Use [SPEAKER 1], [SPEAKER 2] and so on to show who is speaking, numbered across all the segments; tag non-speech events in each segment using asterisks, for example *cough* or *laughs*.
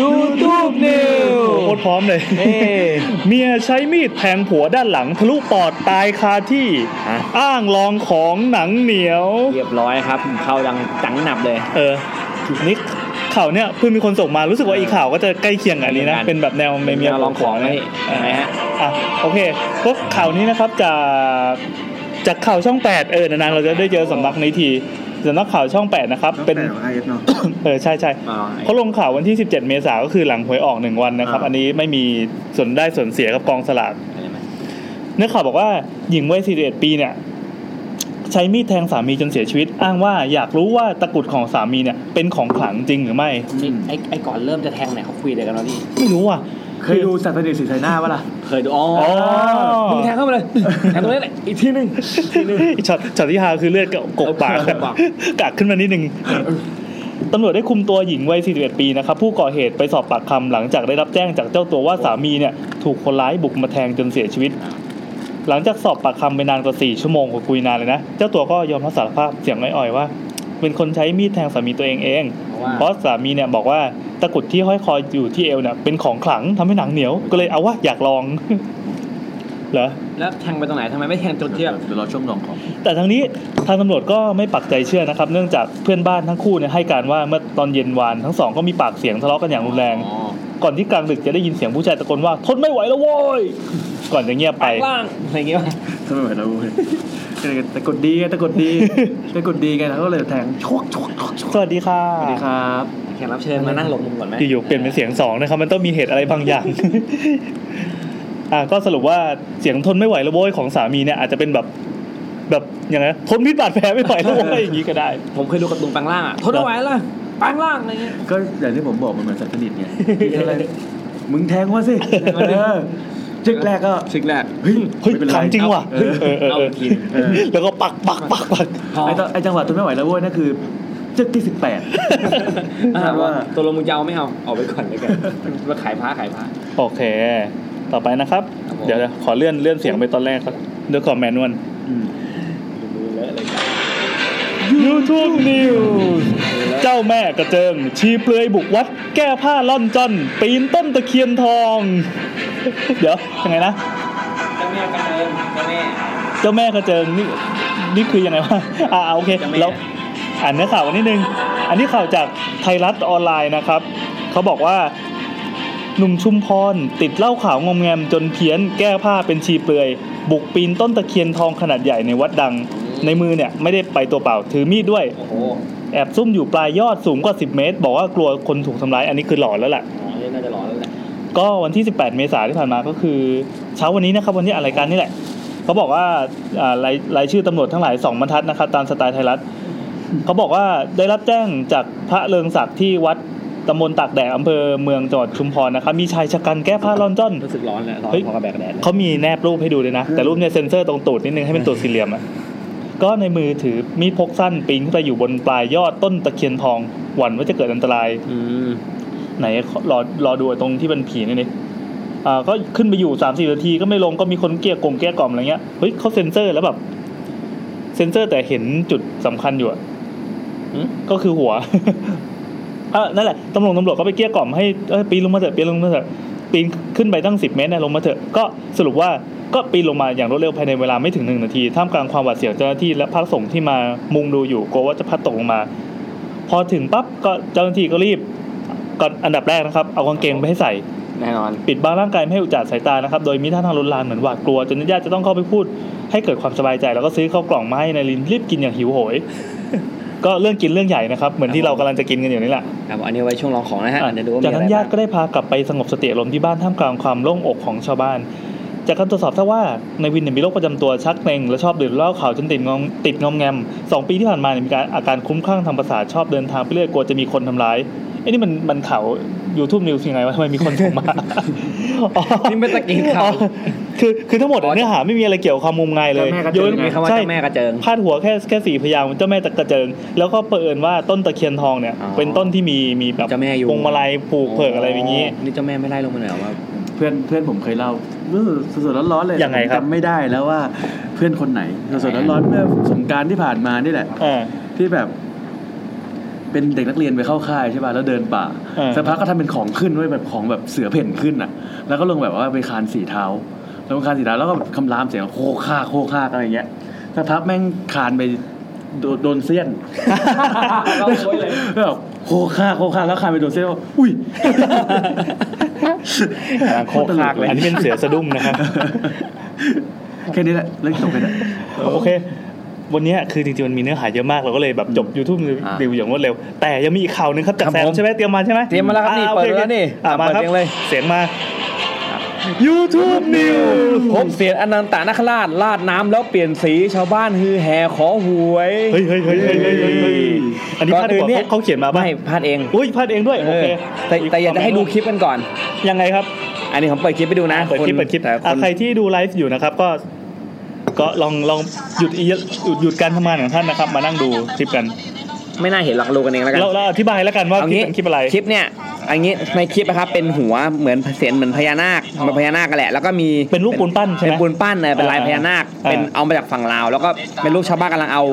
[SPEAKER 1] YouTube
[SPEAKER 2] โค
[SPEAKER 1] News
[SPEAKER 2] ตรพร้อมเลย
[SPEAKER 1] เอ้
[SPEAKER 2] เมียใช้มีดแทงผัวด้านหลังทะลุปอดตายคาที่
[SPEAKER 1] ฮะ
[SPEAKER 2] อ้างลองของหนังเหนียว
[SPEAKER 1] เรียบร้อยครับ เข้าดังจังหนับเลย
[SPEAKER 2] เออนี่ข่าวเนี่ยเพิ่งมีคนส่งมารู้สึกว่าอีกข่าวก็จะใกล้เคียงกับอันนี้นะ เป็นแบบแนวเมีย
[SPEAKER 1] แนวลองของ
[SPEAKER 2] นะ
[SPEAKER 1] นี่ไหนฮะ
[SPEAKER 2] อ่ะโอเคก็ข่าวนี้นะครับจะจากข่าวช่องแปดเออนานๆเราจะได้เจอสำนักนี้ทีสำนักข่าวช่องแปดนะครับ
[SPEAKER 3] ตั้ง
[SPEAKER 2] เป็น
[SPEAKER 3] แต่ไอเอฟเนาะ
[SPEAKER 2] เออใช่ใช่
[SPEAKER 1] อ๋อ
[SPEAKER 2] เขาลงข่าววันที่ 17 เมษายนก็คือหลังหวยออกหนึ่งวันนะครับ
[SPEAKER 3] อ่า
[SPEAKER 2] อันนี้ไม่มีส่วนได้ส่วนเสียกับกองสลาก
[SPEAKER 1] อะไรไหม
[SPEAKER 2] เนื้อข่าวบอกว่าหญิงวัย 41 ปีเนี่ย ใช้มีดแทงสามีจนเสียชีวิต อ้างว่าอยากรู้ว่าตะกรุดของสามีเนี่ย เป็นของขลังจริงหรือไม่
[SPEAKER 1] ไอ้ไอ้ก่อนเริ่มจะแทงเนี่ยเขาคุยอะไรกันวะพี่
[SPEAKER 2] ไม่รู้อ่ะ
[SPEAKER 3] เคยดูสัตว์ประดิษฐ์สีไทยหน้าปะล่ะ
[SPEAKER 1] เคยดูอ๋อ
[SPEAKER 2] อ๋อ
[SPEAKER 1] มึงแทงเข้ามาเลย แทงตรงนี้แหละอีกทีหนึ่งอีกทีหนึ่ง
[SPEAKER 2] *laughs* อีกช็อตช็อตที่ฮาคือเลือดกบปาก
[SPEAKER 1] กบปาก
[SPEAKER 2] กากขึ้นมานิดนึงตำรวจได้คุมตัวหญิงวัย 41 ปีนะครับ ผู้ก่อเหตุไปสอบปากคำหลังจากได้รับแจ้งจากเจ้าตัวว่าสามีเนี่ย ถูกคนร้ายบุกมาแทงจนเสียชีวิต หลังจากสอบปากคำไปนานกว่า 4 ชั่วโมงกว่าคุยนานเลยนะ เจ้าตัวก็ยอมรับสารภาพเสียงอ่อยๆว่า เป็นคนใช้มีดแทงสามีตัวเองเอง เพ
[SPEAKER 1] เพราะว่า
[SPEAKER 2] ราะสามีเนี่ยบอกว่าตะกรุดที่ห้อยคออยู่ที่เอวเนี่ยเป็นของขลังทำให้หนังเหนียว ก็เลยเอาวะอยากลอง *laughs* เหรอ
[SPEAKER 1] แล้วแทงไปตรงไหนทำไมไม่แทงจนเทียบ
[SPEAKER 4] เดี๋ยวเราช่วงลองของ
[SPEAKER 2] แต่ทางนี้ทางตำรวจก็ไม่ปักใจเชื่อนะครับ เนื่องจากเพื่อนบ้านทั้งคู่เนี่ยให้การว่าเมื่อตอนเย็นวานทั้งสองก็มีปากเสียงทะเลาะกันอย่างรุนแรง
[SPEAKER 4] อ๋อ
[SPEAKER 2] ก่อนที่กลางดึกจะได้ยินเสียงผู้ชายตะโกนว่าทนไม่ไหวแล้วโว้ยก่อนจะเงียบไป
[SPEAKER 1] ล่างอะไรอย่างเงี้ยว่ะ
[SPEAKER 3] ทำไมเหมือนเราเว้ยตะกดดีไงตะกด *laughs* ดีตะกดดีไงแล้วก็เลยแทงชกชกชกชก
[SPEAKER 2] สวัสดีค่ะ
[SPEAKER 3] สวัสดีครับ
[SPEAKER 1] แขกรับเชิญมานั่งหลบมุมก่อนไหม
[SPEAKER 2] อยู่ๆเปลี่ยนเป็นเสียงสองนะครับมันต้องมีเหตุอะไรบางอย่าง *laughs* อ่ะก็สรุปว่าเสียงทนไม่ไหวแล้วโว้ยของสามีเนี่ยอาจจะเป็นแบบแบบอย่างไงทนพิษบาดแผลไม่ไหวแล้วโว้ยอย่างนี้ก็ได้
[SPEAKER 1] ผมเคยดูการ์ตูนแปลงล่างอ่ะทนไม่ไหวแล้วแปลงล่างอะไรเงี้ย
[SPEAKER 3] ก็อย่างที่ผมบอกมันเหมือนสัตว์ประดิษฐ์ไงมีอะไรมึงแทงว่าสิเออจึกแรกก็
[SPEAKER 4] ซิกแรก
[SPEAKER 3] เฮ้ย
[SPEAKER 2] เฮ้ย
[SPEAKER 3] ไม่ป็นไ
[SPEAKER 2] ขำจริงว่ะ
[SPEAKER 3] เออ
[SPEAKER 2] เออเออ
[SPEAKER 1] เอา
[SPEAKER 2] เอ
[SPEAKER 1] อี
[SPEAKER 2] อก
[SPEAKER 1] ทีหนึ่ง
[SPEAKER 3] เออ
[SPEAKER 2] แล้วก็ปักปักปักปัก
[SPEAKER 1] พอ
[SPEAKER 3] ไอ้ตอนไอ้จังหวะตัวไม่ไหวแล้วเว้ยนั่นคือ จึกที่สิบแปด
[SPEAKER 1] *laughs* อ่าว่า
[SPEAKER 3] ว่า
[SPEAKER 1] ตัวลงมึงจะเอาไม่เอาเอาไปก่อนเลย *laughs* กันมาขายผ้าขายผ้า
[SPEAKER 2] โอเค ต่อไปนะครับ
[SPEAKER 1] ครับผม
[SPEAKER 2] เดี๋ยวนะขอเลื่อนเลื่อนเสียงไปตอนแรกครับด้วยคอมแมนนวล
[SPEAKER 1] ดูเลอะเลยกัน
[SPEAKER 2] YouTube News เจ้าแม่กระเจิง ชีเปลือยบุกวัด แก้ผ้าล่อนจอน ปีนต้นตะเคียนทอง *laughs* เดี๋ยวยังไงนะ
[SPEAKER 1] เจ้าแม่กระเดินเจ้าแม่
[SPEAKER 2] เจ้าแม่กระเจิงนี่นี่คือยังไงวะอ่าโอเค
[SPEAKER 1] เจ้าแม่
[SPEAKER 2] แล้วอ่านเนื้อข่าวนิดนึง อันนี้ข่าวจากไทยรัฐออนไลน์นะครับ เขาบอกว่า หนุ่มชุมพรติดเหล้าขาวงอมแงมจนเพี้ยนแก้ผ้าเป็นชีเปลือย บุกปีนต้นตะเคียนทองขนาดใหญ่ในวัดดัง ในมือเนี่ยไม่ได้ไปตัวเปล่าถือมีดด้วย
[SPEAKER 1] โอ้โห
[SPEAKER 2] แอบซุ่มอยู่ปลายยอดสูงกว่า 10 เมตร บอกว่ากลัวคนถูกทำร้ายอันนี้คือหลอนแล้วแหละ
[SPEAKER 1] อ๋อนี่น่าจะร้อนแล้วแหละ
[SPEAKER 2] ก็วันที่ 18 เมษายนที่ผ่านมาก็คือ เช้าวันนี้นะครับ วันที่อะไรายการนี่แหละ เขาบอกว่าอ่ารายรายชื่อตำรวจทั้งหลาย 2บรรทัดนะครับ ตามสไตล์ไทยรัฐ เขาบอกว่าได้รับแจ้งจากพระเริงศักดิ์ที่วัดตำบลตากแดดอำเภอเมืองจังหวัดชุมพรนะครับ มีชายชะกันแก้ผ้าล่อนจ้อน
[SPEAKER 1] รู้สึกร้อนแล้วร้อน
[SPEAKER 2] เฮ้ย
[SPEAKER 1] พอกระแบกแดดเลย
[SPEAKER 2] เขามีแนบรูปให้ดูเลยนะ แต่รูปเนี่ยเซ็นเซอร์ตรงตูดนิดนึงให้เป็นตูดสี่เหลี่ยมอ่ะก็ในมือถือมีดพกสั้นปีนขึ้นไปอยู่บนปลายยอดต้นตะเคียนทองหวั่นว่าจะเกิดอันตราย
[SPEAKER 1] อืม
[SPEAKER 2] ไหนขอรอรอดูไอ้ตรงที่เป็นผีนี่นี่อ่าก็ขึ้นไปอยู่สามสี่นาทีก็ไม่ลงก็มีคนเกลี้ยกล่อมเกลี้ยกล่อมอะไรเงี้ยเฮ้ยเขาเซ็นเซอร์แล้วแบบ เซ็นเซอร์แต่เห็นจุดสำคัญอยู่อะ
[SPEAKER 1] อืม
[SPEAKER 2] ก็คือหัว *laughs* เออนั่นแหละตำรวจตำรวจก็ไปเกลี้ยกล่อมให้เอ้ยปีนลงมาเถอะปีนลงมาเถอะปีนขึ้นไปตั้งสิบเมตรเนี่ยลงมาเถอะก็สรุปว่าก็ปีนลงมาอย่างรวดเร็วภายในเวลาไม่ถึงหนึ่งนาทีท่ามกลางความหวาดเสียวเจ้าหน้าที่และพระสงฆ์ที่มามุงดูอยู่กลัวว่าจะพลัดตกลงมา พอถึงปั๊บก็เจ้าหน้าที่ก็รีบ ก่อนอันดับแรกนะครับ เอากางเกงไปให้ใส่
[SPEAKER 1] แน่นอน
[SPEAKER 2] ปิดบังร่างกายไม่ให้อุจจาระสายตานะครับ โดยมีท่าทางรุนแรงเหมือนหวาดกลัว จนญาติๆจะต้องเข้าไปพูด ให้เกิดความสบายใจแล้วก็ซื้อข้าวกล่องมาให้นายลินรีบกินอย่างหิวโหย *laughs* ก็เรื่องกินเรื่องใหญ่นะครับ เหมือนที่เรากำลังจะกินกันอยู่นี่แหละ
[SPEAKER 1] ครับอันนี้ไว้ช่วงลองของนะฮะเดี๋ยวดูว่ามี
[SPEAKER 2] จาก
[SPEAKER 1] อะไร
[SPEAKER 2] นั้น
[SPEAKER 1] บ้า
[SPEAKER 2] ญาง ติก็ได้พากลับไปสงบสติอารมณ์ที่บ้านท่ามกลางความโล่งอกของชาวบ้าน จากการตรวจสอบทราบว่าในายวินเนี่ยมีโรคประจำตัวชักเกร็งและชอบดื่มเหล้าขาวจนติดงอมติดงอมแงมสองปีที่ผ่านมาเนี่ยมีการอาการคลุ้มคลั่งทางประสาทชอบเดินทางไปเรื่อยกลัวจะมีคนทำร้ายไอ้นี่มันมันข่าว YouTube News ยังไงวะทำไมมีคนส่งมา *laughs* อ๋อ
[SPEAKER 1] นี่ไม่ตะกี้ข่าว
[SPEAKER 2] อ๋อคือคือทั้งหมดเนี่ยเนื้อหาไม่มีอะไรเกี่ยวกับความงมงายเลย
[SPEAKER 3] เจ้าแม่กระเจิ
[SPEAKER 2] โย
[SPEAKER 3] ง
[SPEAKER 2] น
[SPEAKER 1] มีคำว่าเจ้าแม่กระเจิง
[SPEAKER 2] พาดหัวแค่แค่สี่พยางค์เจ้าแม่ตะกระเจิง แล้วก็เปิดว่าต้นตะเคียนทองเนี่ย
[SPEAKER 1] อ๋อ
[SPEAKER 2] เป็นต้นที่มีมีแบบ
[SPEAKER 1] เจ้าแม่อยู่
[SPEAKER 2] พวงมาลัยผูกเผือกอะไรอย่างนี้
[SPEAKER 1] นี่เจ้าแม่ไม่ไล่ลงมาหน่อยเหรอ *laughs* ว่า
[SPEAKER 3] เพื่อนเพื่อนผมเคยเล่ารู้สึกสดๆร้อนๆเลย
[SPEAKER 2] ยังไงครับ
[SPEAKER 3] จำไม่ได้แล้วว่าเพื่อนคนไหนสดๆร้อนๆเมื่อสงกรารที่ผ่านมานี่แหละ
[SPEAKER 2] อ่า
[SPEAKER 3] ที่แบบ เป็นเด็กนักเรียนไปเข้าค่ายใช่ป่ะแล้วเดินป่า
[SPEAKER 2] เออ
[SPEAKER 3] สักพักก็ทำเป็นของขึ้นไว้ยแบบของแบบเสือเพ่นขึ้นอ่ะ แล้วก็ลงแบบว่าไปคานสีเท้าลงคานสีเท้าแล้วก็แบบคำรามเสียงโคกคากโคกคากอะไรอย่างเงี้ยสักพักแม่งคานไปโดนโดนเสี้ยน
[SPEAKER 1] เราสวยเลย
[SPEAKER 3] แล้วแบบโคกคากโคกคากแล้วคานไปโดนเสี้ยนแล้วอุ้ย
[SPEAKER 2] โคกคากเลย อันนี้เป็นเสือสะดุ้งนะครับ
[SPEAKER 3] แค่นี้แหละเรื่องจบไปแล้ว
[SPEAKER 2] โอเค วันเนี้ยคือจริงๆมันมีเนื้อหาเยอะมากเราก็เลยแบบจบ YouTube
[SPEAKER 3] อ่า
[SPEAKER 2] รีวิวอย่างรวดเร็ว แต่ยังมีอีกข่าวหนึงครับจากแซ
[SPEAKER 1] ครับ
[SPEAKER 2] ม
[SPEAKER 1] ผม
[SPEAKER 2] ใช่ไหมเตรียมมาใช่ไหม
[SPEAKER 1] เตรียมมาแล้วครับ
[SPEAKER 2] อ่
[SPEAKER 1] นี่
[SPEAKER 2] โอ
[SPEAKER 1] เปิดแล้วนี่
[SPEAKER 2] อ่ะมาค
[SPEAKER 1] เปิ
[SPEAKER 2] รับ
[SPEAKER 1] ดเสียงเลย
[SPEAKER 2] เสียงมา YouTube News
[SPEAKER 1] พบเสียนอนันตนาคราชลาดน้ำแล้วเปลี่ยนสีชาวบ้านฮือแห่ขอหวย
[SPEAKER 2] เฮ้ยเฮ้ยเฮ้ยเฮ้ยเฮ้ยเฮ้ยเฮ้ยอันนี้พลาดดีก
[SPEAKER 1] ก่อนอื่
[SPEAKER 2] ว่า
[SPEAKER 1] นเนี่ย
[SPEAKER 2] เขาเขาเขียนมาป่ะ
[SPEAKER 1] ไม่พลาดเอง
[SPEAKER 2] อุ้ยพลาดเองด้วย
[SPEAKER 1] เอ
[SPEAKER 2] โอ
[SPEAKER 1] อ
[SPEAKER 2] เค
[SPEAKER 1] แต่แต่อยากจะให้ดูคลิปกันก่อน
[SPEAKER 2] ยังไงครับ
[SPEAKER 1] อันนี้ผมเปิดคลิปไปดูนะ
[SPEAKER 2] เปิดคลิปเปิดคลิป
[SPEAKER 1] แต่
[SPEAKER 2] อ่ะ
[SPEAKER 1] น
[SPEAKER 2] ใครที่ดูไลฟ์อยู่นะครับก็ ก็ลองลองหยุดอีหยุดหยุดการทำงานของท่านนะครับ มานั่งดูคลิปกัน
[SPEAKER 1] ไม่น่าเห็นหรอกดูกันเองแล้วกัน
[SPEAKER 2] เราเราอธิบายแล้วกันว่า
[SPEAKER 1] เอา
[SPEAKER 2] คลิป
[SPEAKER 1] งี้
[SPEAKER 2] เป็นคลิปอะไร
[SPEAKER 1] คลิปเนี่ยเอันนี้ในคลิปนะครับเป็นหัวเหมือนเสียนเหมือนพญานาคเหมันพญานาคกันแหละแล้วก็มี
[SPEAKER 2] เป็นรูปปูนปั้นใช่ไหม
[SPEAKER 1] เป็นปูนปั้นเออเป็นลาย
[SPEAKER 2] อ่า
[SPEAKER 1] พญานาค
[SPEAKER 2] อ่า
[SPEAKER 1] เป็นเอามาจากฝั่งลาว แล้วก็เป็นรูปชาวบ้านกำลังเอา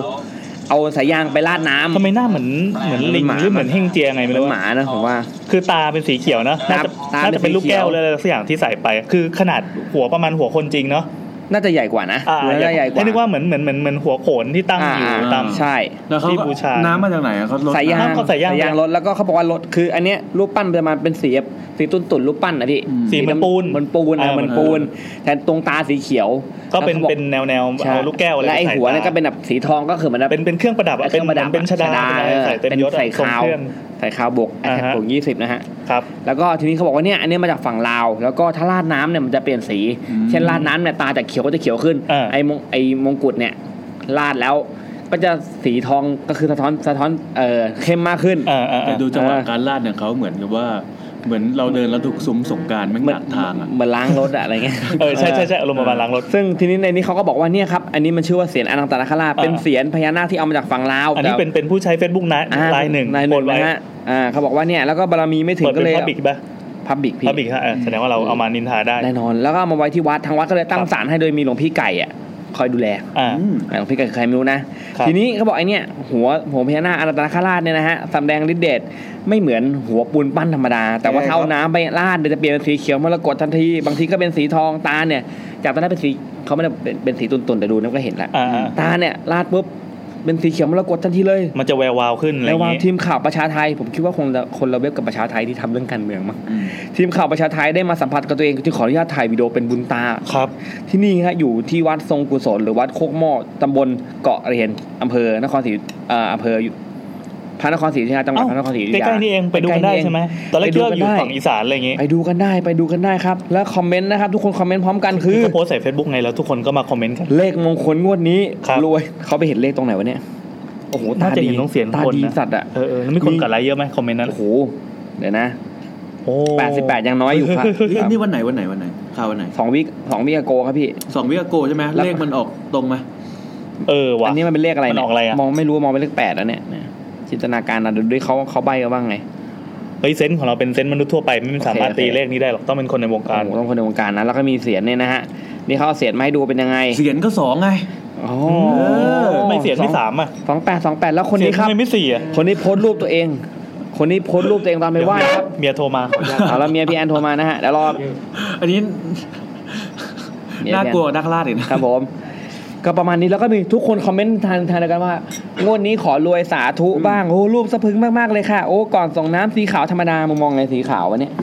[SPEAKER 1] เอาสายยางไปลาดน้ำ
[SPEAKER 2] ทำไมหน้าเหมือนเหมือนลิง
[SPEAKER 1] เหมือนหมา
[SPEAKER 2] หรือเหมือนเฮงเจียไงไม่
[SPEAKER 1] เป็นห
[SPEAKER 2] รู้อะ
[SPEAKER 1] มานะผมว่า
[SPEAKER 2] คือตาเป็นสีเขียวนะน่าจะ
[SPEAKER 1] ตา
[SPEAKER 2] น่า
[SPEAKER 1] เป็นสีเขียว
[SPEAKER 2] จะเป็นลูกแก้วเลยสักอย่างที่ใส่ไป คือขนาดหัวประมาณหัวคนจริงเนาะ
[SPEAKER 1] น่าจะใหญ่กว่านะ
[SPEAKER 2] อ่า
[SPEAKER 1] น่าจะใหญ่กว่า
[SPEAKER 2] ให้นึกว่าเหมือนเหมือนเหมือนเหมือนหัวโขนที่ตั้ง
[SPEAKER 1] อ่า
[SPEAKER 2] อยู่ตาม
[SPEAKER 1] ใช่
[SPEAKER 3] แล้วเขา
[SPEAKER 2] ที่
[SPEAKER 3] ก็
[SPEAKER 2] บูชา
[SPEAKER 3] น้ำมาจากไหนอะเขาลด
[SPEAKER 1] สายยาง
[SPEAKER 2] ห้
[SPEAKER 3] น้
[SPEAKER 2] มเข้าสายยาง
[SPEAKER 1] รถแล้วก็เขาบอกว่ารถคือ อันเนี้ยรูปปั้นประมาณเป็นสีแบบสีตุ่นตุ่นๆรูปปั้นนะพี่
[SPEAKER 3] อืม
[SPEAKER 2] สีเหมือนปูน
[SPEAKER 1] เหมือนปูน
[SPEAKER 2] อ่า
[SPEAKER 1] อ่ะเหมือนปูนแทนตรงตาสีเขียว
[SPEAKER 2] ก็เป็น
[SPEAKER 1] แล้วขาบอก
[SPEAKER 2] เป็นแนวแนว
[SPEAKER 1] ใช่
[SPEAKER 2] เอาลูกแก้วอะไร
[SPEAKER 1] และไอ
[SPEAKER 2] ปใส่
[SPEAKER 1] หัวนั่น
[SPEAKER 2] ตา
[SPEAKER 1] ก็เป็นแบบสีทองก็คือเหมือนแบบ
[SPEAKER 2] เป็นเป็นเครื่องประดับอะ
[SPEAKER 1] เค
[SPEAKER 2] เป็
[SPEAKER 1] รื่
[SPEAKER 2] น
[SPEAKER 1] องประดับ
[SPEAKER 2] เหมือนเป็นชดาเป็นอะไร
[SPEAKER 1] เออ
[SPEAKER 2] ใส่เต็ม
[SPEAKER 1] เป็น
[SPEAKER 2] ยศอะ
[SPEAKER 1] ใส่
[SPEAKER 2] ทรง
[SPEAKER 1] ขาว
[SPEAKER 2] เครื่อง
[SPEAKER 1] ใส่ขาวบกไอแท็กบวกยี่สิบนะฮะ
[SPEAKER 2] ครับ
[SPEAKER 1] แล้วก็ทีนี้เขาบอกว่าเนี่ยอันเนี้ยมาจากฝั่งลาว แล้วก็ถ้าราดน้ำเนี่ยมันจะเปลี่ยนสี
[SPEAKER 3] อืม
[SPEAKER 1] เช่นราดน้ำเนี่ยตาจากเขียวก็จะเขียวขึ้น
[SPEAKER 2] อ่า
[SPEAKER 1] ไอ้มงไอ้มงกุฎเนี่ยราดแล้วก็จะสีทองก็คือสะท้อนสะท้อนเออเข้มมากขึ้น
[SPEAKER 2] าาา
[SPEAKER 3] ำแต่ดูจังหวะ
[SPEAKER 1] เออ
[SPEAKER 3] การลาดเนี่ยเขาเหมือนกับว่า เหมือนเราเดินแล้วถูกซุ้มสงกรารแม่งดักทางอ่ะ
[SPEAKER 1] เหมือนล้างรถอะอะไรเงี้ย
[SPEAKER 2] เออใช่ใช่ใช่อารมณ์ประมาณล้างรถ
[SPEAKER 1] ซึ่งทีนี้ในนี้เขาก็บอกว่าเนี่ยครับ อันนี้มันชื่อว่าเสียนอนันตนาคราชเป็น
[SPEAKER 2] อ่า
[SPEAKER 1] เสียนพญานาคที่เอามาจากฝั่งลาว
[SPEAKER 2] อันนี้เป็นเป็นผู้ใช้ Facebook นะ
[SPEAKER 1] อ่
[SPEAKER 2] รายหนึ่ง
[SPEAKER 1] ลายห
[SPEAKER 2] โพ
[SPEAKER 1] นึ่ง
[SPEAKER 2] สต์ไว้
[SPEAKER 1] นะฮะอ่าเขาบอกว่าเนี่ยแล้วก็บารมีไม่ถึง
[SPEAKER 2] เปิด
[SPEAKER 1] ก็
[SPEAKER 2] เป็
[SPEAKER 1] เลย
[SPEAKER 2] นพับบิกป่ะ
[SPEAKER 1] พับบิกพี่
[SPEAKER 2] พับบิกฮะเออแสดงว่าเราเอามานินทาได้
[SPEAKER 1] แน่นอน แล้วก็เอามาไว้ที่วัดทางวัดก็เลยตั้งศาลให้โดยมีหลวงพี่ไก่อะคอยดูแล
[SPEAKER 2] อ่า
[SPEAKER 3] อืม
[SPEAKER 1] หลวงพี่ไก่คือใครไม่รู้นะ
[SPEAKER 2] ครับ
[SPEAKER 1] ทีนี้เขาบอกไอ้เนี่ยหัวหัวพญานาคอนันตนาคราชเนี่ยนะฮะสำแดงฤทธิเดชไม่เหมือนหัวปูนปั้นธรรมดา แต่ว่า
[SPEAKER 3] ยังไง
[SPEAKER 1] เท่า
[SPEAKER 3] ครับ
[SPEAKER 1] น้ำไปราดเดี๋ยวจะเปลี่ยนเป็นสีเขียวมรกตทันที บางทีก็เป็นสีทองตาเนี่ย จากตอนแรกเป็นสีเขาไม่ได้เป็นเป็นสีตุ่นๆแต่ดูนั่นก็เห็นละ
[SPEAKER 2] อ่าอ่า
[SPEAKER 1] ตาเนี่ยราดปุ๊บเป็นสีเขียวมรกตทันทีเลย
[SPEAKER 2] มันจะแวววาวขึ้นอะไรอ
[SPEAKER 1] ระ
[SPEAKER 2] ย่า
[SPEAKER 1] ห
[SPEAKER 2] ง
[SPEAKER 1] ว่าง
[SPEAKER 2] งี้
[SPEAKER 1] ทีมข่าวประชาไทย ผมคิดว่าคงละคนละเว็บกับประชาไทยที่ทำเรื่องการเมืองมั้ง
[SPEAKER 3] อืม
[SPEAKER 1] ทีมข่าวประชาไทยได้มาสัมผัสกับตัวเองจึงขออนุญาตถ่ายวิดีโอเป็นบุญตา
[SPEAKER 2] ครับ
[SPEAKER 1] ที่นี่ฮะอยู่ที่วัดทรงกุศลหรือวัดโคกหม้อตำบลเกาะเรียนอำเภอนครศรีเอ่ออำเภออยู่พระนครศรีอยุธยาจังหวัดพ
[SPEAKER 2] เอ้า
[SPEAKER 1] ระนครศรีอยุธ
[SPEAKER 2] ใก
[SPEAKER 1] ยา
[SPEAKER 2] ล้ๆนี่เองไปดูกันได้
[SPEAKER 1] ใล้ๆเอง
[SPEAKER 2] ใช่ไหมตอนแรก
[SPEAKER 1] ไปดู
[SPEAKER 2] เที่
[SPEAKER 1] กัน
[SPEAKER 2] ยวอยู่
[SPEAKER 1] ได้
[SPEAKER 2] ฝั่งอีสานอะไรอย่างงี้
[SPEAKER 1] ไปดูกันได้ไปดูกันได้ครับ แล้วคอมเมนต์นะครับ ทุกคนคอมเมนต์พร้อมกันคื
[SPEAKER 2] คือ
[SPEAKER 1] อ
[SPEAKER 2] เขาโพสต์ใส่ Facebook ไงแล้วทุกคนก็มาคอมเมนต์กัน
[SPEAKER 1] เลขมงคลงวดนี้
[SPEAKER 2] ครับ
[SPEAKER 1] รวยเขาไปเห็นเลขตรงไหนวะเนี่ยโอ้โหตา
[SPEAKER 2] น่าจะ
[SPEAKER 1] ดี
[SPEAKER 2] เห็นตรงเสียง
[SPEAKER 1] ตา
[SPEAKER 2] คน
[SPEAKER 1] ดี
[SPEAKER 2] นะ
[SPEAKER 1] สัตว์อะ
[SPEAKER 2] เออเออแล้วมีคนกดไลค์เยอะไหมคอมเมนต์นั้น
[SPEAKER 1] โอ้โหเดี๋ยวนะ
[SPEAKER 2] โอ้
[SPEAKER 1] 88ยังน้อยอยู่ครับ
[SPEAKER 3] เอ๊ะนี่วันไหนวันไหนวันไหนข่าววันไหน
[SPEAKER 1] สองวิสองวิกโกครับพี่
[SPEAKER 3] สองวิกาโกใช่ไหม
[SPEAKER 1] รับ
[SPEAKER 3] เลขมันออกตรงไหม
[SPEAKER 2] เออว่ะ
[SPEAKER 1] อันนี้มันเป็นเลขอะไร
[SPEAKER 2] มัน
[SPEAKER 1] เนี่
[SPEAKER 2] ออกอะไร
[SPEAKER 1] ย
[SPEAKER 2] อะ
[SPEAKER 1] มองไม่รู้ว่ามองเป็นเลขแปดแล้วเนี่ยนะจินตนาการนะเดูด้วยเขาเขาใบกันบ้างไง
[SPEAKER 2] เฮ้ยเซนส์ของเราเป็นเซนส์มนุษย์ทั่วไปไม่สามารถ
[SPEAKER 1] โอเค
[SPEAKER 2] ตี
[SPEAKER 1] โอเค
[SPEAKER 2] เลขนี้ได้หรอกต้องเป็นคนในวงการ
[SPEAKER 1] โอ้โหต้องคนในวงการนะแล้วก็มีเสียงเนี่ยนะฮะนี่เขาเอาเสียงมาให้ดูเป็นยังไง
[SPEAKER 3] เสียนก็สองไง
[SPEAKER 1] โอ้
[SPEAKER 2] เออไม่เสียงไม่สามอ่ะ
[SPEAKER 1] สองแปดสองแปดแล้วคนนี้ครับ
[SPEAKER 2] เสียงทำไมไม่สี่อ่ะ
[SPEAKER 1] คนนี้โพสต์รูปตัวเอง คนนี้โพสต์รูปตัวเองตอนไปไหว้ครับ
[SPEAKER 2] เมียโทรมาขออนุญาต
[SPEAKER 1] เอาแล้วเมียพี่แอนโทรมานะฮะเดี๋ยวรอ
[SPEAKER 3] อันนี้
[SPEAKER 1] เมียพี่แอ
[SPEAKER 3] น่ากลัวกว่านักล่าอีกนะครับ
[SPEAKER 1] ผมก็ประมาณนี้แล้วก็มีทุกคนคอมเมนต์ทางทางเดียวกันว่างวดนี้ขอรวยสาธุบ้างโอ้รูปสะพรึงมากๆเลยค่ะ โอ้ก่อนส่งน้ำสีขาวธรรมดามึงมองไงสีขาววะเนี่ย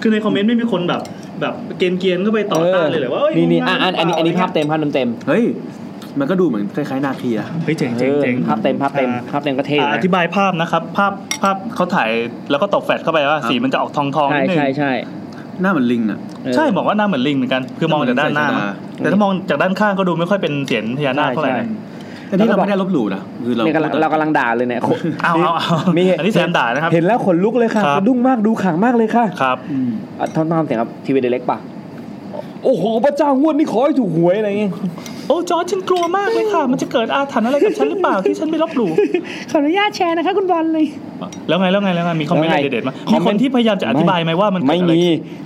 [SPEAKER 2] คือในคอมเมนต์ไม่มีคนแบบ แบบเกรียนเกียนก็ไปต่อต้านเลยเหรอว่าเอ้ย
[SPEAKER 1] นี่นี่
[SPEAKER 2] มึง
[SPEAKER 1] อ่ะ
[SPEAKER 2] บ้า
[SPEAKER 1] อันอันนี้อันนี้
[SPEAKER 2] หรื
[SPEAKER 1] ภาพ
[SPEAKER 2] เปล่
[SPEAKER 1] เต็มภาพเต็มเต็ม
[SPEAKER 3] เฮ้ย มันก็ดูเหมือนคล้ายๆนาคีอะ
[SPEAKER 2] เฮ้ยเจ๋งเจ๋งเจ๋ง
[SPEAKER 1] ภาพเต็มภาพเต็มภาพเต็มก็เท่
[SPEAKER 2] อ่าอ
[SPEAKER 1] นะ
[SPEAKER 2] ธิบายภาพนะครับ ภาพภาพเขาถ่ายแล้วก็ตกแฟลชเข้าไปว่า
[SPEAKER 3] ครับ
[SPEAKER 2] สีมันจะออกทองทองๆ
[SPEAKER 1] ใช่
[SPEAKER 2] นิดนึง
[SPEAKER 1] ใช่ใช่
[SPEAKER 3] หน้าเหมือนลิงอะ
[SPEAKER 1] เออ
[SPEAKER 2] ใช่บอกว่าหน้าเหมือนลิงเหมือนกัน คือมองจากด้านหน้า
[SPEAKER 3] เหมือน
[SPEAKER 2] นะ
[SPEAKER 3] ใส่ชะดา
[SPEAKER 2] แต่ถ้ามองจากด้านข้างก็ดูไม่ค่อยเป็นเสียนพญานาคเท่าไหร่
[SPEAKER 1] ใช่
[SPEAKER 2] นะ
[SPEAKER 1] ใช่
[SPEAKER 3] อันนี้เราไม่ได้ลบหลู่นะคือเรา
[SPEAKER 1] เนี่ยกำลังเรากำลังด่าเลยเนี่ยโค
[SPEAKER 2] เอาเอาเอา
[SPEAKER 1] มี
[SPEAKER 2] อันนี้แซมด่านะครับ
[SPEAKER 1] เห็นแล้วขนลุกเลยค่ะ
[SPEAKER 2] ครับ
[SPEAKER 1] สะดุ้งมากดูขลังมากเลยค่ะ
[SPEAKER 2] ครับ
[SPEAKER 3] อืม
[SPEAKER 1] อ่ะทำตามเสียงครับทีวีเดเล็กป่ะ โอ้โหพระเจ้างวดนี้ขอให้ถูกหวยอะไร
[SPEAKER 2] *laughs*
[SPEAKER 1] เงี้ย
[SPEAKER 2] โอ้จอร์จฉันกลัวมากเลยค่ะ มันจะเกิดอาถรรพ์อะไรกับฉันหรือเปล่าที่ฉันไม่ลบหลู่
[SPEAKER 1] ขออนุญาตแชร์นะคะคุณบอลเลย
[SPEAKER 2] อ่ะแล้วไงแล้วไงแล้วไงมีคอมเมนต์อะไร
[SPEAKER 1] แล้วไง
[SPEAKER 2] เด็ดๆมั้ย
[SPEAKER 1] ค
[SPEAKER 2] มี
[SPEAKER 1] อมเม
[SPEAKER 2] คน น
[SPEAKER 1] ต์
[SPEAKER 2] ที่พยายามจะอธิบายไหมว่ามันเกิด
[SPEAKER 1] ไม่
[SPEAKER 2] อะไร
[SPEAKER 1] มี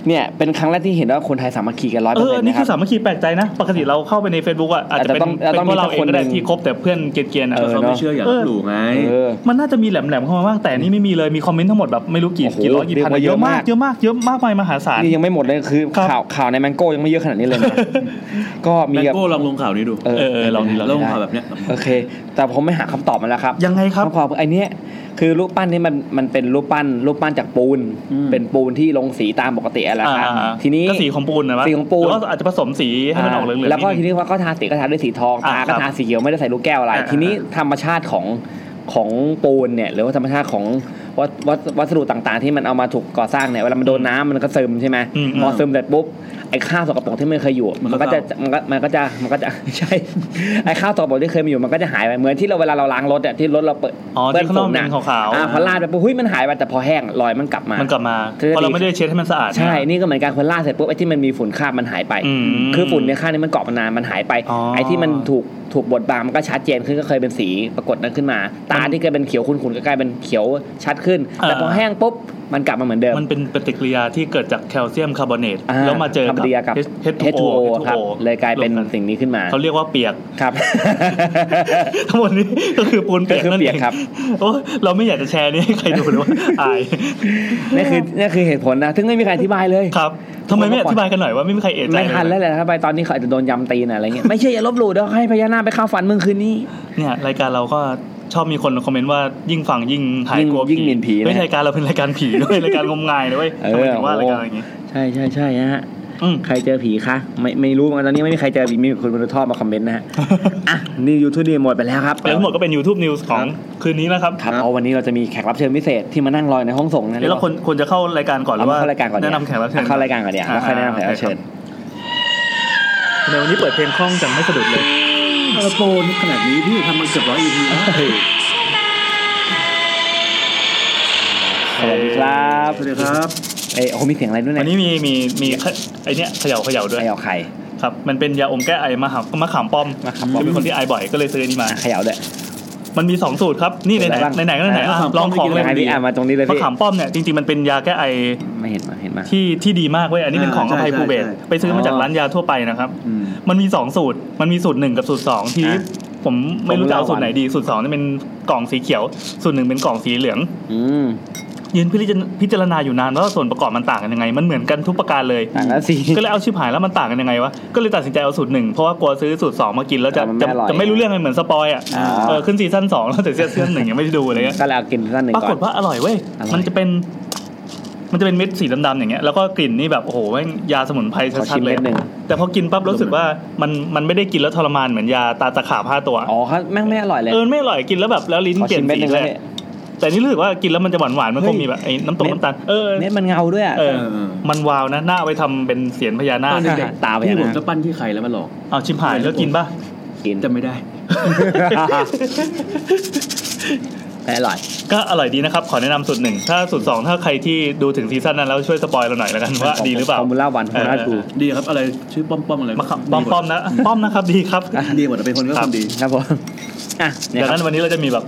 [SPEAKER 1] เนี่ยเป็นครั้งแรกที่เห็นว่าคนไทยสามัคคีกันร้อย
[SPEAKER 2] เอ
[SPEAKER 1] เปอร์
[SPEAKER 2] อ
[SPEAKER 1] เซ็นต์
[SPEAKER 2] นี่
[SPEAKER 1] นะค
[SPEAKER 2] คื
[SPEAKER 1] รับ
[SPEAKER 2] อสามัคคีแปลกใจนะ ปกติเราเข้าไปใน Facebook อ่ะอาจจะเป็น
[SPEAKER 1] อาจจะต้อง
[SPEAKER 2] เป็นเพราะเราเองก็
[SPEAKER 1] อาจจะต้องมีสักคนห
[SPEAKER 2] ได้
[SPEAKER 1] นึ่ง
[SPEAKER 2] ที่คบแต่เพื่อนเกลียนๆอ่ะ
[SPEAKER 1] เออ
[SPEAKER 3] เขา
[SPEAKER 1] เน
[SPEAKER 3] ไม่
[SPEAKER 1] อะ
[SPEAKER 3] เชื่ออย่าลบหลู่ไง
[SPEAKER 1] เออ
[SPEAKER 2] มันน่าจะมีแหลมๆเข้ามาบ้างแต่นี่ไม่มีเลยมีคอมเมนต์ทั้งหมดแบบไม่รู้กี่
[SPEAKER 1] โอ้โห
[SPEAKER 2] กี่ร้อยกี่พัน
[SPEAKER 1] เรียกว่า
[SPEAKER 2] เยอะมาก
[SPEAKER 1] เย
[SPEAKER 2] เย
[SPEAKER 1] อะมาม
[SPEAKER 2] อะาก กเยอะมากมายมหาศาล
[SPEAKER 1] นี่ยังไม่หมดเลยคือ
[SPEAKER 2] ครับ
[SPEAKER 1] ข่าวข่าวในแมงโก้ยังไม่เยอะขนาดนี้
[SPEAKER 2] *laughs*
[SPEAKER 1] เลยนะ ก็
[SPEAKER 3] แม
[SPEAKER 1] มี
[SPEAKER 3] ง
[SPEAKER 1] แบบ
[SPEAKER 3] โก้ลองลงข่าวนี้ดู
[SPEAKER 1] เออ
[SPEAKER 2] เออเออลองดูลองดู
[SPEAKER 3] ลองข่าวแบบเนี้ย
[SPEAKER 1] โอเค แต่ผมไม่หาคำตอบมาแล้วครับ
[SPEAKER 2] ยังไงครับ
[SPEAKER 1] คำตอบไอเนี้ยคือรูปปั้นนี่มันมันเป็นรูปปั้นรูปปั้นจากปูน
[SPEAKER 3] อืม
[SPEAKER 1] เป็นปูนที่ลงสีตามปกติแหละครับ
[SPEAKER 2] อ่า
[SPEAKER 1] ทีนี้
[SPEAKER 2] ก็สีของปูนนะวะ
[SPEAKER 1] สีของปูน
[SPEAKER 2] แล้วก็อาจจะผสมสีให้มันออกเหลืองๆ
[SPEAKER 1] แล้วก็
[SPEAKER 2] นิด
[SPEAKER 1] ที
[SPEAKER 2] นึง
[SPEAKER 1] นี้ว่าก็ทาสีก็ทาด้วยสีทอง
[SPEAKER 2] อ่า
[SPEAKER 1] ตา
[SPEAKER 2] ครั
[SPEAKER 1] ก็
[SPEAKER 2] บ
[SPEAKER 1] ทาสีเขียวไม่ได้ใส่ลูกแก้วอะไร
[SPEAKER 2] อ่า
[SPEAKER 1] ทีนี้ธรรมชาติของของปูนเนี่ยหรือว่าธรรมชาติของวัสวัสวัสดุต่างๆ ที่มันเอามาถูกก่อสร้างเนี่ยเวลามันโดนน้ำมันก็ซึมใช่ไหม
[SPEAKER 2] อืม
[SPEAKER 1] พอซึมเสร็จปุ๊บไอ้ข้าวสกปรกที่มันเคยอยู่
[SPEAKER 3] มั
[SPEAKER 1] มัน
[SPEAKER 3] ก็
[SPEAKER 1] นก็จะมันก็มันก็จะมันก็จะ *laughs* ใช่ไอ้ข้าวสกปรกที่เคยมีอยู่มันก็จะหายไปเหมือนที่เราเวลาเราล้างรถอะที่รถเราเปิด
[SPEAKER 2] อ๋อที่
[SPEAKER 1] เปื้
[SPEAKER 2] ข้างนอก
[SPEAKER 1] ฝุ่ะ
[SPEAKER 2] เป็นขาวๆ
[SPEAKER 1] อ่พอลาดไปปุ๊บเฮ้ยมันหายไปแต่พอแห้งรอยมันกลับมา
[SPEAKER 2] มันกลับมา
[SPEAKER 1] เทคนิค
[SPEAKER 2] เพราะเราไม่ได้เช็ดให้มันสะอาด
[SPEAKER 1] ใช่
[SPEAKER 2] นะ
[SPEAKER 1] นี่ก็เหมือนกันพอลาดเสร็จปุ๊บไอ้ที่มันมีฝุ่นคราบมันหายไป
[SPEAKER 2] อืม
[SPEAKER 1] คือฝุ่นในยคราบนี้มันเกาะมานานมันหายไป
[SPEAKER 2] อ๋อ
[SPEAKER 1] ไอ้ที่มันถูกถูกบดบังมันก็ชัดเจนขึ้นก็เคยเป็นสีปรากฏนั้นขึ้นมา ตาที่เคยเป็นเขียวขุ่นๆก็กลายเป็นเขียวชัดขึ้น แต่พอแห้งปุ๊บมันกลับมาเหมือนเดิม
[SPEAKER 2] มันเป็นปฏิกิริยาที่เกิดจากแคลเซียมคาร์บอเนต
[SPEAKER 1] อ่า
[SPEAKER 2] แล้วมาเจอ
[SPEAKER 1] คาร์บ
[SPEAKER 2] กั
[SPEAKER 1] อนเดียกับ
[SPEAKER 2] บ
[SPEAKER 1] H2O
[SPEAKER 2] H2O
[SPEAKER 1] ครับ เลยกลายเป็น
[SPEAKER 2] รวม
[SPEAKER 1] สิ่งนี้ขึ้นมา
[SPEAKER 2] นเขาเรียกว่าเปียก
[SPEAKER 1] *laughs* ครับ
[SPEAKER 2] *laughs* ทั้งหมดนี้ก็คือปูนเปียกนั่น
[SPEAKER 1] ก็คือเปี
[SPEAKER 2] เอย
[SPEAKER 1] ก
[SPEAKER 2] ง
[SPEAKER 1] ครับ
[SPEAKER 2] โอ้ยเราไม่อยากจะแชร์นี่ให้ใครดู
[SPEAKER 1] *laughs*
[SPEAKER 2] เลยว่าอาย
[SPEAKER 1] นี่คือนี่คือเหตุผลนะซึ่งไม่มีใครอธิบายเลย
[SPEAKER 2] ครับทำไมไม่อธิบายกันหน่อยว่าไม่มีใครเอะใจ
[SPEAKER 1] ไม่ทัน
[SPEAKER 2] เล
[SPEAKER 1] แล้
[SPEAKER 2] ยว
[SPEAKER 1] แหละถ้าไปตอนนี้เขาอาจจะโดนยำตีนอะไรเงี้ยไม่เชื่ออย่าลบหลู่เดี๋ยวให้พญานาคไปเข้าฝันมึงคืนนี้
[SPEAKER 2] เนี่ยรายการเราก็ชอบมีคนคอมเมนต์ว่ายิ่งฟังยิ่งหาย
[SPEAKER 1] ยิ่ง
[SPEAKER 2] กลัว
[SPEAKER 1] ยิ่งหนีผีนะ
[SPEAKER 2] ไม่ใช่รายการเราเป็นร *laughs* ายการผีด้วยรายการงมงายด้วย
[SPEAKER 1] เออ
[SPEAKER 2] ทำไมถึงว่า
[SPEAKER 1] โอ้
[SPEAKER 2] รายการอย่างนี้
[SPEAKER 1] ใช่ใช่ใช่ฮะ
[SPEAKER 2] อืม
[SPEAKER 1] ใครเจอผีคะไม่ไม่รู้เหมือนกันตอนนี้ไม่มีใครเจอผีมีคนบนท่อมาคอมเมนต์นะ
[SPEAKER 2] *laughs*
[SPEAKER 1] ฮะ อ่ะนี่ยูทูบดีหมดไปแล้วครับ
[SPEAKER 2] แล้วทั้งหมดก็เป็น YouTube News ขอ
[SPEAKER 1] ค
[SPEAKER 2] ง
[SPEAKER 1] รับ
[SPEAKER 2] คืนนี้นะครับ
[SPEAKER 1] ครับเอาวันนี้เราจะมีแขกรับเชิญพิเศษที่มานั่งรออยู่ในห้องส่งนะ
[SPEAKER 2] เดี๋ยวเราควรควรจะเข้ารายการก่อนห
[SPEAKER 1] เอา
[SPEAKER 2] รือ
[SPEAKER 1] มา
[SPEAKER 2] ว่า
[SPEAKER 1] เข้ารายการก่อน
[SPEAKER 2] แนะนำแขกรับเชิญ
[SPEAKER 1] เข้ารายการก่อนเนี่ยแล้วค่อยแนะนำแขกรับเชิญ
[SPEAKER 2] ในวันนี้เปิดเพลงคล่องจังไม่สะดุดเลย
[SPEAKER 3] เออโปรนี่ขนาดนี้พี่ทำมาเกือบร้อย EP แล้ว
[SPEAKER 1] สวัสดีครับ
[SPEAKER 3] สวัสดีครับ
[SPEAKER 1] เอ้ยโอ้โหมีเสียงอะไรด้วย
[SPEAKER 2] วัน
[SPEAKER 1] เนี่ย
[SPEAKER 2] นี้มีมีมีไอเนี้ยเขย่าเขย่าด้วย
[SPEAKER 1] ไอ้เอาไข่
[SPEAKER 2] ครับ มันเป็นยาอมแก้ไอมะขามมะขามป้อม
[SPEAKER 1] มาครับ
[SPEAKER 3] อืม
[SPEAKER 1] ผม
[SPEAKER 2] เป็นคนที่ไอบ่อยก็เลยซื้ออนนี้มา
[SPEAKER 1] อ่ะเขย่าด้วย
[SPEAKER 2] มันมีสองสูตรครับนี่ไหน
[SPEAKER 1] อะไรบ้าง
[SPEAKER 2] ไหนไหนๆก็ไหนๆอ่ะ
[SPEAKER 3] มะขามป้
[SPEAKER 2] ล
[SPEAKER 3] อ
[SPEAKER 2] อ
[SPEAKER 3] ม
[SPEAKER 2] งขอ
[SPEAKER 3] ไม่
[SPEAKER 2] ง
[SPEAKER 3] กิน
[SPEAKER 2] เลย
[SPEAKER 1] อันนี้อ่ะมาตรงนี้เลย
[SPEAKER 2] มะ
[SPEAKER 1] พี่
[SPEAKER 2] ขามป้อมเนี่ยจริงๆมันเป็นยาแก้ไอ
[SPEAKER 1] ไม่เห็นมาเห็นมา
[SPEAKER 2] ที่ที่ดีมากเว้ยอันนี้เป็นของอ
[SPEAKER 3] อ่าใช่
[SPEAKER 2] ภัยภูเบศ
[SPEAKER 3] ใช่ใช่
[SPEAKER 2] ไปซื้อมาจากร้านยาทั่วไปนะครับ
[SPEAKER 3] อืม
[SPEAKER 2] มันมีสองสูตร มันมีสูตรหนึ่งกับสูตรสองทีนี้
[SPEAKER 3] อ่ะ
[SPEAKER 2] ผมไม่รู้จะเอา
[SPEAKER 1] ผมเล่า
[SPEAKER 2] สูตรไหนดี สูตรสองเนี่ยเป็นกล่องสีเขียว สูตรหนึ่งเป็นกล่องสีเหลือง
[SPEAKER 1] อืม
[SPEAKER 2] ยืนพิจารณาพิจารณาอยู่นานว่าส่วนประกอบมันต่างกันยังไง มันเหมือนกันทุกประการเลย
[SPEAKER 1] ต่างกันสิ
[SPEAKER 2] *coughs* ก็เลยเอาชิบหายแล้วมันต่างกันยังไงวะ ก็เลยตัดสินใจเอาสูตรหนึ่งเพราะว่ากลัวซื้อสูตรสองมากินแล้วจะ
[SPEAKER 1] อ่ะมันไม่
[SPEAKER 2] จะ
[SPEAKER 1] อร่อย
[SPEAKER 2] จะไม่รู้เรื่องไงเหมือนสปอยอ่ะ
[SPEAKER 1] อ่า
[SPEAKER 2] เออขึ้นซีซั่นสองแล้วแต่ซีซั่นหนึ่งยังไม่ได้ดูอะไรเงี้ย
[SPEAKER 1] ก็เลยเอากินสั้นหนึ่ง
[SPEAKER 2] ปรา
[SPEAKER 1] ก่
[SPEAKER 2] ก
[SPEAKER 1] อ
[SPEAKER 2] ฏ
[SPEAKER 1] น
[SPEAKER 2] ว่าอร่อยเว้ย
[SPEAKER 1] อร่อย
[SPEAKER 2] มันจะเป็น มันจะเป็นเม็ดสีดำๆอย่างเงี้ย แล้วก็กลิ่นนี่แบบโอ้โหแม่งยาสมุนไพร
[SPEAKER 1] ขอ
[SPEAKER 2] ชัด
[SPEAKER 1] ชิม
[SPEAKER 2] ๆเล
[SPEAKER 1] เม็
[SPEAKER 2] ย
[SPEAKER 1] ดหนึ่ง
[SPEAKER 2] แต่พอกินปั๊บรู้สึกว่ามันมันไม่ได้กินแล้วทรมานเหมือนยาตาตะขาบห้าตัว
[SPEAKER 1] อ๋อครับแม่งไม่อร่อยเลย
[SPEAKER 2] เออไม่อร่อยกินแล้วแบบแล้วลิ้น
[SPEAKER 1] ขอ
[SPEAKER 2] เปลี่ย
[SPEAKER 1] ชิ
[SPEAKER 2] น
[SPEAKER 1] มเม็ดห
[SPEAKER 2] สี
[SPEAKER 1] นึ่งแล้ว
[SPEAKER 2] เลย
[SPEAKER 1] เนี่ย
[SPEAKER 2] แต่นี่รู้สึกว่ากินแล้วมันจะหวานหวานๆมันคงมีแบบไอ้น้ำตก
[SPEAKER 1] เม็ด
[SPEAKER 2] น้ำตาลเออ
[SPEAKER 1] เม็ดมันเงาด้วยอ่ะ
[SPEAKER 2] เออ
[SPEAKER 3] เออ
[SPEAKER 2] มันวาวนะหน้าเอาไว้ทำเป็นเสียญพญานา
[SPEAKER 3] ต
[SPEAKER 2] ค
[SPEAKER 3] อนเด็ก
[SPEAKER 1] ตาไป
[SPEAKER 3] พี่
[SPEAKER 1] นะ
[SPEAKER 3] ผมจะปั้นที่ไข่แล้วมาหลอก
[SPEAKER 2] เอาชิมหายแล้วกินป่ะ *laughs*
[SPEAKER 1] กิน
[SPEAKER 3] จำไม่ได้
[SPEAKER 1] ไม่อร่อย
[SPEAKER 2] *laughs* ก็อร่อยดีนะครับ ขอแนะนำสูตรหนึ่งถ้าสูตรสองถ้าใครที่ดูถึงซีซั่นนั้นแล้วช่วยสปอยเราหน่อ
[SPEAKER 1] *laughs*
[SPEAKER 2] ยแล้วกันว่าดีหรือเปล่า
[SPEAKER 1] ฟอร์มูล่าวันฟอร์มูล่า
[SPEAKER 2] เออ
[SPEAKER 1] ทู
[SPEAKER 3] ดีครับอะไรชื่อป้อมป้อมๆอะไร
[SPEAKER 2] มาครับป้อมป้อมนะ *laughs* ป้อมนะครับดีครับ
[SPEAKER 3] ดีหมดอะเป็นคนก็
[SPEAKER 2] ครับ
[SPEAKER 3] ทำดี
[SPEAKER 1] ครับผมอ่ะ *laughs* เนี่ย
[SPEAKER 2] เดี๋ย
[SPEAKER 1] ค
[SPEAKER 2] ว
[SPEAKER 1] รั
[SPEAKER 2] นั้
[SPEAKER 1] บ
[SPEAKER 2] นวันนี้เราจะมีแบบ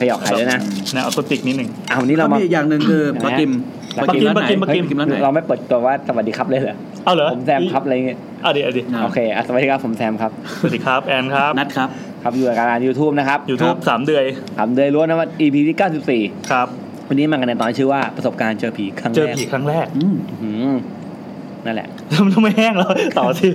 [SPEAKER 1] ขยอกไข่ด้วยนะ
[SPEAKER 2] แนวอะคูติกนิดหนึ่ง
[SPEAKER 1] อ่ะวันนี้
[SPEAKER 3] แล้
[SPEAKER 1] เรา
[SPEAKER 3] ว
[SPEAKER 1] มา
[SPEAKER 3] มีอีกอย่างหนึ่งคือปลากิม
[SPEAKER 1] ปลากิม
[SPEAKER 3] ร้านไหน
[SPEAKER 2] ปลากิมปลากิม
[SPEAKER 3] ร้านไหน
[SPEAKER 1] เราไม่เปิดตัวว่าสวัสดีครับเลยเหรอ
[SPEAKER 2] เอาเหรอ
[SPEAKER 1] ผมแซมครับอะไรเงี้ย
[SPEAKER 2] เอาดิเอาดิ
[SPEAKER 3] ครับ
[SPEAKER 1] โอเคอ่ะสวัสดีครับผมแซมครับ
[SPEAKER 2] สวัสดีครับแอนครับ
[SPEAKER 3] นัดครับ
[SPEAKER 1] ครับอยู่กับการยูทูบนะครับ
[SPEAKER 2] ยูทูบสามเดือย
[SPEAKER 1] ทำเดยล้วนนะว่า EP ที่ 94
[SPEAKER 2] ครับ
[SPEAKER 1] วันนี้มากันในตอนชื่อว่าประสบการณ์เจอผีครั้งแรก
[SPEAKER 2] เจอผีครั้งแรก *laughs*
[SPEAKER 3] อืม
[SPEAKER 1] อืมนั่นแหละ
[SPEAKER 2] ทำไมแห้งแล้ว *laughs* ต่อสิ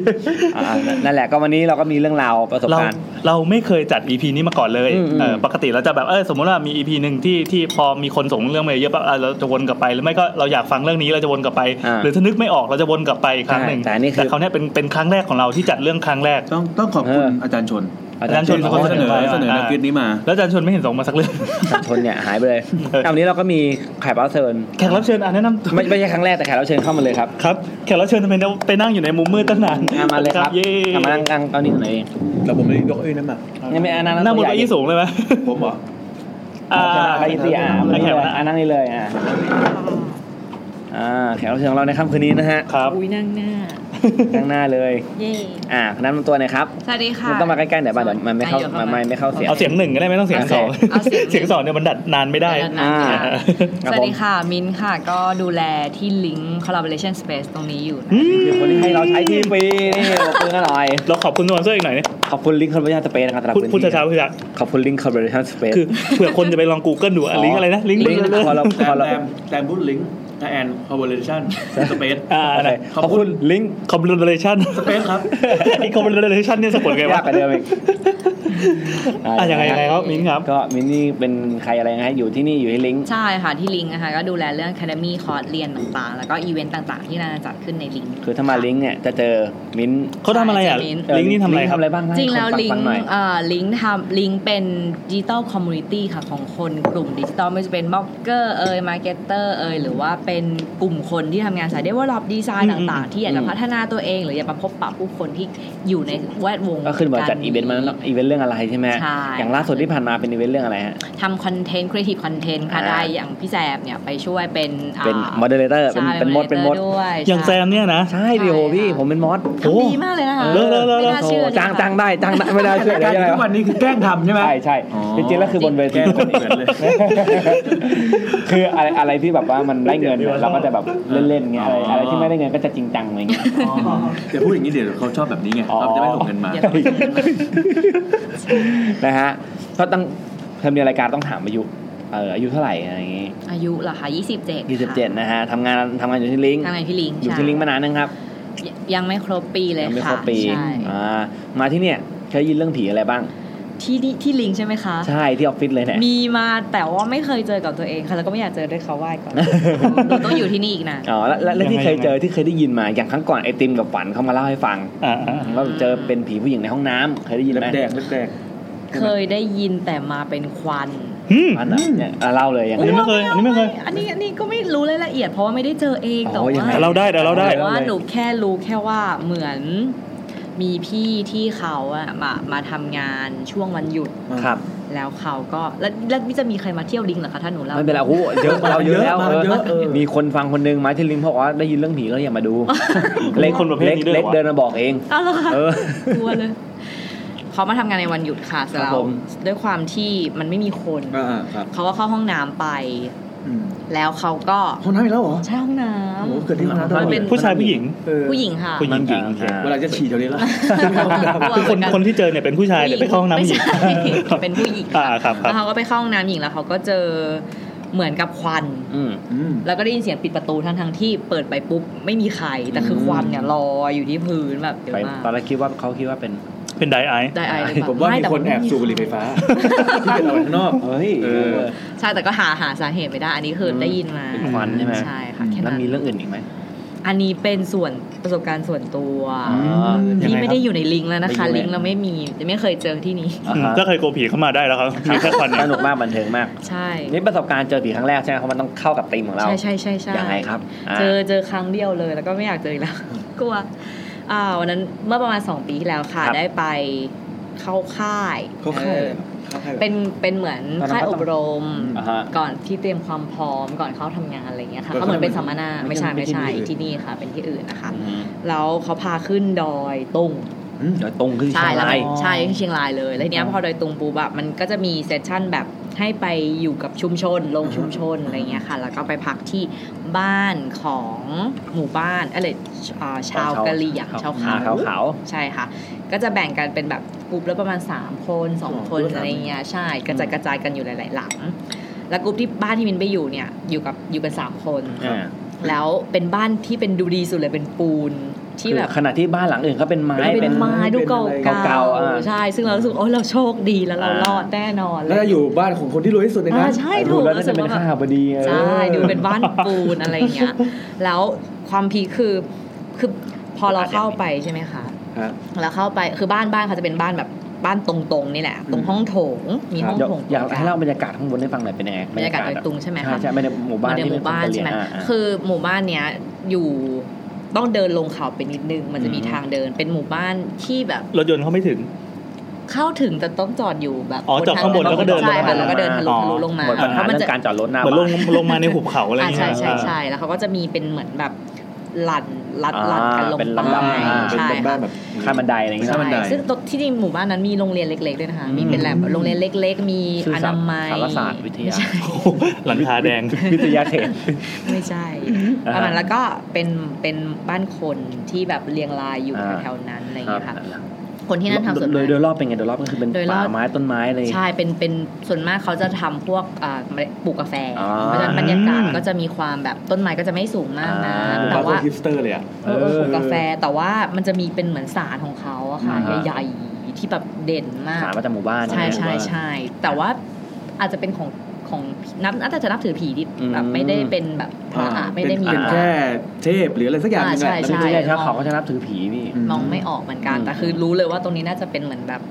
[SPEAKER 1] อ่ะ *laughs* นั่นแหละก็วันนี้เราก็มีเรื่องราวประสบ
[SPEAKER 2] เรา
[SPEAKER 1] การณ์
[SPEAKER 2] เราไม่เคยจัด EP นี้มาก่อนเลย
[SPEAKER 1] อืมอืม
[SPEAKER 2] เออปกติเราจะแบบเออสมมติว่ามี EP หนึ่งที่ที่พอมีคนส่งเรื่องมาเยอะๆปั๊บอ่ะเราจะวนกลับไปหรือไม่ก็เราอยากฟังเรื่องนี้เราจะวนกลับไป
[SPEAKER 1] อ่า
[SPEAKER 2] หรือถ้านึกไม่ออกเราจะวนกลับไปอีกครั้งหนึ่ง
[SPEAKER 1] ใช่แต่อันนี้คือ
[SPEAKER 2] แต่เขาวเนี้ยเป็นเป็นครั้งแรกของเราที่จัดเรื่องครั้งแรก
[SPEAKER 3] ต้องต้องขอบคุณ
[SPEAKER 1] เอออ
[SPEAKER 3] อาจารย์ชน
[SPEAKER 1] อาจารย์ชน
[SPEAKER 2] อาจารย์ชน
[SPEAKER 1] เขา
[SPEAKER 3] เขา
[SPEAKER 1] ก็
[SPEAKER 3] เส
[SPEAKER 1] เส
[SPEAKER 3] นอ
[SPEAKER 1] นอไว้
[SPEAKER 3] เส
[SPEAKER 1] ว่าน
[SPEAKER 3] อนักคิดนี้มา
[SPEAKER 2] แล้วอาจารย์ชวนไม่เห็นส่งมาสักเรื่อง
[SPEAKER 1] อาจารย์ชนเนี่ยหายไป
[SPEAKER 2] *laughs*
[SPEAKER 1] เลย
[SPEAKER 2] เออ
[SPEAKER 1] เอาวันนี้เราก็มีแขกรับเชิญ
[SPEAKER 2] แขกรับเชิญอ่ะแนะนำตัว
[SPEAKER 1] ไม่ไม่ใช่ครั้งแรกแต่แขกรับเชิญเข้ามาเลยครับ
[SPEAKER 2] ครับแขกรับเชิญทำไมไปนั่งอยู่ในมุมมืดตั้งนาน
[SPEAKER 1] อ่ะมาเลยครับ
[SPEAKER 2] เย่
[SPEAKER 1] อ่ะมานั่งกลางเก้าอี้ตรงไหนเอง
[SPEAKER 4] แล้วผมไม่ได้ยกเอ้ยนั่นมา
[SPEAKER 1] ยังไม่อันนั้น
[SPEAKER 2] นั่งบ
[SPEAKER 1] ตั
[SPEAKER 2] น
[SPEAKER 1] วใหญ่
[SPEAKER 2] เก้าอี้
[SPEAKER 1] ดิ
[SPEAKER 2] สูงเลยไหม
[SPEAKER 4] ผมเหรอ
[SPEAKER 2] อ่า
[SPEAKER 1] อ่าเก้าอี้เตี้ยอ่ะ
[SPEAKER 2] แล้วแขก
[SPEAKER 1] อันนั่งนี่เลยอ่ะอ่าแขกรับเชิญของเราในค่ำคืนนี้นะฮะ *laughs*
[SPEAKER 2] ครับ
[SPEAKER 5] อุ้ยนั่งหน้า
[SPEAKER 1] ข้างหน้าเลย
[SPEAKER 4] เย่
[SPEAKER 1] อ่าคณะนำตัวหน่อยครับ
[SPEAKER 4] สวัสดีค่ะ
[SPEAKER 1] มึงต้องมาใกล้ๆเดี๋ยวบ้านเดี๋ยวมันไม่เข้า
[SPEAKER 4] อ่ะอยู่
[SPEAKER 1] มันไม่ไม่เข้าเสีย
[SPEAKER 2] เอาเสียงหนึ่งก็ได้ไม่ต้องเสียงสอง
[SPEAKER 4] เอาเสียง
[SPEAKER 2] เสียงสองเนี่ยมันดัดนานไม่ได้
[SPEAKER 4] เยวนั้นค่ะ
[SPEAKER 2] อ่า
[SPEAKER 4] สวัสดีค่ะ มินท์ค่ะ ก็ดูแลที่ลิงก์ collaboration space ตรงนี้อยู่นะ
[SPEAKER 1] คือคนที่ให้เราใช้ที่ฟรีนี่ปรบมือกันหน่อย
[SPEAKER 2] เราขอบคุณสปอนเซอร์อีกหน่อยนะ
[SPEAKER 1] ขอบคุณลิงค์คอร์บอเรชั่นสเปซนะครับสำหรับ
[SPEAKER 2] พูด
[SPEAKER 1] พื้น
[SPEAKER 2] พูด
[SPEAKER 1] ที่
[SPEAKER 2] ช้าๆพูดช้า
[SPEAKER 1] ขอบคุณลิงค์คอร์บอเรชั่นสเปซ
[SPEAKER 2] ๆคือเผื่อคนจะไปลอง Google ดูอ่ะลิงก์อะไรนะลิงก์
[SPEAKER 1] ลิงค์คอร์บ
[SPEAKER 3] แต่
[SPEAKER 1] คอร์
[SPEAKER 3] แต่แต่บูดลิงก์แอนคอร์บอเรชั่นสเปซ
[SPEAKER 2] อ่าอะไร
[SPEAKER 1] ขอบคุณลิงค์
[SPEAKER 2] คอมบิเชัน
[SPEAKER 3] สเปซครับ
[SPEAKER 2] ไอ้คอมบิเชันเนี่ยสะกด
[SPEAKER 1] ยาว
[SPEAKER 2] ไงะ
[SPEAKER 1] กกว่าเดิมอีก
[SPEAKER 2] อ่ะยังไงยังไงครับมิ้นครับ
[SPEAKER 1] ก็มินนี่เป็นใครอะไรนะฮะอยู่ที่นี่อยู่ที่ลิงค์
[SPEAKER 4] ใช่ค่ะ ที่ลิงก์นะคะ ก็ดูแลเรื่อง academy คอร์สเรียนต่างๆ แล้วก็อีเวนต์ต่างๆ ที่นานาจัดขึ้นในลิงก์
[SPEAKER 1] คือถ้ามาลิงค์เนี่ยจะเจอมิน
[SPEAKER 2] เขาทำอะไรอ่ะ
[SPEAKER 4] ใช่
[SPEAKER 2] ลิงก์นี่ทำอะไร
[SPEAKER 1] ลิง
[SPEAKER 2] ค
[SPEAKER 1] ก์ทำ
[SPEAKER 2] รับ
[SPEAKER 1] อะไรบ้าง
[SPEAKER 4] จริงแล้ว
[SPEAKER 1] ให้คน
[SPEAKER 4] ลิง
[SPEAKER 1] ฟั
[SPEAKER 4] ก์
[SPEAKER 1] หน่อย
[SPEAKER 4] เอ่อลิงก์ทำลิงก์เป็นดิจิตอลคอมมูนิตี้ค่ะ ของคนกลุ่มดิจิตอลไม่ว่าจะเป็นบล็อกเกอร์เอ่ยมาร์เก็ตเตอร์เอ่ยหรือว่าเป็นกลุ่มคนที่ทำงานสายเดเวลลอปดีไซ
[SPEAKER 2] อื
[SPEAKER 4] น์
[SPEAKER 2] ม
[SPEAKER 4] ต่างๆ ที่อยาก
[SPEAKER 1] อื
[SPEAKER 4] จะ
[SPEAKER 1] ม
[SPEAKER 4] พัฒนาตัวเอง หรืออยากมาพบปะผู้คนที่อยู่ในแวดวง
[SPEAKER 1] ก็ขึ้นมาจัดอีเวนต์มาแล้วอีเวนต์เรื่องอะไรใช่ไหม
[SPEAKER 4] ใช่
[SPEAKER 1] อย่างล่าสุดที่ผ่านมาเป็นอีเวนต์เรื่องอะไรฮะ
[SPEAKER 4] ทำคอนเทนต์ครีเอทีฟคอนเทนต์ค่ะ
[SPEAKER 1] อ่า
[SPEAKER 4] ได้อย่างพี่แซมเนี่ยไปช่วยเป็น
[SPEAKER 1] เป็น moderator เป็นเป็นมดเป็นมด
[SPEAKER 4] ด้วย
[SPEAKER 2] อย่างแซมเนี่ยนะ
[SPEAKER 1] ใช่ดิโอพี่ผมเป็นมอส
[SPEAKER 2] โอ้
[SPEAKER 4] ทำดีมากเลยนะคะ
[SPEAKER 2] เออเออเออ
[SPEAKER 4] ไม่น่า
[SPEAKER 1] โอ้
[SPEAKER 4] เชื่อ
[SPEAKER 1] จ้าง
[SPEAKER 4] เลยค่ะ
[SPEAKER 1] จ้างได้จ้างได้ไม่ได้ช่
[SPEAKER 6] *laughs*
[SPEAKER 1] วย
[SPEAKER 3] การ
[SPEAKER 1] ได้
[SPEAKER 3] ที่ทุกวันนี้คือแกล้งทำใช่ไหม
[SPEAKER 1] ใช่ใช่
[SPEAKER 3] อ๋อ
[SPEAKER 1] จริงๆแล้วคือบนเว
[SPEAKER 3] แก
[SPEAKER 1] ที
[SPEAKER 3] ล้งคนอื่นเลย
[SPEAKER 1] คืออะไรอะไรที่แบบว่ามันได้เงินเนี่ยเราก็จะแบบเล่นๆเงี้ยอะไรอะไรที่ไม่ได้เงินก็จะจริงจังอะไรเงี้ย
[SPEAKER 3] *laughs* เดี๋ยวพูดอย่างนี้เดี๋ยวเขาชอบแบบนี้ไง
[SPEAKER 1] อ๋อ
[SPEAKER 3] เขาจะไม่ส่งเงินมา
[SPEAKER 4] เดี๋ยวเขาจะเดินมา
[SPEAKER 1] นะฮะก็ต้องทำเนียนรายการต้องถามอายุเอออายุเท่าไหร่อะไรอย่างงี้
[SPEAKER 4] อายุเหรอคะยี่สิบเจ็ด
[SPEAKER 1] ยี่สิบเจ็ดนะฮะทำงานทำงานอยู่ที่ลิงก์
[SPEAKER 4] ทางไหนพี่ลิง
[SPEAKER 1] อยู่ที่ลิงก์มานานนะครับ
[SPEAKER 4] ยังไม่ครบปีเลย
[SPEAKER 1] ยัไม่คร
[SPEAKER 4] ค่ะ
[SPEAKER 1] บปี
[SPEAKER 4] ใช่
[SPEAKER 1] อ่ามาที่เนี่ยเคยได้ยินเรื่องผีอะไรบ้าง
[SPEAKER 4] ที่นี่ที่ลิงใช่ไหมคะ
[SPEAKER 1] ใช่ที่ออฟฟิศเลยเนี่ย
[SPEAKER 4] มีมาแต่ว่าไม่เคยเจอกับตัวเองค่ะแล้วก็ไม่อยากเจอด้วยเขาไหว้ก่อนหนูต้องอยู่ที่นี่อีกนะ
[SPEAKER 1] อ๋อแล้วแล้วแล้วที่
[SPEAKER 2] ยังไง
[SPEAKER 1] เคยเจอที่เคยได้ยินมาอย่างครั้งก่อนไอติมกับฝันเขามาเล่าให้ฟัง
[SPEAKER 2] อ่าอ่า
[SPEAKER 1] ว่าเจอเป็นผีผู้หญิงในห้องน้ำเคยได้ยิน
[SPEAKER 3] เล็
[SPEAKER 1] ไหม
[SPEAKER 3] บแดงเล็บแดง
[SPEAKER 4] เคยได้ยินแต่มาเป็นควัน
[SPEAKER 2] อืม
[SPEAKER 1] อันน่ะเนี่ยอ่ะเล่าเลยอย่าง
[SPEAKER 2] อันนี้ไม่เคยอันนี้ไม่เคย
[SPEAKER 4] อันนี้อันนี้ก็ไม่รู้รายละเอียดเพราะว่าไม่ได้เจอเองแต่
[SPEAKER 1] โอ้ยยัง
[SPEAKER 4] ว่า
[SPEAKER 1] ง
[SPEAKER 2] แต่เราได้แต่เราได้
[SPEAKER 4] แต่ว่าหนูแค่รู้แค่ว่าเหมือนมีพี่ที่เขาอะมามาทำงานช่วงวันหยุด
[SPEAKER 1] ครับ
[SPEAKER 4] แล้วเขาก็แล้วแล้วจะมีใครมาเที่ยวลิงเหรอคะถ้าหนูเล่า
[SPEAKER 1] ไม่เป็นไรโอ้โหเยอะเราเยอะแล้ว
[SPEAKER 3] มา
[SPEAKER 1] เออ
[SPEAKER 3] เยอะเออ
[SPEAKER 1] มีคนฟังคนหนึงมาที่ลิงก์บอกว่าได้ยินเรื่องผีแล้วอย่ามาดู
[SPEAKER 2] มีคนประเภทนี้ด้วยเหรอ
[SPEAKER 1] เล็กเดินมาบอกเอง
[SPEAKER 4] เอาเหรอคะ
[SPEAKER 1] เออ
[SPEAKER 4] *laughs* กลัวเลยเขามาทำงานในวันหยุดค่ะเสร็จ
[SPEAKER 1] ครั
[SPEAKER 4] แล้
[SPEAKER 1] บผ
[SPEAKER 4] ว
[SPEAKER 1] ม
[SPEAKER 4] ด้วยความที่มันไม่มีคน
[SPEAKER 3] อ่าๆครับ
[SPEAKER 4] เขาก็เข้าห้องน้ำไป
[SPEAKER 3] อืม
[SPEAKER 4] แล้วเขาก็
[SPEAKER 3] ห้องน้ำอีกแล้วเหรอ
[SPEAKER 4] ใช่ห้องน้ำ
[SPEAKER 3] โอ้โหเกิดที่ห้องน้ำตลอดเลย
[SPEAKER 2] ผู้ชายผู้หญิง
[SPEAKER 3] เออ
[SPEAKER 4] ผู้หญิงค่ะ
[SPEAKER 2] ผู้หญิง
[SPEAKER 1] โอเค
[SPEAKER 3] เวลาจะฉี่เดี๋ยวนี้ละ
[SPEAKER 2] คือคนคนที่เจอเนี่ยเป็นผู้ชายแต่ไปเข้าห้องน้ำหญิง
[SPEAKER 4] ไม่ใช่เป็น
[SPEAKER 2] *laughs*
[SPEAKER 4] ผู้หญิง
[SPEAKER 2] อ่าครับครับ
[SPEAKER 4] แล้วเขาก็ไปเข้าห้องน้ำหญิงแล้วเขาก็เจอเหมือนกับควัน
[SPEAKER 1] อืม
[SPEAKER 4] แล้วก็ได้ยินเสียงปิดประตูทั้งทั้งๆที่เปิดไปปุ๊บไม่มีใครแต่คืออ
[SPEAKER 1] ม
[SPEAKER 4] ควันเนี่ยลอยอยู่ที่พื้นแบบเยอะ
[SPEAKER 1] ไป
[SPEAKER 4] มาก
[SPEAKER 1] ตอนแรกคิดว่าเขาคิดว่าเป็น
[SPEAKER 2] เป็นไดไอซ์
[SPEAKER 4] ได้ไอหรือเป
[SPEAKER 3] ผ
[SPEAKER 4] ล่
[SPEAKER 3] มว่ามี
[SPEAKER 4] ไต่
[SPEAKER 3] คนแอบสูบบุหรี่ไฟฟ้าที่เป็นออ
[SPEAKER 4] *laughs*
[SPEAKER 3] กไปข้างนอก
[SPEAKER 1] เฮ้ย
[SPEAKER 3] เออ
[SPEAKER 4] ใช่แต่ก็หาหาสาเหตุไม่ได้ อันนี้คือได้ยินมา
[SPEAKER 1] เป็นควันใช่ไหม
[SPEAKER 4] ใช่ค่ะแค่
[SPEAKER 1] แล้ว
[SPEAKER 4] นั้น
[SPEAKER 1] มีเรื่องอื่นอีกไหม
[SPEAKER 4] อันนี้เป็นส่วนประสบการณ์ส่วนตัว
[SPEAKER 1] อืม
[SPEAKER 4] ที่ไม่ได้อยู่ในลิงก์แล้วนะคะ
[SPEAKER 1] ไม่อยู่แล้ว
[SPEAKER 4] ลิงก์เราไม่มีจะไม่เคยเจอที่นี้
[SPEAKER 1] อ่าฮะ
[SPEAKER 2] ถ้าใครโกลัวผีเข้ามาได้แล้วครับมีแค่ควันเนี่
[SPEAKER 1] ส
[SPEAKER 2] ย
[SPEAKER 1] นุกมากบันเทิงมาก
[SPEAKER 4] ใช่
[SPEAKER 1] นี่ประสบการณ์เจอผีครั้งแรกใช่ไหมเพราะมันต้องเข้ากับธีมของเรา
[SPEAKER 4] ใช่ใช่ใช่ใช่
[SPEAKER 1] ยังไงครับา
[SPEAKER 4] เจอเจอครั้งเดียวเลยแล้วก็ไม่อยากเจออีกแล้ว กลัวอ่าวันนั้นเมื่อประมาณ 2 ปีที่แล้วค่ะ
[SPEAKER 1] ครับ
[SPEAKER 4] ได้ไปเข้าค่าย
[SPEAKER 3] เขาค่ายอะไร
[SPEAKER 4] ออ
[SPEAKER 3] เขาค่ายอะไร
[SPEAKER 4] เป็นเป็นเหมือน
[SPEAKER 1] ตอนนั้น
[SPEAKER 4] ค่ายอบรม
[SPEAKER 1] อ่าฮะ
[SPEAKER 4] ก่อนที่เตรียมความพร้อมก่อนเข้าทำงานอะไรอย่างเงี้ยค่ะ
[SPEAKER 3] ก็
[SPEAKER 4] ก็เหมือนเป็นสัมมนา
[SPEAKER 3] ไม่
[SPEAKER 4] ไม่
[SPEAKER 3] ใช่
[SPEAKER 4] ใช่ไม่ใช่
[SPEAKER 3] ไม่ใช่
[SPEAKER 4] ที่นี่ค่ะ เป็นที่อื่นนะคะ
[SPEAKER 1] อืม
[SPEAKER 4] แล้วเขาพาขึ้นดอยตุง
[SPEAKER 3] อืม
[SPEAKER 1] เดี๋ยวตรงขึ้นเชี
[SPEAKER 4] ใช่
[SPEAKER 1] ยง
[SPEAKER 4] แล้ว
[SPEAKER 1] ราย
[SPEAKER 4] ใช่ที่เชียงรายเลยแล้วทีเนี้ยพอดอยตุงปูแบบมันก็จะมีเซสชั่นแบบให้ไปอยู่กับชุมชนลงชุมชนอะไรเงี้ยค่ะ แล้วก็ไปพักที่บ้านของหมู่บ้านอะไรอ่าชาวกะเหรี่ยงชาว
[SPEAKER 1] ขาวขา
[SPEAKER 4] เขา
[SPEAKER 1] วขาว
[SPEAKER 4] ใช่ค่ะ ก็จะแบ่งกันเป็นแบบกลุ่มละประมาณ 3 คน 2 คนอะไรเงี้ยใช่กระจายกระจายกันอยู่หลาย ๆ หลัง แล้วกลุ่มที่บ้านที่มินไปอยู่เนี่ยอยู่กับอยู่กัน 3 คน แล้วเป็นบ้านที่เป็นดูดีสุดเลยเป็นปูนที่แบบ
[SPEAKER 1] ขณะที่บ้านหลังอื่นเขาเป็นไม้
[SPEAKER 4] เป็
[SPEAKER 1] เป็นน
[SPEAKER 4] ไม้ดูเก่าๆ
[SPEAKER 1] เก่าๆอ่า
[SPEAKER 4] ใช่ ซึ่งเรารู้สึกโอ้ยเราโชคดีแล้วเรา
[SPEAKER 1] อ่าร ร
[SPEAKER 4] อดแน่นอน
[SPEAKER 3] แล้วจะอยู่บ้านของคนที่รวยที่สุดในนั้
[SPEAKER 4] อ่าน ใช่
[SPEAKER 1] ดู
[SPEAKER 4] ถูก
[SPEAKER 1] แล้ว
[SPEAKER 4] รู้
[SPEAKER 1] น่า
[SPEAKER 4] สึ
[SPEAKER 1] จะ
[SPEAKER 4] ก
[SPEAKER 1] เป็น
[SPEAKER 4] ว่าแบบ
[SPEAKER 1] ข้าพอดีเออ
[SPEAKER 4] ใช่ดูเป็นบ้านปูนอะไรอย่างเงี้ย แล้วความพีคคือคือพอเราเข้าไปใช่ไหมคะ
[SPEAKER 3] ฮะ
[SPEAKER 4] แล้วเข้าไปคือบ้านบ้านเขาจะเป็นบ้านแบบบ้านตรงๆนี่แหละ ตรงห้องโถงมีห้อง
[SPEAKER 1] เดี๋ยว
[SPEAKER 4] โถง
[SPEAKER 1] อยากให้เล่าบรรยากาศข้างบนให้ฟังหน่อยเป็นยังไง
[SPEAKER 4] บรรยากาศโดยตรงใช่ไหม
[SPEAKER 1] ใช่
[SPEAKER 4] คะ
[SPEAKER 1] ใช่ไม่ในหมู่บ้าน
[SPEAKER 4] ใน
[SPEAKER 1] ที่เป็
[SPEAKER 4] หมู่
[SPEAKER 1] น
[SPEAKER 4] บ้าน
[SPEAKER 1] กะเรี่
[SPEAKER 4] ใช่
[SPEAKER 1] ยง
[SPEAKER 4] ไหม
[SPEAKER 1] อ่าอ่า
[SPEAKER 4] คือหมู่บ้านเนี้ยอยู่ต้องเดินลงเขาไปนิดนึง มันจะมี
[SPEAKER 1] อืม
[SPEAKER 4] ทางเดินเป็นหมู่บ้านที่แบบ
[SPEAKER 2] รถยนต์เขาไม่ถึง
[SPEAKER 4] เข้าถึงแต่ต้องจอดอยู่แบบ
[SPEAKER 2] อ๋อจอดข้างบนแล้วก็เดินลง
[SPEAKER 4] ใช่ค่ะ
[SPEAKER 2] มา
[SPEAKER 4] แล้วก็เดินทะลุทะลุลงมา
[SPEAKER 1] หมดปัญหา
[SPEAKER 4] เพราะมัน
[SPEAKER 1] เรื่อ
[SPEAKER 4] จะ
[SPEAKER 1] งการจอดรถหน้า
[SPEAKER 2] เหมือนล
[SPEAKER 1] บ้าง น
[SPEAKER 2] ลงมาในหุบเขาอะไรอ
[SPEAKER 4] อ่า
[SPEAKER 2] ย่างเงี้
[SPEAKER 4] ใช่
[SPEAKER 2] ย
[SPEAKER 4] ใช่ใช่แล้วเขาก็จะมีเป็นเหมือนแบบ หลั่นลัดลัดกันลง
[SPEAKER 1] เป็น
[SPEAKER 4] ไป
[SPEAKER 1] ลำดับ
[SPEAKER 6] อ่า
[SPEAKER 1] เป็น
[SPEAKER 4] ใช่
[SPEAKER 1] เป็นบ้า
[SPEAKER 4] ค่ะ
[SPEAKER 1] นแบบข้ามบันไดอะไรอย่างเงี้ย
[SPEAKER 6] ใช่ ขั้นบันได
[SPEAKER 4] ซึ่งตรงที่จริงหมู่บ้านนั้นมีโรงเรียนเล็กๆด้วยนะคะ มีเป็นแบบโรงเรียนเล็ก ๆ มี
[SPEAKER 1] ชื่อ
[SPEAKER 4] อ
[SPEAKER 1] สา
[SPEAKER 4] นามัย
[SPEAKER 1] สารศาสตร์วิทยา
[SPEAKER 4] ไม่ใช่
[SPEAKER 2] หลังคาแดง
[SPEAKER 1] วิทยาเขต
[SPEAKER 4] ไม่ใช่
[SPEAKER 1] *laughs*
[SPEAKER 4] ประมาณแล้วก็เป็นเป็นบ้านคนที่แบบเรียงรายอยู่
[SPEAKER 1] อ่า
[SPEAKER 4] แถวๆนั้นอะไรอย่างเงี้ยค่ะ คนที่นั่นทำส่วน
[SPEAKER 1] โด
[SPEAKER 4] มาย ก
[SPEAKER 1] โดยรอบเป็นไงโดยรอบก็คือเป็น
[SPEAKER 4] โดยรอ
[SPEAKER 1] ป่า
[SPEAKER 4] บ
[SPEAKER 1] ไม้ต้นไม้อะไร
[SPEAKER 4] ใช่ เป็น เป็น ส่วนมากเขาจะทำพวกอ่าเมล็ดปลูกกาแฟ
[SPEAKER 1] อ่า
[SPEAKER 4] เพราะฉะนั้นบรรยากาศ
[SPEAKER 2] อืม
[SPEAKER 4] ก็จะมีความแบบต้นไม้ก็จะไม่สูงมากนะ
[SPEAKER 1] อ่า
[SPEAKER 4] แต่ว่า
[SPEAKER 6] ฮิปสเตอร์เลยอ่ะ
[SPEAKER 4] เออเออปลูกกาแฟ แต่ว่ามันจะมีเป็นเหมือนสารของเขาอะค่ะ
[SPEAKER 6] อ่า
[SPEAKER 4] ใหญ่ๆ ที่แบบเด่นมาก
[SPEAKER 1] สารประจำหมู่บ้าน
[SPEAKER 4] ใช่
[SPEAKER 1] ไหม
[SPEAKER 4] ใช่ใช่ แต่ว่าอาจจะเป็นของของนับน่าจะนับถือผีที่แบ
[SPEAKER 1] อื
[SPEAKER 4] บ
[SPEAKER 1] ม
[SPEAKER 4] ไม่ได้เป็นแบบพระอะไม่ได้มี
[SPEAKER 6] เป็น
[SPEAKER 4] พระ
[SPEAKER 6] แค่เทพหรืออะไรสักอย่างหนึง
[SPEAKER 4] อ่าใช่
[SPEAKER 6] อะ
[SPEAKER 1] แล้วไม่ใช่ใช่
[SPEAKER 4] มอง
[SPEAKER 1] เขาเขาจะนับถือผีพี่
[SPEAKER 6] อื
[SPEAKER 4] มองไม่ออกเหมือนกัน แต่คือรู้เลยว่าตรงนี้น่าจะเป็นเหมือนแบบ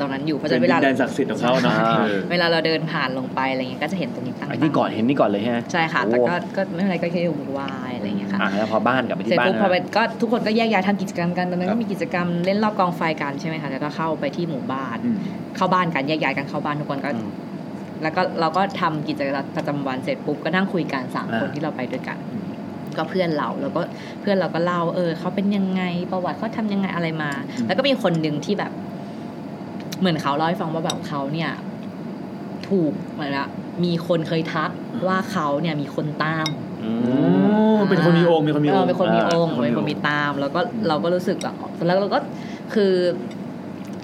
[SPEAKER 4] ตอนนั้นอยู่ เพราะฉะ
[SPEAKER 6] เป็
[SPEAKER 4] นั้น
[SPEAKER 6] ดิ
[SPEAKER 4] นเวลาน
[SPEAKER 6] แดนศักดิ์สิทธิ์ของเขาเนาะ
[SPEAKER 1] ใช่
[SPEAKER 6] เออ
[SPEAKER 4] เวลาเราเดินผ่านลงไปอะไรเงี้ย ก็จะเห็นตรงนี้ตั้ง
[SPEAKER 1] ไอ้นี่ก่อนเห็นนี่ก่อนเลยใช่ไหม
[SPEAKER 4] ใช่ค่ะ แต่ก็
[SPEAKER 1] โอ้
[SPEAKER 4] ก็ไม่เป็นไรก็แค่ไหวายอะไรเงี้ยค่ะ
[SPEAKER 1] อ่ะแล้วพอบ้านกลับไป
[SPEAKER 4] เสร็
[SPEAKER 1] ที่
[SPEAKER 4] จ
[SPEAKER 1] บ้าน
[SPEAKER 4] ปุ๊บพอไป
[SPEAKER 1] นะ
[SPEAKER 4] ก็ทุกคนก็แยกย้ายทำกิจกรรมกันตอนนั้นก็มีกิจกรรมเล่นรอบกองไฟกันใช่ไหมคะแล้วก็เข้าไปที่หมู่บ้าน
[SPEAKER 6] อืม
[SPEAKER 4] เข้าบ้านกันแยกย้ายกันเข้าบ้านทุกคนก็
[SPEAKER 1] อืม
[SPEAKER 4] แล้วก็เราก็ทำกิจกรรมประจำวันเสร็จปุ๊บก็นั่งคุยกันสามคน
[SPEAKER 1] อ่า
[SPEAKER 4] ที่เราไปด้วยกัน ก็เพื่อนเราแล้วก็เพื่อนเราก็เล่าเออเขาเป็นยังไงประวัติเขาทำยังไงอะไรมา
[SPEAKER 6] อืม
[SPEAKER 4] แล้วก็มีคนหนึ่งที่แบบ เหมือนเขาเล่าให้ฟังว่าแบบเขาเนี่ย ถูกเหมือนละมีคนเคยทักว่าเขาเนี่ยมีคนตาม
[SPEAKER 1] อื
[SPEAKER 6] โอ้
[SPEAKER 1] ม
[SPEAKER 6] เป็นคนมีองค์เป็นคนมี
[SPEAKER 4] เอ
[SPEAKER 6] อง
[SPEAKER 4] อ
[SPEAKER 6] ค์
[SPEAKER 4] เป็นคนมีองค์
[SPEAKER 6] อ่า
[SPEAKER 4] เป็นคนมีตาม แล้วก็เราก็รู้สึกแบบแล้วเราก็คือ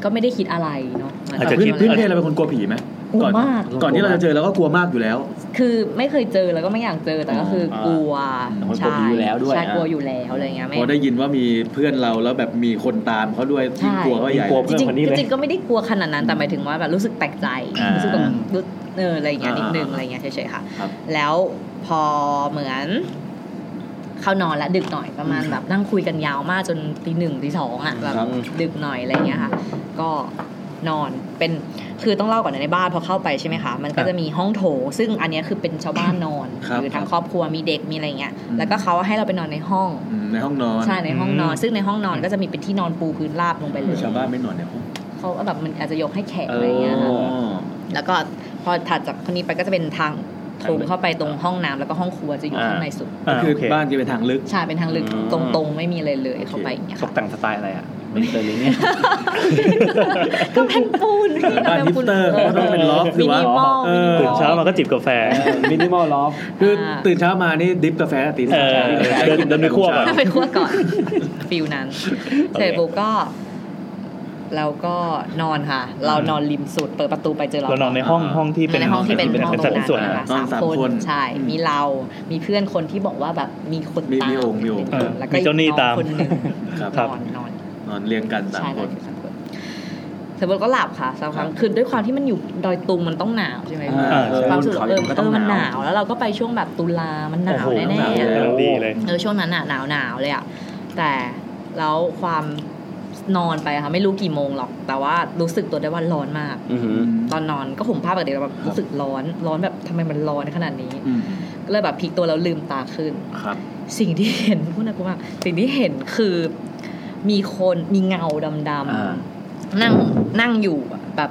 [SPEAKER 4] ก็ไม่ได้คิดอะไรเนาะมัน
[SPEAKER 2] อาจจะ
[SPEAKER 6] พื้
[SPEAKER 2] คิด
[SPEAKER 6] นพื้นเพเราเป็นคนกลัวผีไหม
[SPEAKER 4] กลัว
[SPEAKER 6] อน
[SPEAKER 4] มาก
[SPEAKER 6] ก่อนที่เราจะเจอเราก็กลัวมากอยู่แล้ว
[SPEAKER 4] คือไม่เคยเจอแล้วก็ไม่อยากเจอแต่ก็คือกลัว
[SPEAKER 1] อ๋ออ่าคนกลัวผีอยู่แล้วด้วย
[SPEAKER 4] ใช่
[SPEAKER 1] นะ
[SPEAKER 4] กลัวอยู่แล้วอะไรเงี้ยไม่
[SPEAKER 6] พอได้ยินว่ามีเพื่อนเราแล้วแบบมีคนตามเขาด้วยยิ่งกลัวเขาใหญ่
[SPEAKER 1] ใช่กลัว
[SPEAKER 4] จริ
[SPEAKER 1] เพื่อน
[SPEAKER 4] ง
[SPEAKER 1] คนนี้
[SPEAKER 4] ๆ
[SPEAKER 1] เลย
[SPEAKER 4] จริงๆก็ไม่ได้กลัวขนาดนั้นแต่หมายถึงว่าแบบรู้สึกแปลกใจ
[SPEAKER 1] อ่ารู้
[SPEAKER 4] รู้สึกแบบรู้เอออะไรเงี้ยนิดนึง
[SPEAKER 6] อ่า
[SPEAKER 4] อะไรเงี้ยเฉยๆค่ะ
[SPEAKER 6] ครับ
[SPEAKER 4] แล้วพอเหมือน เข้านอนละดึกหน่อยประมาณแบบนั่งคุยกันยาวมากจนตีหนึ่งตีสองอ่ะแบบ
[SPEAKER 1] ครับ
[SPEAKER 4] ดึกหน่อยอะไรเงี้ยค่ะ ก็นอนเป็นคือต้องเล่าก่อนนะในบ้านพอเข้าไปใช่ไหมคะ มันก็จะมีห้องโถงซึ่งอันเนี้ยคือเป็นชาวบ้านนอน
[SPEAKER 6] ครับ
[SPEAKER 4] คือทั้งครอบครัวมีเด็กมีอะไรเงี้ย
[SPEAKER 6] อืม
[SPEAKER 4] แล้วก็เขาให้เราไปนอนในห้อง
[SPEAKER 6] อืมในห้องนอน
[SPEAKER 4] ใช่ในห้องนอน ซึ่งในห้องนอนก็จะมีเป็นที่นอนปูพื้นราบลงไปเลย
[SPEAKER 6] ชาวบ้านไม่นอนในห้อง
[SPEAKER 4] เขาก็แบบมันอาจจะยกให้แขกอะไรเงี้ย
[SPEAKER 1] อ๋
[SPEAKER 4] ค่ะ
[SPEAKER 1] อ
[SPEAKER 4] แล้วก็พอถัดจากคนนี้ไปก็จะเป็นทางโถงเข้าไปตรงห้องน้ำแล้วก็ห้องครัวจะอยู่
[SPEAKER 1] อ่า
[SPEAKER 4] ข้างในสุด
[SPEAKER 2] อ่า
[SPEAKER 6] คือ
[SPEAKER 2] โอเค
[SPEAKER 6] บ้านจะเป็นทางลึก
[SPEAKER 4] ใช่เป็นทางลึก
[SPEAKER 1] อืม
[SPEAKER 4] ตรงๆไม่มีอะไรเลยเข้าไปอย่างเงี้ย
[SPEAKER 1] ต
[SPEAKER 4] ค่ะ
[SPEAKER 1] กแต่งสไตล์อะไรอ่ะไม่เคยเลยเนี่ย
[SPEAKER 4] ก็เป็นปูน
[SPEAKER 6] บ้านฮิปสเตอร์
[SPEAKER 4] เออ
[SPEAKER 6] ก็ต้องเป็นลอฟหรือว่า
[SPEAKER 4] มินิมอล
[SPEAKER 6] เออ
[SPEAKER 4] มิ
[SPEAKER 2] ตื่
[SPEAKER 4] ม
[SPEAKER 2] น
[SPEAKER 4] อล
[SPEAKER 2] เช้ามาก็จิบกาแฟ
[SPEAKER 1] มินิมอลลอฟ
[SPEAKER 6] คือ
[SPEAKER 4] อ่า
[SPEAKER 6] ตื่นเช้ามานี่ดิฟกาแฟตีสา
[SPEAKER 2] เ
[SPEAKER 6] ม
[SPEAKER 2] ออเดินเดินไปคั่วก่อน
[SPEAKER 4] ไปคั่วก่อน ฟิลนั้น
[SPEAKER 2] โอเค
[SPEAKER 4] เสร็จปุ๊บก็เราก็นอนค่ะ เรานอนริมสุด เปิดประตูไปเจอเรา
[SPEAKER 2] เรานอนในห้องห้องที่เป็น
[SPEAKER 4] ในห้องที่เป็นห้องต
[SPEAKER 2] สั
[SPEAKER 4] ร
[SPEAKER 2] ด
[SPEAKER 4] งนั้น
[SPEAKER 2] ส่วน
[SPEAKER 4] นะ
[SPEAKER 2] นะ
[SPEAKER 4] คะ
[SPEAKER 6] นอ
[SPEAKER 4] สาน ม
[SPEAKER 6] สาม
[SPEAKER 4] คน
[SPEAKER 6] คน
[SPEAKER 4] ใช่ มีเรา มีเพื่อนคนที่บอกว่าแบบมีคน
[SPEAKER 6] มี
[SPEAKER 4] ตาม
[SPEAKER 6] มีองค์มีองค์
[SPEAKER 4] เป็นคนแล้วก็
[SPEAKER 2] มีเจ้าหนี้
[SPEAKER 4] อีกอง
[SPEAKER 2] ตาม
[SPEAKER 4] คนหนึ่ง
[SPEAKER 6] ครับ
[SPEAKER 4] น
[SPEAKER 2] ครับ
[SPEAKER 4] อนนอน
[SPEAKER 6] นอนเรียงกันสาม
[SPEAKER 4] ใช่
[SPEAKER 6] คน
[SPEAKER 4] สามคนเสร็จปุ๊บก็หลับค่ะสามครั้งคือด้วยความที่มันอยู่ดอยตุงมันต้องหนาวใช่ไหม
[SPEAKER 6] อ่า
[SPEAKER 4] ความรู้สึก
[SPEAKER 1] เขา
[SPEAKER 4] เออ
[SPEAKER 1] มันก็
[SPEAKER 4] เอ
[SPEAKER 1] ต้อง
[SPEAKER 4] อมัน
[SPEAKER 1] หนาน
[SPEAKER 4] หาว ว แล้วเราก็ไปช่วงแบบตุลา มันหนาว
[SPEAKER 2] โอ้โห
[SPEAKER 4] แน่
[SPEAKER 2] หนาว
[SPEAKER 4] ๆ
[SPEAKER 2] กำลังดีเลย
[SPEAKER 4] เออช่วงนั้นอะหนาวหนาวเลยอะแต่แล้วความนอนไปอะค่ะไม่รู้กี่โมงหรอก แต่ว่ารู้สึกตัวได้ว่าร้อนมาก
[SPEAKER 1] อือหือ
[SPEAKER 4] ตอนนอนก็ห่มผ้าปกติแล้วแบบรู้สึกร้อนร้อนแบบทำไมมันร้อนขนาดนี้
[SPEAKER 6] อืม
[SPEAKER 4] ก็เลยแบบพลิกตัวแล้วลืมตาขึ้น
[SPEAKER 6] ครับ
[SPEAKER 4] สิ่งที่เห็นพูดนะกูว่าสิ่งที่เห็นคือมีคนมีเงาด
[SPEAKER 1] อ่า
[SPEAKER 4] ำๆนั่งนั่งอยู่อะแบบ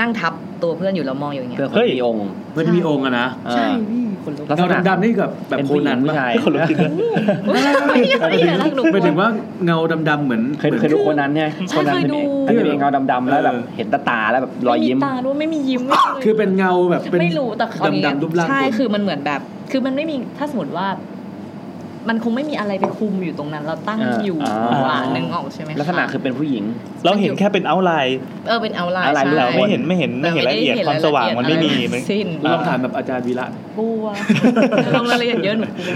[SPEAKER 4] นั่งทับตัวเพื่อนอยู่แล้วมองอยู่อย่างเงี้ย
[SPEAKER 1] เพื่อค
[SPEAKER 2] เฮ้
[SPEAKER 1] น
[SPEAKER 2] ย
[SPEAKER 1] มีองค์
[SPEAKER 6] เพื่อนมีองค์อะนะ
[SPEAKER 1] อ่า
[SPEAKER 4] ใช่พี่คนลุก
[SPEAKER 1] ลักษ
[SPEAKER 6] เงา
[SPEAKER 1] ณะ
[SPEAKER 6] ดำๆนี่แบบแบบ
[SPEAKER 1] เป็น
[SPEAKER 6] โค
[SPEAKER 1] ผู้หญิ
[SPEAKER 6] นั
[SPEAKER 1] ง
[SPEAKER 6] น
[SPEAKER 1] ผู้
[SPEAKER 6] ปะ
[SPEAKER 1] ชาย
[SPEAKER 2] คนลุกคิดเลย
[SPEAKER 4] ไม่ไม่เห็นหรอกหนู
[SPEAKER 6] หมายถึงว่าเงาดำๆเหมือน
[SPEAKER 1] เคย
[SPEAKER 6] หมือน
[SPEAKER 1] เคยดูคนนั้นใช่ไหม
[SPEAKER 4] ใช่
[SPEAKER 1] คนนั้น
[SPEAKER 4] เคยดู
[SPEAKER 1] เป็นเองเงาดำๆแล้วแบบ
[SPEAKER 6] เออ
[SPEAKER 1] เห็นตาตาแล้วแบบรอยยิ้ม
[SPEAKER 4] ไตาด้วยไม่มียิ้มไม่มี
[SPEAKER 6] คือเป็นเงาแบบเป็น
[SPEAKER 4] ไม่รู้แต่เขาอย่างเงี้ย
[SPEAKER 6] ดำๆรูปร่าง
[SPEAKER 4] ใช่
[SPEAKER 6] คน
[SPEAKER 4] คือมันเหมือนแบบ คือมันไม่มีถ้าสมมติว่า มันคงไม่มีอะไรไปคุมอยู่ตรงนั้น เราตั้ง
[SPEAKER 1] อ่า
[SPEAKER 4] อยู่
[SPEAKER 1] อ่า
[SPEAKER 4] อ่านึงออกใช่ไหม
[SPEAKER 1] ลักษณะคือเป็นผู้หญิง
[SPEAKER 2] เราเห็นแค่เป็น outline
[SPEAKER 4] เออเป็นเอาไลน์
[SPEAKER 1] อะไร
[SPEAKER 4] ใช่
[SPEAKER 1] เรา
[SPEAKER 2] เราไม่เห็นไม่เห็นไม่เห็นรายละเอียด
[SPEAKER 4] แต่
[SPEAKER 2] ความ
[SPEAKER 4] ไได้
[SPEAKER 2] สว่างมันไม่มี
[SPEAKER 4] เห็รายละ
[SPEAKER 2] มัน
[SPEAKER 4] เอียดอะไรสิ้น
[SPEAKER 6] ลองถามแบบอาจารย์วีระ
[SPEAKER 4] บัวลงรายละเอียดเยอะหนูกลัว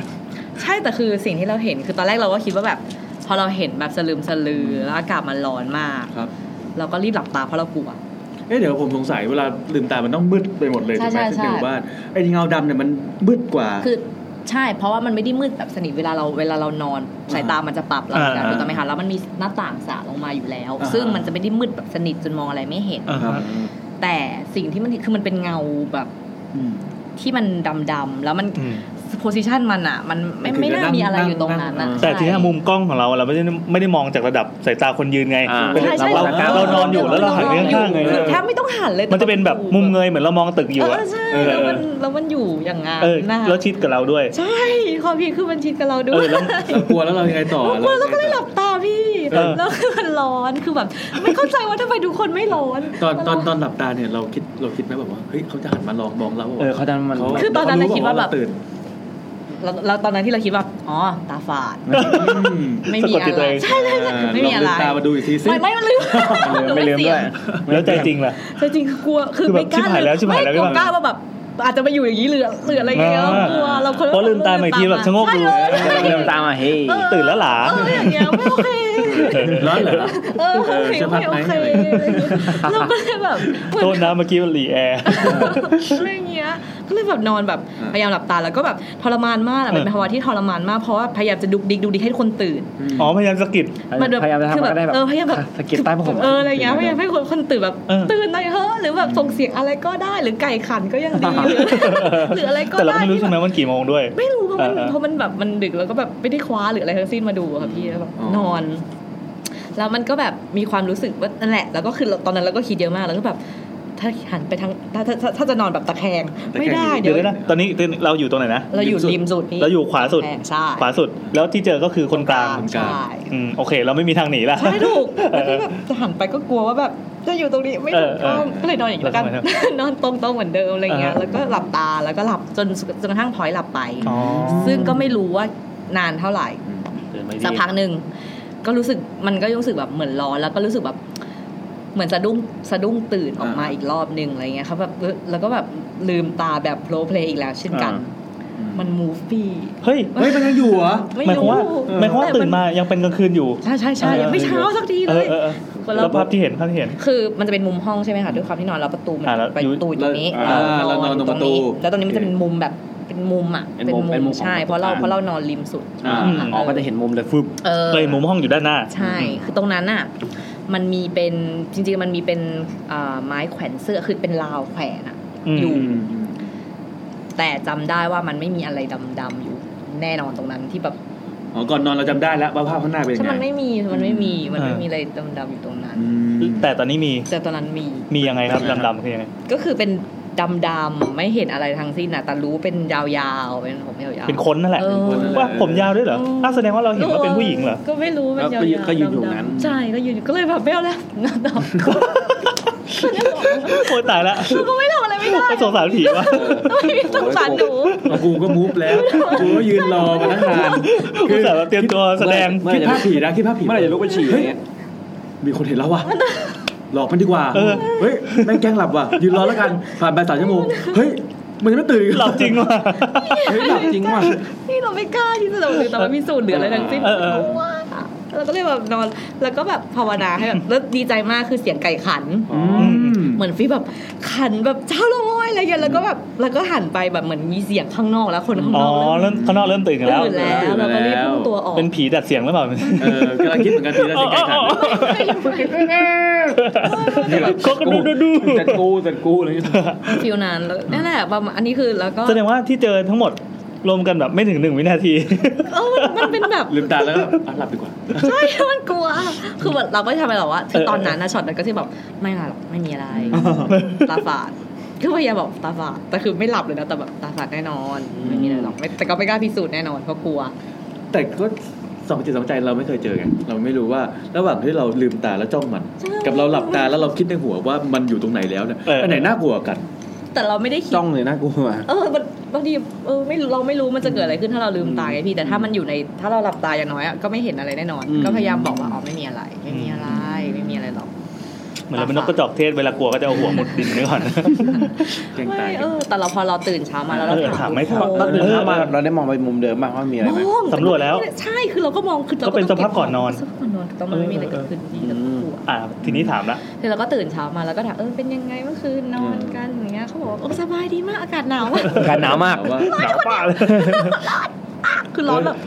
[SPEAKER 4] ใช่แต่คือสิ่งที่เราเห็นคือตอนแรกเราก็คิดว่าแบบ พอเราเห็นแบบสลืมสลือแล้วอากาศมันร้อนมาก
[SPEAKER 6] ครับ
[SPEAKER 4] เราก็รีบหลับตาเพราะเรากลัว
[SPEAKER 6] เอ๊ะเดี๋ยวผมสงสัยเวลาลืมตา มันต้องมืดไปหมดเลย
[SPEAKER 4] ใช่
[SPEAKER 6] ถูกไหม
[SPEAKER 4] ใช่
[SPEAKER 6] ที่ในห
[SPEAKER 4] ใช่
[SPEAKER 6] มู่บ้านไอ้เงาดำเนี่ยมันมืดกว่า
[SPEAKER 4] คือใช่เพราะว่ามันไม่ได้มืดแบบสนิทเวลาเราเวลาเรานอนสายตามันจะปรับเรา
[SPEAKER 2] อ่า
[SPEAKER 4] ถูกไหมคะ
[SPEAKER 6] อ่า
[SPEAKER 4] แล้วมันมีหน้าต่างสาลงมาอยู่แล้ว
[SPEAKER 6] อ่า
[SPEAKER 4] ซึ่งมันจะไม่ได้มืดแบบสนิทจนมองอะไรไม่เห็น
[SPEAKER 2] าฮะ
[SPEAKER 4] แต่สิ่งที่มันคือมันเป็นเงาแบบ
[SPEAKER 6] อืม
[SPEAKER 4] ที่มันดำๆแล้วมัน
[SPEAKER 2] อืม
[SPEAKER 4] โพสิชันมันอ่ะ มันไม่ไม่น่ามีอะไรอยู่ตรงนั้นอ่ะ
[SPEAKER 2] แต่ทีนี้
[SPEAKER 4] ใช่
[SPEAKER 2] มุมกล้องของเราเราไม่ได้ไม่ได้มองจากระดับสายตาคนยืนไง
[SPEAKER 6] อ่า
[SPEAKER 4] ใช่ใช่
[SPEAKER 2] เรา
[SPEAKER 4] ใช่
[SPEAKER 2] เรานอนอยู่แล้วเราหันไปข้างๆไง
[SPEAKER 4] คือแทบไม่ต้องหันเลย
[SPEAKER 2] มันจะเป็นแบบมุมเงยเหมือนเรามองตึกอยู่
[SPEAKER 4] เอ
[SPEAKER 2] อะ
[SPEAKER 4] อใช่
[SPEAKER 2] เอ
[SPEAKER 4] แล้ว
[SPEAKER 2] อ
[SPEAKER 4] มันแล้วมันอยู่อย่างงั้น
[SPEAKER 2] เออ
[SPEAKER 4] นะ
[SPEAKER 2] แล้วชิดกับเราด้วย
[SPEAKER 4] ใช่ความพีคคือมันชิดกับเราด้
[SPEAKER 2] เอ
[SPEAKER 4] ว
[SPEAKER 2] อย แล้ว
[SPEAKER 6] เรากลัวแล้วเรายังไงต่อ
[SPEAKER 4] กลัวแล้วก็เลยหลับตาพี่
[SPEAKER 2] เออ
[SPEAKER 4] แล้วคือมันร้อนคือแบบ ไม่เข้าใจว่าทำไมทุกคนไม่ร้อน
[SPEAKER 6] ตอนตอนตอนหลับตาเนี่ยเราคิดเราคิดนะแบบว่าเฮ้ยเขาจะหันมาลองมองเรา
[SPEAKER 1] เออเขาดันมัน
[SPEAKER 4] คือตอนนั้นน่ะคิดว่าแบบ
[SPEAKER 6] เขรู้เปล่เรตื่น
[SPEAKER 4] เราเราตอนนั้นที่เราคิดว่าอ๋อตาฝาด ไม่มี
[SPEAKER 2] สะกด
[SPEAKER 4] อะ
[SPEAKER 2] จิตตั
[SPEAKER 4] ไร
[SPEAKER 2] วเอง
[SPEAKER 4] ใช่ใช่ใช่ไม่มีอะไร
[SPEAKER 6] ลงลืตามาดูอีกทีสิ
[SPEAKER 4] ไม่ไม่มันลืม
[SPEAKER 1] ไม่ลืมด้วย
[SPEAKER 2] แล้วใจจริงล่ะ
[SPEAKER 4] แต่จริงคือกลัวคือ
[SPEAKER 2] คือแบบ
[SPEAKER 4] ไม่กล้า
[SPEAKER 2] ชิบหายแล้วชิบหายแล้ว
[SPEAKER 4] ไม่กลัว
[SPEAKER 2] ไม่
[SPEAKER 4] ก
[SPEAKER 2] ก
[SPEAKER 4] ล้า
[SPEAKER 2] ล้า
[SPEAKER 4] ว่าแบบ อาจจะไปอยู่อย่างนี้เหลือเหลืออะไรอย่างเงี้ย
[SPEAKER 2] อ่าก
[SPEAKER 4] ลัวเราคน
[SPEAKER 2] เพราะลืมตามาอีกทีแบบชะโงกดู
[SPEAKER 4] ใช่เลย
[SPEAKER 1] เริ่มตามมาเฮ้ย
[SPEAKER 2] ตื่นแล้วหลา
[SPEAKER 4] เอออย่างเงี้ยไม่โอเค
[SPEAKER 6] ร้อนเหรอ
[SPEAKER 4] เออ
[SPEAKER 6] เออ
[SPEAKER 4] ไม่
[SPEAKER 6] เชื่อพัก
[SPEAKER 4] โอ
[SPEAKER 6] ไหม
[SPEAKER 4] เคเราก็เลยแบบเหมือน
[SPEAKER 2] โทษนะเมื่อกี้มันหลีแอร์
[SPEAKER 4] อะไรเงี้ย ก็เลยแบบนอนแบบพยายามหลับตาแล้วก็แบบทรมานมากอะ
[SPEAKER 2] เออ
[SPEAKER 4] เป็นภาวะที่ทรมานมากเพราะว่าพยายามจะดุกดิกดุกดิกให้คนตื่น
[SPEAKER 2] อ๋อพยายามสะกิด
[SPEAKER 4] แบบ
[SPEAKER 1] พยายามจะ
[SPEAKER 4] คือ
[SPEAKER 1] ทำมันได้แบบ
[SPEAKER 4] เออพยายามแบบ
[SPEAKER 1] สะกิดใต้ผ้าห่ม
[SPEAKER 4] เอออะไรเงี้ยพยายามให้คนคนตื่นแบบ
[SPEAKER 2] เออ
[SPEAKER 4] ตื่นหน่อยเฮ้อะหรือแบบส่งเสียงอะไรก็ได้หรือไก่ขันก็ยังดีหรือหรืออะไรก็
[SPEAKER 2] แต่เรา
[SPEAKER 4] ได้
[SPEAKER 2] ไม่รู้ใช่ไหมมันกี่โมงด้วย
[SPEAKER 4] ไม่รู้เพราะมัน
[SPEAKER 2] เออ
[SPEAKER 4] เพราะมันแบบมันดึกแล้วก็แบบไม่ได้คว้าหรืออะไรทั้งสิ้นมาดูอะค่ะพี่แล้วแบบ
[SPEAKER 6] อ๋อ
[SPEAKER 4] นอน แล้วมันก็แบบมีความรู้สึกว่านั่นแหละ แล้วก็คือตอนนั้นเราก็คิดเยอะมากแล้วก็แบบถ้าหันไปทางถ้าถ้าถ้าถ้าจะนอนแบบตะแคงไม่ได้
[SPEAKER 2] เดี๋
[SPEAKER 4] เดี๋
[SPEAKER 2] ย
[SPEAKER 4] ยว ว
[SPEAKER 2] นะตอนนี้เราอยู่ตรงไหนนะ
[SPEAKER 4] เราอยู่ริมสุดนี่
[SPEAKER 2] เราอยู่ขวาสุด
[SPEAKER 4] แพงใช่
[SPEAKER 2] ขวาสุดแล้วที่เจอก็คือคนกลาง
[SPEAKER 4] ใช่
[SPEAKER 2] อืมโอเค เราไม่มีทางหนีละ
[SPEAKER 4] ใช่ถูกแล้วก็แบบจะหันไปก็กลัวว่าแบบจะอยู่ตรงนี้ไม่ถูก
[SPEAKER 2] เออเออ
[SPEAKER 4] ต้องก็เลยนอนอย่างนี้แล้วกัน
[SPEAKER 2] เออ
[SPEAKER 4] นอนตรงๆเหมือนเดิมอะไรเงี้ย
[SPEAKER 2] เออ
[SPEAKER 4] แล้วก็หลับตาแล้วก็หลับจนจนกระทั่งพลอยหลับไป
[SPEAKER 2] อ๋อ
[SPEAKER 4] ซึ่งก็ไม่รู้ว่านานเท่าไหร่
[SPEAKER 6] ตื่นไม่ดี
[SPEAKER 4] สักพักหนึ่งก็รู้สึกมันก็รู้สึกแบบเหมือนร้อนแล้วก็รู้สึกแบบเหมือนสะดุ้งสะดุ้งตื่นออกมาอีกรอบหนึ่งอะไรเงี้ยครับแบบเออแล้วก็แบบลืมตาแบบโรลเพลย์อีกแล้วเช่นกัน
[SPEAKER 2] อ่า
[SPEAKER 4] มันมูฟพี่
[SPEAKER 2] เฮ้ย
[SPEAKER 6] เฮ้ยมันยังอยู่เหรอ
[SPEAKER 4] ไม่
[SPEAKER 2] หมายความ
[SPEAKER 4] รู้
[SPEAKER 2] ว่าหมายความว่า
[SPEAKER 4] แต่
[SPEAKER 2] ตื่นมายังเป็นกลางคืนอยู่
[SPEAKER 4] ใช่ใช่ใช่
[SPEAKER 2] เออ
[SPEAKER 4] ยังไม่เช้าสักที
[SPEAKER 2] เอ
[SPEAKER 4] เล
[SPEAKER 2] อย เออเออ
[SPEAKER 4] คนละ
[SPEAKER 2] แล้วภาพที่เห็นภาพที่เห็น
[SPEAKER 4] คือมันจะเป็นมุมห้องใช่ไหมคะด้วยความที่นอนแล้วประตูมัน
[SPEAKER 2] อ่าแล้ว
[SPEAKER 4] ประตูอยู่ตรงนี้
[SPEAKER 6] อ่าเรานอนตรงประตู
[SPEAKER 4] แล้วตรงนี้มันจะเป็นมุมแบบเป็นมุมอ่ะ
[SPEAKER 1] เป็นมุมเป็นมุมของ
[SPEAKER 4] ใช่เพราะเรา
[SPEAKER 1] ประตู
[SPEAKER 4] เพราะเรานอนริมสุด
[SPEAKER 6] อ่า
[SPEAKER 4] ค่
[SPEAKER 1] อ๋อก็จะเห็นมุมเลยฟึบ
[SPEAKER 4] เออ
[SPEAKER 2] เลยมุมห้องอยู่ด้านหน้า
[SPEAKER 4] ใช่คือตรงนั้นอ่ะมันมีเป็นจริงๆมันมีเป็นอ่าไม้แขวนเสื้อคือเป็นราวแขวนอ่ะ
[SPEAKER 2] ม
[SPEAKER 4] อยู่
[SPEAKER 2] ม
[SPEAKER 4] แต่จำได้ว่ามันไม่มีอะไรดำๆอยู่ แน่นอนตรงนั้นที่แบบ
[SPEAKER 6] อ๋อก่อนนอนเราจำได้แล้วว่าภาพข้างหน้าเป็นยัง
[SPEAKER 4] ใช่
[SPEAKER 6] ไง
[SPEAKER 4] มันไม่มีมันไม่มีมันไม่
[SPEAKER 2] อ่ามี
[SPEAKER 4] มีอะไรดำๆอยู่ตรงนั้น
[SPEAKER 6] อืม
[SPEAKER 2] แต่ตอนนี้มี
[SPEAKER 4] แต่ตอนนั้นมี
[SPEAKER 2] มียังไงครับดำๆคือยังไง
[SPEAKER 4] ก็คือเป็นดำๆไม่เห็นอะไรทั้งสิ้นนะแต่รู้เป็นยาวๆเป็นผมยาวๆ
[SPEAKER 2] เป็นคนนั่นแหละ
[SPEAKER 4] เออ
[SPEAKER 2] ว่าผมยาวด้วยเหรอ
[SPEAKER 4] เออ
[SPEAKER 2] น่าวแสดงว่าเราเห็นว่าเป็นผู้หญิงเหรอ
[SPEAKER 4] ก็ไม่รู้มันยาวๆ
[SPEAKER 1] ก็ยืนอยู่
[SPEAKER 4] ดำๆ
[SPEAKER 1] นั้น
[SPEAKER 4] ใช่ก็ยืนอยู่ก็เลยแบบไม่เอาแล้ว *laughs* นอนต่อ
[SPEAKER 2] โอ้ยตายละ
[SPEAKER 1] *laughs*
[SPEAKER 4] คือก็ไม่ทำอะไรไม่
[SPEAKER 2] *laughs*
[SPEAKER 4] ได้
[SPEAKER 2] สงสารผีวะ
[SPEAKER 4] *laughs* ต้องมีสงสารหนู
[SPEAKER 6] เอากูก็มูฟแล้วกูก็ยืนรอมาตั้งนาน
[SPEAKER 2] อุตส่าห์แบบเตรียมตัวแสดง
[SPEAKER 1] เมื่อไหร่จะ
[SPEAKER 6] คิดภาพผีนะคิดภาพผี
[SPEAKER 1] เมื่อไหร่จะลุกไปฉี่เนี่ย
[SPEAKER 6] มีคนเห็นแล้วว่ะหลอกมันดีกว่า
[SPEAKER 2] เออ
[SPEAKER 6] เฮ้ยแม่งแกล้งหลับว่ะยืนรอแล้วกันผ่านไปสามชั่วโมงเฮ้ยมันยังไม่ตื่นอีก
[SPEAKER 2] หลับจริงว่ะ
[SPEAKER 6] เฮ้ยหลับจริงว่ะ
[SPEAKER 4] นี่เราไม่กล้าที่จะลงหรือแต่ว่ามีสูตรเหลืออะไรทั้งสิ้น
[SPEAKER 2] เออเออ
[SPEAKER 4] กลัวอะเราก็เลยแบบนอนแล้วก็แบบภาวนาให้แบบแล้วดีใจมากคือเสียงไก่ขัน เหมือนฟีลแบบขันแบบเช้าลงอ้อยอะไรอย่างเงี้ยแล้วก็แบบแล้วก็หันไปแบบเหมือนมีเสียงข้างนอกแล้วคนข้างน
[SPEAKER 2] อ๋อ
[SPEAKER 4] อกเริ่ม
[SPEAKER 2] เริ่มข้างนอกเริ่มตื่นกันแล้ว
[SPEAKER 4] ตื่นแล้ว
[SPEAKER 6] ตื่นแล้
[SPEAKER 4] เรา
[SPEAKER 6] ว
[SPEAKER 4] ก็รีบพุ่งตัวออก
[SPEAKER 2] เป็นผีดัดเสียงหรือเปล่า
[SPEAKER 6] เออกำลังคิดเหมือนกันทีละสิการขัน
[SPEAKER 2] ก็ดูดูดู
[SPEAKER 1] จัดกูจัดกูอะไรอย่างเงี้ย
[SPEAKER 4] ฟิลนั้นแล้วนั่นแหละประมาณอันนี้คือแล้วก็
[SPEAKER 2] แสดงว่าที่เจอทั้งหมดรวมกันแบบไม่ถึงหนึ่งวินาที
[SPEAKER 4] เออมันมันเป็นแบบ
[SPEAKER 6] ลืมตาแล้วก็อ่ะหลับดีกว่า
[SPEAKER 4] ใช่ มันกลัว คือแบบเราก็ทำไปหรอกว่าคือตอนนั้นนะช็อตนั้นก็จะแบบไม่หรอกไม่มี *laughs* อะไร ตาฝาดคือพยายามบอกตาฝาดแต่คือไม่หลับเลยนะแต่แบบตาฝาดแน่นอนไม่มีอะไรหรอกไม่แต่ก็ไม่กล้าพิสูจน์แน่นอนเพราะกลัว
[SPEAKER 6] แต่ก็สองจิตสองใจเราไม่เคยเจอไงเราไม่รู้ว่าระหว่างที่เราลืมตาแล้วจ้องมัน
[SPEAKER 4] ใช่
[SPEAKER 6] กับเราหลับตาแล้วเราคิดในหัวว่ามันอยู่ตรงไหนแล้วเนี่ย
[SPEAKER 2] เอออั
[SPEAKER 6] อันไหนน่ากลัวกัน
[SPEAKER 4] แต่เราไม่ได้คิด
[SPEAKER 1] จ้องเลยนะกูอ่ะ
[SPEAKER 4] เออมันบางทีเออไม่รู้เราไม่รู้มันจะเกิดอะไรขึ้นถ้าเราลืมตาไงพี่แต่ถ้ามันอยู่ในถ้าเราหลับตาอย่างน้อยอะก็ไม่เห็นอะไรแน่นอน
[SPEAKER 6] อืม
[SPEAKER 4] ก็พยายามบอกว่าอ๋อไม่มีอะไร ไม่มีอะไรไม่มีอะไรหรอก
[SPEAKER 2] เหมือนเราเป็นนกกระจอกเทศเวลากลัวก็จะเอาหัวมุดดินไว้ก่อน
[SPEAKER 6] แกล้งตา
[SPEAKER 4] ไม่
[SPEAKER 6] ย
[SPEAKER 4] เออแต่เราพอเราตื่นเช้ามาแล้วเรา
[SPEAKER 2] เออ
[SPEAKER 4] ถา
[SPEAKER 2] ถาม มไม่ถาม
[SPEAKER 1] ตอนตื่นเช้ามาเราได้มองไปมุมเดิมมากว่ามีอะไรไหม
[SPEAKER 4] มอง
[SPEAKER 2] สำรวจแล้ว
[SPEAKER 4] ใช่คือเราก็มองคือรา
[SPEAKER 2] ก็เป็น
[SPEAKER 4] ต้อง
[SPEAKER 2] สภาพก่อนนอน
[SPEAKER 4] สภาพก่อนนอนถูกต้องมันไม่มีอะไรเกิดขึ้นที่เรากลัว
[SPEAKER 2] อ่าทีนี้ถามละ
[SPEAKER 4] เสร็จแล้วก็ตื่นเช้ามาแล้วก็ถามเออเป็นยังไงเมื่อคืนนอนกันอย่างเงี้ยเขาบอกว่าโอ้สบายดีมากอากาศหนาว
[SPEAKER 1] *laughs*
[SPEAKER 4] มาก
[SPEAKER 1] การหนาวมาก
[SPEAKER 6] ว่า
[SPEAKER 2] หนาวป่าเลย
[SPEAKER 4] คือร้อนแบบ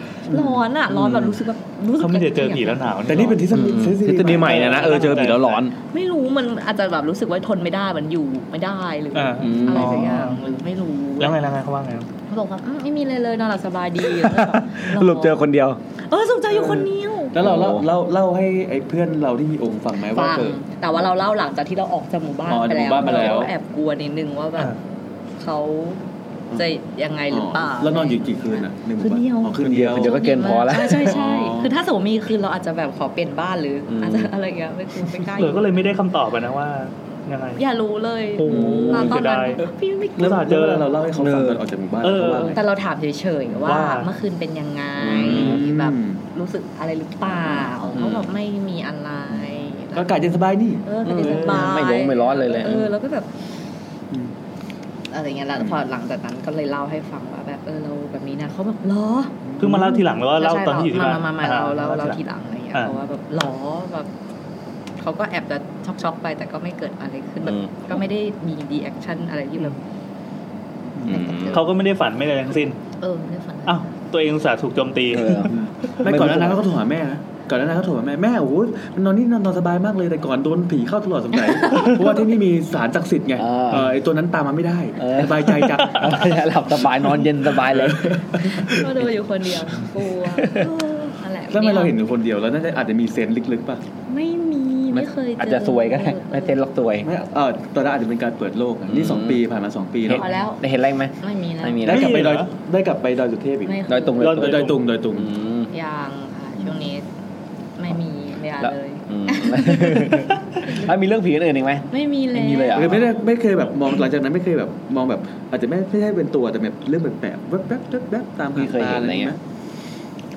[SPEAKER 4] ร้อนอ่ะร้อนแบบรู้สึกแบบรู้สึก
[SPEAKER 2] เขาไม่ได้เจอผีแล้วหนาว
[SPEAKER 6] แต่นี่เป็นทฤษฎีทฤษ
[SPEAKER 1] ทฤษฎี
[SPEAKER 6] ฎี
[SPEAKER 1] ใหม่เนี่ยนะเออเจอผีแล้วร้อน
[SPEAKER 4] ไม่รู้มันอาจจะแบบรู้สึกว่าทนไม่ได้มันอยู่ไม่ได้หรือ
[SPEAKER 2] อ่า
[SPEAKER 4] อะไรสักอย่างหรือไม่รู้
[SPEAKER 2] แล้วไงแล้วไงเขาว่าไงครับ
[SPEAKER 4] เ เขาบอกว่าอืมไม่มีเลยเลยนอนหลับสบาย
[SPEAKER 2] *laughs*
[SPEAKER 4] ดีแล้วก็แบบห
[SPEAKER 1] หลุดเจอคนเดียว
[SPEAKER 4] เออสรุปเจออยู่คนเดียว
[SPEAKER 7] แล้วเราเล่า
[SPEAKER 1] โอ้โห
[SPEAKER 7] เล่าเล่าให้ไอ้เพื่อนเราที่มีองค์ฟังไหมว่า
[SPEAKER 4] ฟัง
[SPEAKER 7] เกิด
[SPEAKER 4] แต่ว่าเราเล่าหลังจากที่เราออกจากหมู่บ้าน
[SPEAKER 7] อ๋อ
[SPEAKER 4] ไป
[SPEAKER 7] จากหมู่
[SPEAKER 4] แล้ว
[SPEAKER 7] บ้านไปแล้ว
[SPEAKER 4] เราแอบกลัวนิดนึงว่าแบบเขาจะยังไงหรือเปล่า
[SPEAKER 7] แล้วนอนอยู่กี่คืนอ่ะหนึ่ง
[SPEAKER 4] คืนเดียว
[SPEAKER 7] อ๋อคืนเดียว
[SPEAKER 1] เดี๋ยวก็เกินพอแล้ว
[SPEAKER 4] ใช่ใช่ใช่
[SPEAKER 7] อ๋อ
[SPEAKER 4] คือถ้าสมมติมีคืนเราอาจจะแบบขอเปลี่ยนบ้านหรืออ
[SPEAKER 7] ม
[SPEAKER 4] อาจจะอะไรอย่างเงี้ยไม่คือไม่กล้าอ
[SPEAKER 2] เหลือยู่ ก็เลยไม่ได้คำตอบอะนะว่ายังไง
[SPEAKER 4] อย่ารู้เลย
[SPEAKER 2] โอ้โห
[SPEAKER 4] มาตอนนั้น
[SPEAKER 2] เสียดาย
[SPEAKER 4] พี่ไม่กลั
[SPEAKER 7] แล้ว วเจอเราเล่าให้เขาฟังตอนออกจากหมู่บ้าน
[SPEAKER 2] เออ
[SPEAKER 7] เขาว่าไง
[SPEAKER 4] แต่เราถามเฉยๆว่า
[SPEAKER 2] ว่า
[SPEAKER 4] เมื่อคืนเป็นยังไง
[SPEAKER 7] อืม
[SPEAKER 4] แบบรู้สึกอะไรหรือเปล่าเขาบอกไม่มีอะไร
[SPEAKER 7] ก็อากาศเย็นสบายนี่
[SPEAKER 4] เออก็จะสบาย
[SPEAKER 1] ไม่ร้อนไม่ร้อนเลยแหละ
[SPEAKER 4] เออแล้วก็แบบอะไรเงี้ยแล้วพอหลังจากนั้นก็เลยเล่าให้ฟังว่าแบบเออเราแบบนี้นะเขาแบบเหรอ
[SPEAKER 2] เพิ่งมาเล่าทีหลังแล้วว่าเล่าตอนที่อยู่ที่
[SPEAKER 4] มา
[SPEAKER 2] บ้าน
[SPEAKER 4] มามามาเราเราเรา
[SPEAKER 2] อ่
[SPEAKER 4] ทีหลังอะไรเงี้ย
[SPEAKER 2] อ่า
[SPEAKER 4] เพราะว่าแบบเหรอแบบเขาก็แอบจะช็อกช็อกๆไปแต่ก็ไม่เกิดอะไรขึ้นแบ
[SPEAKER 7] อื
[SPEAKER 4] บ
[SPEAKER 7] ม
[SPEAKER 4] ก็ไม่ได้มีดีแอคชั่นอะไรที่แบบ
[SPEAKER 2] เขาก็ไม่ได้ฝันไม่ได้อะไรทั้งสิ้น
[SPEAKER 4] เออไม่ได้ฝันอะไร
[SPEAKER 2] อ้าวตัวเองอุตสาห์ถูกโจมตี
[SPEAKER 1] เออ
[SPEAKER 7] ไม่
[SPEAKER 6] ไม่
[SPEAKER 7] ก่
[SPEAKER 6] ก่
[SPEAKER 7] อ
[SPEAKER 6] อน น
[SPEAKER 7] ห
[SPEAKER 6] ห
[SPEAKER 7] น้า
[SPEAKER 6] น้า
[SPEAKER 7] นั้
[SPEAKER 6] นั้น น
[SPEAKER 7] เขา
[SPEAKER 6] เขา
[SPEAKER 7] ก็
[SPEAKER 6] ก็
[SPEAKER 7] โท
[SPEAKER 6] โท
[SPEAKER 7] ร
[SPEAKER 6] ร
[SPEAKER 7] หา
[SPEAKER 6] หา
[SPEAKER 7] แม่
[SPEAKER 6] แม่นะก่อนหน้านั้นเขาโทรหาแม่แม่โอ้ยมันนอนนี่นอนสบายมากเลยแต่ก่อนโดนผีเข้าตลอดสงสัย เพราะว่าที่นี่มีสารศักดิ์สิทธิ์ไง
[SPEAKER 1] อ่า
[SPEAKER 6] เออไอตัวนั้นตามมาไม่ได้
[SPEAKER 1] เออ
[SPEAKER 6] สบายใจจัง
[SPEAKER 1] หลับสบายนอนเย็นสบายเลย
[SPEAKER 4] ก็เดินอยู่คนเดียวกลัวเออนั่นแหละ
[SPEAKER 6] แล้วทำไมเราเห็นอยู่คนเดียวแล้วน่าจะอาจจะมีเซนส์ลึกๆป่ะ
[SPEAKER 4] ไม่มีไม่เคยเจออ
[SPEAKER 1] อาจจะซวยก็ได้ไม่เต้นล็อกตัวย
[SPEAKER 6] ไม่เออตอนนั้นอาจจะเป็นการเปิดโลกอะนี่สองปีผ่านมาสองปี
[SPEAKER 1] เห็น
[SPEAKER 6] แล้ว
[SPEAKER 4] พอแล้ว
[SPEAKER 1] ได้เห็นอะไรไหม
[SPEAKER 4] ไม่มีนะ
[SPEAKER 1] ไม่มี
[SPEAKER 6] ได้
[SPEAKER 1] แล้ว
[SPEAKER 6] กลับไป
[SPEAKER 2] เหร
[SPEAKER 6] ด
[SPEAKER 2] อ
[SPEAKER 6] อยได้กลับไปดอยสุเทพอีก
[SPEAKER 4] ไม่เคย
[SPEAKER 1] ดอยตุงเลย
[SPEAKER 2] ดอยตุ
[SPEAKER 6] ดอยตุงดอยตุง
[SPEAKER 1] อืม
[SPEAKER 4] ยังค่ะช่วงนี้ไม่มีเวลา
[SPEAKER 1] แล้ว
[SPEAKER 4] เลย
[SPEAKER 1] อืมแล้วมีเรื่องผีอื่นอีกไหม
[SPEAKER 4] ไม่มีเลย
[SPEAKER 1] ไม่มีเลยเหรอ
[SPEAKER 6] เออไม่ได้ไม่เคยแบบมองหลังจากนั้นไม่เคยแบบมองแบบ อาจจะไม่ไม่ใช่เป็นตัวแต่แบบเรื่องแปลกๆแวบๆแวบๆแวบๆตาม
[SPEAKER 1] ไม่เคยเห็น
[SPEAKER 6] ผ่าตา
[SPEAKER 1] อะไรเงี้ย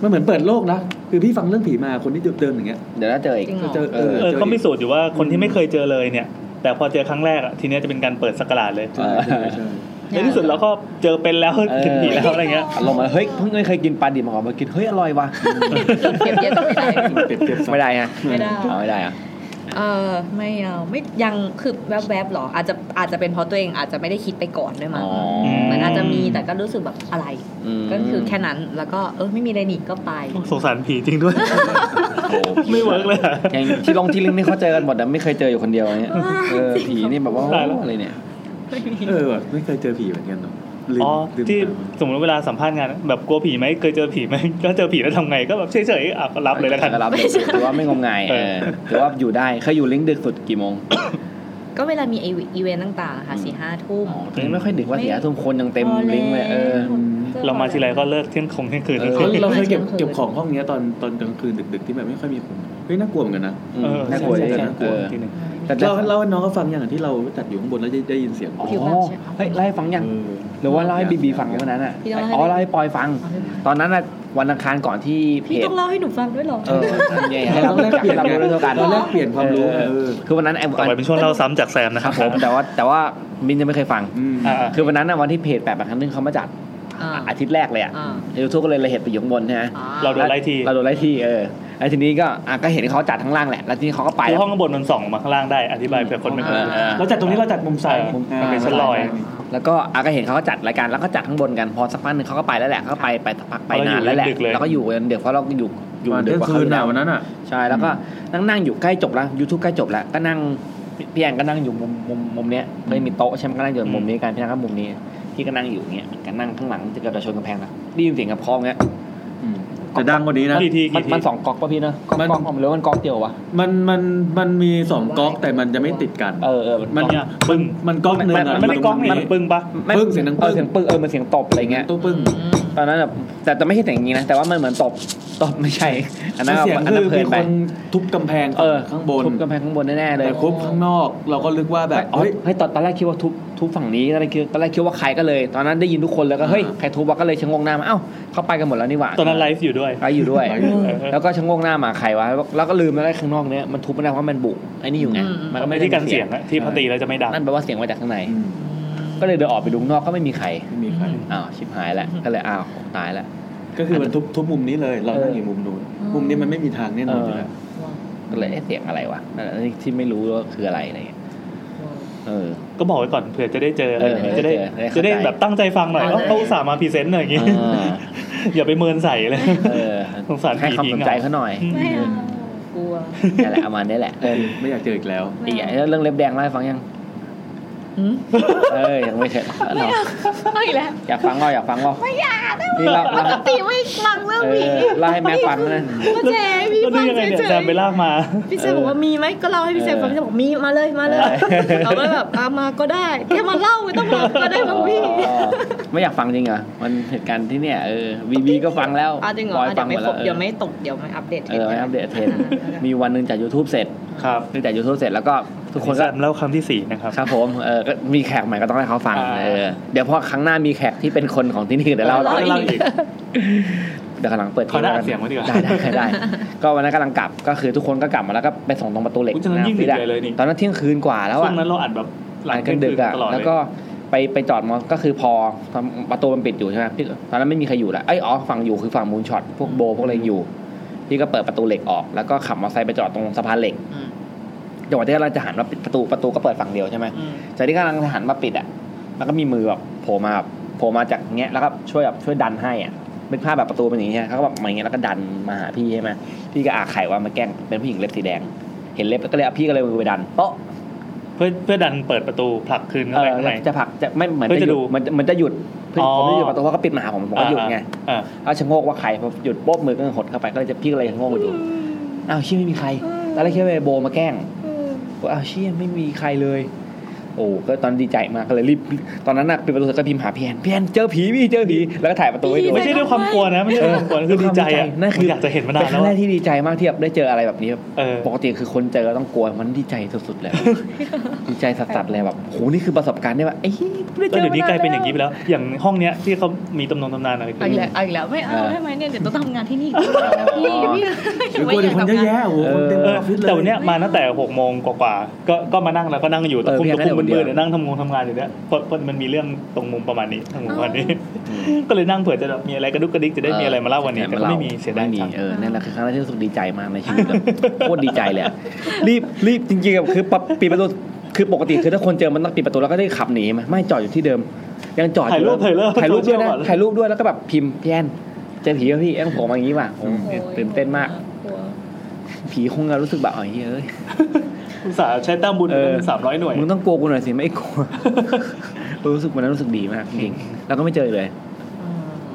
[SPEAKER 6] หมมันเหมือนเปิดโลกนะคือพี่ฟังเรื่องผีมาคนที่เดินอย่างเงี้ย
[SPEAKER 1] เดี๋ยวน่าเจออีก
[SPEAKER 4] จริงเหรอ
[SPEAKER 6] เจอเออ
[SPEAKER 2] เออ
[SPEAKER 6] จอ
[SPEAKER 2] เขาพิสูจน์อยู่ว่าคนที่ไม่เคยเจอเลยเนี่ย แต่พอเจอครั้งแรกอะทีเนี้ยจะเป็นการเปิดสกราดเลย
[SPEAKER 6] ใช่ใช่ใช่
[SPEAKER 2] ในที่สุดเราก็เจอเป็นแล้ว
[SPEAKER 1] เออ
[SPEAKER 2] ถึงผีแล้วอะไรเงี้ย
[SPEAKER 1] อารมณ์แบบเฮ้ยเพิ่งเคยกินปลาดิบมาก่อนมากินเฮ้ยอร่อยว่ะ
[SPEAKER 4] เก็บเย็นไม่ได้
[SPEAKER 6] เปรียบเทียบ
[SPEAKER 1] ไม่ได้ฮะ
[SPEAKER 4] ไม่ได้
[SPEAKER 1] เอาไม่ได้อะ
[SPEAKER 4] เออไม่เอาไม่ยังคือแวบๆหรอ อาจจะอาจจะเป็นเพราะตัวเองอาจจะไม่ได้คิดไปก่อนด้วยมั้ง
[SPEAKER 1] อ๋อ
[SPEAKER 4] เหมันอาจจะมีแต่ก็รู้สึกแบบอะไร
[SPEAKER 1] ม
[SPEAKER 4] ก็คือแค่นั้นแล้วก็เออไม่มีอะไรนี่ก็ไป
[SPEAKER 2] สงสารผีจริงด้วย *laughs*
[SPEAKER 1] โอ้โห
[SPEAKER 2] ไม่เวิร์กเลยอะ
[SPEAKER 1] อย่างที่ลงที่ลิงก์นี่เขาเจอกันหมดนะไม่เคยเจออยู่คนเดียวอย่างเงี้ยเออ
[SPEAKER 4] จริง
[SPEAKER 1] ผีนี่แบบว่า
[SPEAKER 2] ตายแล้ว
[SPEAKER 1] อะไรเนี่ย
[SPEAKER 6] เออว่ะไม่เคยเจอผีเหมือนกันเนาะลืม
[SPEAKER 2] อ๋อ
[SPEAKER 6] ลืม
[SPEAKER 2] ที่
[SPEAKER 6] ตาม
[SPEAKER 2] สมมติเวลาสัมภาษณ์งานแบบกลัวผีไหมเคยเจอผีไหมก็เจอผีแล้วทำไงก็แบบเฉยๆอ่ะก็รับเลยแล้วกัน
[SPEAKER 1] รับเลยถือว่าไม่งมงายเออถือว่าอยู่ได้เคยอยู่ลิงก์ดึกสุดกี่โมง
[SPEAKER 4] ก็เวลามีไอ้อีเวนต์ต่างๆอะค่ะสี่ห้าทุ่ม
[SPEAKER 1] อ๋อตอนนี้ไม่ค่อยดึกว่า
[SPEAKER 4] ไม่
[SPEAKER 1] เสียทุ่มคนยังเต็มลิงก์เลยเออ
[SPEAKER 2] เรามาทีไรก็เลิกเที่ยงคงเที่ยงคืน
[SPEAKER 1] เออ
[SPEAKER 2] ทุก
[SPEAKER 6] เอ
[SPEAKER 2] ที
[SPEAKER 6] อเราเคยเก็บเก็บของห้องเนี้ยตอนตอนกลางคืนดึกๆที่แบบไม่ค่อยมีคนเฮ้ยน่ากลัวเหมือนกันนะ
[SPEAKER 1] อืม
[SPEAKER 2] เออ
[SPEAKER 1] น่ากลัว
[SPEAKER 6] ใช่
[SPEAKER 1] เลย
[SPEAKER 6] ใช่
[SPEAKER 1] น่ากลัว
[SPEAKER 2] ทีหนึ่ง
[SPEAKER 1] แต่แต่
[SPEAKER 6] เราเล่าให้น้องเขาฟังอย่างที่เราจัดอยู่ข้างบนแล้วได้ได้ยินเสียง
[SPEAKER 1] อ๋อ
[SPEAKER 4] ผิวบางใช่ไหม
[SPEAKER 1] เฮ้ยเล่าให้ฟังยัง
[SPEAKER 6] เออ
[SPEAKER 1] หรือว่าเล่าให้บีบีฟังวันนั้นอ่ะ
[SPEAKER 4] พี่ต้องเล่าให้
[SPEAKER 1] อ๋อเล่าให้ปอยฟัง
[SPEAKER 4] เอาเลยค่ะ
[SPEAKER 1] ตอนนั้นน่ะวันอังคารก่อนที่เพ
[SPEAKER 4] พี่
[SPEAKER 1] จ
[SPEAKER 4] ต้องเล่าให้หนูฟังด้วยเหรอ
[SPEAKER 1] เออใหญ่ให้เรา
[SPEAKER 6] ต้องแลกเปลี่ยน
[SPEAKER 1] ให้เรารู้เท่ากัน
[SPEAKER 6] เราแลกเปลี่ยนความรู้
[SPEAKER 1] เออ
[SPEAKER 6] เออ
[SPEAKER 1] คือวันนั้นไอ้
[SPEAKER 2] ต่อไปเป็นช่วงเล่าซ้ำจากแซมนะ
[SPEAKER 1] ค
[SPEAKER 2] ค
[SPEAKER 1] รั
[SPEAKER 2] รั
[SPEAKER 1] บบ ผมแต่ว่าแต่ว่ามินยังไม่เคยฟัง
[SPEAKER 6] อืม
[SPEAKER 2] อ่า
[SPEAKER 1] คือวันนั้นน่ะวันที่เพจแปดบางครั้งนึงเขามาจัด
[SPEAKER 4] อ่า
[SPEAKER 1] อาทิตย์แรกเลยอ่ะ
[SPEAKER 4] อ่า
[SPEAKER 1] ยูทูบก็เลยเลยเห็นไปอยู่ข้างบนใช่ไหม
[SPEAKER 4] อ่
[SPEAKER 2] เราโดนไล่ที
[SPEAKER 1] เราโดนไล่ที่เออแล้วทีนี้ก็อ่ะก็เห็นเขาจัดข้างล่างแหละ แล้วทีนี้เขาก็ไป
[SPEAKER 2] คือ
[SPEAKER 1] แล้ว
[SPEAKER 2] ห้องข้างบนมันส่องออกมาข้างล่างได้ อธิบายเผื่อคนไม่
[SPEAKER 1] เอ
[SPEAKER 2] เข้า
[SPEAKER 1] อเออ
[SPEAKER 2] ใจ
[SPEAKER 6] เราจัดตรงนี้เราจัดมุมซ้าย
[SPEAKER 2] มุมมันเป็นชั้นลอย
[SPEAKER 1] แล้วก็อ่ะก็เห็นเขาก็จัดรายการแล้วก็จัดข้างบนกันพอสักพักหนึ่งเขาก็ไปแล้วแหละเขาก็ไปไปสักพักไปนานแล้วแหละ
[SPEAKER 2] เราอยู่ดึกเลย
[SPEAKER 1] แล้วก็อยู่กันเด็กเพราะเราอยู่อยู่
[SPEAKER 6] วัน
[SPEAKER 1] ดึ
[SPEAKER 6] เที่
[SPEAKER 1] ก
[SPEAKER 6] ยง
[SPEAKER 1] กว่า
[SPEAKER 6] คื
[SPEAKER 1] เขา
[SPEAKER 6] น
[SPEAKER 1] อยู่แล้ว
[SPEAKER 6] น่ะวันนั้นอ่ะ
[SPEAKER 1] ใช่แล้วก็นั่งนั่งอยู่ใกล้จบแล้วยูทูบใกล้จบแล้วก็นั่งพี่พี่แอนก็นั่งอยู่มุมมุมมุมเนี้ยไม่มีโต๊ะใช่ไหมก็นั่งอยู่มุมนี้กันพี่นั่งก็มุมนี้พี่ก็นั่งอยู่อย่างเงี้ยก็นั่งข้างหลังจะเกือบจะชนกำแพงนะได้ยินเสียงกับพร้อมเงี้ย
[SPEAKER 6] แต่ดังกว่านี้นะ
[SPEAKER 2] กี่ที
[SPEAKER 1] มัน
[SPEAKER 2] กี่ที
[SPEAKER 1] มันสองก๊อกป่ะพี่เนอะก๊อก
[SPEAKER 6] มัน
[SPEAKER 1] ก๊อกผมหรือว่ามันก๊อกเดียววะ
[SPEAKER 6] มันมันมันมีสองก๊อกแต่มันจะไม่ติดกัน
[SPEAKER 1] เออเออ
[SPEAKER 6] มัน
[SPEAKER 1] ก๊อก
[SPEAKER 6] ปึ้งมันก๊อกเนินอะ
[SPEAKER 1] มัน
[SPEAKER 2] มัน
[SPEAKER 1] ด้
[SPEAKER 2] ไม่กล้องนี่
[SPEAKER 1] มัน
[SPEAKER 2] ปึ้งปะ
[SPEAKER 1] ไม่
[SPEAKER 6] ปึ้งเสียงดังปึ้
[SPEAKER 1] อ
[SPEAKER 6] ง
[SPEAKER 1] อเสียงปึ้งเออมันเสียงตบอะไรเงี้ย
[SPEAKER 6] ตู้ปึ้ง
[SPEAKER 4] อืม
[SPEAKER 1] ตอนนั้นแบบแต่แต่ไม่ใช่เสียงอย่างนี้นะแต่ว่ามันเหมือนตบตบไม่ใช่ อันนั้น
[SPEAKER 6] เสียง
[SPEAKER 1] อัน
[SPEAKER 6] คื
[SPEAKER 1] นั้
[SPEAKER 6] อน
[SPEAKER 1] เพลิ
[SPEAKER 6] มี
[SPEAKER 1] น
[SPEAKER 6] ค
[SPEAKER 1] ไป
[SPEAKER 6] นทุบกำแพง
[SPEAKER 1] เออ
[SPEAKER 6] ข้างบน
[SPEAKER 1] ทุบกำแพงข้างบนแน่ๆเลย
[SPEAKER 6] แต่คุบข้างนอกเราก็ลึกว่าแบบ
[SPEAKER 1] เฮ้
[SPEAKER 6] เฮ้
[SPEAKER 1] ย
[SPEAKER 6] ย
[SPEAKER 1] เฮ้ยตอนตอนแรกคิดว่าทุบทุบฝั่งนี้ตอนแรกคิดตอนแรกคิดว่าใครก็เลย ตอนนั้นได้ยินทุกคนแล้วก็เฮ้ย
[SPEAKER 6] อ่า
[SPEAKER 1] ใครทุบวะก็เลยชะโงงหน้ามาเอ้าเขาไปกันหมดแล้วนี่หว่า
[SPEAKER 2] ตอนนั้นไลฟ์อยู่ด้วย
[SPEAKER 1] ไลฟ์อยู่ด้วย
[SPEAKER 6] ไลฟ์อยู่ด้วย
[SPEAKER 1] แล้วก็ชะโงงหน้ามาใครวะแล้วก็ลืมแล้วไอ้ข้างนอกเนี้ยมันทุบไม่ได้เพราะมันบุกไอ้นี่อยู่ไง
[SPEAKER 4] อืม
[SPEAKER 1] มัก็
[SPEAKER 2] มันนก็
[SPEAKER 1] ไม่
[SPEAKER 2] ไม่
[SPEAKER 1] ได้
[SPEAKER 2] ที่การเสียงอะที่พอตีแล้วจะไม่ดัง
[SPEAKER 1] นั่นแปลว่าเสียงมาจากข้างใน
[SPEAKER 6] อืม
[SPEAKER 1] ก็เลยเดินออกไปดูข้างนอกก็ไม่มีใคร
[SPEAKER 6] ไม่มีใคร
[SPEAKER 1] อ้าวชิบหายแล้วก็เลยอ้าวตายแล้ว
[SPEAKER 6] ก็คือมันทุบทุบมุมนี้เลย เรานั่งอยู่มุมนู้น
[SPEAKER 4] เออ
[SPEAKER 6] มุมนี้มันไม่มีทางแน่นอนอยู่แล้ว
[SPEAKER 4] ว้าว
[SPEAKER 1] ก็เลยเอ๊ะเสียงอะไรวะนั่นแหละนี่ที่ไม่รู้ว่าคืออะไรอะไรเงี้ย
[SPEAKER 4] ว้าว
[SPEAKER 1] เอ
[SPEAKER 2] *laughs*
[SPEAKER 1] อ
[SPEAKER 2] ก็บอกไว้ก่อนเผื่อจะได้เจอ
[SPEAKER 1] เออ
[SPEAKER 2] จะได้
[SPEAKER 1] เออ
[SPEAKER 2] จะได้
[SPEAKER 1] เข้าใจ
[SPEAKER 2] แบบตั้งใจฟังหน่อย
[SPEAKER 4] เอาเลย
[SPEAKER 2] ว่าเขาอุตสาห์มาพรีเซนต์หน่อยอย่างงี้
[SPEAKER 1] อ่า
[SPEAKER 2] อย่าไปเมินใส่เลย
[SPEAKER 1] เออ
[SPEAKER 2] สงสาร
[SPEAKER 1] ให้ความ
[SPEAKER 2] ผี
[SPEAKER 1] สน
[SPEAKER 2] ทิ้งอะ
[SPEAKER 1] ใจเขาหน่อย
[SPEAKER 4] ไม่เอากลัว
[SPEAKER 1] นี่นแหละประมาณนี้แหละ เออ
[SPEAKER 6] ไม่อยากเจออีกแล้ว
[SPEAKER 1] อีกอย่างเรื่องเล็บแดงเล่าให้ฟังยัง
[SPEAKER 4] อืม
[SPEAKER 1] เอ้ยยังไม่เคยเนาะ
[SPEAKER 4] เอาอีกแล้ว
[SPEAKER 1] อยากฟังก็อยากฟังก็
[SPEAKER 4] ไม่อยากได้
[SPEAKER 1] นี่เรา
[SPEAKER 4] ป
[SPEAKER 1] เรา
[SPEAKER 4] กติไม่ฟังเรื่อง
[SPEAKER 1] เอ
[SPEAKER 4] ผี
[SPEAKER 1] อเล่าให้แม่ฟังนะ
[SPEAKER 4] ก็เจพี่
[SPEAKER 2] แล้ว
[SPEAKER 4] ฟั
[SPEAKER 2] นี่
[SPEAKER 4] ง
[SPEAKER 2] ยังไงเนี่ย
[SPEAKER 4] เฉ
[SPEAKER 2] แซ
[SPEAKER 4] ย
[SPEAKER 2] มไปลากมา
[SPEAKER 4] ๆพี่แซมบอกว่ามีไหมก็เล่าให้พี่แซมฟังพี่แซมบอกมีมาเลยมาเลย
[SPEAKER 1] เออ
[SPEAKER 4] เราก็แบบเอามาก็ได้แค่มาเล่าไม่ต้องมาก็ได้มั้งพี่
[SPEAKER 1] อ๋อไม่อยากฟังจริงเหรอมันเหตุการณ์ที่เนี่ยเออวีบีก็ฟังแล้ว
[SPEAKER 4] อาจริงเหรอ
[SPEAKER 1] ปย
[SPEAKER 4] อ่ะเดี๋ยวไม่ครบ
[SPEAKER 1] ฟังหดแล้วออ
[SPEAKER 4] เดี๋ยวไม่ตก เดี๋ยวไม่อัปเดต
[SPEAKER 1] เออไม่อัปเดตเทรนด์มีวันหนึ่งจาก YouTube เสร็จ
[SPEAKER 2] ครับ
[SPEAKER 1] หนึ่งจาก YouTube เสร็จแล้วก็ทุกคน
[SPEAKER 2] แซ
[SPEAKER 1] ก็
[SPEAKER 2] มเล่าคำที่สี่นะครับ
[SPEAKER 1] ครับผมเออก็มีแขกใหม่ก็ต้องให้เขาฟัง
[SPEAKER 2] อ่า
[SPEAKER 1] เออเดี๋ยวพอครั้งหน้ามีแขกที่เป็นคนของที่นี่เดี๋ยวเรา
[SPEAKER 2] เล่าอีก
[SPEAKER 1] เดี๋ยวกำลังเปิด
[SPEAKER 2] ขอได้อัดเสียงไว้
[SPEAKER 1] มา
[SPEAKER 2] ดีกว่า
[SPEAKER 1] ได้ได้
[SPEAKER 4] *laughs*
[SPEAKER 1] ได้ได้ก็วันนั้นกำลังกลับก็คือทุกคนก็กลับมาแล้วก็ไปส่งตรงประตูเหล็ก
[SPEAKER 2] อุ๊ยตอนนั้นยิ่งดึกใหญ่เลยนี่
[SPEAKER 1] ตอนนั้นเที่ยงคืนกว่าแล้ว
[SPEAKER 2] ช่ว
[SPEAKER 1] อะ
[SPEAKER 2] งนั้นเราอัดแบบห
[SPEAKER 1] ห
[SPEAKER 2] ลั
[SPEAKER 1] ลั
[SPEAKER 2] ง
[SPEAKER 1] งกั
[SPEAKER 2] เที่ย
[SPEAKER 1] น
[SPEAKER 2] ง
[SPEAKER 1] ดึ
[SPEAKER 2] คื
[SPEAKER 1] ก
[SPEAKER 2] น
[SPEAKER 1] อ่ะ
[SPEAKER 2] ตลอด
[SPEAKER 1] แล้ว
[SPEAKER 2] เลย
[SPEAKER 1] ก็ไปไปจอดมอก็คือพอประตูมันปิดอยู่ใช่ไหมพี่ตอนนั้นไม่มีใครอยู่แล้วไอ้ยอ๋อฝั่งอยู่คือฝั่งมูลช็อตพวกโบพวกอะไรอยู่ พี่ก็เปิดประตูเหล็กออก แล้วก็ขับมอเตอร์ไซค์ไปจอดตรงสะพานเหล็กจังหวะที่กำลังจะหันมาปิดประตูประตูก็เปิดฝั่งเดียวใช่ไหมจากที่กำลังจะหันมาปิดอ่ะมันก็มีมือแบบโผล่มาแบบโผล่มาจากเงี้ยแล้วก็ช่วยแบบช่วยดันให้อ่ะเป็นภาพแบบประตูเป็นอย่างเงี้ยเขาก็แบบมาอย่างเงี้ยแล้วก็ดันมาหาพี่ใช่ไหมพี่ก็อาไข่ว่ามาแกล้งเป็นผู้หญิงเล็บสีแดง เห็นเล็บก็เลยเอาพี่ก็เลยเอามือไปดันโป๊ะ
[SPEAKER 2] เพื่อเพื่อดันเปิดประตูผลักคืน
[SPEAKER 1] เอ
[SPEAKER 2] เข้าไป
[SPEAKER 1] อ
[SPEAKER 2] ข้างใน
[SPEAKER 1] จะผลักจะไม่เหมือน
[SPEAKER 2] เพื่อจะ
[SPEAKER 1] จะหยุด
[SPEAKER 2] ดู
[SPEAKER 1] มันมันจะหยุดเพื่อน
[SPEAKER 2] อ๋อ
[SPEAKER 1] ผมจะหยุดประตูเพราะเขาปิดมาหาผมผมก็หยุดไง
[SPEAKER 2] อ่า
[SPEAKER 1] เอาชะโงกว่าใครพอหยุดโป๊บมือก็หดเข้าไปก็เลยจะพี่ก็เลยชะโงกไปดูอ้าวเชี่ยไม่มีใครตอนแรกคิดว่าไอ้โบมาแกล้งบอกอ้าวเชี่ยไม่มีใครเลย โอ้ก็ตอนดีใจมากก็เลยรีบตอนนั้นน่ะปิดประตูเสร็จก็พิมพ์หาพี่แอนพี่แอนเจอผีพี่เจอผีแล้วก็ถ่ายประตูให้ดู
[SPEAKER 2] ไม่ใช่ด้วยความกลัวนะไม่ใช่ด้วยความกลัวนะคือดีใจอ่ะ
[SPEAKER 1] นั่นคือ
[SPEAKER 2] มันอยากจะเห็นมานา
[SPEAKER 1] เป็น นค
[SPEAKER 2] แล้
[SPEAKER 1] รั้
[SPEAKER 2] ว
[SPEAKER 1] งแร
[SPEAKER 2] อะ
[SPEAKER 1] กที่ดีใจมากที่แบบได้เจออะไรแบบนี้
[SPEAKER 2] เออ
[SPEAKER 1] ปกติคือคนเจอต้องกลัวมันดีใจสุ
[SPEAKER 2] *laughs*
[SPEAKER 1] ดๆเลย ดีใจสัสๆเลยแบบโหนี่คือประสบการณ์ได้ว่าเอ้ยไม่
[SPEAKER 2] เอ
[SPEAKER 1] ได้เจ
[SPEAKER 2] อ
[SPEAKER 1] อ
[SPEAKER 2] เดี๋ยวนี้กลายเป็นอย่างนี้
[SPEAKER 1] นี้
[SPEAKER 2] ไปแล้ว อย่างห้องเนี้ยที่เขามีตำนงตำนานอะไร
[SPEAKER 4] เอา
[SPEAKER 2] ขึ้น
[SPEAKER 4] อีกแล้วเอาอีกแล้วไม่เอา
[SPEAKER 1] เออ
[SPEAKER 4] ได้ไหมเนี่ยเดี๋ยวต้องทำงานที่นี่พี่พี่
[SPEAKER 5] หรือกลัวเดี๋ยวคนเยอะแยะโอ้โหคนเต็มอ
[SPEAKER 2] เออ
[SPEAKER 5] อฟฟิศเลย
[SPEAKER 2] แต่วันเนี้ยมาตั้งแต่หกโมงกว่าๆก็ก็มานั่งแล้วก็นั่งอยู่แต่
[SPEAKER 1] เออ
[SPEAKER 2] คุม
[SPEAKER 1] พี่
[SPEAKER 2] ตะ
[SPEAKER 1] แอนได้ค
[SPEAKER 2] คุม
[SPEAKER 1] นเดียว
[SPEAKER 2] มือๆเนี่ยนั่งทำงงทำงานอยู่เนี่ยเพราะเพราะมันมีเรื่องตรงมุมประมาณนี้ทางมุมประมาณนี้ ก็เลยนั่งเผื่อจะแบบมีอะไรกระดุกกระดิกจะได้มีอะไรมาเล่าวันนี้แต่ก็ไม่มีเสียดาย
[SPEAKER 1] มี
[SPEAKER 2] จัง
[SPEAKER 1] เออนั่นแหละคือครั้งแรกที่รู้สึกดีใจมากในชีวิตแบบโคตรดีใจเลยอะรีบรีบจริงๆอะคือปะปิดประตูคือปกติคือถ้าคนเจอมันต้องปิดประตูแล้วก็ได้ขับหนีไหมไม่จอดอยู่ที่เดิม ยังจอดอ
[SPEAKER 2] ถ่ายรูปถ่ายรูป
[SPEAKER 1] ถ่ายรูปด้วย
[SPEAKER 2] โซเชียล
[SPEAKER 1] นะ
[SPEAKER 2] ก่อน
[SPEAKER 1] ถ่ายรูปด้วยแล้วก็แบบพิมพ์พี่แอนเจอผีป่ะพี่แอนผมมาอย่างนี้ว่ะโอ้โห
[SPEAKER 4] โอ้ย
[SPEAKER 1] ตื่นเต้นมาก
[SPEAKER 4] ลัว
[SPEAKER 1] ผีคงจะรู้สึกแบบอ๋อยเอ้ย
[SPEAKER 2] อุตส่าห์ใช้แต้มบุญ
[SPEAKER 1] เออ
[SPEAKER 2] สามร้อยหน่วย
[SPEAKER 1] มึงต้องกลัวกูหน่อยสิไม่กลัว *laughs* รู้สึกวันนั้นรู้สึกดีมากจริงๆแล้วก็ไม่เจอเลย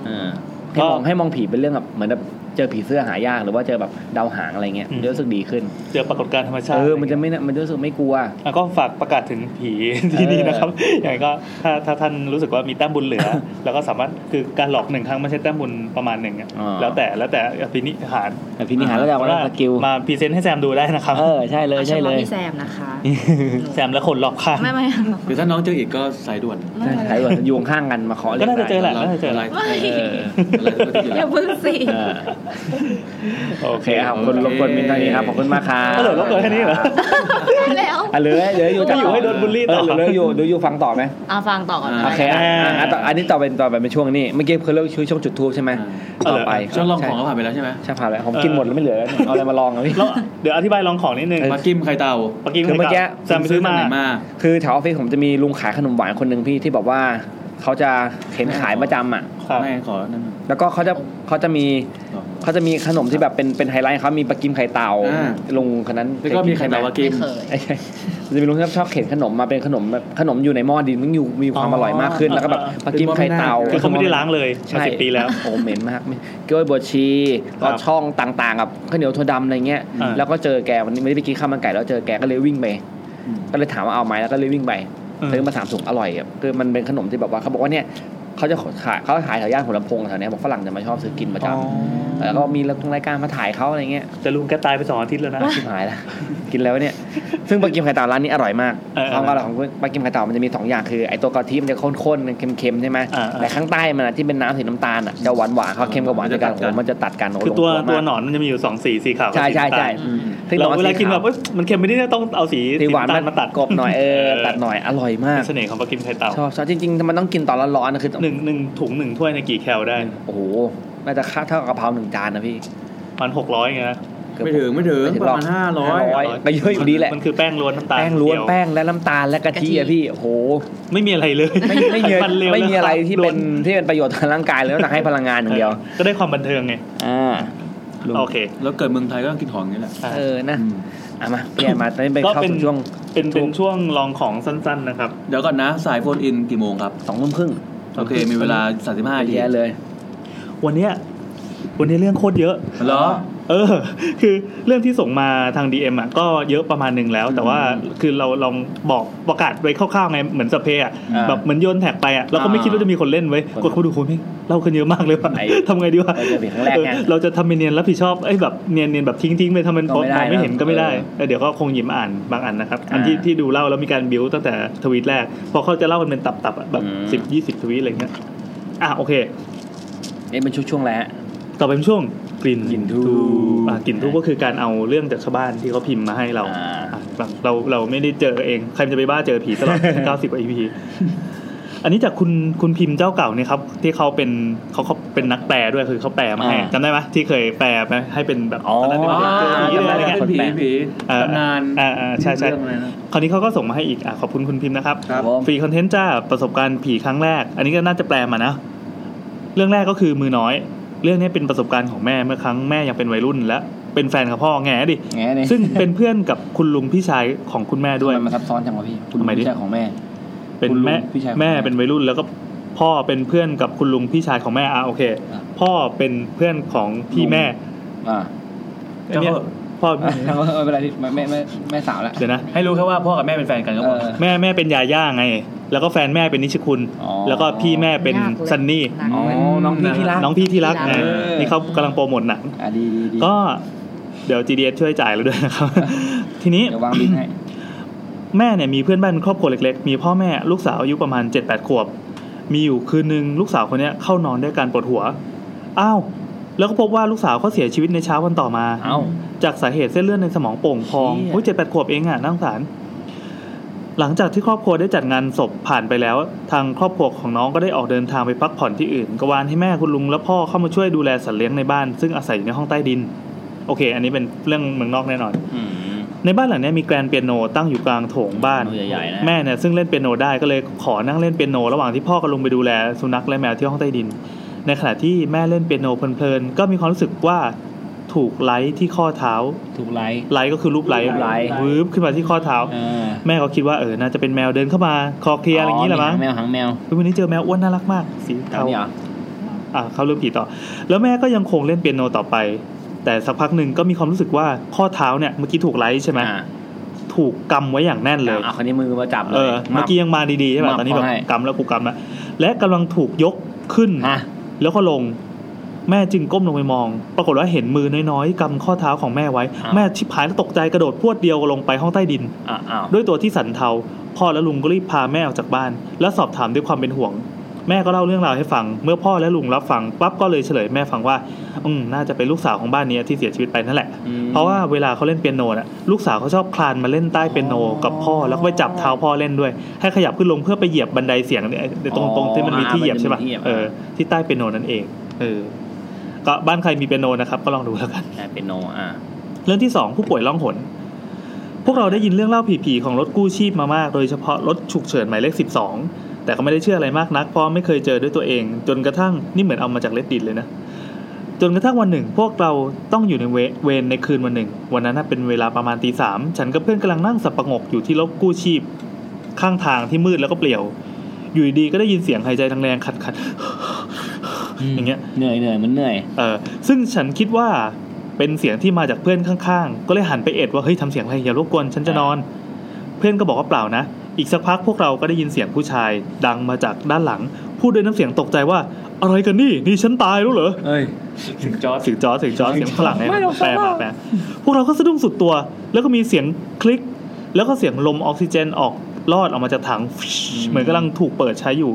[SPEAKER 1] เออให้มองให้มองผีเป็นเรื่องแบบเหมือนแบบเจอผีเสื้อหายากหรือว่าเจอแบบดาวหางอะไรเงี้ยมันจะรู้สึกดีขึ้น
[SPEAKER 2] เจอปรากฏการณ์ธรรมชาติ
[SPEAKER 1] เออ มันจะไม่น่ะมันจะรู้สึกไม่กลัว
[SPEAKER 2] อ่ะก็ฝากประกาศถึง
[SPEAKER 1] *laughs*
[SPEAKER 2] ผีที่นี่นะครับ อย่างไรก็ถ้าถ้าท่านรู้สึกว่ามีแต้มบุญเหลือ แล้วก็สามารถคือการหลอกหนึ่งครั้งมันใช้แต้มบุญประมาณหนึ่งอ่ะ
[SPEAKER 1] อ๋อ
[SPEAKER 2] แล้วแต่แล้วแต่พินิหาร
[SPEAKER 1] แต่พี่นิหารแล้วแต่ว่าสกิล
[SPEAKER 2] มาพรีเซนต์ให้แซมดูได้นะครับ
[SPEAKER 1] เออ ใช่เลย
[SPEAKER 4] อา
[SPEAKER 1] ใช่เล
[SPEAKER 4] ฉพาะ
[SPEAKER 1] ย
[SPEAKER 4] พี่แซมนะคะ
[SPEAKER 2] แซมและคนรอบข้าง
[SPEAKER 4] ไม่ไม่
[SPEAKER 5] หรือถ้าน้องเจออีกก็สายด่วน
[SPEAKER 1] ใช่ใช่แบบอยู่ข้างกันมาเคาะเล่
[SPEAKER 2] ก็
[SPEAKER 1] น
[SPEAKER 2] น่าจะเจอแหละน่าจะเจอแห
[SPEAKER 5] ไร
[SPEAKER 2] ละ
[SPEAKER 1] เออ
[SPEAKER 4] อย่าเพิ่งสิ
[SPEAKER 1] เออ
[SPEAKER 2] โอ
[SPEAKER 1] โอ
[SPEAKER 2] เค
[SPEAKER 1] เคครับขอบคุณรบกวนมินท์เท่านี้ครับขอบคุณมากครับ
[SPEAKER 2] ก็เหลือลบเลยแค่นี้เหรอ
[SPEAKER 4] แล้ว
[SPEAKER 1] อ่ะเหลือเหลืออยู่
[SPEAKER 2] ไม่อยู่ให้โดนบูลลี่ต่อ
[SPEAKER 1] เเหลืออยู่เหลืออยู่ฟังต่อไหม
[SPEAKER 4] อ่ะฟังต่อก่อน
[SPEAKER 1] โอเคอ่ะ
[SPEAKER 2] อ่า
[SPEAKER 1] อ่ะอ่ะต่ออันนี้ต่อเป็นต่อไปเป็นช่วงนี้ เมื่อกี้คือเรื่องช่วงจุดทูบใช่ไหม
[SPEAKER 2] เออ
[SPEAKER 1] ต่อไป
[SPEAKER 5] ช่วงลองของ
[SPEAKER 1] ใ
[SPEAKER 5] ก็ผ่านไปแล้วใช่ไหม
[SPEAKER 1] ใช่ผ่านแล้วผมกินหมดแล้วไม่เหลือแล้วเนี่ยเอาอะไรมาลองอ่ะพี่
[SPEAKER 2] แล้วเดี๋ยวอธิบายลองของนิดนึง
[SPEAKER 5] ปลากิมไข่เต่า
[SPEAKER 2] เมื่อกี้
[SPEAKER 1] คือเมื่อกี้
[SPEAKER 2] แซมไปซื้อมา
[SPEAKER 5] ไหนมา
[SPEAKER 1] คือแถวออฟฟิศผมจะมีลุงขายขนมหวานคนหนึ่งพี่ที่บอกว่าเขาจะเห็นขายประจำอ่ะ
[SPEAKER 2] ครับ
[SPEAKER 5] ไม่ขอนั่นหน่อย
[SPEAKER 1] แล้วก็เขาจะเขาจะมี
[SPEAKER 5] ต่อ
[SPEAKER 1] เขาจะมีขนมที่แบบเป็นเป็นไฮไลท์เขามีปลากิมไข่เต่า
[SPEAKER 5] อ่า
[SPEAKER 1] ลุงคนนั้น
[SPEAKER 5] แล้วก็มีไข่เต่าปลากิ
[SPEAKER 4] ไม่
[SPEAKER 5] ม
[SPEAKER 4] เคย
[SPEAKER 1] ไอ้ไอ้มันจะมีลุงที่ชอบเข็นขนมมาเป็นขนมแบบขนมอยู่ในหม้อดินมันอยู่มีความอร่อยมากขึ้นแล้วก็แบบปลากิมไข่เต่า
[SPEAKER 2] คือเขาไม่ได้ล้างเลยมาสิบปีแล้ว
[SPEAKER 1] โอ้เหม็นมากไม่เกี๊ยวบวชชี
[SPEAKER 2] ครั
[SPEAKER 1] ก็
[SPEAKER 2] บ
[SPEAKER 1] ช่องต่างๆกับข้าวเหนียวถั่วดำอะไรเงี้ย
[SPEAKER 2] อ่า
[SPEAKER 1] แล้วก็เจอแกวันนี้ไม่ได้ไปกินข้าวมันไก่แล้วเจอแกก็เลยวิ่งไป
[SPEAKER 5] อืม
[SPEAKER 1] ก็เลยถามว่าเอาไหมแล้วก็เลยวิ่งไปซื้อมาสามถุงอร่อยครับคือมันเป็นขนมที่แบบว่าเขาบอกว่าเนี่ยเขาจะขายเขาขายแถวย่านหัวลำโพงแถวเนี้ยบอกฝรั่งจะมาชอบซื้อกินประจ
[SPEAKER 2] อ๋อ
[SPEAKER 1] ำแล้วก็มีรายการมาถ่ายเขาอะไรเงี้ย
[SPEAKER 2] แต่ลุงแกตายไปสองอาทิตย์แล้วนะ
[SPEAKER 1] ชิบหายแล้ว กินแล้วเนี่ย ซึ่งปลากิมไข่เต่าร้านนี้อร่อยมาก
[SPEAKER 2] เออ
[SPEAKER 1] ความอร่อยของปลากิมไข่เต่ามันจะมีสองอย่างคือไอตัวกะทิมันจะข้นๆเค็มๆใช่ไหม
[SPEAKER 2] อ่าๆ
[SPEAKER 1] แต่ข้างใต้มันอะที่เป็นน้ำสีน้ำตาลอะจะหวานๆเขาเค็มกับหวานด้วยกันโอ้โหมันจะตัดกันโโห
[SPEAKER 2] คือตัว
[SPEAKER 1] ลง
[SPEAKER 2] ตัว
[SPEAKER 1] มาก
[SPEAKER 2] หนอนมันจะมีอยู่สองสีสีขาวกับ
[SPEAKER 1] ใช่
[SPEAKER 2] สี
[SPEAKER 1] ใช่ใช่
[SPEAKER 2] น้ำตาล
[SPEAKER 5] อืม
[SPEAKER 1] ซึ่ง
[SPEAKER 2] เรา
[SPEAKER 1] หอ
[SPEAKER 2] เวลากินแบบ
[SPEAKER 1] สีข
[SPEAKER 2] เอ้ยมันเค็มไปนิดนึงต้องเอาสี
[SPEAKER 1] วสีหวาน
[SPEAKER 2] ำตลมาตัด
[SPEAKER 1] กบหน่อยเออตัดหน่อยอร่อยมาก
[SPEAKER 2] เป็นเสน่ห์ของปลากิมไข่เต่า
[SPEAKER 1] ชอบชอบจริงๆมันต้องกินตอนร้อนๆนะคือ
[SPEAKER 2] หนึ่งหนึ่งถุงหนึ่งถ้วยในยกี่แคลได้
[SPEAKER 1] โอ้โหน่าจะค่าเท่ากับกะเพราหนึ่งจานนะพี่
[SPEAKER 2] มันหกร้อยไงนะ
[SPEAKER 1] เกือบ
[SPEAKER 5] ไม่ถึงไม่ถึง
[SPEAKER 1] ไม่ถึง
[SPEAKER 5] ประมาณ
[SPEAKER 1] หรอก
[SPEAKER 5] ห้าร้อย
[SPEAKER 1] 500 ไปเยอะอยู่ดีแหละ
[SPEAKER 2] มันคือแป้งล้วนน้ำตาล
[SPEAKER 1] แป้งล้วน
[SPEAKER 2] เดีย
[SPEAKER 1] แป้งและน้ำตาลและกะทิอะพี่โอ้โห
[SPEAKER 2] ไม่ *laughs* มีอะไรเลย
[SPEAKER 1] ไม่ไม่มี
[SPEAKER 2] ฟันเลว
[SPEAKER 1] ไม่มีอะไรที่เป็น
[SPEAKER 2] ล้วน
[SPEAKER 1] ที่เป็นประโยชน์ทางร่างกายเลยนอกจากให้พลังงานอย่างเดียว
[SPEAKER 2] ก็ได้ความบันเทิงไง
[SPEAKER 1] อ่า ลุง
[SPEAKER 2] โอเค
[SPEAKER 5] แล้วเกิดเมืองไทยก็ต้องกินของอย่างนี้แหละ
[SPEAKER 1] เออนะ
[SPEAKER 5] อืม
[SPEAKER 1] อ่ะมาพี่แอนมาตอนนี้ไป
[SPEAKER 2] ก็
[SPEAKER 1] เข้า
[SPEAKER 2] เป็น
[SPEAKER 1] สู่ช่วง
[SPEAKER 2] เป็นเป็นช่วงลองของสั้นๆนะครับ
[SPEAKER 5] เดี๋ยวก่อนนะสายโฟนอินกี่โมงครับ
[SPEAKER 1] สองทุ่มครึ่ง
[SPEAKER 5] โอเค มีเวลา 35นาที
[SPEAKER 1] แย่เลย
[SPEAKER 2] วันเนี้ยวันนี้เรื่องโคตรเยอะ
[SPEAKER 5] เหรอ
[SPEAKER 2] เออ *laughs* คือเรื่องที่ส่งมาทาง DM อ่ะก็เยอะประมาณหนึ่งแล้ว แต่ว่าคือเราลองบอกประกาศไว้คร่าวๆไงเหมือนสเปรย์อ่ะ
[SPEAKER 1] อ่า
[SPEAKER 2] แบบเหมือนโยนแท็กไปอ่ะเราก็ไม่คิดว่าจะมีคนเล่นไว้ย
[SPEAKER 1] คน
[SPEAKER 2] กดเขาดูคนไม่เล่ากันเยอะมากเลยว่ะ
[SPEAKER 1] ไอ้
[SPEAKER 2] ทำไงดีวะ
[SPEAKER 1] เราจะเป็นครั้งแรกไง
[SPEAKER 2] เออเราจะทำเป็นเนียนรับผิดชอบไอ้ยแบบเนียนเนียนแบบทิ้งทิ้งๆไปทำเป็น
[SPEAKER 1] ก็
[SPEAKER 2] มอง
[SPEAKER 1] ไม่ได้
[SPEAKER 2] ไม่เห็น
[SPEAKER 1] นะ
[SPEAKER 2] ก็ไม่ได้
[SPEAKER 1] เออ
[SPEAKER 2] เออเดี๋ยวก็คงหยิบมาอ่านบางอันนะครับอันที่
[SPEAKER 1] อ่า
[SPEAKER 2] ที่ดูเล่าแล้วมีการบิวตั้งแต่ทวีตแรกพอเขาจะเล่ากันเป็นตับๆอะแบบ
[SPEAKER 1] อืม
[SPEAKER 2] สิบยี่สิบทวีตอะไรเงี้ยอ่ะโอเค
[SPEAKER 1] นี่เป็นช่วงๆแล้วฮะ
[SPEAKER 2] ต่อไปเป็นช่วงกลิ่น
[SPEAKER 1] กลิ่นทูบ
[SPEAKER 2] อ่ะกลิ่นทูบก็คือการเอาเรื่องจากชาวบ้านที่เขาพิมพ์มาให้เรา
[SPEAKER 1] อ่า
[SPEAKER 2] อ่ะแบบเราเราไม่ได้เจอเอง ใครมันจะไปบ้าเจอผีตลอด 90กว่า EP *laughs* อันนี้จากคุณคุณพิมพ์เจ้าเก่าเนี่ยครับ ที่เขาเป็นเขาเขาเป็นนักแปลด้วยคือเขาแปลมาให้
[SPEAKER 1] อ่า
[SPEAKER 2] จำได้ไหมที่เคยแปลไหมให้เป็นแบบ
[SPEAKER 1] อ๋อ
[SPEAKER 2] ตอนนั้น
[SPEAKER 5] อ๋อ
[SPEAKER 2] เป็นเจอ
[SPEAKER 5] จำ
[SPEAKER 2] ผีเรื่
[SPEAKER 5] ได้
[SPEAKER 2] องอะไร
[SPEAKER 5] แล้ว
[SPEAKER 2] เงี้ย
[SPEAKER 5] เป็นผีผี
[SPEAKER 2] อ่
[SPEAKER 5] ตำนาน
[SPEAKER 2] อ่าอ่าใช่ใช่
[SPEAKER 5] เรื่องอะไรนะ
[SPEAKER 2] คราวนี้เขาก็ส่งมาให้อีกอ่ะขอบคุณคุณพิมพ์นะครับ
[SPEAKER 5] ครับ
[SPEAKER 1] ผม
[SPEAKER 2] ฟรีคอนเทนต์จ้าประสบการณ์ผีครั้งแรก อันนี้ก็น่าจะแปลมานะ เรื่องแรกก็คือมือน้อย เรื่องนี้เป็นประสบการณ์ของแม่เมื่อครั้งแม่ยังเป็นวัยรุ่น และเป็นแฟนกับพ่อแง่ดิ
[SPEAKER 1] แง่เนี่ย
[SPEAKER 2] *laughs* ซึ่งเป็นเพื่อนกับคุณลุงพี่ชายของคุณแม่ด้วย
[SPEAKER 1] ทำไมมันซับซ้อนจังวะพี่ คุณ
[SPEAKER 2] ทำไมดิ
[SPEAKER 1] พี่ชายของแม่
[SPEAKER 2] เป็นแม่
[SPEAKER 1] คุณลุงพี่ชายของ
[SPEAKER 2] แม่เป็นวัยรุ่นแล้วก็พ่อเป็นเพื่อนกับคุณลุงพี่ชายของแม่อ่ะโอเค
[SPEAKER 1] อ่ะ
[SPEAKER 2] พ่อเป็นเพื่อนของพี่แม่
[SPEAKER 1] อ่า
[SPEAKER 2] อันเนี้ยพ่อ
[SPEAKER 1] เอาไม่เป็นไรพี่ไม่ไม่ไม่ไม่สาวละ
[SPEAKER 2] เดี๋ยวนะ
[SPEAKER 5] ให้รู้แค่ว่าพ่อกับแม่เป็นแฟนกันก็พอ
[SPEAKER 1] เออ
[SPEAKER 2] แม่แม่เป็นยาย่าไง แล้วก็แฟนแม่เป็นนิชคุณ
[SPEAKER 1] อ๋อ
[SPEAKER 2] แล้วก็พี่แม่เป็น
[SPEAKER 4] ยากเลย
[SPEAKER 2] ซันนี่
[SPEAKER 4] หนัก
[SPEAKER 1] อ๋อ
[SPEAKER 4] เลย
[SPEAKER 1] น้องพี่ที่รัก
[SPEAKER 2] น้องพี่ที่รัก
[SPEAKER 4] ที่
[SPEAKER 2] ไง
[SPEAKER 4] รัก
[SPEAKER 1] เออ
[SPEAKER 2] นี่เขากำลังโปรโมทหนัง
[SPEAKER 1] อ่ะดีดีดี
[SPEAKER 2] ก็เดี๋ยว GDS ช่วยจ่ายเราด้วยนะครับ ทีนี้
[SPEAKER 1] เดี๋ยววางบินให้
[SPEAKER 2] แม่เนี่ยมีเพื่อนบ้านเป็นครอบครัวเล็กๆ มีพ่อแม่ลูกสาวอายุประมาณ 7-8 ขวบ มีอยู่คืนหนึ่งลูกสาวคนเนี้ยเข้านอนด้วยการปวดหัว อ้าว แล้วก็พบว่าลูกสาวเขาเสียชีวิตในเช้าวันต่อมา
[SPEAKER 1] เอ้า
[SPEAKER 2] จากสาเหตุเส้นเลือดในสมองโป่งพอง
[SPEAKER 1] เชี่ย
[SPEAKER 2] โอ้ยเจ็ดแปดขวบเองอ่ะน่าสงสาร หลังจากที่ครอบครัวได้จัดงานศพผ่านไปแล้ว ทางครอบครัวของน้องก็ได้ออกเดินทางไปพักผ่อนที่อื่น กวานให้แม่คุณลุงและพ่อเข้ามาช่วยดูแลสัตว์เลี้ยงในบ้าน ซึ่งอาศัยอยู่ในห้องใต้ดิน โอเค อันนี้เป็นเรื่องเมืองนอกแน่นอน
[SPEAKER 1] อืม
[SPEAKER 2] ในบ้านหลังเนี้ยมีแกรนเปียโนตั้งอยู่กลางโถงบ้าน
[SPEAKER 1] โอ้ใหญ่ๆนะ
[SPEAKER 2] แม่เนี่ยซึ่งเล่นเปียโนได้ก็เลยขอนั่งเล่นเปียโนระหว่างที่พ่อกำลังไปดูแลสุนัขและแมวที่ห้องใต้ดิน ในขณะที่แม่เล่นเปียโนเพลินๆก็มีความรู้สึกว่าถูกไล่ที่ข้อเท้า
[SPEAKER 1] ถูกไลค์
[SPEAKER 2] ไลท์ก็คือรูปไลท์
[SPEAKER 1] รูปไลท์
[SPEAKER 2] วืบขึ้นมาที่ข้อเท้า
[SPEAKER 1] เออ
[SPEAKER 2] แม่ก็คิดว่าเออน่าจะเป็นแมวเดินเข้ามาคอเคลียร์อะไรอย่างนี้แหละมั้ง
[SPEAKER 1] หางแมวหางแมว
[SPEAKER 2] วันนี้เจอแมวอ้วนน่ารักมากสี
[SPEAKER 1] แถว
[SPEAKER 2] เทา
[SPEAKER 1] นี้เหรอ
[SPEAKER 2] อ่ะเขาเริ่มผีต่อ แล้วแม่ก็ยังคงเล่นเปียโนต่อไป แต่สักพักหนึ่งก็มีความรู้สึกว่าข้อเท้าเนี่ยเมื่อกี้ถูกไลท์ใช่ไหม
[SPEAKER 1] อ่า
[SPEAKER 2] ถูกกำไว้อย่างแน่นเลย
[SPEAKER 1] เอาคนนี้มือมาจับเล
[SPEAKER 2] เอย อเมื่อกี้ยังมาดีๆใช่ไหมตอนนี้แบบกำแล้วกูกำละและกำลังถูกยกขึ้น
[SPEAKER 1] ฮะ
[SPEAKER 2] แล้วก็ลง แม่จึงก้มลงไปมอง ปรากฏว่าเห็นมือน้อยๆกำข้อเท้าของแม่ไว้
[SPEAKER 1] อ้าว
[SPEAKER 2] แม่ชิบหายแล้วตกใจกระโดดพรวดเดียวลงไปห้องใต้ดิน
[SPEAKER 1] อ่ะอ้าว
[SPEAKER 2] ด้วยตัวที่สันเทา พ่อและลุงก็รีบพาแม่ออกจากบ้าน และสอบถามด้วยความเป็นห่วง แม่ก็เล่าเรื่องราวให้ฟัง เมื่อพ่อและลุงรับฟังปั๊บก็เลยเฉลยแม่ฟังว่า อืมน่าจะเป็นลูกสาวของบ้านนี้ที่เสียชีวิตไปนั่นแหละ
[SPEAKER 1] อืม
[SPEAKER 2] เพราะว่าเวลาเขาเล่นเปียโนน่ะลูกสาวเขาชอบคลานมาเล่นใต้เปียโนกับพ่อแล้วก็ไปจับเท้าพ่อเล่นด้วย ให้ขยับขึ้นลงเพื่อไปเหยียบบันไดเสียงเนี่ยตรงตรงที่มันมีที่เหยียบใช่ป่ะ
[SPEAKER 1] มันมีที่เหยียบ
[SPEAKER 2] เออที่ใต้เปียโนนั่นเองเออก็บ้านใครมีเปียโนนะครับก็ลองดูแล้วกัน
[SPEAKER 1] ใช่เป็นโนอ่ะ
[SPEAKER 2] เรื่องที่สองผู้ป่วยล่องหน พวกเราได้ยินเรื่องเล่าผีๆของรถกู้ชีพมามาก โดยเฉพาะรถฉุกเฉินหมายเลข 12 แต่ก็ไม่ได้เชื่ออะไรมากนัก เพราะไม่เคยเจอด้วยตัวเอง จนกระทั่งนี่เหมือนเอามาจากเลดดินเลยนะ จนกระทั่งวันหนึ่ง พวกเราต้องอยู่ในเวเวรในคืนวันหนึ่ง วันนั้นน่ะเป็นเวลาประมาณตีสามฉันกับเพื่อนกำลังนั่งสับประงกอยู่ที่รถกู้ชีพ ข้างทางที่มืดแล้วก็เปลี่ยว อยู่ดีๆก็ได้ยินเสียงหายใจแรงๆขัด
[SPEAKER 1] อืม
[SPEAKER 2] ๆอย่างเงี้ย
[SPEAKER 1] เหนื่อยเหนื่อยมันเหนื่อย
[SPEAKER 2] เออซึ่งฉันคิดว่าเป็นเสียงที่มาจากเพื่อนข้างๆ ก็เลยหันไปเอ็ดว่าเฮ้ยทำเสียงอะไรอย่ารบกวนฉันจะนอน เพื่อนก็บอกว่าเปล่านะ อีกสักพักพวกเราก็ได้ยินเสียงผู้ชาย ดังมาจากด้านหลัง พูดด้วยน้ำเสียงตกใจว่า อะไรกันนี่นี่ฉันตายแล้วเหรอ
[SPEAKER 5] เอ้ยถึงจอร์ด
[SPEAKER 2] เสียงจอร์จเสียงจอร์จเสียงฝรั่งไง
[SPEAKER 1] ไม่หรอก
[SPEAKER 2] แปล
[SPEAKER 1] ครับ
[SPEAKER 2] มา
[SPEAKER 1] ว่า
[SPEAKER 2] แปลพวกเราก็สะดุ้งสุดตัว แล้วก็มีเสียงคลิก แล้วก็เสียงลมออกซิเจนออกลอดออกมาจากถัง เหมือนกำลังถูกเปิดใช้อยู่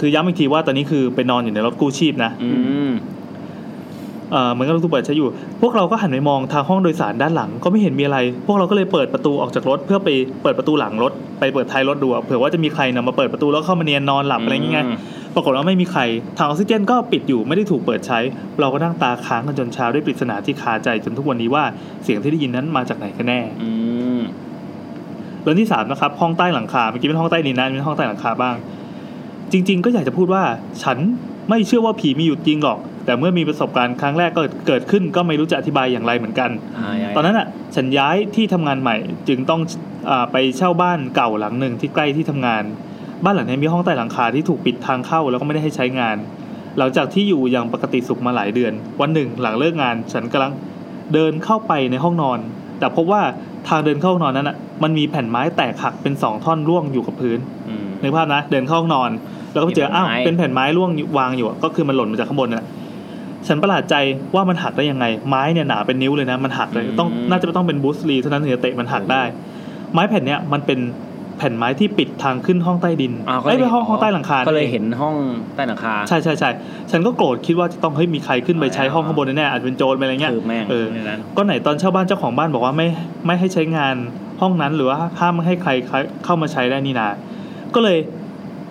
[SPEAKER 2] คือย้ำอีกทีว่าตอนนี้คือไปนอนอยู่ในรถกู้ชีพนะ
[SPEAKER 1] อืม
[SPEAKER 2] เอ่อเหมือนกับรถตู้เปิดใช้อยู่ พวกเราก็หันไปมองทางห้องโดยสารด้านหลัง ก็ไม่เห็นมีอะไร พวกเราก็เลยเปิดประตูออกจากรถ เพื่อไปเปิดประตูหลังรถ ไปเปิดท้ายรถดูอะเผื่อว่าจะมีใครนำมาเปิดประตูแล้วเข้ามาเนียนนอนหลับอะไรอย่างเงี้ย
[SPEAKER 1] อืม
[SPEAKER 2] ปรากฏว่าไม่มีใคร ทางออกซิเจนก็ปิดอยู่ไม่ได้ถูกเปิดใช้ เราก็นั่งตาค้างกันจนเช้าด้วยปริศนาที่คาใจจนทุกวันนี้ว่าเสียงที่ได้ยินนั้นมาจากไหนกันแน่
[SPEAKER 1] อืม
[SPEAKER 2] เรื่องที่สามนะครับห้องใต้หลังคาเมื่อกี้เป็นห้องใต้ดินนะอันนี้เป็นห้องใต้หลังคาบ้าง จริง ๆ ก็อยากจะพูดว่า ฉันไม่เชื่อว่าผีมีอยู่จริงหรอก แต่เมื่อมีประสบการณ์ครั้งแรกก็เกิดขึ้นก็ไม่รู้จะอธิบายอย่างไรเหมือนกัน
[SPEAKER 5] อ่ายังไง
[SPEAKER 2] ตอนนั้นอ่ะฉันย้ายที่ทำงานใหม่ จึงต้องอาไปเช่าบ้านเก่าหลังหนึ่งที่ใกล้ที่ทำงาน บ้านหลังนี้มีห้องใต้หลังคาที่ถูกปิดทางเข้าแล้วก็ไม่ได้ให้ใช้งาน หลังจากที่อยู่อย่างปกติสุขมาหลายเดือน วันหนึ่งหลังเลิกงาน ฉันกำลังเดินเข้าไปในห้องนอน แต่พบว่าทางเดินเข้าห้องนอนนั้นอ่ะมันมีแผ่นไม้แตกหักเป็นสองท่อนร่วงอยู่กับพื้น
[SPEAKER 5] อืม
[SPEAKER 2] นึกภาพนะเดินเข้าห้องนอน แล้วก็ไปเจอ
[SPEAKER 1] มีแผ่น
[SPEAKER 2] อ้าว
[SPEAKER 1] ไม้
[SPEAKER 2] เป็นแผ่นไม้ร่วงอยู่วางอยู่อะก็คือมันหล่นมาจากข้างบนนั่นแหละฉันประหลาดใจว่ามันหักได้ยังไง ไม้เนี่ยหนาเป็นนิ้วเลยนะมันหักเลย
[SPEAKER 5] อืม
[SPEAKER 2] ต้องน่าจะต้องเป็นบูสลีเท่านั้นถึงจะเตะมันหักได้ ไม้แผ่นเนี้ยมันเป็นแผ่นไม้ที่ปิดทางขึ้นห้องใต้ดิน
[SPEAKER 1] อ้าวก็
[SPEAKER 2] ไอ้ย
[SPEAKER 1] ลย
[SPEAKER 2] ไปห้องห้องใต้หลังคา
[SPEAKER 1] ก็เลย
[SPEAKER 2] อง
[SPEAKER 1] เห็นห้องใต้หลังคา
[SPEAKER 2] ใช่ใช่ใช่ฉันก็โกรธคิดว่าจะต้องเฮ้ยมีใครขึ้นไปใช้ห้องข้างบนแน่ๆอาจจะเป็นโจรไปอะไรเงี้ย
[SPEAKER 1] คือแม่ง
[SPEAKER 2] เออ
[SPEAKER 1] ในนั้น
[SPEAKER 2] ก็ไหนตอนเช่าบ้านเจ้าของบ้านบอกว่าไม่ไม่ให้ใช้งานห้องนั้นหรือว่าห้ามให้ใครเข้ามาใช้ได้นี่นา ก็เลย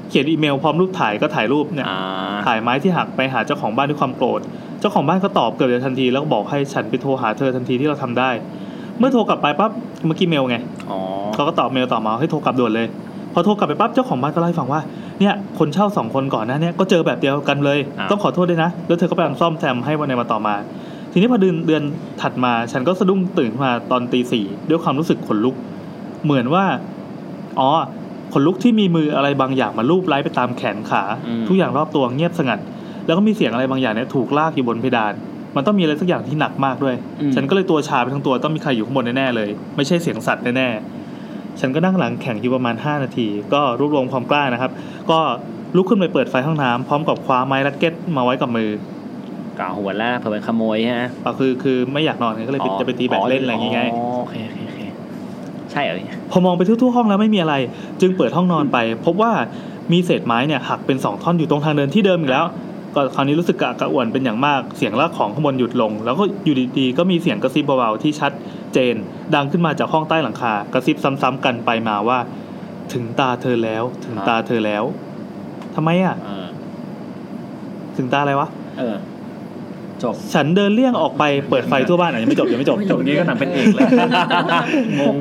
[SPEAKER 2] เขียนอีเมลพร้อมรูปถ่ายก็ถ่ายรูปเนี่ย
[SPEAKER 1] อ่า
[SPEAKER 2] ถ่ายไม้ที่หักไปหาเจ้าของบ้านด้วยความโกรธ เจ้าของบ้านก็ตอบเกือบจะทันทีแล้วก็บอกให้ฉันไปโทรหาเธอทันทีที่เราทำได้ เมื่อโทรกลับไปปั๊บเมื่อกี้เมลไง
[SPEAKER 1] อ๋อ
[SPEAKER 2] เขาก็ตอบเมลต่อมาให้โทรกลับด่วนเลย พอโทรกลับไปปั๊บเจ้าของบ้านก็เล่าให้ฟังว่าเนี่ยคนเช่าสองคนก่อนหน้าเนี่ยก็เจอแบบเดียวกันเลย ต้องขอโทษด้วยนะ แล้วเธอก็ไปทำซ่อมแซมให้วันในวันต่อมา ทีนี้พอเดือนเดือนถัดมา ฉันก็สะดุ้งตื่นขึ้นมาตอนตีสี่ด้วยความรู้สึกขนลุก เหมือนว่าอ๋อขนลุกที่มีมืออะไรบางอย่างมาลูบไล้ไปตามแขนขา ทุกอย่างรอบตัวเงียบสงัด แล้วก็มีเสียงอะไรบางอย่างเนี่ยถูกลากอยู่บนเพดาน มันต้องมีอะไรสักอย่างที่หนักมากด้วย ฉันก็เลยตัวชาไปทั้งตัวต้องมีใครอยู่ข้างบนแน่ๆเลย ไม่ใช่เสียงสัตว์แน่ๆ ฉันก็นั่งหลังแข็งอยู่ประมาณ 5 นาที ก็รวบรวมความกล้านะครับ ก็ลุกขึ้นไปเปิดไฟห้องน้ำพร้อมกับคว้าไม้รักเก็ตมาไว้กับมือก
[SPEAKER 1] ล่าวหัวแล้วเผื่อเป็นขโมยฮะ
[SPEAKER 2] อ่ะคือคือไม่อยากนอนไงก็เลยไปจะไปตีแบดเล่นอะไรอย่างเงี้ย
[SPEAKER 1] โอเคโอเคโอเคใช่เหรอเนี่ย
[SPEAKER 2] พอมองไปทั่วๆห้องแล้วไม่มีอะไร จึงเปิดห้องนอนไป พบว่ามีเศษไม้เนี่ยหักเป็นสองท่อนอยู่ตรงทางเดินที่เดิมอีกแล้วก็คราวนี้รู้สึกกระอักกระอ่วนเป็นอย่างมากเสียงลากของข้างบนหยุดลง แล้วก็อยู่ดีๆก็มีเสียงกระซิบเบาๆที่ชัดเจน ดังขึ้นมาจากห้องใต้หลังคากระซิบซ้ำๆกันไปมาว่า ถึงตาเธอแล้ว ถึงตาเธอแล้วทำไมอ่ะ
[SPEAKER 1] เออ
[SPEAKER 2] ถึงตาอะไรวะ
[SPEAKER 1] เออ จบ
[SPEAKER 2] ฉันเดินเลี่ยงออกไปเปิดไฟทั่วบ้านอ่ะยังไม่จบยังไม่จบ
[SPEAKER 3] จบนี้ก็หนังเป็นเอกแล้ว
[SPEAKER 1] งง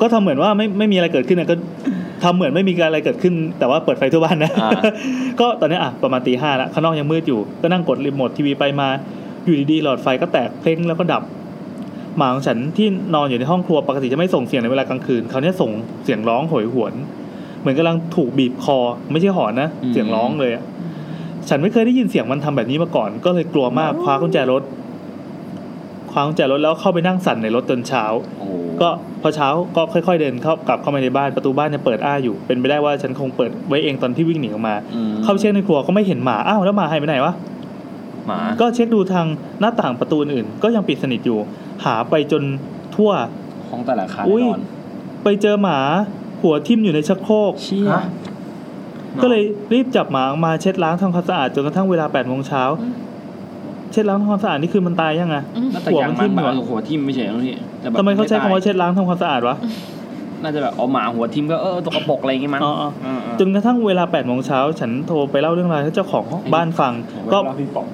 [SPEAKER 2] ก็ทำเหมือนว่าไม่ไม่มีอะไรเกิดขึ้นนะก็ทำเหมือนไม่มีอะไรเกิดขึ้น แต่ว่าเปิดไฟทั่วบ้านนะ
[SPEAKER 1] อ่า
[SPEAKER 2] *laughs* ก็ตอนนี้อ่ะประมาณตีห้าละข้างนอกยังมืดอยู่ ก็นั่งกดรีโมททีวีไปมา อยู่ดีๆ หลอดไฟก็แตกเพลงแล้วก็ดับ หมาของฉันที่นอนอยู่ในห้องครัวปกติจะไม่ส่งเสียงในเวลากลางคืนเขาวเนี่ยส่งเสียงร้องโหยหวน เหมือนกำลังถูกบีบคอ ไม่ใช่หอนนะเสียงร้องเลยอะฉันไม่เคยได้ยินเสียงมันทำแบบนี้มาก่อน ก็เลยกลัวมากคว้ากุญแจรถคว้ากุญแจรถแล้วเข้าไปนั่งสั่นในรถจนเช้า
[SPEAKER 1] โอ้
[SPEAKER 2] ก็พอเช้าก็ค่อยๆเดินเข้ากลับเข้ามาในบ้านประตูบ้านเนี่ยเปิดอ้าอยู่ เป็นไปได้ว่าฉันคงเปิดไว้เองตอนที่วิ่งหนีออกมา
[SPEAKER 1] อืม
[SPEAKER 2] เข้าไปเช็คในครัวก็ไม่เห็นหมาอ้าวแล้วหมาหายไปไหนวะ
[SPEAKER 1] หมา
[SPEAKER 2] ก็เช็คดูทางหน้าต่างประตูอื่นๆก็ยังปิดสนิทอยู่ หาไปจนทั่ว
[SPEAKER 1] ห้องใต้หลังคา
[SPEAKER 2] อุ้ย
[SPEAKER 1] แน่นน
[SPEAKER 2] ไปเจอหมาหัวทิ่มอยู่ในชักโครก
[SPEAKER 1] เชี่ย
[SPEAKER 5] ฮะ
[SPEAKER 2] ก็เลยรีบจับหมาออกมาเช็ดล้างทำความสะอาดจนกระทั่งเวลา8ปดโมงเช้า
[SPEAKER 4] อืม
[SPEAKER 2] เช็ดล้างทำความสะอาดนี่คือมันตายยังไง
[SPEAKER 1] น่าจะยัง
[SPEAKER 2] หัวมันทิ่
[SPEAKER 1] มันห
[SPEAKER 2] มเหร
[SPEAKER 1] มา
[SPEAKER 2] อ
[SPEAKER 1] หัวทิ่มไม่ใช่เหรอพี่แต่แบบ
[SPEAKER 2] ทำไมเขาใช้คำว่า
[SPEAKER 1] ตย
[SPEAKER 2] เช็ดล้างทำความสะอาดวะ
[SPEAKER 1] น่าจะแบบเอาหมาหัวทิ่มก็เออตกกระปกอะไรอย่างงี้มั้ง
[SPEAKER 2] อ๋ออ๋อ
[SPEAKER 1] อืมอืม
[SPEAKER 2] จนกระทั่งเวลา8ปดโมงเช้าฉันโทรไปเล่าเรื่องราวให้เจ้าของบ้านฟังก็
[SPEAKER 3] พี่ป๋อง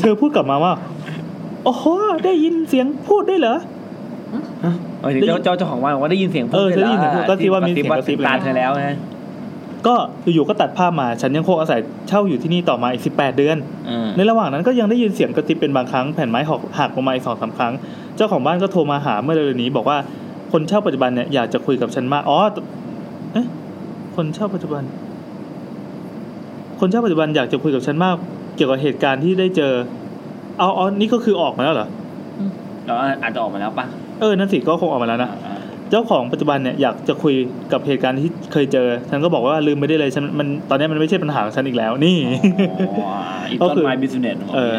[SPEAKER 2] เธอพูด *laughs* กลับมาว่า โอ้โห ได้ยินเสียงพูดได้วยเหรอ
[SPEAKER 1] เออเดี๋ยวเจ้าเจ้าเจ้าของบ้านบอกว่าได้ยินเสียง
[SPEAKER 2] เออ
[SPEAKER 1] ด้วหร
[SPEAKER 2] ได้ยินเสียงพูดก็คิดว่ามีเสียงกระซิบ
[SPEAKER 1] ตาเธอแล้วนะ
[SPEAKER 2] ก็อยู่ๆก็ตัดภาพมา ฉันยังคงอาศัยเช่าอยู่ที่นี่ต่อมาอีก 18 เดือน
[SPEAKER 1] อืม
[SPEAKER 2] ในระหว่างนั้นก็ยังได้ยินเสียงกระติบเป็นบางครั้ง แผ่นไม้หักหักลงมาอีกสองสามครั้ง เจ้าของบ้านก็โทรมาหาเมื่อเร็วๆนี้ บอกว่าคนเช่าปัจจุบันเนี่ยอยากจะคุยกับฉันมาก อ๋อเอ๊ะคนเช่าปัจจุบัน คนเช่าปัจจุบันอยากจะคุยกับฉันมาก เกี่ยวกับเหตุการณ์ที่ได้เจอ เอาอ๋อนี่ก็คือออกมาแล้วเหรอ
[SPEAKER 1] เราอาจจะออกมาแล้วปะ
[SPEAKER 2] เออ นั่นสิ ก็คงออกมาแล้วนะ
[SPEAKER 1] อ่า
[SPEAKER 2] เจ้าของปัจจุบันเนี่ยอยากจะคุยกับเหตุการณ์ที่เคยเจอ ฉันก็บอกว่าลืมไม่ได้เลยฉันมันตอนนี้มันไม่ใช่ปัญหาของฉันอีกแล้ว นี่
[SPEAKER 1] อ๋ออีกต้นไม้บิสเนส
[SPEAKER 2] เออ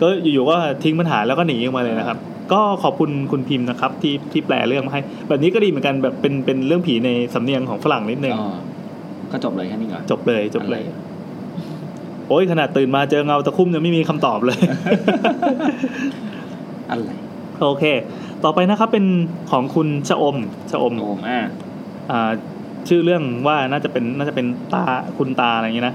[SPEAKER 2] ก็อยู่ๆก็ทิ้งปัญหาแล้วก็หนีออกมาเลยนะครับ ก็ขอบคุณคุณพิมพ์นะครับที่ที่แปลเรื่องมาให้ แบบนี้ก็ดีเหมือนกันแบบเป็นเป็นเรื่องผีในสำเนียงของฝรั่งนิดนึง
[SPEAKER 1] ก็จบเลยแค่นี้ก่อน
[SPEAKER 2] จบเลยจบเลย โอ้ยขนาดตื่นมาเจอเงาตะคุ่มยังไม่มีคำตอบเลย *laughs*
[SPEAKER 1] อะไร
[SPEAKER 2] โอเค ต่อไปนะครับเป็นของคุณชะอมชะอม
[SPEAKER 1] โอมอ่ะ
[SPEAKER 2] อ่าชื่อเรื่องว่าน่าจะเป็นน่าจะเป็นตาคุณตาอะไรอย่างนี้นะ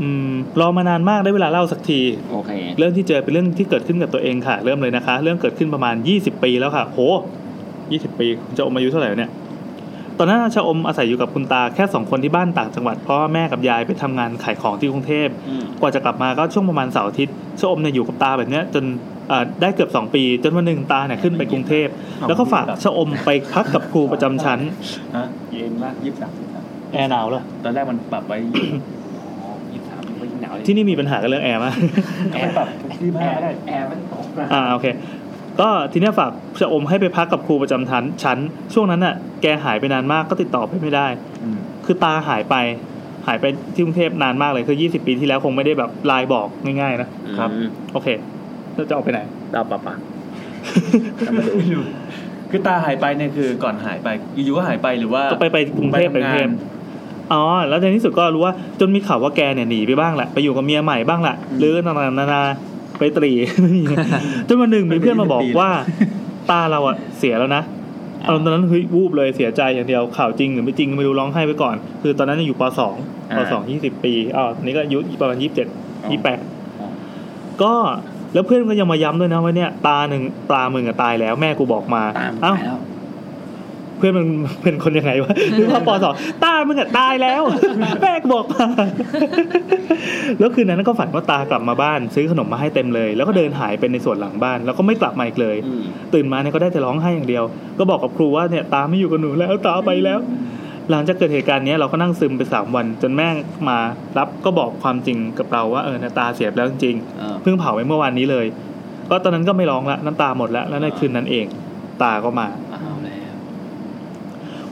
[SPEAKER 2] อืมรอมานานมากได้เวลาเล่าสักที
[SPEAKER 1] โอเค
[SPEAKER 2] เรื่องที่เจอเป็นเรื่องที่เกิดขึ้นกับตัวเองค่ะ เริ่มเลยนะคะ เรื่องเกิดขึ้นประมาณ 20 ปีแล้วค่ะ โห 20 ปีจะอมอายุเท่าไหร่วะเนี่ย ตอนนั้นชะอมอาศัยอยู่กับคุณตาแค่สองคนที่บ้านต่างจังหวัดเพราะว่าแม่กับยายไปทำงานขายของที่กรุงเทพ
[SPEAKER 1] อืม
[SPEAKER 2] กว่าจะกลับมาก็ช่วงประมาณเสาร์อาทิตย์ชะอมเนี่ยอยู่กับตาแบบเนี้ยจนเอ่อได้เกือบ 2 ปี จนวันหนึ่งตาเนี่ยขึ้นไปกรุงเทพ แล้วก็ฝากชะอมไปพักกับครูประจำชั้น
[SPEAKER 5] ฮะ
[SPEAKER 1] เย็นมากยี่สิบสามสิบสาม
[SPEAKER 2] แอร์หนาวเหรอ
[SPEAKER 5] ตอนแรกมันปรับไว้
[SPEAKER 1] อ๋อยี่สิบสามมันก็ยิ่งหนาวเลย
[SPEAKER 2] ที่นี่มีปัญหากันเรื่องแอร์มาก
[SPEAKER 1] แอร์แบบที่แอร์แอร์มันตกนะ
[SPEAKER 2] อ่าโอเค ก็ทีเนี้ยฝากชะอมให้ไปพักกับครูประจำชั้นชั้น ช่วงนั้นน่ะแกหายไปนานมากก็ติดต่อไปไม่ได้
[SPEAKER 5] อืม
[SPEAKER 2] คือตาหายไป หายไปที่กรุงเทพนานมากเลยคือ 20 ปีที่แล้วคงไม่ได้แบบไลน์บอกง่ายๆนะ
[SPEAKER 5] ครับ
[SPEAKER 2] โอเคแล้วจะออ
[SPEAKER 5] *laughs*
[SPEAKER 2] กไปไหน
[SPEAKER 1] ดาวปะปะ
[SPEAKER 5] คือตาหายไปเนี่ยคือก่อนหายไปอยู่ๆก็หายไปหรือว่า
[SPEAKER 2] ก็ไปไปกรุงเทพไป
[SPEAKER 5] ไป
[SPEAKER 2] กรุ
[SPEAKER 5] ทำงาน
[SPEAKER 2] งเทพอ๋อ แล้วในที่สุดก็รู้ว่าจนมีข่าวว่าแกเนี่ยหนีไปบ้างแหละ ไปอยู่กับเมียใหม่บ้างแหละ หรือต่างๆนานาไปตรี *laughs* ไม่มีนะจนวันหนึ่งมีเพื่อนมาบอกว่า ตาเราอะเสียแล้วนะอารมณ์ตอนนั้นเฮ้ยวูบเลยเสียใจอย่างเดียวข่าวจริงหรือไม่จริงก็ไม่รู้ร้องไห้ไปก่อน คือตอนนั้นยังอยู่ปสองปสองยี่สิบปีอ๋อตอนนี้ก็อายุประมาณยี่สิบเจ็ดยี่แปดก็แล้วเพื่อนก็ยังมาย้ำด้วยนะว่าเนี่ยตาหนึ่งปลามึงอะตายแล้วแม่กูบอกมา
[SPEAKER 1] ตาม
[SPEAKER 2] เอ้า
[SPEAKER 1] ไปแล้ว
[SPEAKER 2] เพื่อนมันเป็นคนยังไง *laughs* วะนึกว่าปสองตามึงอะตาย *laughs* แล้ว แม่กบอกมา *laughs* แล้วคืนนั้นก็ฝันว่าตากลับมาบ้าน ซื้อขนมมาให้เต็มเลย แล้วก็เดินหายไปในสวนหลังบ้าน แล้วก็ไม่กลับมาอีกเลย
[SPEAKER 1] อืม
[SPEAKER 2] ตื่นมาเนี่ยก็ได้แต่ร้องไห้อย่างเดียว ก็บอกกับครูว่าเนี่ยตาไม่อยู่กับหนูแล้วตาไปแล้ว หลังจากเกิดเหตุการณ์เนี้ยเราก็นั่งซึมไปสามวัน จนแม่มารับก็บอกความจริงกับเราว่าเออเนี่ยตาเสียไปแล้วจริงๆ
[SPEAKER 1] เออ
[SPEAKER 2] เพิ่งเผาไปเมื่อวานนี้เลย ก็ตอนนั้นก็ไม่ร้องละน้ำตาหมดละแล้วในคืนนั้นเอง ตาก็มา
[SPEAKER 1] เอาแล้ว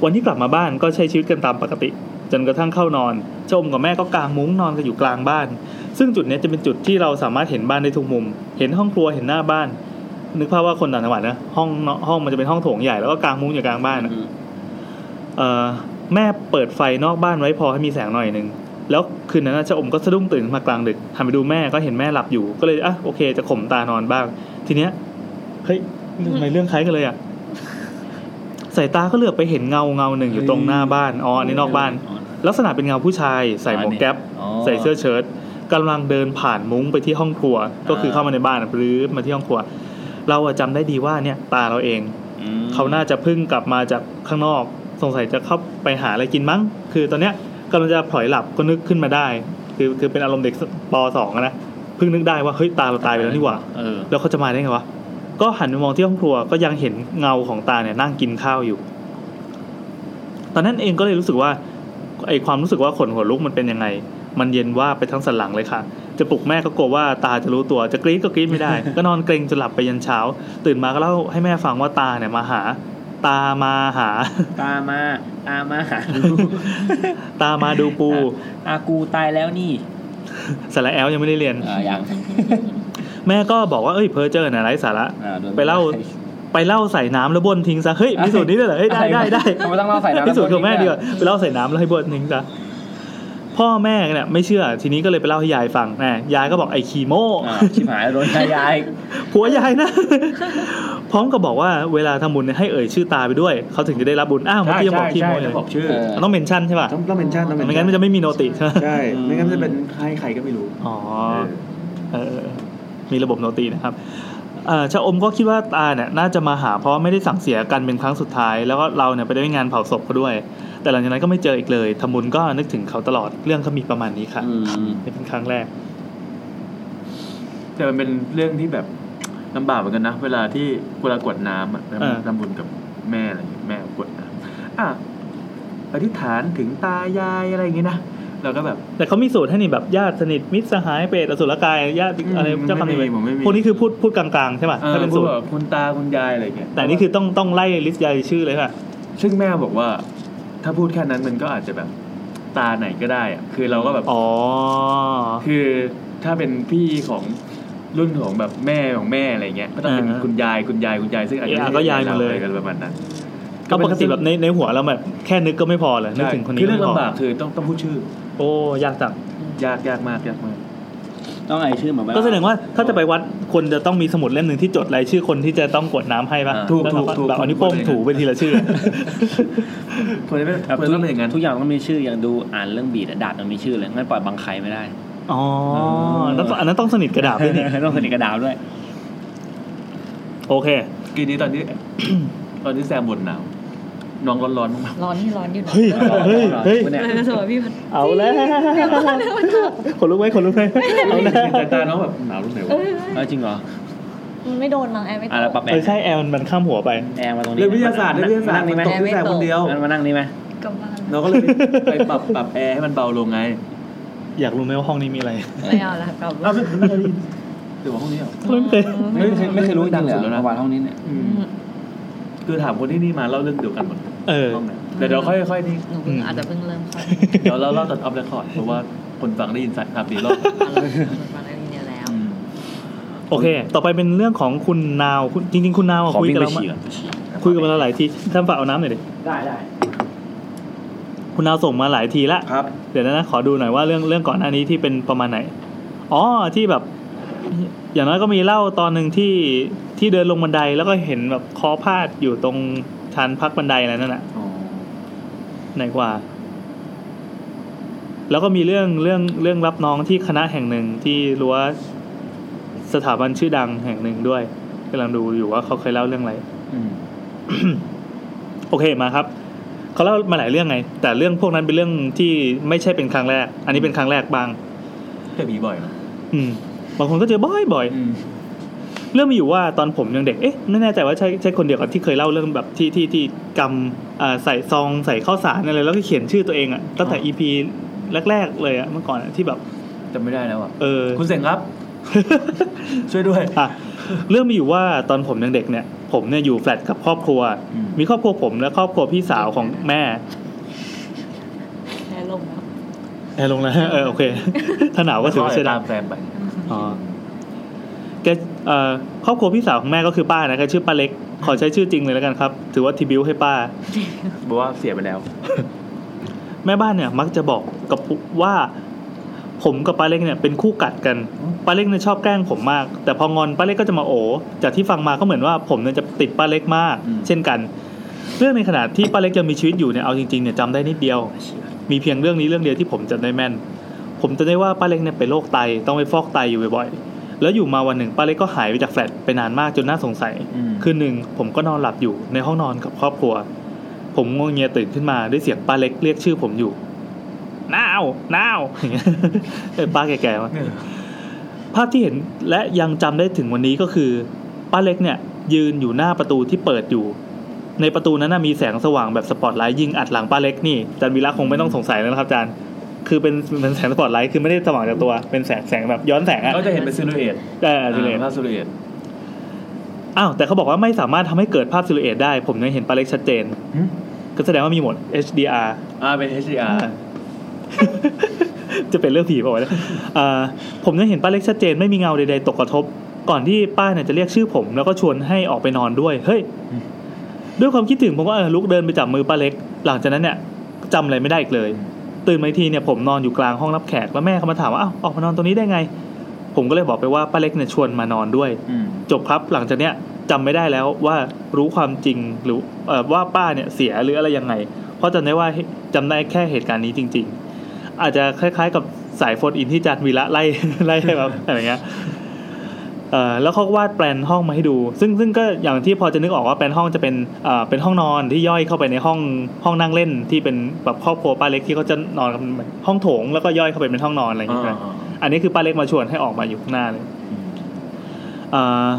[SPEAKER 2] วันที่กลับมาบ้านก็ใช้ชีวิตกันตามปกติ จนกระทั่งเข้านอนชมกับแม่ก็กางมุ้งนอนกันอยู่กลางบ้าน ซึ่งจุดเนี้ยจะเป็นจุดที่เราสามารถเห็นบ้านได้ทุกมุม เห็นห้องครัวเห็นหน้าบ้าน นึกภาพว่าคนต่างจังหวัดนะห้องเนอะห้องมันจะเป็นห้องโถงใหญ่แล้วก็กางมุ้งอยู่กลางบ้านอะ
[SPEAKER 1] อืม
[SPEAKER 2] เอ่อแม่เปิดไฟนอกบ้านไว้พอให้มีแสงหน่อยหนึ่งแล้วคืนนั้นน่ะเจ้าอมก็สะดุ้งตื่นมากลางดึกหันไปดูแม่ก็เห็นแม่หลับอยู่ ก็เลยอ่ะโอเคจะข่มตานอนบ้าง ทีเนี้ยเฮ้ยทำไมเรื่องคล้ายกันเลยอ่ะสายตาก็เหลือบไปเห็นเงาเงาหนึ่งอยู่ตรงหน้าบ้านอ๋ออันนี้นอกบ้าน ลักษณะเป็นเงาผู้ชายใส่หมวกแก๊ป ใส่เสื้อเชิ้ตกำลังเดินผ่านมุ้งไปที่ห้องครัว ก็คือเข้ามาในบ้านหรือมาที่ห้องครัว เราอะจำได้ดีว่าเนี่ยตาเราเอง เขาน่าจะเพิ่งกลับมาจากข้างนอก สงสัยจะเข้าไปหาอะไรกินมั้ง คือตอนเนี้ยกำลังจะพลอยหลับก็นึกขึ้นมาได้ คือคือเป็นอารมณ์เด็กปสองอะนะเพิ่งนึกได้ว่าเฮ้ยตาเราตายไปแล้วนี่หว่า
[SPEAKER 5] เออ
[SPEAKER 2] แล้วเขาจะมาได้ไงวะ ก็หันไปมองที่ห้องครัวก็ยังเห็นเงาของตาเนี่ยนั่งกินข้าวอยู่ ตอนนั้นเองก็เลยรู้สึกว่าไอความรู้สึกว่าขนหัวลุกมันเป็นยังไง มันเย็นว่าบไปทั้งสันหลังเลยค่ะ จะปลุกแม่ก็กลัวว่าตาจะรู้ตัวจะกรี๊ดก็กรี๊ด *laughs* ไม่ได้ ก็นอนเกรงจนหลับไปยันเช้า ตื่นมาก็เล่าให้แม่ฟังว่าตาเนี่ยมาหา ตามาหา *laughs*
[SPEAKER 1] ตามมาตาม *laughs* มาหา
[SPEAKER 2] ตามาดูปู
[SPEAKER 1] อากูตายแล้วนี่
[SPEAKER 2] สาระแอลยังไม่ได้เรียน
[SPEAKER 1] เออยัง
[SPEAKER 2] แม่ก็บอกว่าเอ้ยเพอเจอร์น่ะไร้สาระ
[SPEAKER 1] อ่โดน
[SPEAKER 2] ไปเล่า ไปเล่าใส่น้ำแล้วบ้วนทิ้งซะเฮ้ยมีสูตรนี้ด้วยเหรอเฮ้ยได้ได้ได้
[SPEAKER 1] ทำไมต้องเล่าใส่น้ำ
[SPEAKER 2] พิสูจน์ของแม่ดีกว่าไปเล่าใส่น้ำแล้วให้บวชทิ้งซะพ่อแม่เนี่ยไม่เชื่อ ทีนี้ก็เลยไปเล่าให้ยายฟังแม่ยายก็บอกไอ้คีโม
[SPEAKER 1] อ่าชิบหายโดนยายยาย
[SPEAKER 2] ผัวยายนะ *laughs* พร้อมกับบอกว่าเวลาทำบุญเนี่ยให้เอ่ยชื่อตาไปด้วย เขาถึงจะได้รับบุญอ้าวเมื่อ
[SPEAKER 3] ใช่
[SPEAKER 2] กี้ยังบ
[SPEAKER 3] ใช่
[SPEAKER 2] อกคี
[SPEAKER 3] ใช่
[SPEAKER 2] โมเล
[SPEAKER 3] ต้อ
[SPEAKER 2] ย
[SPEAKER 3] งบอกชื่อ
[SPEAKER 2] ต้องเมนชั่นใช่ป่ะ
[SPEAKER 3] ต้องต้องเป็นชาติต้องเป็น
[SPEAKER 2] ไม่งั้นมันจะไม่มีโนติใช่ไหม
[SPEAKER 3] ใช่ไม่งั้นจะเป็นใครใครก็ไม่รู้
[SPEAKER 2] อ๋อ เออมีระบบโนตีนะครับเอ่อชะอมก็คิดว่าตาเนี่ยน่าจะมาหาเพราะไม่ได้สั่งเสียกันเป็นครั้งสุดท้าย แล้วก็เราเนี่ยไปได้งานเผาศพเขาด้วย แต่หลังจากนั้นก็ไม่เจออีกเลยทำบุญก็นึกถึงเขาตลอดเรื่องเขามีประมาณนี้ค่ะนี่เป็นครั้งแรก
[SPEAKER 5] แต่มันเป็นเรื่องที่แบบลำบากเหมือนกันนะ เวลาที่เวลากวดน้ำอะ
[SPEAKER 2] เออ
[SPEAKER 5] ทำบุญกับแม่อะไรอย่างเงี้ยแม่กวดน้ำอ่ะอธิษฐานถึงตายายอะไรอย่างเงี้ยนะเราก็แบบ
[SPEAKER 2] แต่เขามีสูตรให้นี่แบบญาติสนิทมิตรสหายเปรตอสุรกายญาติ
[SPEAKER 5] อืม
[SPEAKER 2] อะไรเจ้าคำ
[SPEAKER 5] ไม่
[SPEAKER 2] นี้
[SPEAKER 5] มีผมไม่มี
[SPEAKER 2] พวกนี้คือพูดพูดกลางๆใช่ป่ะ
[SPEAKER 5] เออ
[SPEAKER 2] ถ้าเป็น
[SPEAKER 5] พู
[SPEAKER 2] สู
[SPEAKER 5] ด
[SPEAKER 2] ตร
[SPEAKER 5] แบบคุณตาคุณยายอะไรอย่างเงี้ย
[SPEAKER 2] แต่อันนี่คือต้องต้องไล่ลิสต์รายชื่อเลยค่ะ
[SPEAKER 5] ซึ่งแม่บอกว่า ถ้าพูดแค่นั้นมันก็อาจจะแบบตาไหนก็ได้อะคือเราก็แบบ
[SPEAKER 2] อ๋อ
[SPEAKER 5] คือถ้าเป็นพี่ของรุ่นของแบบแม่ของแม่อะไรเงี้ยก็ต้องเป็น
[SPEAKER 2] อ่า
[SPEAKER 5] คุณยายคุณยายคุณยายซึ่งอาจจะ
[SPEAKER 2] อ่ะ
[SPEAKER 5] ไใช่
[SPEAKER 2] ก็ยายมาเลย
[SPEAKER 5] รกันประมาณนั้น
[SPEAKER 2] ก็ปกติแบบในในหัวเราแบบแค่นึกก็ไม่พอเลยนึก
[SPEAKER 5] ใช่
[SPEAKER 2] ถึงคนนี้
[SPEAKER 5] คือเรื่อง
[SPEAKER 2] ไม่พ
[SPEAKER 5] ลำบากคือต้องต้องพูดชื่อ
[SPEAKER 2] โอ้ยากจัง
[SPEAKER 5] ยากยากมากยากมาก
[SPEAKER 1] ต้องไอชื่อเหมือน
[SPEAKER 2] ก็แสดงว่าถ้าจะไปวัดคนจะต้องมีสมุดเล่มหนึ่งที่จดรายชื่อคนที่จะต้องกรวดน้ำให้ป่ะ
[SPEAKER 5] ถูก
[SPEAKER 2] แล้ว
[SPEAKER 5] ถูก
[SPEAKER 2] ก็
[SPEAKER 5] ถูก
[SPEAKER 2] แบบเอานิ้วโป้งถูไปทีละชื่อ
[SPEAKER 5] ควรจะเป็นควรจะต้องเป็นอย่างนั้น
[SPEAKER 1] ทุกอย่างต้องมีชื่ออย่างดูอ่านเรื่องบีดอะดาดมันมีชื่อเลยงั้นปล่อยบังใครไม่ได้
[SPEAKER 2] อ๋อแล้วอันนั้นต้องสนิทกระดาษด้วยนี่
[SPEAKER 1] ต้องสนิทกระดาษด้วย
[SPEAKER 2] โอเค
[SPEAKER 6] *coughs*
[SPEAKER 5] กินนี้ตอนที่ ตอนที่แซมบ่นหนาว
[SPEAKER 6] น้องร้อนๆมาก
[SPEAKER 4] ร้อนนี่ร้อนอยู่นะ
[SPEAKER 2] เฮ้ยเฮ้ยเฮ้ย
[SPEAKER 4] เออสวยพี่มัน
[SPEAKER 2] เอาแล้วขนลุกไหมขนลุกไหมเอาแล้ว
[SPEAKER 6] ๆแต่ตาน้องแบบหนาวรู้ไหนวะ
[SPEAKER 4] เอ้ย
[SPEAKER 1] เออจริงเหรอ
[SPEAKER 4] มันไม่โดนมั้งแอร์ไม่ต
[SPEAKER 1] อ่ะแล้ว
[SPEAKER 4] ก
[SPEAKER 1] ปรับแอ
[SPEAKER 2] เออ
[SPEAKER 1] ร์
[SPEAKER 2] ใช่แอลมันข้ามหัวไป
[SPEAKER 1] แอร์มาตรงนี้
[SPEAKER 6] เรื่องวิทยาศาสตร์เรื่องวิทยาศาสตร์
[SPEAKER 1] ม
[SPEAKER 6] มัน
[SPEAKER 1] นั่ง
[SPEAKER 6] ต
[SPEAKER 1] นี่
[SPEAKER 6] ก
[SPEAKER 1] ไหม
[SPEAKER 6] ที่แต่คนเดียว
[SPEAKER 1] งั้นมานั่งนี่ไหม
[SPEAKER 4] กำลัง
[SPEAKER 6] เราก็เลยไปปรับปรับแอร์ให้มันเบาลงไง
[SPEAKER 2] อยากรู้ไหมว่าห้องนี้มีอะไร
[SPEAKER 4] ไม่เอาละกลับ
[SPEAKER 6] เราไม่ไม่ได้ยินหรือว่าห้องนี้เหรอ
[SPEAKER 2] ไม่เคย
[SPEAKER 1] ไม่เคยไม่เคยรู้จริงเหร
[SPEAKER 6] ดังสุดแล้
[SPEAKER 1] อ
[SPEAKER 6] วนะ
[SPEAKER 1] ประวัติห้องนี้เนี่ย
[SPEAKER 6] อืมคือถามคนที่นี่มาเล่าเรื่องเดียวกันหมด
[SPEAKER 2] เออ
[SPEAKER 6] ห้องไหนเดี๋ยวเดี๋ยวค่อยค่อยนี่
[SPEAKER 4] หนูเพิ่งอาจจะเพิ่งเริ่มเข้า
[SPEAKER 6] เดี๋ยวเราเล่าตัดออฟเรคคอร์ดเพราะว่าคนฟังได้ยินสายสามสี่รอบ
[SPEAKER 4] มาแล้วมาแล้วเนี่ยแล้ว
[SPEAKER 6] อืม
[SPEAKER 2] โอเค ต่อไปเป็นเรื่องของคุณนาวคุณจริง ๆ คุณนาวอะ
[SPEAKER 1] ขอ
[SPEAKER 2] คุย
[SPEAKER 1] วิ่ง
[SPEAKER 2] กับ
[SPEAKER 1] ไป
[SPEAKER 2] เรามา
[SPEAKER 1] ฉี่ก่อนไปฉี่
[SPEAKER 2] คุยกับเราหลายทีท่านฝากเอาน้ำหน่อยดิ
[SPEAKER 1] ได้ได้
[SPEAKER 2] คุณนาวส่งมาหลายทีละ
[SPEAKER 8] ครับ
[SPEAKER 2] เดี๋ยวนะขอดูหน่อยว่าเรื่องเรื่องก่อนหน้านี้ที่เป็นประมาณไหน อ๋อที่แบบ อย่างน้อยก็มีเล่าตอนหนึ่งที่ที่เดินลงบันไดแล้วก็เห็นแบบคอพาดอยู่ตรงชานพักบันไดอะไรนั่นน่ะ
[SPEAKER 6] อ๋อ
[SPEAKER 2] ไหนกว่า แล้วก็มีเรื่องเรื่องเรื่องรับน้องที่คณะแห่งหนึ่งที่รั้วสถาบันชื่อดังแห่งหนึ่งด้วยกำลังดูอยู่ว่าเขาเคยเล่าเรื่องอะไร
[SPEAKER 6] อืม
[SPEAKER 2] โอเคมาครับเขาเล่ามาหลายเรื่องไง แต่เรื่องพวกนั้นเป็นเรื่องที่ไม่ใช่เป็นครั้งแรก อันนี้เป็นครั้งแรกบาง
[SPEAKER 6] เจอผีบ่อยเนอะ
[SPEAKER 2] อืมบางคนก็เจอบ่อย
[SPEAKER 6] อืม
[SPEAKER 2] ๆ เรื่องมีอยู่ว่าตอนผมยังเด็ก เอ๊ะไม่แน่ใจว่าใช่ใช่คนเดียวกับที่เคยเล่าเรื่องแบบที่ที่ที่กำอ่าใส่ซองใส่ข้าวสารอะไรแล้วก็เขียนชื่อตัวเองอะตั้งแต่ EP แรกๆ เลยอะเมื่อก่อนอะที่แบบ
[SPEAKER 6] จำไม่ได้แล้วอ่ะ
[SPEAKER 2] เอ *laughs* อ
[SPEAKER 6] คุณเสงครับ ช่วยด้วย
[SPEAKER 2] อ่ะเรื่องมีอยู่ว่าตอนผมยังเด็กเนี่ย ผมเนี่ยอยู่แฟลตกับครอบครัว
[SPEAKER 6] อืม
[SPEAKER 2] มีครอบครัวผมและครอบครัวพี่สาวของแม่
[SPEAKER 4] แอร์ลงแล้ว
[SPEAKER 2] แอร์ลงแล้วเออโอเค ถ้าหนาวก็ถือว่าใช้ได้
[SPEAKER 6] ตามแฟนไป
[SPEAKER 2] อ๋อแกเอ่อครอบครัวพี่สาวของแม่ก็คือป้านะแกชื่อป้าเล็ก ขอใช้ชื่อจริงเลยแล้วกันครับ ถือว่าทีบิวให้ป้า
[SPEAKER 6] บอกว่าเสียไปแล้ว
[SPEAKER 2] แม่บ้านเนี่ย มักจะบอกกับผมว่า ผมกับป้าเล็กเนี่ยเป็นคู่กัดกันป้าเล็กเนี่ยชอบแกล้งผมมาก แต่พองอนป้าเล็กก็จะมาโอจากที่ฟังมาก็เหมือนว่าผมเนี่ยจะติดป้าเล็กมาก
[SPEAKER 6] อืม
[SPEAKER 2] เช่นกัน เรื่องในขณะที่ป้าเล็กยังมีชีวิตอยู่เนี่ยเอาจริงๆเนี่ยจำได้นิดเดียว มีเพียงเรื่องนี้เรื่องเดียวที่ผมจำได้แม่น ผมจำได้ว่าป้าเล็กเนี่ยเป็นโรคไตต้องไปฟอกไตอยู่บ่อยๆ แล้วอยู่มาวันหนึ่งป้าเล็กก็หายไปจากแฟลตไปนานมากจนน่าสงสัย
[SPEAKER 6] อืม
[SPEAKER 2] คืนหนึ่งผมก็นอนหลับอยู่ในห้องนอนกับครอบครัว ผมงวงเงียตื่นขึ้นมาด้วยเสียงป้าเล็กเรียกชื่อผมอยู่น้าวน้าว *laughs* อย่างเงี้ยเออป้าแก่ๆวะ ภาพที่เห็นและยังจำได้ถึงวันนี้ก็คือป้าเล็กเนี่ย ยืนอยู่หน้าประตูที่เปิดอยู่ ในประตูนั้นนะมีแสงสว่างแบบสปอตไลท์ยิงอัดหลังป้าเล็กนี่อาจารย์วีระคงไม่ต้องสงสัยแล้วนะครับอาจารย์คือเป็นเป็นแสงสปอตไลท์คือไม่ได้สว่างจากตัว เป็นแสงแสงแบบย้อนแสงอะ
[SPEAKER 6] ก็จะเห็นเป็นซิลูเอต
[SPEAKER 2] เออซิลเอต
[SPEAKER 6] ภาพซิลูเอต
[SPEAKER 2] อ้าวแต่เขาบอกว่าไม่สามารถทำให้เกิดภาพซิลเอตได้ ผมยังเห็นป้าเล็กชัดเจน ก็แสดงว่ามีโหมด HDR
[SPEAKER 6] อ่าเป็น HDR
[SPEAKER 2] จะเป็นเรื่องผีเปล่าวะเนี่ยเอ่อผมยังเห็นป้าเล็กชัดเจนไม่มีเงาใดๆตกกระทบ ก่อนที่ป้าเนี่ยจะเรียกชื่อผม แล้วก็ชวนให้ออกไปนอนด้วย เฮ้ย ด้วยความคิดถึงผมก็เออลุกเดินไปจับมือป้าเล็ก หลังจากนั้นเนี่ยจำอะไรไม่ได้อีกเลย ตื่นมาอีกทีเนี่ยผมนอนอยู่กลางห้องรับแขกแล้วแม่เขามาถามว่าอ้าวออกมานอนตรงนี้ได้ไง ผมก็เลยบอกไปว่าป้าเล็กเนี่ยชวนมานอนด้วย
[SPEAKER 6] อืม
[SPEAKER 2] จบครับหลังจากเนี้ยจำไม่ได้แล้วว่ารู้ความจริงหรือเอ่อว่าป้าเนี่ยเสียหรืออะไรยังไง เพราะจำได้ว่าจำได้แค่เหตุการณ์นี้จริง ๆ อาจจะคล้ายๆกับสายโฟนอินที่จัดวีระไล่ *laughs* ไล่ให้แบบอะไรเงี้ยเอ่อแล้วเขาก็วาดแปลนห้องมาให้ดู ซึ่งซึ่งก็อย่างที่พอจะนึกออกว่าแปลนห้องจะเป็นเอ่อเป็นห้องนอนที่ย่อยเข้าไปในห้องห้องนั่งเล่นที่เป็นแบบครอบครัวป้าเล็กที่เขาจะนอนกันห้องโถงแล้วก็ย่อยเข้าไปเป็นห้องนอนอะไรอย่าง
[SPEAKER 6] อ่า
[SPEAKER 2] เงี้ยใช่ไหม อันนี้คือป้าเล็กมาชวนให้ออกมาอยู่ข้างหน้าเลยเอ่อ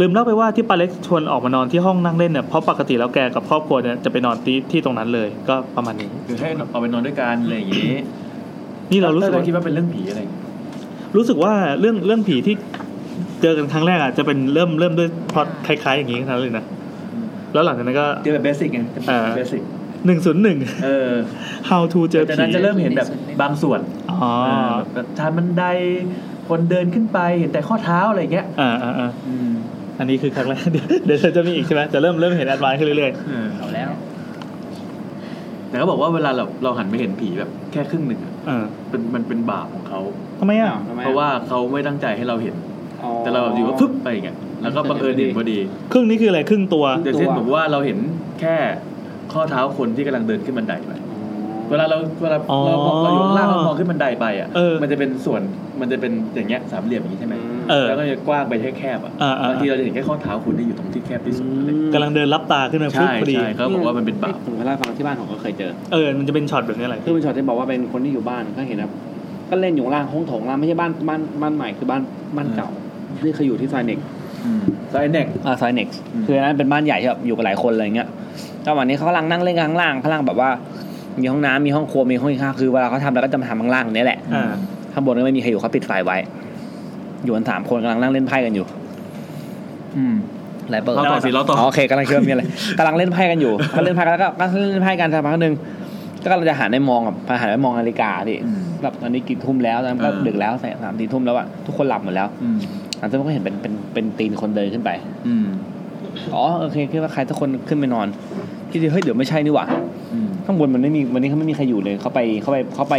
[SPEAKER 2] ลืมเล่าไปว่าที่ป้าเล็กชวนออกมานอนที่ห้องนั่งเล่นเนี่ยเพราะปกติแล้วแกกับครอบครัวเนี่ยจะไปนอนที่ที่ตรงนั้นเลย ก็ประมาณนี้
[SPEAKER 6] คือให้เอาไปนอนด้วยกันอะไรอย่างนี้
[SPEAKER 2] นี่เรารู้สึก
[SPEAKER 6] เรา
[SPEAKER 2] ว่า
[SPEAKER 6] คิดว่าเป็นเรื่องผีอะไรอย่างงี้
[SPEAKER 2] รู้สึกว่าเรื่องเรื่องผีที่เจอกันครั้งแรกอ่ะจะเป็นเริ่มเริ่มด้วยพล็อตคล้ายๆ อย่างนี้ทั้งนั้นเลยนะแล้วหลังจากนั้นก็
[SPEAKER 6] เจอแบบเบสิกไง
[SPEAKER 2] เออ
[SPEAKER 6] เบสิก
[SPEAKER 2] หนึ่งศูนย์หนึ่ง
[SPEAKER 6] เออ
[SPEAKER 2] how to เจอ
[SPEAKER 6] แต่
[SPEAKER 2] ผี
[SPEAKER 6] นั้นจะเริ่มเห็นแบบบางส่วน
[SPEAKER 2] อ๋อ
[SPEAKER 6] แบบทางบันไดคนเดินขึ้นไปเห็นแต่ข้อเท้าอะไรอย่างเงี้ย
[SPEAKER 2] อ่าอ่าอ่า
[SPEAKER 6] อืม
[SPEAKER 2] อันนี้คือครั้งแรก *laughs* เดี๋ยวเดี๋ยวจะมีอีกใช่ไหมจะเริ่มเริ่มเห็นแอดวานขึ้นเรื่อย
[SPEAKER 6] เออ
[SPEAKER 1] เอาแล้ว
[SPEAKER 6] แต่เขาบอกว่าเวลาเราเราหันไปเห็นผีแบบแค่ครึ่งหนึ่งอะ
[SPEAKER 2] ๆเออ
[SPEAKER 6] เป็นมันเป็นบาปของเขา
[SPEAKER 2] ทำไมอ่ะ
[SPEAKER 6] เพราะว่าเขาไม่ตั้งใจให้เราเห็น
[SPEAKER 1] อ๋
[SPEAKER 6] แต่เราแบบอยู่ก็ฟึบไปอย่างเงี้ยแล้ว
[SPEAKER 2] *laughs*
[SPEAKER 6] ก็บังเอิญเห็นพอดี
[SPEAKER 2] ครึ่งนี้คืออะไรครึ่งตัว
[SPEAKER 6] อย่างเช่นผมว่าเราเห็นแค่ข้อเท้าคนที่กำลังเดินขึ้นบันไดไป เวลาเราเวลา
[SPEAKER 2] อ๋อ
[SPEAKER 6] เรามองเราอยู่ข้างล่างเรามองขึ้นบันไดไปอ่ะ
[SPEAKER 2] เออ
[SPEAKER 6] มันจะเป็นส่วนมันจะเป็นอย่างเงี้ยสามเหลี่ยมอย่างนี้ใช่ไหม
[SPEAKER 1] อืม
[SPEAKER 2] เออ
[SPEAKER 9] แล้วก็จะกว้างไปแค่แคบอ่ะ
[SPEAKER 2] อ่าๆ
[SPEAKER 9] บางทีเราจะเห็นแค่ข้อเท้าคุณที่อยู่ตรงที่แคบที่สุดอะไร
[SPEAKER 2] กำลังเดินรับตาขึ้นมาปุ๊บ
[SPEAKER 6] ใช่
[SPEAKER 2] พอดี
[SPEAKER 6] ใช่เขาบอกว่ามันเป็นบาป
[SPEAKER 1] ผมเคยเล่าให้ฟังที่บ้านผมก็เคยเจอ
[SPEAKER 2] เออมันจะเป็นช็อตแบบนี้แหละ
[SPEAKER 1] คือเป็นช็อตที่บอกว่าเป็นคนที่อยู่บ้านก็เห็นนะก็เล่นอยู่ข้างล่างห้องโถงล่างไม่ใช่บ้านบ้านบ้านใหม่คือบ้านบ้านเก่าที่เคยอยู่ที่ซอยเน็ก
[SPEAKER 9] ซอยเน็ก
[SPEAKER 1] อ่าซอยเน็ก
[SPEAKER 9] อืม
[SPEAKER 1] คืออันนั้นเป็นบ้านใหญ่ที่แบบอยู่กับหลายคนอะไรเงี้ยก็วันนี้เขากำลังนั่งเล่นกันข้างล่างข้างล่างแบบว่า มีห้องน้ำมีห้องครัวมีห้องกินข้าวคือเวลาเขาทำแล้วก็จะมาทำข้างล่างเนี่ยแหละ
[SPEAKER 2] อ่า
[SPEAKER 1] ข้างบนก็ไม่มีใครอยู่เขาปิดไฟไว้ อยู่กันสามคนกำลังนั่งเล่นไพ่กันอยู่หลายเปิด
[SPEAKER 6] เราต่อสิเราต่อ
[SPEAKER 1] โอเคกำลังคิดว่ามีอะไรกำลังเล่นไพ่กันอยู่ก็เล่นไพ่กันแล้วก็ก็เล่นไพ่กันสักพักหนึ่งก็กำลังจะหันไปมองแบบหันไปมองนาฬิกาดิ
[SPEAKER 6] อืม
[SPEAKER 1] แบบตอนนี้กี่ทุ่มแล้วตอนนั้นก็
[SPEAKER 6] เออ
[SPEAKER 1] ดึกแล้วสามสี่ทุ่มแล้วอะทุกคนหลับหมดแล้ว
[SPEAKER 6] อืม
[SPEAKER 1] หลังจากนั้นก็เห็นเป็นเป็นเป็นตีนคนเดินขึ้นไป
[SPEAKER 6] อืม
[SPEAKER 1] อ๋อโอเคคิดว่าใครสักคนขึ้นไปนอนคิดดีเฮ้ยเดี๋ยวไม่ใช่นี่หว่า
[SPEAKER 6] อืม
[SPEAKER 1] ข้างบนมันไม่มีวันนี้เขาไม่มีใครอยู่เลยเขาไปเขาไปเขาไป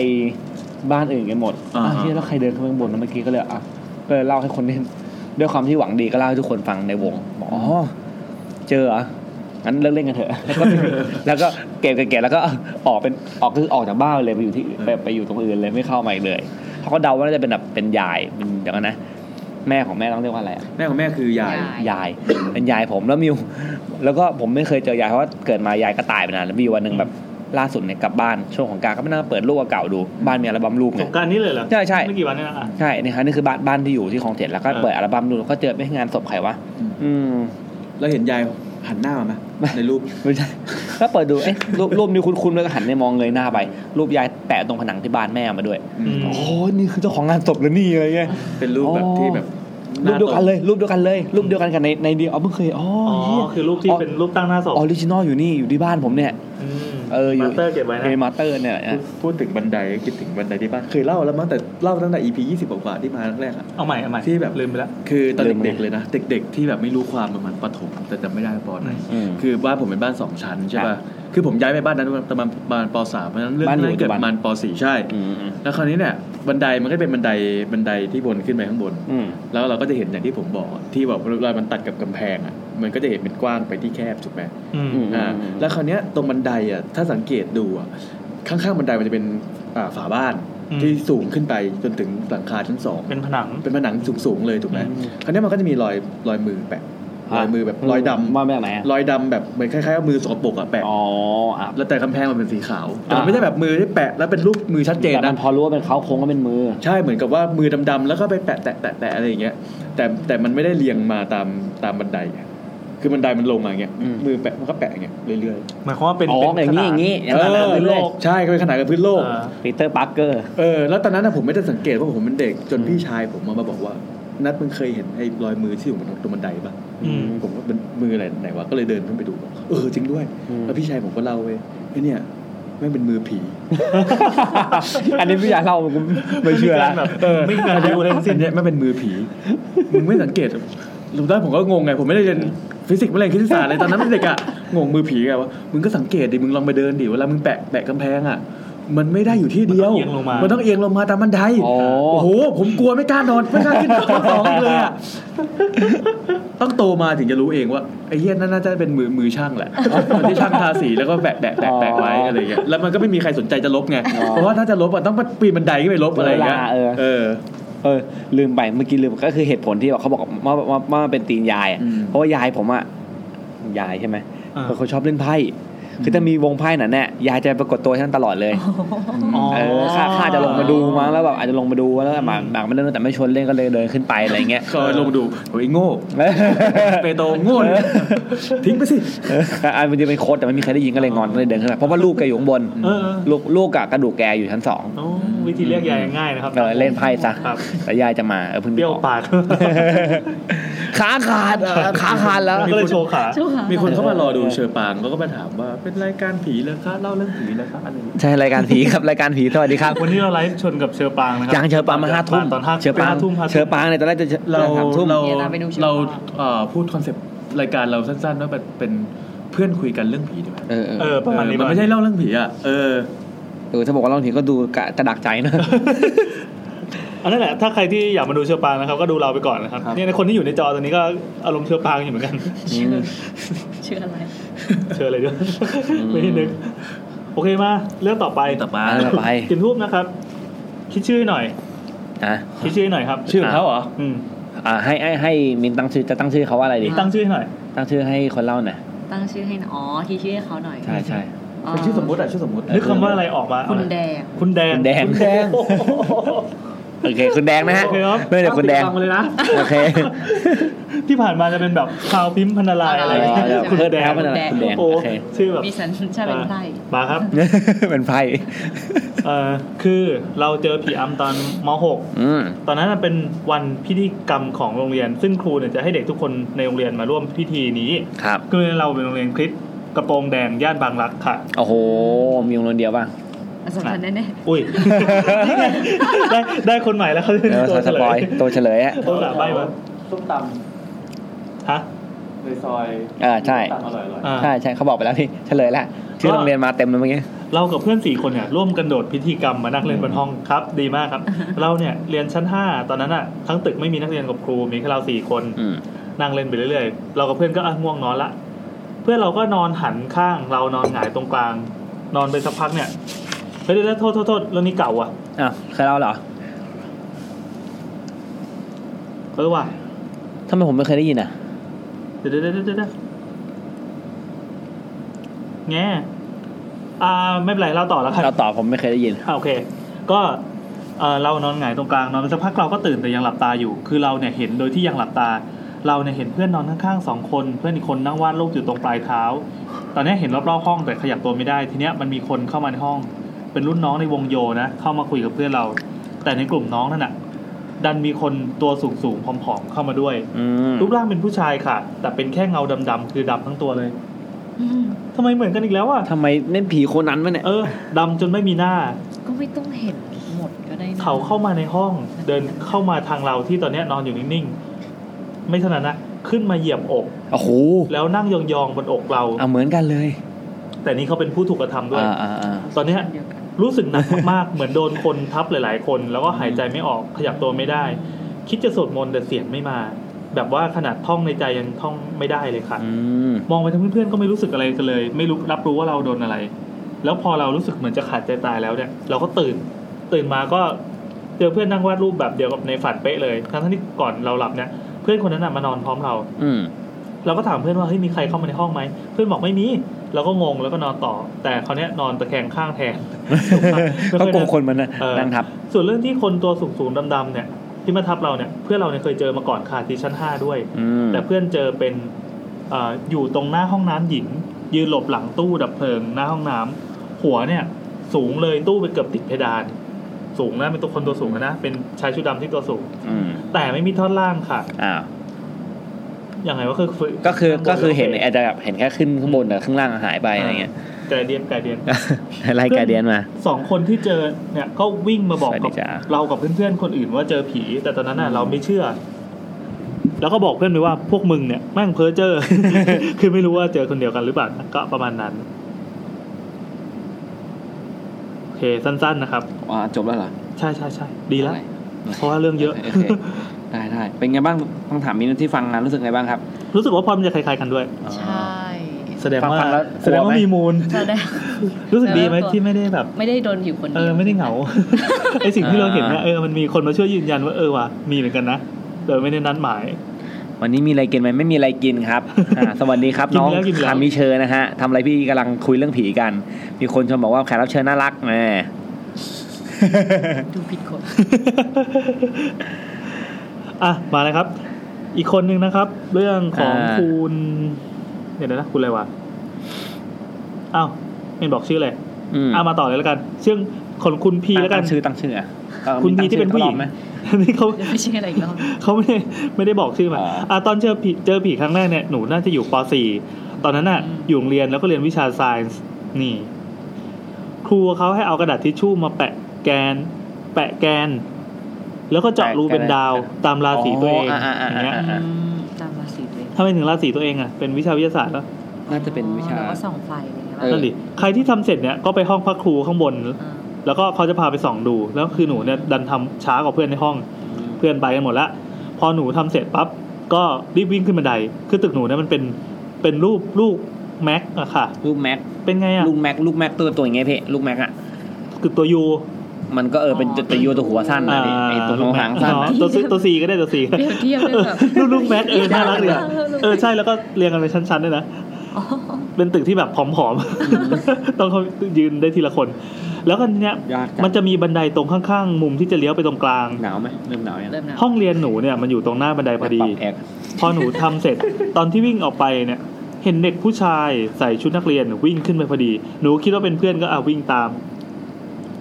[SPEAKER 1] บ้านอื่นกันหมด
[SPEAKER 6] อ่า
[SPEAKER 1] วเฮ้ยแล้วใครเดินขึ้นไปข้างบนเมื่อกี้ก็เลยอ่ะก็เลยเล่าให้คนที่ด้วยความที่หวังดีก็เล่าให้ทุกคนฟังในวงบอกอ๋อเจอเหรองั้นเลิกเล่นกันเถอะ แล้วก็แล้วก็เก็บเก็บแล้วก็ออกเป็นออกคือออกจากบ้านไปเลยไปอยู่ที่ไปไปอยู่ตรงอื่นเลยไม่เข้ามาอีกเลยเขาก็เดาว่าน่าจะเป็นแบบเป็นยายเป็นเดี๋ยวก่อนนะ แม่ของแม่ต้องเรียกว่าอะไรอะ
[SPEAKER 6] แม่ของแม่คือยาย
[SPEAKER 1] ยาย เป็นยายผมแล้วมิว แล้วก็ผมไม่เคยเจอยายเพราะว่าเกิดมายายก็ตายไปนานแล้วมีวันหนึ่งแบบล่าสุดเนี่ยกลับบ้านช่วงของกรารก็ไม่น่าเปิดรูปเก่าๆดูบ้านมีอัลบั้มรูป
[SPEAKER 2] ส
[SPEAKER 1] ไง
[SPEAKER 2] งกรารนี้เลยเหรอ
[SPEAKER 1] ใช่ใช่
[SPEAKER 2] ไม่กี่วันเนี่ยนะอ่ะ
[SPEAKER 1] ใช่นี่ครับนี่คือบ้านบ้านที่อยู่ที่คลองเจ็ดแล้วก็
[SPEAKER 2] เออ
[SPEAKER 1] เปิดอัลบั้มดูแล้วก็เจอไปงานศพใครวะ
[SPEAKER 6] อืม
[SPEAKER 1] อืม
[SPEAKER 6] เราเห็นยายหันหน้ามาไหมในรูป
[SPEAKER 1] ไม่ใช่ก็เปิดดูเอ๊ะรูปรูปนี้คุ้นๆแล้วก็หันไปมองเงยหน้าไป รูปยายแปะตรงผนังที่บ้านแม่มาด้วย
[SPEAKER 2] อืม
[SPEAKER 1] โอ้โหนี่คือเจ้าของงานศพเลยนี่อะไรเงี้ย
[SPEAKER 6] เป็นรูปแบบ
[SPEAKER 1] อ๋อ
[SPEAKER 6] ที่แบบ
[SPEAKER 1] รูปเดียวกันเลยรูปเดียวกันเลยรูปเดียวกันกับในในเดียวเอาเพิ่งเคยอ๋อ
[SPEAKER 2] อ๋อ
[SPEAKER 1] เหี้ย
[SPEAKER 2] คือรูปที่
[SPEAKER 1] อ๋อ
[SPEAKER 2] เป็นรูปตั้งหน้าศพ
[SPEAKER 1] ออริจินอลอยู่นี่อยู่ที่บ้านผมเนี่ย
[SPEAKER 2] ม
[SPEAKER 1] เอออยู่
[SPEAKER 2] มาสเตอร์เก็บไว้นะ
[SPEAKER 1] เฮมาเตอร์เนี่ยนะ
[SPEAKER 6] พูดถึงบันไดคิดถึงบันไดที่บ้านเคยเล่าแล้วมั้งแต่เล่าตั้งแต่ EP 20กว่าๆที่มาแรกๆอะ
[SPEAKER 2] เอาใหม่เอาใหม่
[SPEAKER 6] ที่แบบ
[SPEAKER 2] ลืมไปแล้ว
[SPEAKER 6] คือตอน
[SPEAKER 1] ลืม
[SPEAKER 6] เด็ก
[SPEAKER 1] ไหม
[SPEAKER 6] ๆเลยนะ เด็ก ๆ ที่แบบไม่รู้ความประมาณประถมแต่จำไม่ได้ปอไหน
[SPEAKER 1] อืม
[SPEAKER 6] คือบ้านผมเป็นบ้านสองชั้นใช่
[SPEAKER 1] ครั
[SPEAKER 6] ป่ะ
[SPEAKER 1] บ
[SPEAKER 6] คือผมย้ายไปบ้านนั้นประมาณประมาณปสามเพราะฉะนั้นเรื่อง
[SPEAKER 1] บ้านอยู่
[SPEAKER 6] นั้นเกิด
[SPEAKER 1] ปัจจุบัน
[SPEAKER 6] ประมาณปสี่ใช่
[SPEAKER 1] อืมอืม
[SPEAKER 6] แล้วคราวนี้เนี่ยบันไดมันก็เป็นบันไดบันไดที่วนขึ้นไปข้างบน
[SPEAKER 1] อืม
[SPEAKER 6] แล้วเราก็จะเห็นอย่างที่ผมบอกที่แบบเวลามันตัดกับกำแพงอ่ะมันก็จะเห็นเป็นกว้างไปที่แคบถูกไหม
[SPEAKER 2] อืม
[SPEAKER 1] ม
[SPEAKER 6] อ่าแล้วคราวเนี้ยตรงบันไดอ่ะถ้าสังเกตดูอ่ะข้างๆบันไดมันจะเป็นอ่าฝาบ้าน
[SPEAKER 2] อืม
[SPEAKER 6] ที่สูงขึ้นไปจนถึงหลังคาชั้นสอง
[SPEAKER 2] เป็นผนัง
[SPEAKER 6] เป็นผนังสูงๆเลยถูกไหม
[SPEAKER 2] อืม
[SPEAKER 6] คราวเนี้ยมันก็จะมีรอยรอยมือแปะรอยมือแบบรอยดำ
[SPEAKER 1] มาแบบไหนอะ
[SPEAKER 6] รอยดำแบบเหมือนคล้ายๆว่ามือสกปรกอ่ะแปะ
[SPEAKER 1] อ๋ออ่ะ
[SPEAKER 6] แล้วแต่กำแพงมันเป็นสีขาวแต่มัน
[SPEAKER 1] อ่า
[SPEAKER 6] ไม่ใช่แบบมือที่แปะแล้วเป็นรูปมือชัดเจน
[SPEAKER 1] แต่
[SPEAKER 6] นะ
[SPEAKER 1] มันพอรู้ว่าเป็นเขาโครงก็เป็นมือ
[SPEAKER 6] ใช่เหมือนกับว่ามือดำๆแล้วก็ไปแปะแตะแตะแตะอะไรอย่างเงี้ยแต่แต่มันไม่ได้เรียงมาตามตามบันไดอะคือบันไดมันลงมาอย่างเงี้ย
[SPEAKER 1] อืม
[SPEAKER 6] มือแปะมันก็แปะอย่างเงี้ยเรื่อย
[SPEAKER 2] หมายความว่าเป็น
[SPEAKER 1] อ๋อ
[SPEAKER 2] เป็
[SPEAKER 1] อย่างนี้อย่าง
[SPEAKER 2] นี้
[SPEAKER 1] นี้
[SPEAKER 6] ๆ
[SPEAKER 1] อย่างนั้น
[SPEAKER 6] เออ
[SPEAKER 1] เรื่อย
[SPEAKER 6] ใช่ก็เป็นขนาดกับพื้นโลก
[SPEAKER 1] ปีเตอร์ปาร์เกอ
[SPEAKER 6] *laughs*
[SPEAKER 1] ร์
[SPEAKER 6] เออแล้วตอนนั้นนะผมไม่ได้สังเกตว่าผมเป็นเด็กจนพี่ชายผมมาบอกว่า นัดมึงเคยเห็นไอ้รอยมือที่อยู่บนตรงบันไดปะ
[SPEAKER 2] อืม
[SPEAKER 6] ผมว่าเป็นมืออะไรไหนวะก็เลยเดินขึ้นไปดูบอกเออจริงด้วย แล้วพี่ชายผมก็เล่าเว้ยไอ้เนี่ยแม่งเป็นมือผี
[SPEAKER 1] อันนี้พี่อยากเล่าผมไม่เชื่อละ
[SPEAKER 6] เออ
[SPEAKER 2] ไม่มีการดูเลยทั้งสิ้น
[SPEAKER 6] อัเนี่ยไม่เป็นมือผี มึงไม่สังเกตหลุมได้ผมก็งงไง ผมไม่ได้เรียนฟิสิกส์ไม่ได้เรียนคณิตศาสตร์เลยตอนนั้นเป็นเด็กอะงงมือผีไงวะมึงก็สังเกตดิ มึงลองไปเดินดิ เวลามึงแปะแปะกำแพงอะมันไม่ได้อยู่ที่เดียว
[SPEAKER 2] มันต้องเอียงลงมามั
[SPEAKER 6] มันต้องเอียงลงมาตามบันได
[SPEAKER 1] โอ้
[SPEAKER 6] โอ้โห ผมกลัวไม่กล้านอน ไม่กล้าขึ้นชั้นสองอีกเลยอะต้องโตมาถึงจะรู้เองว่าไอ้เหี้ยนั่นน่าจะเป็นมือมือช่างแหละมันที่ช่างทาสีแล้วก็แปะแปะแปะแปะไว้อะไรอย่างเงี้ย แล้วมันก็ไม่มีใครสนใจจะลบไง เพราะว่าถ้าจะลบอะต้องปีนบันไดขึ้นไปลบอะไรอย่างเงี้ย เออ
[SPEAKER 1] เออลืมไปเมื่อกี้ลืมก็คือเหตุผลที่แบบเขาบอกว่าว่าว่าเป็นตีนยายอะ
[SPEAKER 6] อืม
[SPEAKER 1] เพราะว่ายายผมอะยายใช่ไหม
[SPEAKER 2] อ่า
[SPEAKER 1] เขาชอบเล่นไพ่คือถ้ามีวงไพ่น่ะแน่ยายจะปรากฏตัวให้ท่านตลอดเลย
[SPEAKER 2] อ๋อ
[SPEAKER 1] เออข้าข้าจะลงมาดูมั้งแล้วแบบอาจจะลงมาดูแล้วแบบบางไม่เล่นแต่ไม่ชวนเล่นก็เลยเดินขึ้นไปอะไรเงี้ย
[SPEAKER 6] เคยลงดูโอ้ยโง่ เปโตรโง่เลย
[SPEAKER 1] เออ
[SPEAKER 6] ทิ้งไปสิ
[SPEAKER 1] เออ *laughs* อันมันจะเป็นโค้ดแต่ไม่มีใครได้ยินก็เลยงอนก็เลยเดินขึ้นไปเพราะว่าลูกแกอยู่ข้างบน
[SPEAKER 2] เออ
[SPEAKER 1] ลูกลูกกับกระดูกแกอยู่ชั้นสอง
[SPEAKER 2] โอ้วิธีเรียกยายง่ายนะครับ
[SPEAKER 1] เออเล่นไพ่ซะ
[SPEAKER 2] ครับ
[SPEAKER 1] แต่ยายจะมาเออเพิ่ง
[SPEAKER 2] เปรี้ยว
[SPEAKER 1] ออก
[SPEAKER 2] ปาก *laughs*
[SPEAKER 1] ขาขาดเออขาขาดแล้ว
[SPEAKER 2] ก็เลยโชว์ขา
[SPEAKER 4] ช่วงหา
[SPEAKER 6] มีคนเข้ามารอดู
[SPEAKER 1] เออ
[SPEAKER 6] เชอปางเขาก็มาถามว่าเป็นรายการผีเหรอคะเล่าเรื่องผีเหรอคะอะไรอย่างเงี้ย
[SPEAKER 1] ใช่รายการผีครับรายการผีสวัสดีครับ
[SPEAKER 2] วันนี้เราไลฟ์ชนกับเชอปางนะครั
[SPEAKER 1] จางเชอปางมาห้าทุ่ม
[SPEAKER 2] ตอนห้า
[SPEAKER 1] เชอปาง
[SPEAKER 2] ห้ทุ่มห้า
[SPEAKER 1] เช
[SPEAKER 2] ทุ่ม
[SPEAKER 1] อปางเนี่ยตอนแรกจะ
[SPEAKER 6] เรา
[SPEAKER 1] สามทุ่ม
[SPEAKER 6] เราเราเอ่อพูดคอนเซปต์รายการเราสั้นๆว่าเป็นเป็นเพื่อนคุยกันเรื่องผีดีไหม
[SPEAKER 1] เออเออ
[SPEAKER 2] เออประมาณนี้
[SPEAKER 6] เออมันไม่ใช่เล่าเรื่องผีอ่ะเออ
[SPEAKER 1] เออถ้าบอกว่าเราถึงก็ดูกระกระดักใจนะ
[SPEAKER 2] อันนั้นแหละถ้าใครที่อยากมาดูเชอปางนะครับก็ดูเราไปก่อนนะครับ
[SPEAKER 1] ครับ
[SPEAKER 2] เนี่ยคนที่อยู่ในจอตอนนี้ก็อารมณ์เชอปางอยู่เหมือนกัน
[SPEAKER 1] อืม
[SPEAKER 4] ชื่ออะไร
[SPEAKER 2] *laughs* เชิญเลยด้วย
[SPEAKER 1] อืม
[SPEAKER 2] ไม่ได้นึกโอเคมาเรื่องต่อไป
[SPEAKER 6] เรื่องต่อไป
[SPEAKER 1] อ่ะเราไป
[SPEAKER 2] กินทูบนะครับ คิดชื่อหน่อย
[SPEAKER 1] อ่ะ
[SPEAKER 2] คิดชื่อหน่อยครับ
[SPEAKER 6] ชื่อของเขาเหรอ
[SPEAKER 2] อืม
[SPEAKER 1] อ่าให้ให้ให้มินตั้งชื่อจะตั้งชื่อเขาว่าอะไรดี
[SPEAKER 2] ตั้งชื่อให้หน่อย
[SPEAKER 1] ตั้งชื่อให้คนเล่าหน่อย
[SPEAKER 4] ตั้งชื่อให้หน่อยอ๋อที่ชื่อให้เขาหน่อย
[SPEAKER 1] ใช่ใช่
[SPEAKER 4] อ๋อ
[SPEAKER 5] เป็นชื่อสมมติอ่ะชื่อสมมติ
[SPEAKER 2] นึกคำว่าอะไรออกมา
[SPEAKER 4] คุณแดง
[SPEAKER 2] คุณแดง
[SPEAKER 1] คุณแดง
[SPEAKER 2] คุณแดง
[SPEAKER 1] โอเคคุณแดงนะฮะ
[SPEAKER 2] โอเคครับ
[SPEAKER 1] ไม่เดี๋ยวคุณแดง
[SPEAKER 5] เลยนะ
[SPEAKER 1] โอเค *laughs*
[SPEAKER 2] ที่ผ่านมาจะเป็นแบบชาวพิมพ์พันนารายอะไรอย่างเงี้ย
[SPEAKER 4] อ๋อ
[SPEAKER 1] คุ
[SPEAKER 2] คุณ ณ
[SPEAKER 1] แด
[SPEAKER 2] แด
[SPEAKER 1] ง
[SPEAKER 2] ง
[SPEAKER 1] ครับคุณแดงคุณแดง
[SPEAKER 2] โอ้
[SPEAKER 1] โอเค
[SPEAKER 2] ชื่อแบบ
[SPEAKER 4] มีสัญชาติเป็นไพร่
[SPEAKER 2] มาครับ
[SPEAKER 1] เป็นไพ่
[SPEAKER 2] เอ่อคือเราเจอผีอำตอนม .6
[SPEAKER 1] อืม
[SPEAKER 2] ตอนนั้นนะเป็นวันพิธีกรรมของโรงเรียน ซึ่งครูเนี่ยจะให้เด็กทุกคนในโรงเรียนมาร่วมพิธีนี้
[SPEAKER 1] ครับ
[SPEAKER 2] คือเราเป็นโรงเรียนคริสต์กระโปรงแดงย่านบางรักค่ะ
[SPEAKER 1] โอ้โห มีโรงเรียนเดียวป่ะ
[SPEAKER 4] สำคัญแน่
[SPEAKER 1] *laughs*
[SPEAKER 2] อุ้ย นี่ไงได้ได้คนใหม่แล้วเขาจะเป็น
[SPEAKER 1] เดี๋ยว
[SPEAKER 2] ตัว
[SPEAKER 1] ส
[SPEAKER 2] เฉล
[SPEAKER 1] ปอย
[SPEAKER 2] ย
[SPEAKER 1] ตัวเฉลยอ่ะ
[SPEAKER 2] ตัวหลาใบมา
[SPEAKER 5] ส้มต
[SPEAKER 2] ฮะ
[SPEAKER 5] ำในซอย
[SPEAKER 1] อ่าใช่
[SPEAKER 5] ส้มตำอร่อยอร่อย
[SPEAKER 2] อ่า
[SPEAKER 1] ใช่ใช่เขาบอกไปแล้วพี่เฉลยละชื่อโรงเรียนมาเต็มเลยเมื่อกี้
[SPEAKER 2] เรากับเพื่อนสี่คนเนี่ยร่วมกันโดดพิธีกรรมมานั่งเล่นบนห้องครับ ดีมากครับ เราเนี่ยเรียนชั้นห้าตอนนั้นอ่ะทั้งตึกไม่มีนักเรียนกับครูมีแค่เราสี่คน
[SPEAKER 1] อืม
[SPEAKER 2] นั่งเล่นไปเรื่อยๆ เรากับเพื่อนก็อ่ะง่วงนอนละ เพื่อนเราก็นอนหันข้าง เรานอนหงายตรงกลาง นอนไปสักพักเนี่ยเฮ้ยเดี๋ยวๆโทษโทษโทษเรื่องนี้เก่าอ่ะ
[SPEAKER 1] อ้าวเคยเล่าเหรอ
[SPEAKER 2] เออว่ะ
[SPEAKER 1] ทำไมผมไม่เคยได้ยินอ่ะ
[SPEAKER 2] เดี๋ยวเดี๋ยวเดี๋ยวเดี๋ยวแง่อ่าไม่เป็นไรเราต่อแล้วกัน
[SPEAKER 1] เราตอบผมไม่เคยได้ยิน
[SPEAKER 2] อ่ะโอเค ก็เอ่อเรานอนหงายตรงกลางนอนไปสักพักเราก็ตื่นแต่ยังหลับตาอยู่ คือเราเนี่ยเห็นโดยที่ยังหลับตา เราเนี่ยเห็นเพื่อนนอนข้างๆสองคน เพื่อนอีกคนนั่งวาดรูปอยู่ตรงปลายเท้า ตอนเนี้ยเห็นรอบๆห้องแต่ขยับตัวไม่ได้ ทีเนี้ยมันมีคนเข้ามาในห้อง เป็นรุ่นน้องในวงโยนะ เข้ามาคุยกับเพื่อนเรา แต่ในกลุ่มน้องนั่นน่ะ ดันมีคนตัวสูงๆผอมๆเข้ามาด้วย
[SPEAKER 1] อืม
[SPEAKER 2] รูปร่างเป็นผู้ชายค่ะ แต่เป็นแค่เงาดำๆคือดำทั้งตัวเลย
[SPEAKER 4] ๆอืม
[SPEAKER 2] ทำไมเหมือนกันอีกแล้วอ่ะ
[SPEAKER 1] ทำไมเล่นผีโคนันวะเนี่ย
[SPEAKER 2] เออดำจนไม่มีหน้า
[SPEAKER 4] ก็ไม่ต้องเห็นหมดก็ได้นะ
[SPEAKER 2] เขาเข้ามาในห้องเดินเข้ามาทางเราที่ตอนเนี้ยนอนอยู่นิ่งๆ ไม่เท่านั้นนะขึ้นมาเหยียบอก
[SPEAKER 1] โอ้โห
[SPEAKER 2] แล้วนั่งยองๆบนอกเรา
[SPEAKER 1] เอาเหมือนกันเลย
[SPEAKER 2] แต่นี่เขาเป็นผู้ถูกกระทำด้วย
[SPEAKER 1] อ่าอ่าอ่า
[SPEAKER 2] ตอนเนี้ย
[SPEAKER 4] เดียวกัน
[SPEAKER 2] รู้สึกหนักมากๆ เหมือนโดนคนทับหลายๆ คน แล้วก็หายใจไม่ออกขยับตัวไม่ได้ คิดจะสวดมนต์แต่เสียงไม่มา แบบว่าขนาดท่องในใจยังท่องไม่ได้เลยค่ะ
[SPEAKER 1] อืม
[SPEAKER 2] มองไปทางเพื่อนๆก็ไม่รู้สึกอะไรกันเลย ไม่รู้รับรู้ว่าเราโดนอะไร แล้วพอเรารู้สึกเหมือนจะขาดใจตายแล้วเนี่ย เราก็ตื่น ตื่นมาก็เจอเพื่อนนั่งวาดรูปแบบเดียวกับในฝันเป๊ะเลยทั้งๆที่ก่อนเราหลับเนี่ยเพื่อนคนนั้นนะมานอนพร้อมเรา
[SPEAKER 1] อืม
[SPEAKER 2] เราก็ถามเพื่อนว่าเฮ้ยมีใครเข้ามาในห้องไหมเพื่อนบอกไม่มีเราก็งงแล้วก็นอนต่อ แต่คราวเนี้ยนอนตะแคงข้างแทน
[SPEAKER 1] *laughs*
[SPEAKER 2] ไม่
[SPEAKER 1] ก็
[SPEAKER 2] ค่อย
[SPEAKER 1] กลัว
[SPEAKER 2] นะ
[SPEAKER 1] คนมันนะ
[SPEAKER 2] เออ
[SPEAKER 1] นั่งทับ
[SPEAKER 2] ส่วนเรื่องที่คนตัวสูงๆดำๆเนี่ย ที่มาทับเราเนี่ยเพื่อนเราเนี่ยเคยเจอมาก่อนค่ะที่ชั้นห้าด้วย
[SPEAKER 1] อืม
[SPEAKER 2] แต่เพื่อนเจอเป็นเอออยู่ตรงหน้าห้องน้ำหญิง ยืนหลบหลังตู้ดับเพลิงหน้าห้องน้ำหัวเนี่ย สูงเลยตู้ไปเกือบติดเพดาน สูงนะเป็นตัวคนตัวสูงนะเป็นชายชุดดำที่ตัวสูง
[SPEAKER 1] อืม
[SPEAKER 2] แต่ไม่มีท่อนล่างค่ะ
[SPEAKER 1] อ้าว
[SPEAKER 2] ยังไงว่าคือฟื้น
[SPEAKER 1] ก็คือ
[SPEAKER 2] ข้างบน
[SPEAKER 1] ก็คือเห็น
[SPEAKER 2] โ
[SPEAKER 1] อาจจะแบบเห็นแค่ขึ้นข้างบนแต่ข้างล่างหายไปอะไรเงี้ย *laughs*
[SPEAKER 2] ไกลเดียนไกลเดียน
[SPEAKER 1] ไล่
[SPEAKER 2] เพื่อน
[SPEAKER 1] กาเดียนมา
[SPEAKER 2] สองคนที่เจอเนี่ยก็วิ่งมาบอก
[SPEAKER 1] สวัสดี
[SPEAKER 2] กับ
[SPEAKER 1] จ้า
[SPEAKER 2] เรากับเพื่อนๆคนอื่นว่าเจอผี แต่ตอนนั้นน่ะเราไม่เชื่อ แล้วก็บอกเพื่อนไปว่าพวกมึงเนี่ยแม่งเพ้อเจอ *laughs* คือไม่รู้ว่าเจอคนเดียวกันหรือเปล่าก็ประมาณนั้นโอเคสั้น ๆนะครับ
[SPEAKER 1] อ่าจบแล้วเหรอ
[SPEAKER 2] ใช่ใช่ใช่ดีแล้ว
[SPEAKER 1] อะไร
[SPEAKER 2] เพราะว่าเรื่องเยอะ
[SPEAKER 1] โคได้ได้เป็นไงบ้างต้องถามมินที่ฟังงานรู้สึกไงบ้างครับ
[SPEAKER 2] รู้สึกว่าพอมันจะคล้ายๆกันด้วย
[SPEAKER 4] ใช่
[SPEAKER 2] แสดงว่า
[SPEAKER 1] ฟังๆแล้ว
[SPEAKER 2] แสดง
[SPEAKER 1] กลัวไห
[SPEAKER 2] ว่าม มีมูล
[SPEAKER 4] แสดง
[SPEAKER 2] รู้สึกดีไหม
[SPEAKER 4] แสดงว่า
[SPEAKER 2] ที่ไม่ได้แบบ
[SPEAKER 4] ไม่ได้โดนอยู่คน
[SPEAKER 2] เอ
[SPEAKER 4] เดีย
[SPEAKER 2] อ
[SPEAKER 4] ว
[SPEAKER 2] ไม่ได้เหงา *laughs* ไอสิ่งที่เราเห็นเนี่ยเออมันมีคนมาช่วยยืนยันว่าเออว่ะมีเหมือนกันนะโดยไม่ได้นัดหมาย
[SPEAKER 1] วันนี้มีอะไรกินไหมไม่มีอะไรกิน *laughs* ครับอ่าสวัสดีครับ
[SPEAKER 2] กิน
[SPEAKER 1] น้อง
[SPEAKER 2] แล้วกินแล้ว
[SPEAKER 1] คามิเชอร์นะฮะทำอะไรพี่กำลังคุยเรื่องผีกัน มีคนชมบอกว่าแขกรับเชิญน่ารักแหม
[SPEAKER 4] ดูผิดคน
[SPEAKER 2] อ่ะ มาเลยครับ อีกคนนึงนะครับ เรื่องของ
[SPEAKER 1] า
[SPEAKER 2] คุณเดี๋ยวนะคุณอะไรวะอ้าวไม่บอกชื่อเลย
[SPEAKER 1] อืม
[SPEAKER 2] อ่ะมาต่อเลยแล้วกัน ซึ่งคนคุณพีแล้วกัน
[SPEAKER 1] ตั้งชื่อตั้งชื่ออ่ะเออ
[SPEAKER 2] คุณ
[SPEAKER 1] มี
[SPEAKER 2] พี
[SPEAKER 1] ตั้
[SPEAKER 2] ที่เป็นผู้หญิง
[SPEAKER 1] ชื่อตลอดไหม
[SPEAKER 2] นี่เขา
[SPEAKER 4] เดี๋ยวไม่ใช่อะไรอีกรอบ
[SPEAKER 2] เขาไม่ได้ไม่ได้บอกชื่อมา
[SPEAKER 1] อ่า
[SPEAKER 2] อ่ะตอนเจอผีเจอผีครั้งแรกเนี่ยหนูน่าจะอยู่ป .4 ตอนนั้นน่ะ อยู่โรงเรียนแล้วก็เรียนวิชาไซน์นี่ ครูเขาให้เอากระดาษทิชชู่มาแปะแกน แปะแกน แล้วก็เจาะรูเป็นดาวตามราศีตัวเองอย่างเงี้ย
[SPEAKER 1] อ่ะ
[SPEAKER 4] อืมตามมาสีเลย
[SPEAKER 2] ถ้าไม่ถึงราศีตัวเองอ่ะ เป็นวิชาวิทยาศาสตร์แล้ว
[SPEAKER 1] น่าจะเป็นวิชา
[SPEAKER 4] อ๋อแล้วก็ส่องไฟอะไรอย่างเงี้ย
[SPEAKER 1] เออ
[SPEAKER 2] นั่นดิใครที่ทำเสร็จเนี่ยก็ไปห้องพระครูข้างบน
[SPEAKER 4] า
[SPEAKER 2] แล้วก็เขาจะพาไปส่องดู แล้วคือหนูเนี่ยดันทำช้ากว่าเพื่อนในห้อง เพื่อนไปกันหมดละพอหนูทำเสร็จปั๊บก็รีบวิ่งขึ้นบันได คือตึกหนูเนี่ยมันเป็นเป็นรูปลูกแม็กอะค่ะ
[SPEAKER 1] ลูกแม็ก
[SPEAKER 2] เป็นไงอะ
[SPEAKER 1] ลูกแม็กลูกแม็กตัวตัวอย่างเงี้ยพี่ลูกแม็กอ่ะ
[SPEAKER 2] คือตัวยู
[SPEAKER 1] มันก็เออเป็นตัวตัวยูตัวหัวสั้นนะดิไอตัวหัวหางสั้น
[SPEAKER 2] อ๋อ
[SPEAKER 1] นะ
[SPEAKER 2] ตัวซีตัวซีก็ได้
[SPEAKER 1] *laughs*
[SPEAKER 2] ตัวซี
[SPEAKER 4] เปรียบเทียบด้วยแบบ
[SPEAKER 2] ลูกลูกแมทเออน่ารักเลยเออใช่แล้วก็เรียงกันเป็นชั้นๆด้วยนะ เป็นตึกที่แบบผอมๆ *laughs* ต้องเขายืนได้ทีละคน แล้วกันเนี้ย
[SPEAKER 1] ยาก
[SPEAKER 2] มั
[SPEAKER 1] มัน น
[SPEAKER 2] จะมีบันไดตรงข้างๆ มุมที่จะเลี้ยวไปตรงกลาง
[SPEAKER 1] หนาวไหมเริ่มหนาวยัง
[SPEAKER 4] เริ่มหนาว
[SPEAKER 2] ห้องเรียนหนูเนี่ยมันอยู่ตรงหน้าบันไดพอดี
[SPEAKER 1] ปรับแอร์
[SPEAKER 2] พอหนูทำเสร็จ ตอนที่วิ่งออกไปเนี่ย เห็นเด็กผู้ชายใส่ชุดนักเรียนวิ่งขึ้นไปพอดี หนูคิดว่าเป็นเพื่อนก็อ่ะวิ่งตาม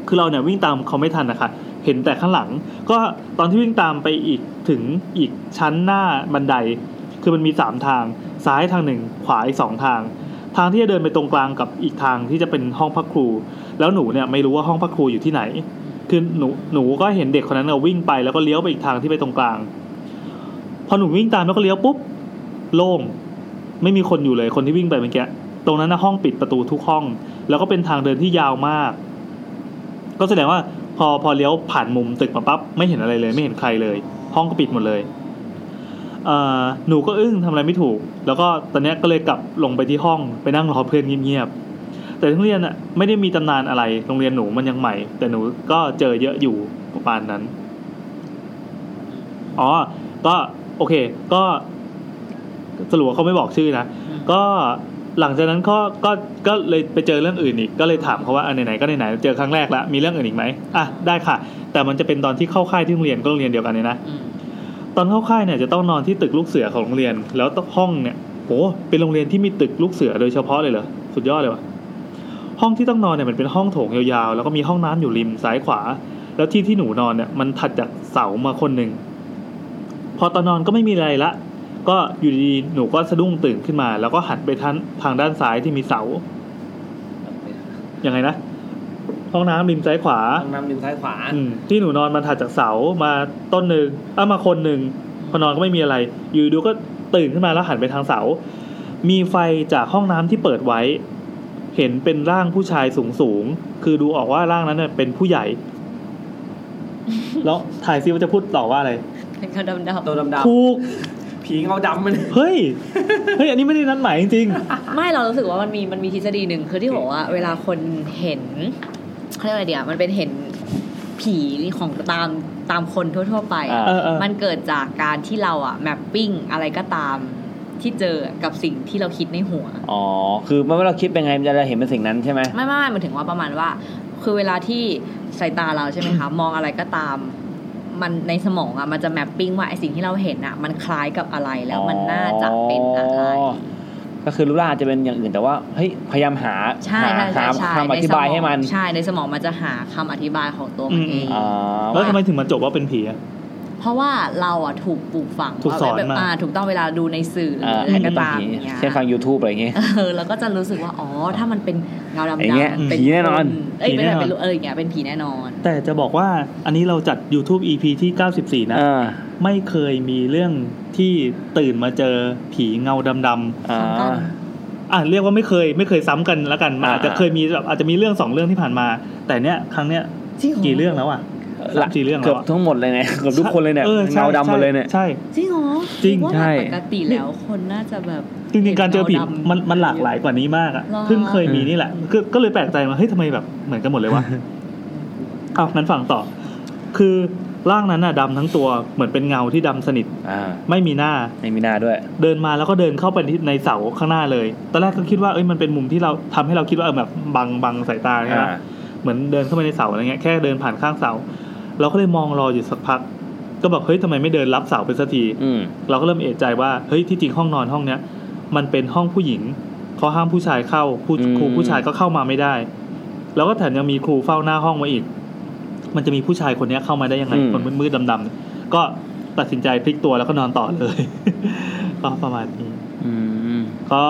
[SPEAKER 2] คือเราเนี่ยวิ่งตามเขาไม่ทันนะคะเห็นแต่ข้างหลัง ก็ตอนที่วิ่งตามไปอีกถึงอีกชั้นหน้าบันได คือมันมีสามทาง ซ้ายทางหนึ่งขวาอีกสองทาง ทางที่จะเดินไปตรงกลางกับอีกทางที่จะเป็นห้องพักครู แล้วหนูเนี่ยไม่รู้ว่าห้องพักครูอยู่ที่ไหน คือหนูหนูก็เห็นเด็กคนนั้นน่ะวิ่งไปแล้วก็เลี้ยวไปอีกทางที่ไปตรงกลาง พอหนูวิ่งตามแล้วก็เลี้ยวปุ๊บโล่งไม่มีคนอยู่เลยคนที่วิ่งไปเมื่อกี้ตรงนั้นนะห้องปิดประตูทุกห้อง แล้วก็เป็นทางเดินที่ยาวมาก ก็แสดงว่าพอพอเลี้ยวผ่านมุมตึกมาปั๊บไม่เห็นอะไรเลย ไม่เห็นใครเลย ห้องก็ปิดหมดเลยเอ่อหนูก็อึ้งทำอะไรไม่ถูก แล้วก็ตอนเนี้ยก็เลยกลับลงไปที่ห้องไปนั่งรอเพื่อนเงียบๆแต่โรงเรียนอ่ะไม่ได้มีตำนานอะไรโรงเรียนหนูมันยังใหม่ แต่หนูก็เจอเยอะอยู่ประมาณนั้น อ๋อ ก็โอเค ก็สรุปว่าเขาไม่บอกชื่อนะ ก็หลังจากนั้นก็ก็ก็เลยไปเจอเรื่องอื่นอีก ก็เลยถามเขาว่าอ่ะไหนๆก็ไหนๆเจอครั้งแรกละมีเรื่องอื่นอีกไหมอ่ะได้ค่ะ แต่มันจะเป็นตอนที่เข้าค่ายที่โรงเรียนก็โรงเรียนเดียวกันเนี่ยนะ
[SPEAKER 4] อืม
[SPEAKER 2] ตอนเข้าค่ายเนี่ยจะต้องนอนที่ตึกลูกเสือของโรงเรียน แล้วห้องเนี่ยโหเป็นโรงเรียนที่มีตึกลูกเสือโดยเฉพาะเลยเหรอสุดยอดเลยว่ะห้องที่ต้องนอนเนี่ยมันเป็นห้องโถงยาวๆ แล้วก็มีห้องน้ำอยู่ริมซ้ายขวา แล้วที่ที่หนูนอนเนี่ยมันถัดจากเสามาคนหนึ่งพอตอนนอนก็ไม่มีอะไรละ ก็อยู่ดีๆหนูก็สะดุ้งตื่นขึ้นมา แล้วก็หันไปทางทางด้านซ้ายที่มีเสายังไงนะห้องน้ำริมซ้ายขวา
[SPEAKER 1] ห้องน้ำริมซ้ายขวา
[SPEAKER 2] อืมที่หนูนอนมันถัดจากเสามาต้นหนึ่งเอ้ามาคนหนึ่งพอนอนก็ไม่มีอะไร อยู่ดูก็ตื่นขึ้นมาแล้วหันไปทางเสา มีไฟจากห้องน้ำที่เปิดไว้ เห็นเป็นร่างผู้ชายสูงสูงๆคือดูออกว่าร่างนั้นน่ะเป็นผู้ใหญ่ แล้วถ่ายซิว่าจะพูดต่อว่าอะไร
[SPEAKER 4] เป็นเขาดำดำ
[SPEAKER 1] ตัวดำ
[SPEAKER 2] ถูก
[SPEAKER 1] ๆผีเงาดำมัน
[SPEAKER 2] เฮ้ยเฮ้ยอันนี้ไม่ได้นัดหมายจริง
[SPEAKER 4] ไม่เรารู้สึกว่ามันมีมันมีทฤษฎีหนึ่งคือที่บอกว่าเวลาคนเห็นเขาเรียกว่าอะไรเดียวมันเป็นเห็นผีของตามตามคนทั่ว ๆ ไป
[SPEAKER 1] อ่า
[SPEAKER 2] เออเออ
[SPEAKER 4] มันเกิดจากการที่เราอะแมปปิ้งอะไรก็ตามที่เจอกับสิ่งที่เราคิดในหัว
[SPEAKER 1] อ๋อ คือเมื่อเราคิดเป็นไงมันจะเห็นเป็นสิ่งนั้นใช่ไหม
[SPEAKER 4] ไม่ไม่ไม่หมายถึงว่าประมาณว่า คือเวลาที่สายตาเราใช่ไหมคะ มองอะไรก็ตาม มันในสมองอะมันจะแมปปิ้งว่าไอสิ่งที่เราเห็นอะมันคล้ายกับอะไรแล้วมันน่าจะเป็นอะไร
[SPEAKER 1] ก็คือลูล่าอาจจะเป็นอย่างอื่นแต่ว่าเฮ้ยพยายามหา
[SPEAKER 4] ใช่
[SPEAKER 1] หา
[SPEAKER 4] ใช่ใช่
[SPEAKER 1] หา
[SPEAKER 4] ใช่
[SPEAKER 1] คำอธิบายให้มัน
[SPEAKER 4] ใช่ในสมองมันจะหาคำอธิบายของตัวมันเอง
[SPEAKER 1] อ๋อ
[SPEAKER 2] ๆแล้วทำไมถึงมาจบว่าเป็นผีอะ
[SPEAKER 4] เพราะว่าเราอะถูกปลูกฝัง
[SPEAKER 2] ถูกสอนมา
[SPEAKER 4] เแบบอ่ถูกต้องเวลาดูในสื่อหรื
[SPEAKER 1] อ่า
[SPEAKER 4] ออะไรก็ตาม
[SPEAKER 1] ผี
[SPEAKER 4] อย่างเงี้ย
[SPEAKER 1] เช่นฟัง YouTube อะไรอย่างเงี้ย
[SPEAKER 4] เออเราก็จะรู้สึกว่าอ๋อถ้ามันเป็นเงาดำ
[SPEAKER 1] อย่างเงี้ย
[SPEAKER 4] ๆเป็
[SPEAKER 1] ผีแน่นอน
[SPEAKER 4] เอ้ยเป็นอะไรเป็นรูปเอออย่างเงี้ยเป็นผีแน่นอน
[SPEAKER 2] แต่จะบอกว่าอันนี้เราจัด YouTube EP ที่ 94 นะ
[SPEAKER 1] อ่า
[SPEAKER 2] ไม่เคยมีเรื่องที่ตื่นมาเจอผีเงาดำ
[SPEAKER 1] อ่า
[SPEAKER 2] ๆอ่ะเรียกว่าไม่เคยไม่เคยซ้ำกันละกันมันอาจจะ
[SPEAKER 1] อ่า
[SPEAKER 2] เคยมีแบบอาจจะมีเรื่องสองเรื่องที่ผ่านมา แต่เนี้ยครั้งเนี้ย
[SPEAKER 4] จริงเหรอ
[SPEAKER 2] กี่เรื่องแล้วอ่ะสามสี่เรื่อง
[SPEAKER 1] เกื
[SPEAKER 2] แล้
[SPEAKER 1] อบ
[SPEAKER 2] วอะ
[SPEAKER 1] ทั้งหมดเลยเนี่ยเกือบทุกคนเลยเนี่ย
[SPEAKER 2] ออใช่
[SPEAKER 1] เงาดำหมดเลยเนี่ย
[SPEAKER 2] ใช่
[SPEAKER 4] จริงเหรอ
[SPEAKER 2] จริง
[SPEAKER 4] ว่า
[SPEAKER 1] ใช่
[SPEAKER 4] ปกติแล้วคนน่าจะแบบ
[SPEAKER 2] จริงๆการเจอผี
[SPEAKER 4] เงาดำ
[SPEAKER 2] มันมันหลากหลายกว่านี้มากอ่ะ
[SPEAKER 4] เหรอ
[SPEAKER 2] เพิ่งเคยมีนี่แหละก็ก็เลยแปลกใจมาเฮ้ยทำไมแบบเหมือนกันหมดเลยวะ
[SPEAKER 1] *laughs*
[SPEAKER 2] เอานั้นฟังต่อ คือร่างนั้นน่ะดำทั้งตัวเหมือนเป็นเงาที่ดำสนิท
[SPEAKER 1] อ่า
[SPEAKER 2] ไม่มีหน้า
[SPEAKER 1] ในมีนาด้วย
[SPEAKER 2] เดินมาแล้วก็เดินเข้าไปที่ในเสาข้างหน้าเลย ตอนแรกก็คิดว่าเอ้ยมันเป็นมุมที่เราทำให้เราคิดว่าเออแบบบังบังสายตาเนี่ย
[SPEAKER 1] อ่า
[SPEAKER 2] นะเหมือนเดินเข้าไปในเสาอะไรเงี้ยแค่เดินผ่านข้างเสา เราก็เลยมองรออยู่สักพัก ก็แบบเฮ้ยทำไมไม่เดินรับเสาไปสักที
[SPEAKER 1] อืม
[SPEAKER 2] เราก็เริ่มเอะใจว่าเฮ้ยที่จริงห้องนอนห้องเนี้ยมันเป็นห้องผู้หญิงเขาห้ามผู้ชายเข้าครูครูผู้ชายก็เข้ามาไม่ได้ แล้วก็แถมยังมีครูเฝ้าหน้าห้องมาอีก มันจะมีผู้ชายคนเนี้ยเข้ามาได้ยังไงคนมืดๆดำๆเนี่ยก็ตัดสินใจพลิกตัวแล้วก็นอนต่อเลย *laughs* ก็ประมาณนี้
[SPEAKER 1] อืม
[SPEAKER 2] ก็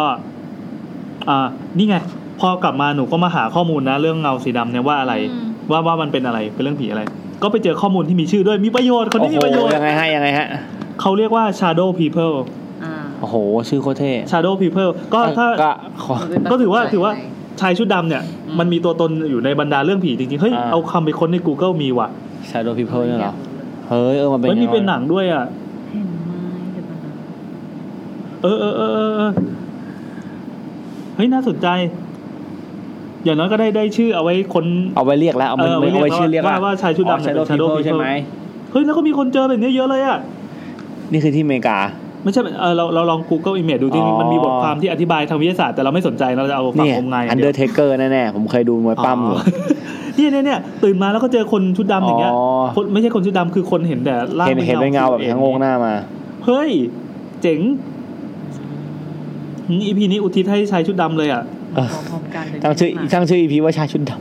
[SPEAKER 2] อ่านี่ไง พอกลับมาหนูก็มาหาข้อมูลนะ เรื่องเงาสีดำเนี่ยว่าอะไร
[SPEAKER 4] อืม
[SPEAKER 2] ว่าว่ามันเป็นอะไรเป็นเรื่องผีอะไร ก็ไปเจอข้อมูลที่มีชื่อด้วยมีประโยชน์คนนี้มีประโยชน์
[SPEAKER 1] อ้หยังไงฮะยังไงฮะ
[SPEAKER 2] เขาเรียกว่า shadow people
[SPEAKER 4] อ่า
[SPEAKER 1] โอ้โหชื่อโคตรเท่
[SPEAKER 2] shadow people ก็ถ้า
[SPEAKER 1] ก็ขอ
[SPEAKER 2] ก็ถือว่าถือว่า
[SPEAKER 4] ใช่
[SPEAKER 2] ชายชุดดำเนี่ย
[SPEAKER 4] อืม
[SPEAKER 2] มันมีตัวตนอยู่ในบรรดาเรื่องผีจริงๆ เฮ้ย
[SPEAKER 1] อ่า
[SPEAKER 2] เอาคำไปค้นใน Google มีว่ะ
[SPEAKER 1] Shadow People เนี่ยเหรอเฮ้ยเออมันเป็น
[SPEAKER 2] เฮ้ยมีเป็นหนังด้วยอ่ะ
[SPEAKER 4] เห็นไหมเดี๋ยวก่อนนะ
[SPEAKER 2] เออเออเออเออเออเฮ้ย น่าสนใจ อย่างน้อยก็ได้ได้ชื่อเอาไว้ค้น
[SPEAKER 1] เอาไว้เรียกแล้วเอามัน
[SPEAKER 2] เออ
[SPEAKER 1] ไม่เอาไว้
[SPEAKER 2] ไว้เรียก
[SPEAKER 1] ชื่อเรียก
[SPEAKER 2] ว่าว่าชายชุดดำเนี่
[SPEAKER 1] ชา
[SPEAKER 2] ย
[SPEAKER 1] ย
[SPEAKER 2] เป็น Shadow
[SPEAKER 1] ใช่ไหม
[SPEAKER 2] People เฮ้ยแล้วก็มีคนเจอแบบนี้เยอะเลยอ่ะ
[SPEAKER 1] นี่คือที่อเมริกา
[SPEAKER 2] ไม่ใช่เออเราเราลอง Google Image ดูที่
[SPEAKER 1] อ๋อ
[SPEAKER 2] มันมีบทความที่อธิบายทางวิทยาศาสตร์แต่เราไม่สนใจเราจะเอาฝั่ง
[SPEAKER 1] เนี่ย
[SPEAKER 2] งมงาย
[SPEAKER 1] อั
[SPEAKER 2] ย่านง
[SPEAKER 1] เด
[SPEAKER 2] ดี
[SPEAKER 1] อ
[SPEAKER 2] ยว
[SPEAKER 1] ร์เทเกอร์แน่ๆผมเคยดูมวยปั้มอยู่
[SPEAKER 2] เนี่ยเนี่ยเนี่ยตื่นมาแล้วก็เจอคนชุดดำอย่างเงี้ย
[SPEAKER 1] อ๋อ
[SPEAKER 2] คนไม่ใช่คนชุดดำคือคนเห็นแต่ร่าง
[SPEAKER 1] เห็นเห็นเป็นเงาแบบทั้งโงงหน้ามา
[SPEAKER 2] เฮ้ย เจ๋งอีพีนี้อุทิศให้ชายชุดดำเลยอ่ะ
[SPEAKER 1] เออ
[SPEAKER 4] พร้อมๆกันเลย
[SPEAKER 1] ตั้งชื่อ
[SPEAKER 4] มา
[SPEAKER 1] ตั้งชื่ออีพีว่าชายชุดด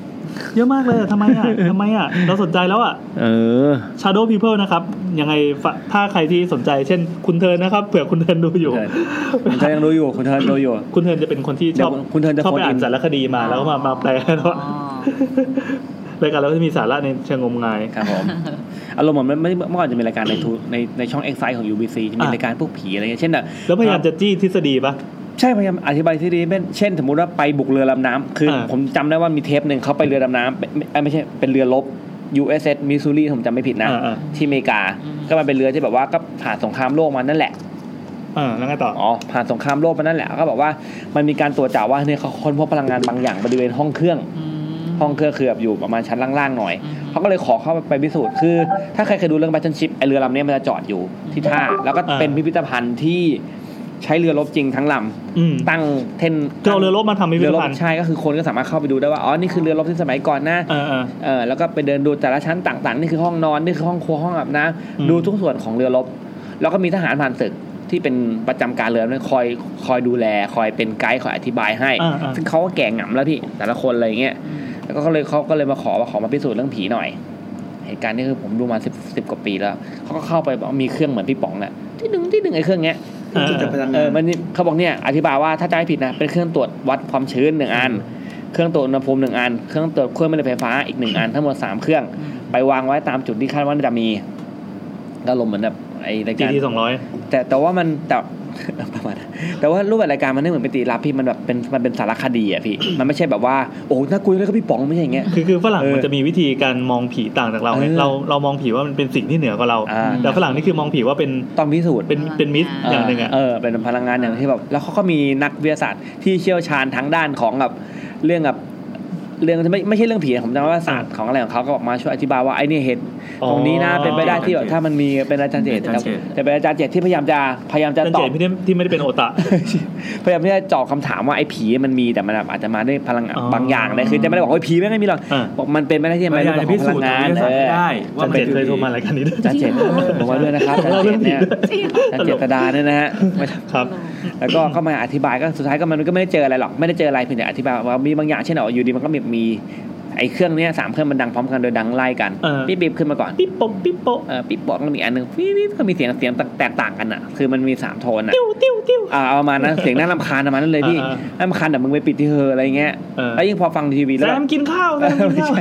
[SPEAKER 2] เยอะมากเลยอะทำไม
[SPEAKER 1] *laughs*
[SPEAKER 2] อ่ะทำไมอ่ะ เราสนใจแล้วอ่ะ
[SPEAKER 1] ำเออ
[SPEAKER 2] Shadow People นะครับ ยังไงฝากถ้าใครที่สนใจ เช่น คุณเทิร์นนะครับ เผื่อคุณเทิร์นดูอยู่
[SPEAKER 1] เทิร์น คุณเธอยังรู้อยู่คุณเธอรู้อยู่
[SPEAKER 2] คุณเทิร์นจะเป็นคนที่ช
[SPEAKER 1] เดี๋ย
[SPEAKER 2] อ
[SPEAKER 1] ว
[SPEAKER 2] บ
[SPEAKER 1] คุณเธอจะ
[SPEAKER 2] ชอบ
[SPEAKER 1] โฟ
[SPEAKER 2] ไป
[SPEAKER 1] น
[SPEAKER 2] อ่า
[SPEAKER 1] อิ
[SPEAKER 2] น
[SPEAKER 1] น
[SPEAKER 2] สารคดีมาแล้วก็มามา *laughs* แปลแล้ว
[SPEAKER 4] อ๋อ
[SPEAKER 2] รายการเราก็จะมีสาระในเชิงงมงาย
[SPEAKER 1] ครับ
[SPEAKER 2] *laughs*
[SPEAKER 1] ผมอารมณ์เหมือนไม่เมื่อก่อนจะมีรายการในทูในในช่อง Excite ของ UBC จะมี
[SPEAKER 2] อ่ะ
[SPEAKER 1] รายการพวกผีอะไรเงี้ยเช่นแบบ
[SPEAKER 2] แล้วพยายามจะจี้ทฤษฎีปะ
[SPEAKER 1] ใช่พยายามอธิบายที่ดีเป็นเช่น สมมติว่าไปบุกเรือลำน้ำคืออา ผมจำได้ว่ามีเทปหนึ่งเขาไปเรือดำน้ำเป็นไม่เอ้ยไม่ใช่เป็นเรือรบ USS Missouri ผมจำไม่ผิดนะ
[SPEAKER 2] อ่า
[SPEAKER 1] ที่อเมริกา ก็มันเป็นเรือที่แบบว่าก็ผ่านสงครามโลกมานั่นแหละ
[SPEAKER 2] ๆอ่าแล้วไงต่อ
[SPEAKER 1] อ๋อ ผ่านสงครามโลกมานั่นแหละ ก็บอกว่ามันมีการตรวจจับว่าเนี่ยเขาค้นพบพลังงานบางอย่างบริเวณห้องเครื่อง
[SPEAKER 4] อืม
[SPEAKER 1] ห้องเครื่องคือแบบอยู่ประมาณชั้นล่างๆหน่อย
[SPEAKER 4] อืม
[SPEAKER 1] เขาก็เลยขอเข้าไปพิสูจน์ คือ ถ้าใครเคยดูเรื่อง Battleship ไอเรือลำเนี้ยมันจะจอดอยู่ที่ท่า แล้วก็
[SPEAKER 2] อ่า
[SPEAKER 1] เป็นพิพิธภัณฑ์ที่ใช้เรือรบจริงทั้งลำ
[SPEAKER 2] อืม
[SPEAKER 1] ตั้งเท่น
[SPEAKER 2] จะเอาเรือรบมาทำพิพิ
[SPEAKER 1] เรื
[SPEAKER 2] ธ
[SPEAKER 1] อรบ
[SPEAKER 2] ภัณฑ์
[SPEAKER 1] ใช่ก็คือคนก็สามารถเข้าไปดูได้ว่า อ๋อ นี่คือเรือรบที่สมัยก่อนนะ
[SPEAKER 2] เออเออ
[SPEAKER 1] เออแล้วก็ไปเดินดูแต่ละชั้นต่างๆ นี่คือห้องนอน นี่คือห้องครัวห้องอาบน้
[SPEAKER 2] อืม
[SPEAKER 1] ำดูทุกส่วนของเรือรบ แล้วก็มีทหารผ่านศึกที่เป็นประจำการเรือเนี่ยคอยคอยดูแล คอยเป็นไกด์คอยอธิบายให้
[SPEAKER 2] อ่าอ่า
[SPEAKER 1] ซึ่งเขาก็แก่หงํแล้วพี่แต่ละคนอะไรอย่างเงี้ย แล้วก็เลยเขาก็เลยมาขอว่าขอมาพิสูจน์เรื่องผีหน่อย เหตุการณ์นี้คือผมดูมาสิบสิบกว่าปีแล้วเขาก็เข้าไปบอกมีเครื่องเหมือนพี่ป๋องแหละที่หนึ่งที่หนึ่งไอ้เครื่องเนี้ย
[SPEAKER 2] เออ
[SPEAKER 5] จุดจับพลั
[SPEAKER 1] เอ
[SPEAKER 5] งา
[SPEAKER 1] งอน มันนี่เขาบอกเนี่ยอธิบายว่าถ้าจะไม่ผิดนะเป็นเครื่องตรวจวัดความชื้นหนึ่งอัน เครื่องตรวจอุณหภูมิหนึ่งอัน เครื่องตรวจเครื่องไม่ได้ไฟฟ้าอีกหนึ่งอันทั้งหมดสามเครื่อง ไปวางไว้ตามจุดที่คาดว่าน่าจะมีก็ลมณ์เหมือนแบบไอ้ราย
[SPEAKER 2] จี
[SPEAKER 1] การ
[SPEAKER 2] ทีสองร้อย
[SPEAKER 1] แต่แต่ว่ามันแต่ *laughs* ประมาณนั้นแต่ว่ารูปแบบรายการมันไม่เหมือนเป็นตีรับพี่มันแบบเป็นมันเป็นสารคดีอ่ะพี่ มันไม่ใช่แบบว่าโอ้โหน่ากลัวแล้วก็พี่ป๋องไม่ใช่อย่างเงี้ย
[SPEAKER 2] คือคือฝรั่ง
[SPEAKER 1] เออ
[SPEAKER 2] มันจะมีวิธีการมองผีต่างจากเราไง
[SPEAKER 1] เออ
[SPEAKER 2] เราเรามองผีว่ามันเป็นสิ่งที่เหนือกว่าเรา
[SPEAKER 1] อ่า
[SPEAKER 2] แต่ฝรั่งนี่คือมองผีว่าเป็น
[SPEAKER 1] ต้องพิสูจน์
[SPEAKER 2] เป็นเป็นมิตรอย่างหนึ่งอ่ะ
[SPEAKER 1] เออเป็นพลังงานอย่างที่แบบแล้วเขาก็มีนักวิทยาศาสตร์ที่เชี่ยวชาญทั้งด้านของแบบเรื่องแบบเรื่องไม่ไม่ใช่เรื่องผีผมจำว่าศาสตร์ของอะไรของเขาก็ออกมาช่วยอธิบายว่าไอ้นี่เหตุ
[SPEAKER 2] อ๋อ
[SPEAKER 1] ตรงนี้นะเป็นไปได้ที่แบบถ้ามันมีเป็นอาจารย์เจตแต่แต่เป็นอาจารย์เจตที่พยายามจะพยายามจะ
[SPEAKER 2] เป็น
[SPEAKER 1] ต
[SPEAKER 2] เจ
[SPEAKER 1] อบ
[SPEAKER 2] นที่ไม่ได้ที่ไม่ได้เป็นโอ
[SPEAKER 1] *laughs*
[SPEAKER 2] ตะ
[SPEAKER 1] พยายามที่จะเจอบคำถามว่าไอ้ผีมันมีแต่มันแบบอาจจะมาด้วยพลัง
[SPEAKER 2] อ๋อบ
[SPEAKER 1] างอย่างเลยคือจะไม่ได้บอกว่าผีแม่งไม่มีหรอก
[SPEAKER 2] อ่า
[SPEAKER 1] บอกมันเป็นไปได้ที่
[SPEAKER 5] มั
[SPEAKER 1] มันน
[SPEAKER 5] อ
[SPEAKER 1] เป็
[SPEAKER 5] ยากจะ
[SPEAKER 1] นเรื่
[SPEAKER 5] พิ
[SPEAKER 1] องข
[SPEAKER 5] สู
[SPEAKER 1] อ
[SPEAKER 5] จ
[SPEAKER 1] งพ
[SPEAKER 5] น์
[SPEAKER 1] ลังงาน
[SPEAKER 5] วิทยาศาสตร์ไม่
[SPEAKER 1] เออ
[SPEAKER 5] ได้ว่าน มั
[SPEAKER 2] จั
[SPEAKER 5] นคื
[SPEAKER 2] เจน
[SPEAKER 5] อ
[SPEAKER 2] เคยโทรมารายการนี้ด้วย
[SPEAKER 1] อาจารย์เจตผมว่าด้วยนะครับอาจาร
[SPEAKER 2] เรา
[SPEAKER 1] ย์เจต
[SPEAKER 2] เรื่องผี
[SPEAKER 1] เนี่ย
[SPEAKER 2] ด้วย
[SPEAKER 4] จริงเหรอ
[SPEAKER 1] อาจารย์เจตดาเนี่ยนะฮะไม่
[SPEAKER 2] ครับ
[SPEAKER 1] แล้วก็เข้ามาอธิบายก็สุดท้ายก็มันก็ไม่ได้เจออะไรหรอกไม่ได้เจออะไรเพียงแต่อธิบายว่ามีบางอย่างเช่นเอาอยู่ดีมันก็มีมีไอ้เครื่องเนี้ยสามเครื่องมันดังพร้อมกันโดยดังไล่กัน
[SPEAKER 2] เออ
[SPEAKER 1] ปิ๊บปิ๊บขึ้นมาก่อน
[SPEAKER 2] ปิ๊บโปะปิ๊บโปะ
[SPEAKER 1] เออปิ๊บบอกแล้วมีอันหนึ่งปิ๊บปิ๊บก็มีเสียงเสียงแตกต่างกันอ่ะ คือมันมีสามโทนอ่ะ
[SPEAKER 2] ติ้วติ้วติ้ว
[SPEAKER 1] อ่าเอาประมาณนั้นเสียงน่ารำคาญประมาณนั้นเลยพี่
[SPEAKER 2] อ่า
[SPEAKER 1] น่ารำคาญแต่มึงไปปิดที่เธออะไรเงี้ย
[SPEAKER 2] เออ
[SPEAKER 1] แล้วยิ่งพอฟังทีวี
[SPEAKER 2] แซ
[SPEAKER 1] แล้ว
[SPEAKER 2] มกินข้าวแซมกินข้าว
[SPEAKER 1] ไม่ใช่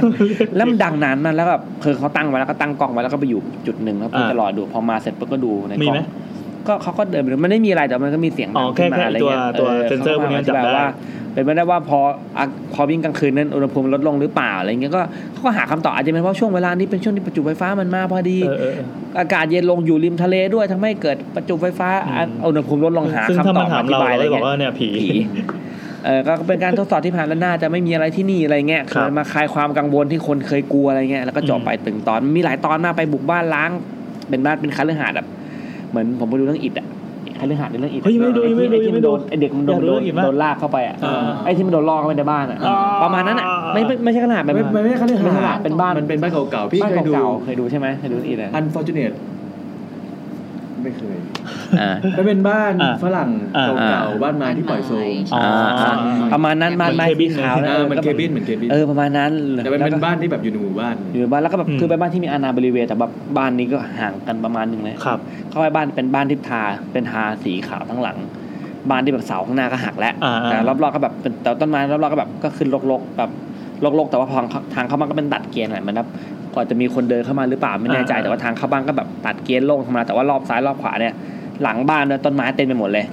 [SPEAKER 1] แล้วมันดังนานมากแล้วแบบคือเขาตั้งไว้แล้วก็ตั้งกล้องไว้แล้วก็ไปอยู่จุดหนึ่งแล้วเพื่อ
[SPEAKER 2] อ่า
[SPEAKER 1] จะรอดูพอมาเสร็จปุ๊บก็ดูใน
[SPEAKER 2] มี
[SPEAKER 1] กล้อ
[SPEAKER 2] ไหม
[SPEAKER 1] ง ก็เขาก็เดินไปดูมันไม่มีอะไรแต่มันก็มีเสียงดั
[SPEAKER 2] อ๋อง แค่
[SPEAKER 1] ขึ้นมา
[SPEAKER 2] แค่
[SPEAKER 1] อะไร
[SPEAKER 2] ตัว
[SPEAKER 1] เงี้ย
[SPEAKER 2] ตัวเซ็นเซอร์พวกนี้มันจับได้
[SPEAKER 1] ว่าเป็นไปได้ว่าพออ่ะพอวิ่งกลางคืนนั้นอุณหภูมิลดลงหรือเปล่าอะไรเงี้ยก็เขาก็หาคำตอบอาจจะเป็นเพราะช่วงเวลานี้เป็นช่วงที่ประจุไฟฟ้ามันมาพอดี
[SPEAKER 2] เออเออ
[SPEAKER 1] อากาศเย็นลงอยู่ริมทะเลด้วยทำให้เกิดประจุไฟฟ้าอ่ะ
[SPEAKER 2] อืม
[SPEAKER 1] อุณหภูมิลดลงหา
[SPEAKER 2] ซึ่ง
[SPEAKER 1] คำ
[SPEAKER 2] ถ้า
[SPEAKER 1] ต
[SPEAKER 2] มั
[SPEAKER 1] อน บ
[SPEAKER 2] ถาม
[SPEAKER 1] อธิ
[SPEAKER 2] เรา
[SPEAKER 1] บาย
[SPEAKER 2] เรา
[SPEAKER 1] อะไร
[SPEAKER 2] จะบ
[SPEAKER 1] เงี้ย
[SPEAKER 2] อกว่าเนี่ยผี
[SPEAKER 1] ผีเออก็เป็นการทดสอบที่ผ่านแล้วน่าจะไม่มีอะไรที่นี่อะไรเงี้ย
[SPEAKER 2] ครับ
[SPEAKER 1] มันมาคลายความกังวลที่คนเคยกลัวอะไรเงี้ยแล้วก็จบ
[SPEAKER 2] อืม
[SPEAKER 1] ไปตึงตอนมีหลายตอนมากไปบุกบ้านล้าง เป็นบ้านเป็นคาเรืหาดแบบเหมือนผมไปดูเรื่องอิดอะคาเรืหาดในเรื่องอิด
[SPEAKER 2] เฮ้ยไม่ดู
[SPEAKER 1] อ้ที่
[SPEAKER 2] ไม่ดู
[SPEAKER 1] อ้ที่
[SPEAKER 2] ไม่
[SPEAKER 1] น
[SPEAKER 2] ดู
[SPEAKER 1] โนไอเด็กมันโดน
[SPEAKER 2] อยากดู
[SPEAKER 1] โด
[SPEAKER 2] เรื่
[SPEAKER 1] น
[SPEAKER 2] อง It มาก
[SPEAKER 1] โดนลากเข้าไปอะ
[SPEAKER 5] อ่า
[SPEAKER 1] ไอที่มันโดนล่อเข้าไปในบ้านอะ
[SPEAKER 2] อ่า
[SPEAKER 1] ประมาณนั้นอะไม่ไม่ไม่ใช่ขนาดแบบ
[SPEAKER 5] ไม่ไม่ใช่คาเรืหาด
[SPEAKER 1] เป็นบ้าน
[SPEAKER 5] มันเป็นบ้านเก่าๆพี่
[SPEAKER 1] บ้าน
[SPEAKER 5] เคยดู
[SPEAKER 1] เก่าๆเคยดูใช่ไหมเคยดูเรื่องอิดอะ
[SPEAKER 5] unfortunate ไม่เคย
[SPEAKER 1] อ่า
[SPEAKER 5] มันเป็นบ้าน
[SPEAKER 2] อ่า
[SPEAKER 5] ฝรั่ง
[SPEAKER 2] อ่า
[SPEAKER 5] เก่าๆบ้านไม้ที่ปล่อยโซม
[SPEAKER 4] อ๋อ
[SPEAKER 1] อ่าประมาณนั้นบ้านไม้
[SPEAKER 2] เคบิ
[SPEAKER 1] สี
[SPEAKER 2] น
[SPEAKER 1] ขาว
[SPEAKER 5] อ่ามันเคบินเหมือนเคบิน
[SPEAKER 1] เออประมาณนั้น
[SPEAKER 5] แต่มันเป็น
[SPEAKER 1] แล้วก็
[SPEAKER 5] บ้านที่แบบอยู่ในหมู่บ้าน
[SPEAKER 1] อยู่ในบ้านแล้วก็แบบ
[SPEAKER 2] อืม
[SPEAKER 1] คือไปบ้านที่มีอาณาบริเวณแต่แบบบ้านนี้ก็ห่างกันประมาณหนึงเลย
[SPEAKER 2] ครับ
[SPEAKER 1] เข้าไปบ้านเป็นบ้านที่ทาเป็นทาสีขาวทั้งหลัง บ้านที่แบบเสาข้างหน้าก็หักแล้ว
[SPEAKER 2] อ่าๆ
[SPEAKER 1] แต่รอบๆก็แบบเป็นแต่ต้นไม้รอบๆก็แบบก็ขึ้นรกๆแบบรกๆ แต่ว่าพอทางเข้าบ้านก็เป็นตัดเกียร์หน่อยเหมันแบบก่อนจะมีคนเดินเข้ามาหรือเปล่าไม่แน่ใจแต่ว่าทางเข้าบ้านก็แบบตัดเกียร์โล่งธรรมดาแต่ว่ารอบซ้ายรอบขวาเนี่ย หลังบ้านเนี่ยต้นไม้เต็มไปหมดเลย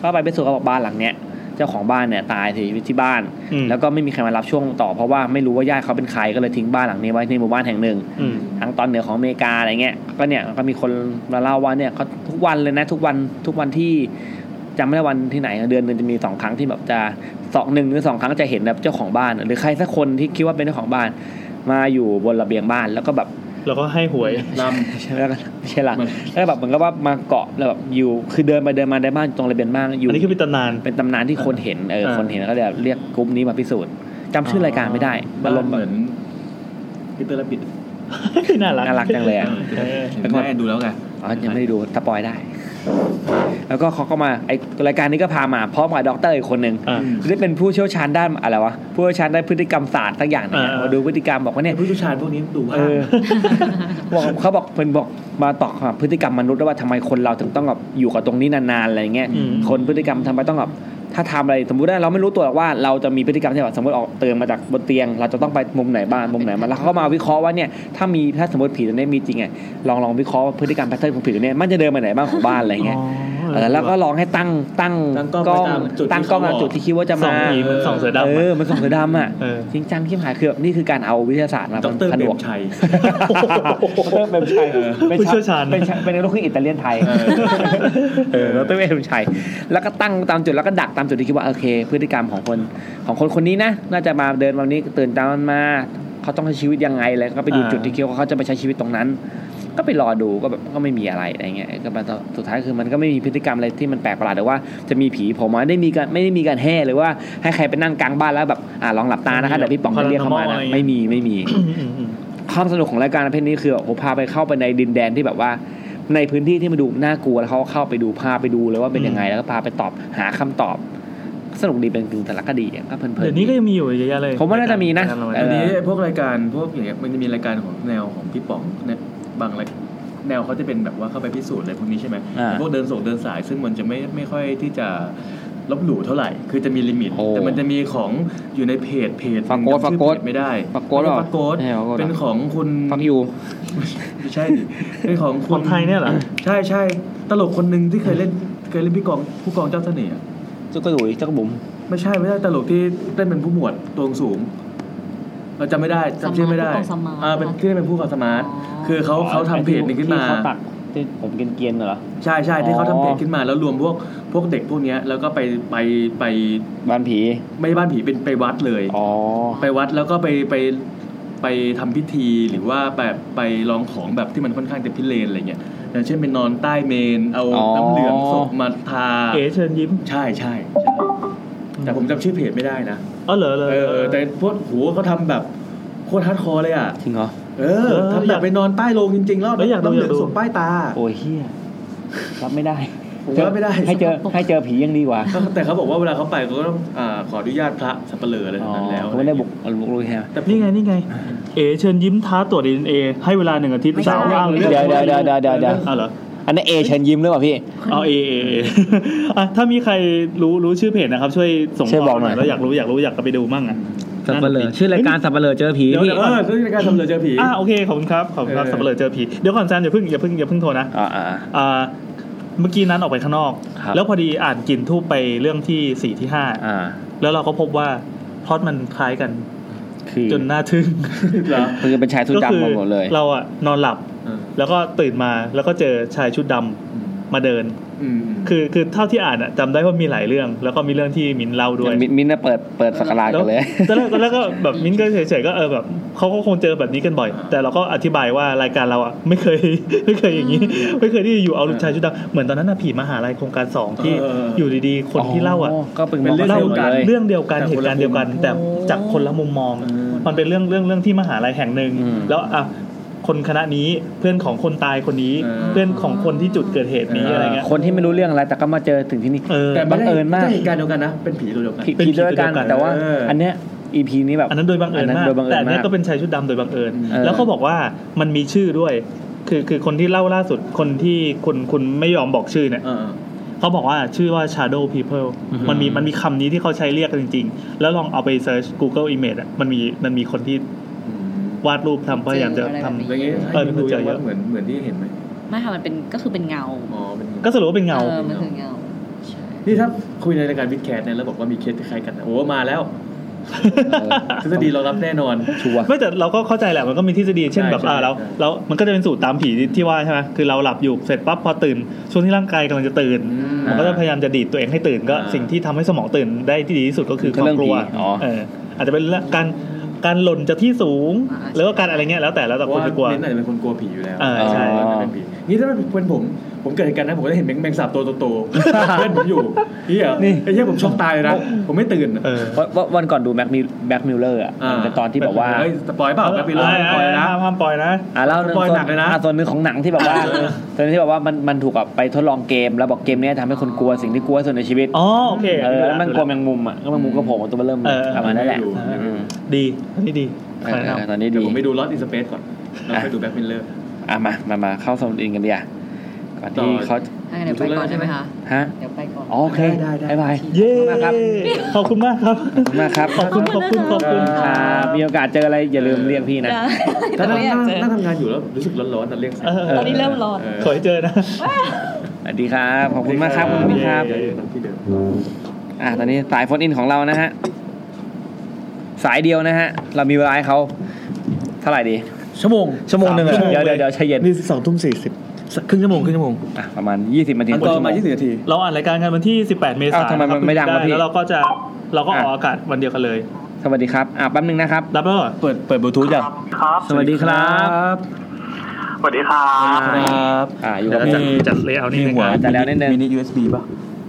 [SPEAKER 1] ก็ไปพิสูจน์เขาบอกบ้านหลังเนี้ยเจ้าของบ้านเนี่ยตายเสียชีวิตที่บ้าน
[SPEAKER 2] อืม
[SPEAKER 1] แล้วก็ไม่มีใครมารับช่วงต่อเพราะว่าไม่รู้ว่าญาติเขาเป็นใครก็เลยทิ้งบ้านหลังนี้ไว้ในหมู่บ้านแห่งหนึ่ง
[SPEAKER 2] อืม
[SPEAKER 1] ทางตอนเหนือของอเมริกาอะไรเงี้ยก็เนี่ยก็มีคนมาเล่าว่าเนี่ยเขาทุกวันเลยนะทุกวันทุกวันที่ จำไม่ได้วันที่ไหนอะเดือนหนึงจะมีสองครั้งที่แบบจะสองหนึ่งหรือสองครั้งจะเห็นแบบเจ้าของบ้าน หรือใครสักคนที่คิดว่าเป็นเจ้าของบ้าน มาอยู่บนระเบียงบ้านแล้วก็แบบ
[SPEAKER 2] แล้วก็ให้หวย
[SPEAKER 6] ล
[SPEAKER 1] ใช่แล้วก็ไม่ใช่ละ
[SPEAKER 6] มัน
[SPEAKER 1] แล้วแบบเหมือนกับว่ามาเกาะแล้วแบบอยู่คือเดินไปเดินมาได้บ้านตรงระเบียงบ้านอยู่
[SPEAKER 2] อันนี้คือเป็นตำนาน *laughs*
[SPEAKER 1] เป็นตำนานที่คนเห็นเออ
[SPEAKER 2] อ่า
[SPEAKER 1] คนเห็นแล้วก็เดี๋ยวเรียกกลุ่มนี้มาพิสูจน์จำชื่อรายการไม่ได้
[SPEAKER 6] ำ
[SPEAKER 1] อา
[SPEAKER 6] บ้าร
[SPEAKER 1] ม
[SPEAKER 6] น
[SPEAKER 1] ณ์
[SPEAKER 6] เห
[SPEAKER 1] แบ
[SPEAKER 6] มื
[SPEAKER 1] บ
[SPEAKER 6] อนพีเตอร์และบิด
[SPEAKER 2] น่ารัก
[SPEAKER 1] น่ารักจังเลยอะ
[SPEAKER 2] เออ
[SPEAKER 6] แต่ก็ดูแล้วไง
[SPEAKER 1] อ๋อยังไม่ได้ดูสปอยได้ แล้วก็เขาก็มาไอรายการนี้ก็พามาพร้อมกับด็อกเตอร์อีกคนหนึ่ง
[SPEAKER 2] อ่ะ
[SPEAKER 1] ที่เป็นผู้เชี่ยวชาญด้านอะไรวะผู้เชี่ยวชาญด้านพฤติกรรมศาสตร์สักอย่างหนึงอะ
[SPEAKER 2] อ่า
[SPEAKER 1] มาดูพฤติกรรมบอกว่า
[SPEAKER 6] เนี่
[SPEAKER 1] เนี่ย ย
[SPEAKER 6] ผู้เชี่ยวชาญพวกนี้ดู
[SPEAKER 1] เออบ
[SPEAKER 6] ภาพ
[SPEAKER 1] อกเขาบอกเป็นบอกมาตอกแบบพฤติกรรมมนุษย์ด้วยว่าทำไมคนเราถึงต้องแบบอยู่กับตรงนี้นานๆอะไรอย่างเงี้ย
[SPEAKER 2] อืม
[SPEAKER 1] คนพฤติกรรมทำไมต้องแบบถ้าทำอะไรสมมติว่าเราไม่รู้ตัวหรอกว่าเราจะมีพฤติกรรมที่แบบสมมติออกเตือนมาจากบนเตียง เราจะต้องไปมุมไหนบ้างมุมไหนมาแล้วเขาก็มาวิเคราะห์ว่าเนี่ยถ้ามีถ้าสมมติผีตัวนี้มีจริงอ่ะลองลองวิเคราะห์ว่าพฤติกรรมแพทเทิร์นของผีตัวนี้มันจะเดินไปไหนบ้างของบ้านอะไรอย่างเงี้ย
[SPEAKER 2] อ๋อ
[SPEAKER 1] เออแล้วก็ลองให้ตั้งตั้ง
[SPEAKER 6] ตั้งกล้องไปตามจุด
[SPEAKER 1] ตั้งกล้องตามจุดที่คิดว่าจะ
[SPEAKER 2] สอง
[SPEAKER 1] มา
[SPEAKER 2] ผีเหมันสองเสือดำ
[SPEAKER 1] เอ
[SPEAKER 2] อะ
[SPEAKER 1] อมันส่องเสือดำอ่ะ
[SPEAKER 2] เออ
[SPEAKER 1] จริงจังที่หายคือแบบนี่คือการเอาวิทยาศาสตร์มา
[SPEAKER 6] ดอกเตอร์
[SPEAKER 1] ผ
[SPEAKER 6] เป
[SPEAKER 1] น
[SPEAKER 6] ร
[SPEAKER 1] ว
[SPEAKER 6] ม
[SPEAKER 1] ก
[SPEAKER 6] ชัย
[SPEAKER 1] ดรเปรมชัย
[SPEAKER 2] ผู้เชี่ยวชาญ
[SPEAKER 1] เป็นชเป็นลูกครึ่งอิตาเลียนไทยเออดรเปรมชัย แล้วก็ตั้งตามจุดแล้วก็ดักตามจุดที่คิดว่าโอเค พฤติกรรมของคนของคนคนนี้นะ น่าจะมาเดินวันนี้ตื่นตามมันมาเขาต้องใช้ชีวิตยังไงแล้วก็ไปดู
[SPEAKER 2] อ่า
[SPEAKER 1] จุดที่คิดว่าเขาจะไปใช้ชีวิตตรงนั้น ก็ไปรอดูก็แบบก็ไม่มีอะไรอะไรเงี้ยก็มาต่อสุดท้ายคือมันก็ไม่มีพฤติกรรมอะไรที่มันแปลกประหลาดหรือว่าจะมีผีผมไม่ได้มีการไม่ได้มีการแห่หรือว่าให้ใครไปนั่งกลางบ้านแล้วแบบอ่าลองหลับตานะคะเดี๋ยวพี่ป๋องจะเรียกเข้ามานะไม่มีไม่มี
[SPEAKER 2] อืมอืมอืม
[SPEAKER 1] ความสนุกของรายการประเภทนี้คือแบบโหพาไปเข้าไปในดินแดนที่แบบว่า ในพื้นที่ที่มันดูน่ากลัวแล้วเขาเข้าไปดูพาไปดูเลยว่าเป็นยังไง
[SPEAKER 2] อืม
[SPEAKER 1] แล้วก็พาไปตอบหาคำตอบ สนุกดีเป็นกึ่งสารคดีอะก็เพลินๆ
[SPEAKER 2] เดี๋ยวนี้ก็ยังมีอยู่เยอะแยะเลย
[SPEAKER 1] ผมว่าน่าจะมีนะ
[SPEAKER 2] รายการเรา
[SPEAKER 1] เอออั
[SPEAKER 6] อันนี้พวกรายการพวกอย่างเงี้ยมันจะมีรายการของแนวของพี่ป๋องเนี่ยบางรายแนวเขาจะเป็นแบบว่าเข้าไปพิสูจน์อะไรพวกนี้ใช่ไหม
[SPEAKER 1] อ่า
[SPEAKER 6] พวกเดินส่งเดินสาย ซึ่งมันจะไม่ไม่ค่อยที่จะลบหลู่เท่าไหร่ คือจะมีลิมิต
[SPEAKER 1] โอ้
[SPEAKER 6] แต่มันจะมีของอยู่ในเพจเพจ
[SPEAKER 1] ฝากโกรธ
[SPEAKER 6] จำชื่
[SPEAKER 1] ฝากโก
[SPEAKER 6] อ
[SPEAKER 1] รธ
[SPEAKER 6] เพจไม่ได้
[SPEAKER 1] ฝากโกรธเหรอ
[SPEAKER 6] ฝากโกด
[SPEAKER 1] ใช่ฝากโกรธเหรอ
[SPEAKER 6] เป็นของคุณ
[SPEAKER 1] ฟังอยู่
[SPEAKER 6] ไม่ใช่ดิเป็นของ
[SPEAKER 2] ค
[SPEAKER 6] คุ
[SPEAKER 2] น
[SPEAKER 6] ณ
[SPEAKER 2] ไทยเนี่ยเหรอ
[SPEAKER 6] ใช่ใช่ตลกคนหนึ่งที่เคยเล่นเคยเล่นพี่กองผู้กองเจ้าเสน่ห์อะ
[SPEAKER 1] เจ้าก็ดุยเจ้าก็บุ๋ม
[SPEAKER 6] ไม่ใช่ไม่ใช่ตลกที่เล่นเป็นผู้หมวดตัวสูงเราจำไม่ได้จำชื่อไม่ได้
[SPEAKER 4] สมาร์ทผู้กองสมา
[SPEAKER 6] อ่า
[SPEAKER 4] ร์ท
[SPEAKER 6] เป็นที่เป็นผู้กองสมาร์ท คือเขาเขาทำเพจหนึงขึ้น
[SPEAKER 1] ที่
[SPEAKER 6] มา
[SPEAKER 1] เขาตักที่ผมเกรียนๆเหรอ
[SPEAKER 6] ใช่ใช่
[SPEAKER 1] อ๋อ
[SPEAKER 6] ที่เขาทำเพจขึ้นมาแล้วรวมพวกพวกเด็กพวกเนี้ยแล้วก็ไปไปไป
[SPEAKER 1] บ้านผี
[SPEAKER 6] ไม่บ้านผีเป็นไปวัดเลย
[SPEAKER 1] อ๋อ
[SPEAKER 6] ไปวัดแล้วก็ไปไปไปทำพิธีหรือว่าแบบไปลองของแบบที่มันค่อนข้างจะพิเรนอะไรเงี้ยอย่างเช่นไปนอนใต้เมนเอาน้ำเหลืองศพมาทา
[SPEAKER 2] เก๋เชิญยิ้ม
[SPEAKER 6] ใช่ใช่ใช่แต่ผมจำชื่อเพจไม่ได้นะ
[SPEAKER 2] อ๋อเหรอเหรอ
[SPEAKER 6] เออเออแต่พวกโหเขาทำแบบโคตรฮาร์ดคอร์เลยอ่ะ
[SPEAKER 1] จริงเหรอ
[SPEAKER 6] เออทำแบบไปนอนใต้โรงจริงๆแล้ว
[SPEAKER 2] เอ้ยอยากดู
[SPEAKER 6] น้ำเห
[SPEAKER 2] อ
[SPEAKER 6] ลื
[SPEAKER 2] ยา
[SPEAKER 6] อก ง
[SPEAKER 2] ดู
[SPEAKER 6] ศพป้ายตา
[SPEAKER 1] โอ้ยเฮียรับไม่ได้
[SPEAKER 6] ผมรับไม่ได้
[SPEAKER 1] ให้เจอให้เจอผียังดีกว่า
[SPEAKER 6] *laughs* แต่เขาบอกว่าเวลาเขาไปเขาก็ต้องอาขออนุญาตพระสัปเหร่ออะไรทั้งนั้นแล้ว
[SPEAKER 1] อ๋อเขาไม่ได้บุกบุกลุยใช่ไหม
[SPEAKER 6] แต่ผม
[SPEAKER 2] นี่ไงนี่ไง เอ๋เชิญยิ้มท้าตรวจดีเอ็นเอให้เวลาหนึ่งอาทิตย์
[SPEAKER 4] ไม่ใช่
[SPEAKER 2] สาวอ้าง
[SPEAKER 1] เดี๋ยวเดี๋ยวเดี๋ยวเดี๋ยวเดี๋ยวเดี๋ยว
[SPEAKER 2] อ้าวเหรอ
[SPEAKER 1] อันนั้นเอเชิญยิ้มหรือเปล่าพี่
[SPEAKER 2] เอาเอเอเอ *laughs* อ่ะถ้ามีใครรู้รู้ชื่อเพจนะครับ ช่วยส่ง
[SPEAKER 1] ช่วยบอกหน่อย
[SPEAKER 2] เราอยากรู้อยากรู้อยากไปดูมั่งอ่ะ
[SPEAKER 1] สับเปลือชื่อรายการสับเปลือเจอผี
[SPEAKER 2] เดี๋ยว
[SPEAKER 1] พี่
[SPEAKER 2] เดี๋ยว
[SPEAKER 6] เออคือรายการสัปเหร่อเจอผี
[SPEAKER 2] อ่ะโอเคขอบคุณครับขอบคุณครับ
[SPEAKER 6] เออ
[SPEAKER 2] สับเปลือเจอผีเดี๋ยวก่อนแซมอย่าเพิ่งอย่าเพิ่งอย่าเพิ่งโทรนะ
[SPEAKER 1] อ่าอ่า
[SPEAKER 2] อ่าเมื่อกี้นั้นออกไปข้างนอก
[SPEAKER 1] ครับ
[SPEAKER 2] แล้วพอดีอ่านกลินทูบไปเรื่องที่สี่ที่ห้า
[SPEAKER 1] อ่า
[SPEAKER 2] แล้วเราก็พบว่าพล็อตมันคล้ายกัน
[SPEAKER 1] คือ
[SPEAKER 2] จนน่าทึ่ง
[SPEAKER 6] เหรอ
[SPEAKER 1] *laughs* คือเป็นชายชุด
[SPEAKER 2] ก็คื
[SPEAKER 1] ดำมาหมดเลย
[SPEAKER 2] เราอ่ะนอนหลับ
[SPEAKER 6] เออ
[SPEAKER 2] แล้วก็ตื่นมาแล้วก็เจอชายชุดดำมาเดิน
[SPEAKER 6] อืม
[SPEAKER 2] คือคือเท่าที่อ่านอะจำได้ว่ามีหลายเรื่อง แล้วก็มีเรื่องที่มินเล่าด้วย
[SPEAKER 1] มินมินท์น่ะเปิดเปิดสักราช
[SPEAKER 2] แล้
[SPEAKER 1] กั
[SPEAKER 2] วน
[SPEAKER 1] เลย
[SPEAKER 2] ตอนแรกตอนแรกก็แบบมิ้นก็เฉยๆก็เออแบบเขาก็คงเจอแบบนี้กันบ่อย แต่เราก็อธิบายว่ารายการเราอ่ะไม่เคย *laughs* ไม่เคยอย่างนี้ ไม่เคยที่อยู่เอาลูกชายชุดดำเหมือนตอนนั้นน่ะผีมหาลัยโครงการสองที่อยู่ดีๆ คนที่เล่าอ่ะ
[SPEAKER 1] ก็เป็นมอง
[SPEAKER 2] เล่า
[SPEAKER 1] เล่ากันเลย
[SPEAKER 2] เรื่องเดียวกันเหตุการณ์เดียวกัน แต่จากคนละมุมมอง
[SPEAKER 6] เออ
[SPEAKER 2] มันเป็นเรื่องเรื่องเรื่องที่มหาลัยแห่งหนึ่ง
[SPEAKER 1] อืม
[SPEAKER 2] แล้วอ่ะคนคณะนี้เพื่อนของคนตายคนนี้ เพื่อนของคนที่จุดเกิดเหตุนี้อะไรเงี้ย
[SPEAKER 1] คนที่ไม่รู้เรื่องอะไรแต่ก็มาเจอถึงที่นี่
[SPEAKER 2] เออ
[SPEAKER 6] แต่ไม่
[SPEAKER 1] บั
[SPEAKER 6] ได้
[SPEAKER 1] งเอิญมาก
[SPEAKER 6] ไใช่เหตุการณ์เดียวกันนะ เป็นผีตัวเดียวกัน
[SPEAKER 1] ผิด
[SPEAKER 2] เป็น
[SPEAKER 1] ผิดด้วยกัน
[SPEAKER 2] ผิดด้วยกัน
[SPEAKER 1] แต่ว่า
[SPEAKER 6] เอออั
[SPEAKER 1] อันเนี้ย EP นี้แบบ
[SPEAKER 2] อันนั้นโดยบังเอิญ
[SPEAKER 1] อันนั้
[SPEAKER 2] มา
[SPEAKER 1] น
[SPEAKER 2] ก
[SPEAKER 1] โดยบังเอิญ
[SPEAKER 2] แต่อันเนี้ย
[SPEAKER 1] มาก
[SPEAKER 2] ก็เป็นชายชุดดำโดยบังเอิญ
[SPEAKER 1] เออ
[SPEAKER 2] แล้วเขาบอกว่ามันมีชื่อด้วย คือคือคนที่เล่าล่าสุดคนที่คุณคุณไม่ยอมบอกชื่อเนี่ย
[SPEAKER 6] เออ
[SPEAKER 2] เขาบอกว่าชื่อว่า shadow people
[SPEAKER 6] อือฮึ
[SPEAKER 2] มันมีมันมีคำนี้ที่เขาใช้เรียกกันจริง ๆ แล้วลองเอาไป search Google image อะมันมีมันมีคนที่
[SPEAKER 6] อืม
[SPEAKER 2] วาดรูปทำพยายามจะท
[SPEAKER 6] แล้วอย่างงี้
[SPEAKER 2] เออ
[SPEAKER 6] ให้
[SPEAKER 2] เป็นค
[SPEAKER 6] ดู
[SPEAKER 2] นเจอเย
[SPEAKER 6] ว่า
[SPEAKER 2] อะ
[SPEAKER 6] เหมือนเหมือนที่เห็นไหม
[SPEAKER 4] ไม่ค่ะมันเป็นก็คือเป็นเงา
[SPEAKER 6] อ๋อเป็น
[SPEAKER 2] ำก็สรุปว่าเป็นเงา
[SPEAKER 4] ออมันคือเงาใช่
[SPEAKER 6] นี่ถ้าคุยในรายการวิดแคสเนี่ยแล้วบอกว่ามีเคสคล้ายกันนะโอ้มาแล้ว
[SPEAKER 3] ทฤษฎีรองรับแน่นอน
[SPEAKER 1] ชัวร์
[SPEAKER 2] ไม่แต่เราก็เข้าใจแหละมันก็มีทฤษฎีเช่นแบบ
[SPEAKER 3] ใช่
[SPEAKER 2] อ่า
[SPEAKER 3] ใช่
[SPEAKER 2] เรา
[SPEAKER 3] ใช่
[SPEAKER 2] เรามันก็จะเป็นสูตรตามผีที่ว่าใช่ไหมคือเราหลับอยู่เสร็จปั๊บพอตื่นช่วงที่ร่างกายกำลังจะตื่น มันก็จะพยายามจะดีดตัวเองให้ตื่นก็
[SPEAKER 3] อ่า
[SPEAKER 2] สิ่งที่ทำให้สมองตื่นได้ที่ดีที่สุดก็คือ
[SPEAKER 1] คื
[SPEAKER 2] ค
[SPEAKER 1] อ
[SPEAKER 2] วา
[SPEAKER 1] เรื่
[SPEAKER 2] ม
[SPEAKER 1] อง
[SPEAKER 2] กลัว
[SPEAKER 1] ผีอ๋อ
[SPEAKER 2] เอออาจจะเป็นเรื่องการการหล่นจากที่สูง
[SPEAKER 4] อ่า
[SPEAKER 2] หรือว่าการอะไรเงี้ยแล้วแต่แล้ว
[SPEAKER 3] แต่
[SPEAKER 2] แต่คน
[SPEAKER 3] ว่า
[SPEAKER 2] จะกลัว
[SPEAKER 3] เน้นอาจจะเป็นคนกลัวผีอยู่แล้ว
[SPEAKER 2] เออใช่
[SPEAKER 3] เพราะว่าเป็นผีนี่ถ้าเป็นผม ผมเกิดเหตุการณ์นะผมก็จะเห็นแมงแมงสาบตัวโตๆ เพื่อนผมอยู่เฮีย
[SPEAKER 1] นี่
[SPEAKER 3] ไอ้เฮียผมช็อกตายเลยนะ ผมไม่ตื่น
[SPEAKER 2] เออ
[SPEAKER 1] วันวันวันก่อนดูแม็กมิแม็กมิลเลอร์อ่ะมันเป็นตอนที่แบบว่า
[SPEAKER 3] เฮ้ยสปอยเปล่าแป๊บไปเลยสปอยนะ
[SPEAKER 2] ห้ามห้ามปล่อยนะ
[SPEAKER 1] อ่าเล่าเรื่อง
[SPEAKER 3] สปอย
[SPEAKER 1] ส่ว
[SPEAKER 3] หนักเลยนะ
[SPEAKER 1] อ่ส่วนหนึ่งของหนังที่แบบว่าส่วนหนึ่งที่แบบว่ามันมันถูกแบบไปทดลองเกมแล้วบอกเกมเนี้ยทำให้คนกลัวสิ่งที่กลัวที่สุดในชีวิต
[SPEAKER 2] อ๋อโอเค
[SPEAKER 1] เออแล้วมันกลัวแมงมุมอ่ะก็แมงมุมก็โผล่มาตัวเบอร์เริ่มเลยประมาณนั้นแหละอืม
[SPEAKER 2] ดีอันนี้ดี
[SPEAKER 1] เอ
[SPEAKER 2] ขอ
[SPEAKER 1] อเอน
[SPEAKER 2] แนะำ
[SPEAKER 1] อตอนนี้
[SPEAKER 3] เดี๋ยว
[SPEAKER 1] ดี
[SPEAKER 3] ผมไปดูลอตอินสเปซก่อนแล้วไปดูแบ็คพินเลอร์
[SPEAKER 1] อ่ะมามามาเข้าโซนอินกันดีอ่ะก่อนที่
[SPEAKER 3] ต่อ
[SPEAKER 1] เขา
[SPEAKER 4] ถ้างั้นเดี๋ยวไปก่อนใช่ไหมคะ
[SPEAKER 1] ฮะ
[SPEAKER 4] เดี๋ยวไปก่อน
[SPEAKER 1] อ๋อโอเค
[SPEAKER 3] ได้ได้ได้
[SPEAKER 1] บ๊ายบาย
[SPEAKER 2] เย้
[SPEAKER 1] ขอบคุณมากครับ
[SPEAKER 2] ขอบคุณมากครับ
[SPEAKER 1] ขอบคุณมากครับ
[SPEAKER 2] ขอบคุณ ขอบคุณ ขอบคุณค
[SPEAKER 1] ครั
[SPEAKER 2] รับบ
[SPEAKER 1] มีโอกาสเจออะไรอย่าลืมเรียกพี่นะ
[SPEAKER 3] ถ้านั่ง
[SPEAKER 4] ไม่อยากเจอ
[SPEAKER 3] นั่งทำงานอยู่แล้วรู้สึกร้อนๆนะเรียก
[SPEAKER 2] เออ
[SPEAKER 4] ตอนนี้เริ่มร้อน
[SPEAKER 2] ขอให้เจอนะ
[SPEAKER 1] สวัสดีครับขอบคุณมากครับขอบคุณพี่ครับ
[SPEAKER 3] เดี๋ยวเดี๋ยวพี่เดิม
[SPEAKER 1] อ่ะตอนนี้สายโฟนอินของเรานะฮะ สายเดียวนะฮะ เรามีเวลาให้เขาเท่าไหร่ดี
[SPEAKER 10] ชั่วโมง
[SPEAKER 1] ชั่วโมงหนึ่งเหรอ
[SPEAKER 2] สามชั่วโมง
[SPEAKER 1] เดี๋ยวเดี๋ยวเดี๋ยวใช้เย็น
[SPEAKER 10] นี่สองทุ่มสี่สิบครึ่งชั่วโมงครึ่งชั่วโมง
[SPEAKER 1] อ่ะประมาณ 20นาที
[SPEAKER 3] อันต่อมา
[SPEAKER 1] ชั่วโง
[SPEAKER 3] 20นาที
[SPEAKER 2] เราอ่านรายการกันวันที่ 18 เมษา
[SPEAKER 1] อ้าวทำไมมัน
[SPEAKER 2] ครับ
[SPEAKER 1] ไม่ดังวะพี่
[SPEAKER 2] แล้วเราก็จะเราก็อ
[SPEAKER 1] อ่ะ
[SPEAKER 2] อกอากาศวันเดียวกันเลย
[SPEAKER 1] สวัสดีครับ อ่ะแป๊บนึงนะครับ
[SPEAKER 2] รับแล้วเหรอ
[SPEAKER 10] เปิดเปิดบลูทูธยัง
[SPEAKER 11] ครับ
[SPEAKER 1] สวัสดีครับ
[SPEAKER 11] สวัสดีครั
[SPEAKER 1] อ่า
[SPEAKER 11] บ
[SPEAKER 1] อ่ะอยู่กับ
[SPEAKER 2] มี
[SPEAKER 1] พี่
[SPEAKER 2] จัดเลเยอร์นี่
[SPEAKER 3] มีหัว
[SPEAKER 1] จัดแล้วนิดนึง
[SPEAKER 3] มินิ USB ป่ะ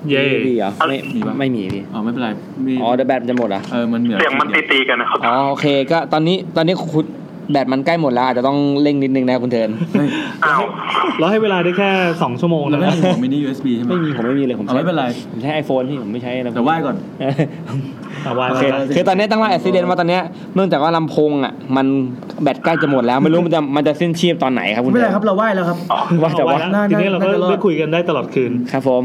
[SPEAKER 2] เย่
[SPEAKER 1] พี่เหรอไม่
[SPEAKER 3] มีปะ
[SPEAKER 1] ไม่มีพี่
[SPEAKER 3] อ๋อไม่เป็นไรมี
[SPEAKER 1] อ๋อเดอะแบตจะหมดเหรอ่ะ
[SPEAKER 3] เออมันเหมือน
[SPEAKER 11] เสียงมันตีตีๆกันนะครับ
[SPEAKER 1] อ๋อโอเคก็ตอนนี้ตอนนี้คุณแบตมันใกล้หมดแล้วอาจจะต้องเร่งนิดนึงนะคุณเทิร์น
[SPEAKER 3] เฮ้ย
[SPEAKER 11] อ้าว
[SPEAKER 2] เราให้เวลาได้แค่ 2 ชั่วโมง
[SPEAKER 3] เรา
[SPEAKER 2] นะ
[SPEAKER 3] ไม่มีหัวมินิ USB ใช่ไหม
[SPEAKER 1] ไม่มีผมไม่มีเลยผม
[SPEAKER 3] เอา
[SPEAKER 1] ใช้
[SPEAKER 3] ไม่เป็นไร
[SPEAKER 1] ผมใช้ไอโฟนพี่ผมไม่ใช้อะไร
[SPEAKER 3] แต่ไหว้ก่อน
[SPEAKER 1] เออ
[SPEAKER 2] เอาไว้
[SPEAKER 1] *laughs* โอ
[SPEAKER 2] ไว้
[SPEAKER 1] เค
[SPEAKER 2] ไว้
[SPEAKER 1] คือตอนนี้ตั้งว่าแอคซิเดนต์ว่าตอนเนี้ยเนื่องจากว่าลำโพงอ่ะมันแบตใกล้จะหมดแล้วไม่รู้มันจะมันจะสิ้นชีพตอนไหนครับคุณ
[SPEAKER 3] ไม่เป็นไรครับเราไหว้แล้วครับ
[SPEAKER 1] ว่าแต่
[SPEAKER 2] เอาไว้
[SPEAKER 1] ว่า
[SPEAKER 2] นะ
[SPEAKER 3] น่า
[SPEAKER 2] ทีนี้เราก็
[SPEAKER 3] น่าจะรอด
[SPEAKER 2] ได้คุยกันได้ตลอดคืน
[SPEAKER 1] ครับผม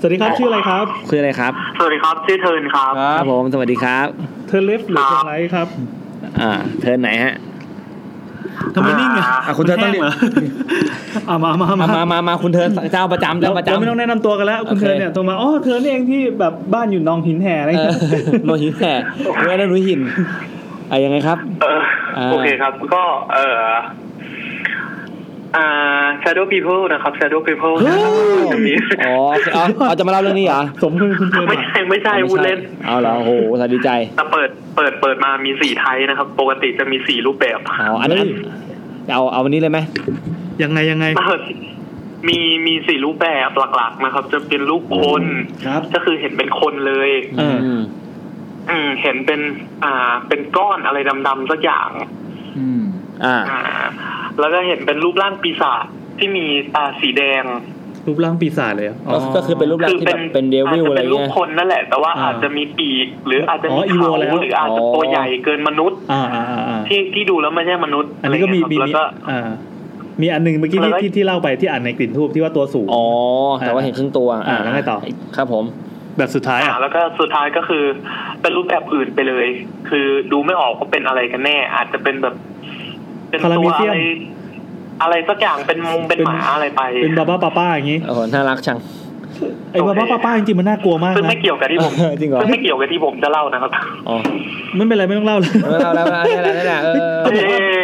[SPEAKER 2] สวัสดีครับชื่ออะไรครับ
[SPEAKER 1] คืออะไรครับ
[SPEAKER 11] สวัสดีครับชื่อเทิร์นครับ
[SPEAKER 1] ครับผมสวัสดีครับ
[SPEAKER 2] เธอเลฟหรือเธอไลท์ครับ
[SPEAKER 1] อ่าเทิร์นไหนฮะ
[SPEAKER 2] ทำไมนิ่งอ่ะ
[SPEAKER 1] อ่ะคุณเทิร์นต้อง
[SPEAKER 2] แห้
[SPEAKER 1] เรียก
[SPEAKER 2] เหรอ่ะมามา
[SPEAKER 1] มา
[SPEAKER 2] มา
[SPEAKER 1] มามามาคุณเทิร์นเจ้าประจำ
[SPEAKER 2] เรา
[SPEAKER 1] เจ้าประจำ
[SPEAKER 2] เราไม่ต้องแนะนำตัวกันแล้ว คุณ
[SPEAKER 1] โอเค
[SPEAKER 2] เธอเนี่ยโทรมาอ๋อเธอนี่เองที่แบบบ้านอยู่หนองหินแห่อะไร
[SPEAKER 1] เออ
[SPEAKER 2] เงี้ย
[SPEAKER 1] โลหินแห่เว้ยนั่นรู้หินอ่ะยังไงครับ
[SPEAKER 11] เออ
[SPEAKER 1] อ่า
[SPEAKER 11] โอเคครับก็เอออ่า shadow people นะครับ shadow people นะครับจะมี
[SPEAKER 1] อ๋อโอเคเอาเอาจะมาเล่าเรื่องนี้เหรอ
[SPEAKER 2] สมมือคุณเธอห
[SPEAKER 11] ไม่
[SPEAKER 2] น่อย
[SPEAKER 11] ใช่ไม่ใช่พูดเล่น
[SPEAKER 1] เอาเหรอโอ้โหสาดีใจ
[SPEAKER 11] แต่เปิดเปิดเปิดมามีสี่ไทยนะครับ ปกติจะมีสี่รูปแบบ
[SPEAKER 1] อ๋ออันนั้นเอาเอาวันนี้เลยไหม
[SPEAKER 2] ยังไงยังไง
[SPEAKER 11] เปิดมีมีสี่รูปแบบหลักๆนะครับ จะเป็นรูปคน
[SPEAKER 2] ครับ
[SPEAKER 11] ก็คือเห็นเป็นคนเลย
[SPEAKER 2] เอออื
[SPEAKER 1] ม
[SPEAKER 11] อืมเห็นเป็นอ่าเป็นก้อนอะไรดำๆสักอย่าง
[SPEAKER 3] อืม
[SPEAKER 1] อ่า
[SPEAKER 11] อ่าแล้วก็เห็นเป็นรูปร่างปีศาจที่มีตาสีแดง
[SPEAKER 2] รูปร่างปีศาจเลยเหรออ๋อ
[SPEAKER 1] ก็ก็คือเป็นรูปลักษณ์ที่แบบเป็นเดวิล
[SPEAKER 11] อาจ
[SPEAKER 1] อะ
[SPEAKER 11] จะ
[SPEAKER 1] ไร
[SPEAKER 11] เป็นรูป
[SPEAKER 1] เงี้ย
[SPEAKER 11] คนนั่นแหละ แต่ว่า
[SPEAKER 2] อ่า
[SPEAKER 11] อาจจะมีปีกหรืออาจจะ
[SPEAKER 2] อ๋
[SPEAKER 11] มี
[SPEAKER 2] ออีโว
[SPEAKER 11] เขา
[SPEAKER 2] แล้ว
[SPEAKER 11] หรืออาจจะตัวใหญ่เกินมนุษย์
[SPEAKER 2] อ่าอ่าอ่าอ่า
[SPEAKER 11] ที่ที่ดูแล้วไม่ใช่มนุษย์
[SPEAKER 2] อันนี้ก็มี
[SPEAKER 11] ะ
[SPEAKER 2] มี
[SPEAKER 11] ไรเงี้ยครับแล้วก็
[SPEAKER 2] อ่ามีอันหนึ่งเมื่อกี้ที่
[SPEAKER 11] แล้วก็
[SPEAKER 2] ที่ที่เล่าไปที่อ่านในกลิ่นทูบที่ว่าตัวสูง
[SPEAKER 1] อ๋อ แต่ว่าเห็นครึ่งตัว
[SPEAKER 2] อ่าแล้วไงต่อ
[SPEAKER 1] ครับผม
[SPEAKER 2] แบบสุดท้าย
[SPEAKER 11] อ่า
[SPEAKER 2] อ่ะ
[SPEAKER 11] แล้วก็สุดท้ายก็คือ เป็นรูปแบบอื่นไปเลย คือดูไม่ออกว่าเป็นอะไรกันแน่ อาจจะเป็นแบบ เป็น
[SPEAKER 2] พารา
[SPEAKER 11] ตั
[SPEAKER 2] มิ
[SPEAKER 11] วอะ
[SPEAKER 2] เซีย
[SPEAKER 11] ไร
[SPEAKER 2] ม
[SPEAKER 11] อะไรสักอย่างเป็นมงเป็น
[SPEAKER 2] เป็น
[SPEAKER 11] หมาอะไรไป
[SPEAKER 2] เป็นบาบ้าป้าป้าอย่างงี้
[SPEAKER 1] โอ้โห น่ารักชัง
[SPEAKER 2] ไอ้บาบ้าป้าป้าจริงๆมันน่ากลัวมาก
[SPEAKER 11] ซึ่ง
[SPEAKER 2] นะ
[SPEAKER 11] ไม่เกี่ยวกับที่ผม
[SPEAKER 1] จริงเหรอ
[SPEAKER 11] ซึ่งไม่เกี่ยวกับที่ผมจะเล่านะครับ
[SPEAKER 1] อ๋อ
[SPEAKER 2] ไม่เป็นไรไม่ต้องเล่าเลย
[SPEAKER 1] เราแล้วนี่แหละนี่แหละเออ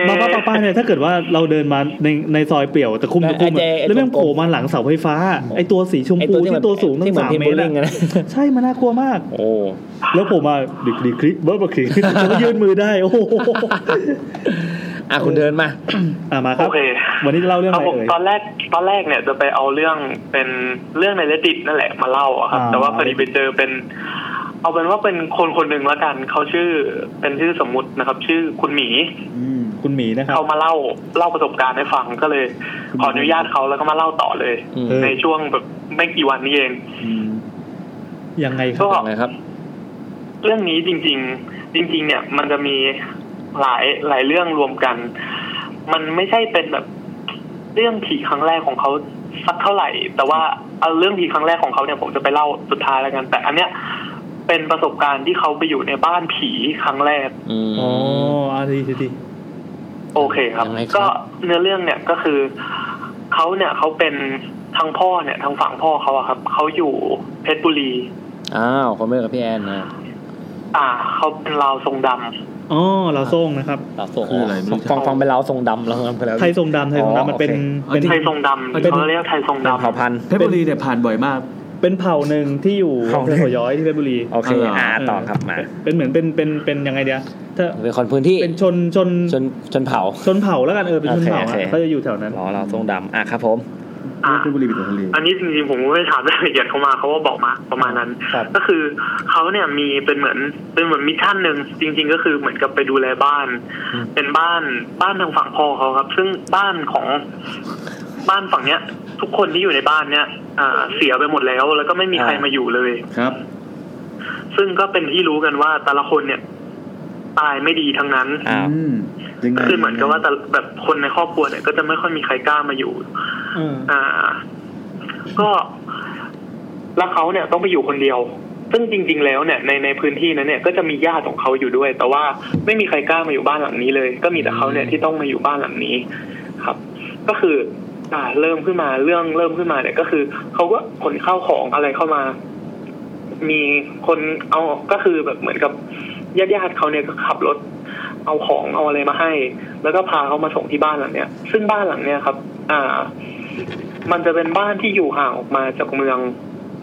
[SPEAKER 2] เขาบอกว่าบาบ้าป้าป้าเนี่ยถ้าเกิดว่าเราเดินมาในในซอยเปลี่ยวแต่คุม
[SPEAKER 1] ไอ้
[SPEAKER 2] ตะคุม
[SPEAKER 1] เจ
[SPEAKER 2] อะ
[SPEAKER 1] ไอ้
[SPEAKER 2] แล้วแม่ง
[SPEAKER 1] ตัว
[SPEAKER 2] โผล่มาหลังเสาไฟฟ้า ไอตัวสีชม
[SPEAKER 1] ไอ้ตั
[SPEAKER 2] พู
[SPEAKER 1] วที่มัน
[SPEAKER 2] ที่ตัวสูงตั้
[SPEAKER 1] ที่
[SPEAKER 2] ง
[SPEAKER 1] เหมือน
[SPEAKER 2] สาม
[SPEAKER 1] พิมพ์
[SPEAKER 2] เมตร
[SPEAKER 1] โบลิ่งอะ
[SPEAKER 2] อะ
[SPEAKER 1] นะ
[SPEAKER 2] ใช่มันน่ากลัวมาก
[SPEAKER 1] โอ้
[SPEAKER 2] แล้วโผล่มาดิกดิกคลิกเบิร์บคลิกแล้วก็ยื่นมือได้ *laughs* โอ้โห
[SPEAKER 1] อ่ะคุณเดินมา
[SPEAKER 2] อ่ะมาครั
[SPEAKER 11] โอบ เค
[SPEAKER 2] วันนี้จะเล่าเรื่อง
[SPEAKER 11] ค
[SPEAKER 2] อะ
[SPEAKER 11] รับ
[SPEAKER 2] ไร
[SPEAKER 11] ผม
[SPEAKER 2] เอ่ย
[SPEAKER 11] ตอนแรกตอนแรกเนี่ยจะไปเอาเรื่องเป็นเรื่องในเลดิตนั่นแหละมาเล่าอะครับ
[SPEAKER 2] อ่า
[SPEAKER 11] แต่ว่าพอดีไปเจอเป็น เอาเป็นว่าเป็นคนคนหนึ่งละกันเขาชื่อเป็นชื่อสมมุตินะครับ ชื่อคุณหมี
[SPEAKER 3] อืม
[SPEAKER 2] คุณหมีนะครับ
[SPEAKER 11] เขามาเล่าเล่าประสบการณ์ให้ฟังก็เลย ขออนุญาตเขาแล้วก็มาเล่าต่อเลย
[SPEAKER 1] อืม
[SPEAKER 11] ในช่วงแบบไม่กี่วันนี้เอง
[SPEAKER 2] ยังไงครั
[SPEAKER 11] ก็
[SPEAKER 2] บ
[SPEAKER 1] ไงครับ
[SPEAKER 11] เรื่องนี้จริง ๆ จริง ๆ เนี่ย มันจะมีหลายหลายเรื่องรวมกัน มันไม่ใช่เป็นแบบเรื่องผีครั้งแรกของเขาสักเท่าไหร่ แต่ว่าเอาเรื่องผีครั้งแรกของเขาเนี่ยผมจะไปเล่าสุดท้ายแล้วกัน แต่อันเนี้ยเป็นประสบการณ์ที่เขาไปอยู่ในบ้านผีครั้งแรก
[SPEAKER 1] อืม
[SPEAKER 2] อ๋ออ่ะดีดีดี
[SPEAKER 11] โอเคครับ
[SPEAKER 1] ยังไงครับ
[SPEAKER 11] ก็เนื้อเรื่องเนี่ยก็คือเขาเนี่ยเขาเป็นทางพ่อเนี่ยทางฝั่งพ่อเขาอะครับเขาอยู่เพชรบุรี
[SPEAKER 1] อ้าวคนเมื่อกับพี่แอนนะ
[SPEAKER 11] อ่าเขาเป็นราวทรงดำ
[SPEAKER 2] อ๋อเราส่งนะครับ
[SPEAKER 1] เราส่ง
[SPEAKER 3] คืออะไรไม่รู้
[SPEAKER 1] ฟังฟังไปแล้วทรงดำเราทำไปแล้ว
[SPEAKER 2] ไทยทรงดำไทยทรง
[SPEAKER 1] อ๋อ
[SPEAKER 2] ดำมันเป็น
[SPEAKER 1] โอเค
[SPEAKER 2] เป็น
[SPEAKER 11] ไทยทรงดำ
[SPEAKER 2] มันเป็น
[SPEAKER 11] เขาเรียกไทยทรงดำ
[SPEAKER 1] เผ่าพันธุ์
[SPEAKER 3] เพชรบุรีเนี่ยผ่านบ่อยมาก
[SPEAKER 2] เป็นเผ่าหนึ่งที่อยู่อำ
[SPEAKER 1] เผ่าห
[SPEAKER 2] เภ
[SPEAKER 1] นึ่
[SPEAKER 2] อง เขาย้อยที่เพชรบุรี
[SPEAKER 1] โอเค
[SPEAKER 3] เอาเหรออ่
[SPEAKER 1] อ่าต่อครับมา
[SPEAKER 2] เป็นเหมือนเป็นเป็นเป็นยังไงเดียถ้า
[SPEAKER 1] เป็นคนพื้นที่
[SPEAKER 2] เป็นชนชน
[SPEAKER 1] ชนชนเผ่า
[SPEAKER 2] ชนเผ่าแล้วกันเออเป็นชนเผ่า
[SPEAKER 1] โอเค
[SPEAKER 2] อะ
[SPEAKER 1] โอเค
[SPEAKER 2] เขาจะอยู่แถวนั้น
[SPEAKER 1] อ๋อเราทรงดำอ่ะครับผม
[SPEAKER 11] อ่า
[SPEAKER 3] เพชรบุรีเป็นทะเล
[SPEAKER 11] อันนี้จริงๆผมไม่ได้ถามรายละเอียดเขามาเขาก็บอกมาประมาณนั้น
[SPEAKER 1] ครับ
[SPEAKER 11] ก็คือเขาเนี่ยมีเป็นเหมือนเป็นเหมือนมิชชั่นหนึ่งจริง ๆ ก็คือเหมือนกับไปดูแลบ้าน เป็นบ้านบ้านทางฝั่งพ่อเขาครับ ซึ่งบ้านของบ้านฝั่งเนี้ย ทุกคนที่อยู่ในบ้านเนี่ยอ่าเสียไปหมดแล้ว แล้วก็ไม่มีใครมาอยู่เลย
[SPEAKER 3] ครับ
[SPEAKER 11] ซึ่งก็เป็นที่รู้กันว่าแต่ละคนเนี่ย ตายไม่ดีทั้งนั้น
[SPEAKER 1] อ้าว
[SPEAKER 3] อืมยังไง
[SPEAKER 11] คือเหมือนกับว่าแต่แบบคนในครอบครัวเนี่ย ก็จะไม่ค่อยมีใครกล้ามาอยู่
[SPEAKER 2] อืม
[SPEAKER 11] อ่า ก็แล้วเขาเนี่ยต้องไปอยู่คนเดียว ซึ่งจริง ๆ แล้วเนี่ยในในพื้นที่นั้นเนี่ยก็จะมีญาติของเขาอยู่ด้วย แต่ว่าไม่มีใครกล้ามาอยู่บ้านหลังนี้เลย ก็มีแต่เขาเนี่ยที่ต้องมาอยู่บ้านหลังนี้ ครับ ก็คือ อ่า เริ่มขึ้นมาเรื่องเริ่มขึ้นมาเนี่ยก็คือเขาก็ขนข้าวของอะไรเข้ามา มีคนเอาก็คือแบบเหมือนกับญาติญาติๆเขาเนี่ยก็ขับรถ เอาของเอาอะไรมาให้ แล้วก็พาเขามาส่งที่บ้านหลังเนี้ย ซึ่งบ้านหลังเนี้ยครับ อ่า มันจะเป็นบ้านที่อยู่ห่างออกมาจากเมือง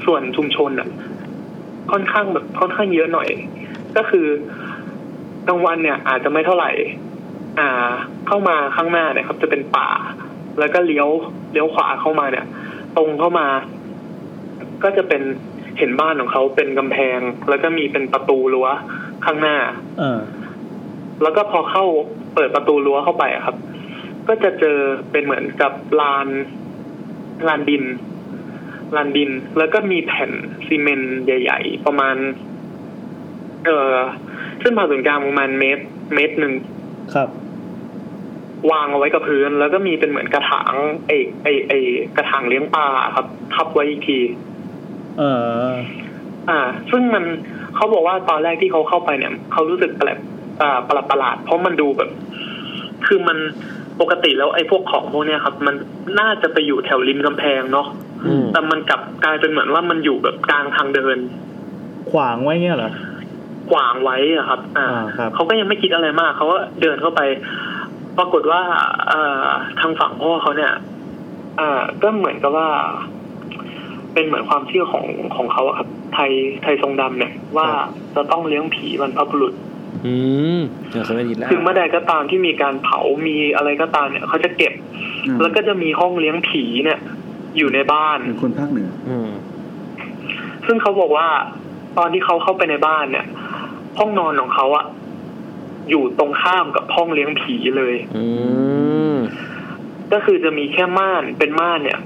[SPEAKER 11] ส่วนชุมชนอ่ะ ค่อนข้างแบบค่อนข้างเยอะหน่อย ก็คือกลางวันเนี่ย อาจจะไม่เท่าไหร่ อ่า เข้ามาข้างหน้าเนี่ยครับ จะเป็นป่า แล้วก็เลี้ยวเลี้ยวขวาเข้ามาเนี่ย ตรงเข้ามา ก็จะเป็นเห็นบ้านของเขาเป็นกำแพง แล้วก็มีเป็นประตูรั้วข้างหน้า
[SPEAKER 2] เออ
[SPEAKER 11] แล้วก็พอเข้าเปิดประตูรั้วเข้าไปอะครับ ก็จะเจอเป็นเหมือนกับลานลานดินลานดิน แล้วก็มีแผ่นซีเมนต์ใหญ่ ๆ ประมาณ เอ่อเส้นผ่าศูนย์กลางประมาณเมตร เมตรหนึ่ง
[SPEAKER 2] ครับ
[SPEAKER 11] วางเอาไว้กับพื้น แล้วก็มีเป็นเหมือนกระถางไอ้ไอ้ไอ้กระถางเลี้ยงปลาครับ ทับไว้อีกที
[SPEAKER 2] เออ
[SPEAKER 11] อ่า ซึ่งมันเขาบอกว่าตอนแรกที่เขาเข้าไปเนี่ยเขารู้สึกแปลกอ่าประหลาดประหลาดๆเพราะมันดูแบบ คือมันปกติแล้วไอ้พวกของพวกเนี้ยครับ มันน่าจะไปอยู่แถวริมกำแพงเนาะ
[SPEAKER 1] อืม
[SPEAKER 11] แต่มันกลับกลายเป็นเหมือนว่ามันอยู่แบบกลางทางเดิน
[SPEAKER 2] ขวางไว้เงี้ยเหรอ
[SPEAKER 11] ขวางไว้อะครับ อ่า
[SPEAKER 2] อ่าครับ
[SPEAKER 11] เขาก็ยังไม่คิดอะไรมากเขาก็เดินเข้าไป ปรากฏว่าเอ่อทางฝั่งพ่อเขาเนี่ย อ่า ก็เหมือนกับว่า เป็นเหมือนความเชื่อของของเขาอะครับ ไทยไทยทรงดำเนี่ย ว่าจะต้องเลี้ยงผีบรรพบุรุษ
[SPEAKER 1] อืมเดี๋ยวเขาไม่ดีแล้ว
[SPEAKER 11] คือเมื่อใดก็ตามที่มีการเผา มีอะไรก็ตามเนี่ยเขาจะเก็บ
[SPEAKER 3] อืม
[SPEAKER 11] แล้วก็จะมีห้องเลี้ยงผีเนี่ย อยู่ในบ้าน
[SPEAKER 3] เป็นคนภาคเหนือ
[SPEAKER 1] อืม
[SPEAKER 11] ซึ่งเขาบอกว่า ตอนที่เขาเข้าไปในบ้านเนี่ย ห้องนอนของเขาอะอยู่ตรงข้ามกับห้องเลี้ยงผีเลย
[SPEAKER 1] อืม
[SPEAKER 11] ก็คือจะมีแค่ม่านเป็นม่านเนี่ย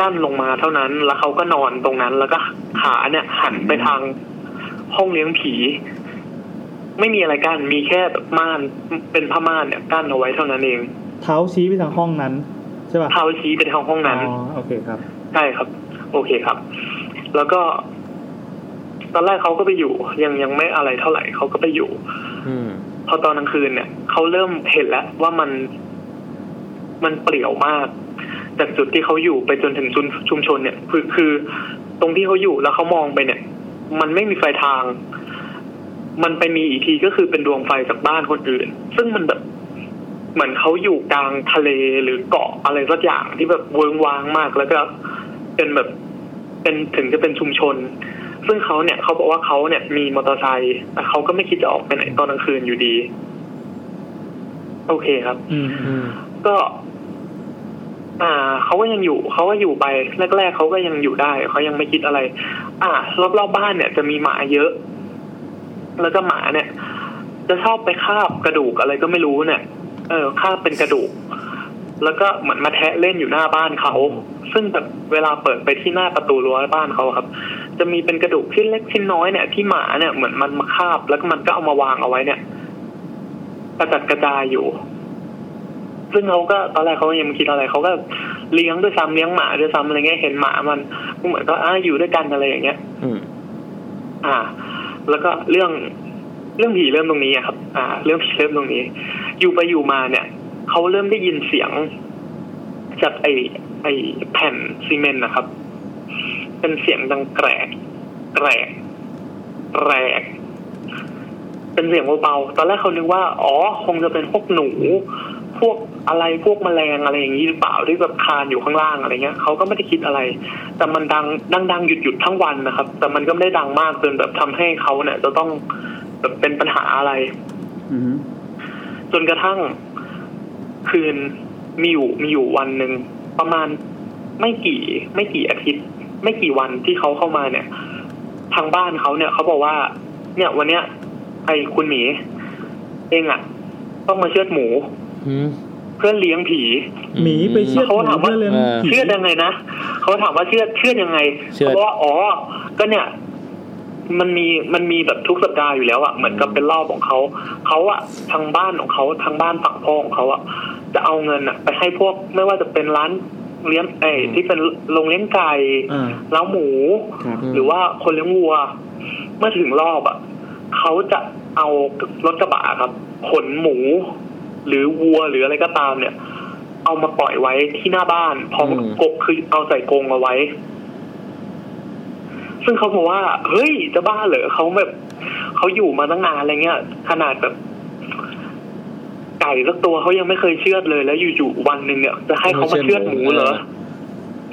[SPEAKER 11] กั้นลงมาเท่านั้น แล้วเขาก็นอนตรงนั้น แล้วก็ขาเนี่ย หันไปทางห้องเลี้ยงผี ไม่มีอะไรกั้นมีแค่แบบม่านเป็นผ้าม่านเนี่ยกั้นเอาไว้เท่านั้นเอง
[SPEAKER 2] เท้าชี้ไปทางห้องนั้นใช่ป่ะ
[SPEAKER 11] เท้าชี้ไปทางห้อง
[SPEAKER 2] อ๋
[SPEAKER 11] นั้น
[SPEAKER 2] อโอเคครับ
[SPEAKER 11] ใช่ครับ โอเคครับ แล้วก็ ตอนแรกเขาก็ไปอยู่ ยังยังไม่อะไรเท่าไหร่เขาก็ไปอยู่
[SPEAKER 1] อืม
[SPEAKER 11] พอตอนกลางคืนเนี่ยเขาเริ่มเห็นแล้วว่ามัน มันเปลี่ยวมาก จากจุดที่เขาอยู่ไปจนถึงชุมชุมชนเนี่ยคือคือ ตรงที่เขาอยู่แล้วเขามองไปเนี่ย มันไม่มีไฟทาง มันไปมีอีกทีก็คือเป็นดวงไฟจากบ้านคนอื่น ซึ่งมันแบบ เหมือนเขาอยู่กลางทะเลหรือเกาะอะไรสักอย่างที่แบบเวิงว้างมาก แล้วก็เป็นแบบเป็นถึงจะเป็นชุมชน ซึ่งเขาเนี่ยเขาบอกว่าเขาเนี่ยมีมอเตอร์ไซค์แต่เขาก็ไม่คิดจะออกไปไหนตอนกลางคืนอยู่ดี โอเคครับ
[SPEAKER 2] อืม
[SPEAKER 1] อืม
[SPEAKER 11] ก็ อ่าเขาก็ยังอยู่เขาก็อยู่ไปแรกๆเขาก็ยังอยู่ได้เขายังไม่คิดอะไร อ่ารอบๆบบ้านเนี่ยจะมีหมาเยอะ แล้วก็หมาเนี่ย จะชอบไปคาบกระดูกอะไรก็ไม่รู้เนี่ย เออคาบเป็นกระดูก แล้วก็เหมือนมาแทะเล่นอยู่หน้าบ้านเขา ซึ่งแบบเวลาเปิดไปที่หน้าประตูรั้วบ้านเขาครับ จะมีเป็นกระดูกชิ้นเล็กชิ้นน้อยเนี่ยที่หมาเนี่ยเหมือนมันมาคาบ แล้วก็มันก็เอามาวางเอาไว้เนี่ยกระจัดกระจายอยู่ ซึ่งเขาก็ตอนแรกเขาก็ยังไม่คิดอะไรเขาก็เลี้ยงด้วยซ้ำเลี้ยงหมาด้วยซ้ำอะไรเงี้ยเห็นหมามันก็เหมือนก็อ่าอยู่ด้วยกันอะไรอย่างเงี้ย
[SPEAKER 1] อืม
[SPEAKER 11] อ่า แล้วก็เรื่องเรื่องผีเริ่มตรงนี้อะครับ อ่า เรื่องผีเริ่มตรงนี้ อยู่ไปอยู่มาเนี่ยเขาเริ่มได้ยินเสียง จากไอไอแผ่นซีเมนต์นะครับ เป็นเสียงดังแกรกแกรกแกรก เป็นเสียงเบาๆตอนแรกเขานึกว่า อ๋อ คงจะเป็นพวกหนู พวกอะไรพวกแมลงอะไรอย่างนี้หรือเปล่าที่แบบคานอยู่ข้างล่างอะไรเงี้ยเขาก็ไม่ได้คิดอะไร แต่มันดังดังดังหยุดหยุดๆทั้งวันนะครับ แต่มันก็ไม่ได้ดังมากจนแบบทำให้เขาเนี่ย จะต้องแบบเป็นปัญหาอะไร
[SPEAKER 3] อืม
[SPEAKER 11] จนกระทั่งคืนมีอยู่มีอยู่วันหนึ่งประมาณไม่กี่ ไม่กี่อาทิตย์ ไม่กี่วันที่เขาเข้ามาเนี่ย ทางบ้านเขาเนี่ยเขาบอกว่า เนี่ยวันเนี้ยไอ้คุณหมี เองอะต้องมาเชือดหมู เพื่อเลี้ยงผี
[SPEAKER 10] หมีไปเชือด
[SPEAKER 11] เขาถามว่า
[SPEAKER 10] เลี้ยงผี
[SPEAKER 11] เชื่อดยังไงนะเขาถามว่าเชื่อดเชื่อดยังไง
[SPEAKER 10] เชื่อด
[SPEAKER 11] เขาบอกว่าอ๋อ ก็เนี่ย มันมีมันมีแบบทุกสัปดาห์อยู่แล้วอะเหมือนกับเป็นรอบของเขาเขาอะทางบ้านของเขาทางบ้านฝั่งพ่อของเขาอะจะเอาเงินอะไปให้พวกไม่ว่าจะเป็นร้านเลี้ยงไอ้ยที่เป็นโรงเลี้ยงไก่
[SPEAKER 3] อ่า
[SPEAKER 11] เล้าหมู
[SPEAKER 3] ครับ
[SPEAKER 11] หรือว่าคนเลี้ยงวัว เมื่อถึงรอบอ่ะเขาจะเอารถกระบะครับขนหมู หรือวัวหรืออะไรก็ตามเนี่ย เอามาปล่อยไว้ที่หน้าบ้านพร้อมกับ
[SPEAKER 10] อืม
[SPEAKER 11] กบคือเอาใส่กรงเอาไว้ ซึ่งเขาบอกว่า เฮ้ยจะบ้าเหรอเขาแบบเขาอยู่มาตั้งนานอะไรเงี้ย ขนาดแบบ ไก่สักตัวเขายังไม่เคยเชื่อดเลย แล้วอยู่ๆวันหนึ่งเนี่ยจะให้เขามาเชื่อดหมูเหรอ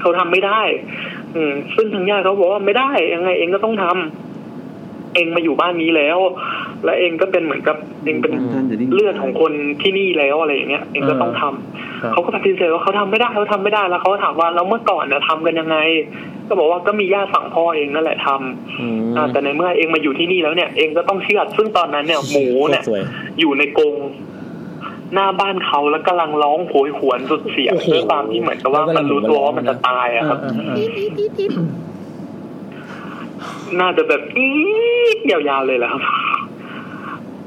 [SPEAKER 11] เขาทำไม่ได้ อืม ซึ่งทางญาติเขาบอกว่าไม่ได้ ยังไง เองก็ต้องทำ เองมาอยู่บ้านนี้แล้ว และเองก็เป็นเหมือนกับเองเป็น
[SPEAKER 3] ท่านจะดิ้น
[SPEAKER 11] เลือดของคนที่นี่แล้วอะไรอย่างเงี้ยเองก็ต้องทำ
[SPEAKER 3] ครับ
[SPEAKER 11] เขาก็ปฏิเสธว่าเขาทำไม่ได้เขาทำไม่ได้แล้วเขาก็ถามว่าแล้วเมื่อก่อนเนี่ยทำกันยังไง ก็บอกว่าก็มีญาติฝั่งพ่อเองนั่นแหละทำอ่าแต่ในเมื่อเองมาอยู่ที่นี่แล้วเนี่ยเองก็ต้องเชื่อดซึ่งตอนนั้นเนี่ยหมูเนี่ย
[SPEAKER 10] สวย
[SPEAKER 11] อยู่ในกรงหน้าบ้านเขาแล้วกำลังร้องโหยหวนสุดเสียง
[SPEAKER 10] โอ้โห
[SPEAKER 11] ด้วยความที่เหมือนกับว่า
[SPEAKER 10] แล้วก็
[SPEAKER 11] มันรู้ตัวว่ามัน
[SPEAKER 10] หนูมันร้อ
[SPEAKER 11] จะ
[SPEAKER 10] ง
[SPEAKER 11] ตายอะครับ
[SPEAKER 3] อ่าอ่าอ่า
[SPEAKER 11] น่าจะแบบอีดยาวๆเลยแหละครับ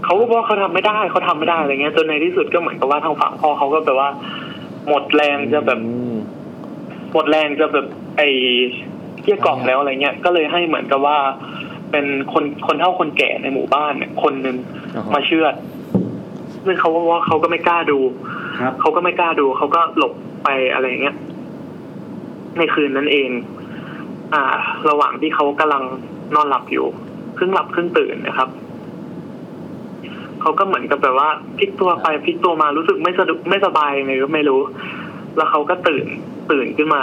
[SPEAKER 11] เขาก็บอกว่าเขาทำไม่ได้เขาทำไม่ได้อะไรเงี้ยจนในที่สุดก็เหมือนกับว่าทางฝั่งพ่อเขาก็แบบว่า หมดแรงจะแบบ หมดแรงจะแบบไอเกลี้ยกล่อมแล้วอะไรเงี้ย ก็เลยให้เหมือนกับว่า เป็นคนคนเฒ่าคนแก่ในหมู่บ้านเนี่ยคนหนึ่ง
[SPEAKER 1] อ่าฮะ
[SPEAKER 11] มาเชื่อดซึ่งเขาว่าเขาก็ไม่กล้าดู
[SPEAKER 3] ครับ
[SPEAKER 11] เขาก็ไม่กล้าดูเขาก็หลบไปอะไรเงี้ยในคืนนั้นเอง อ่า ระหว่างที่เขากำลังนอนหลับอยู่ครึ่งหลับครึ่งตื่นนะครับเขาก็เหมือนกับแบบว่าพลิกตัวไปพลิกตัวมารู้สึกไม่สะดุกไม่สบายไงก็ไม่รู้ แล้วเขาก็ตื่นตื่นขึ้นมา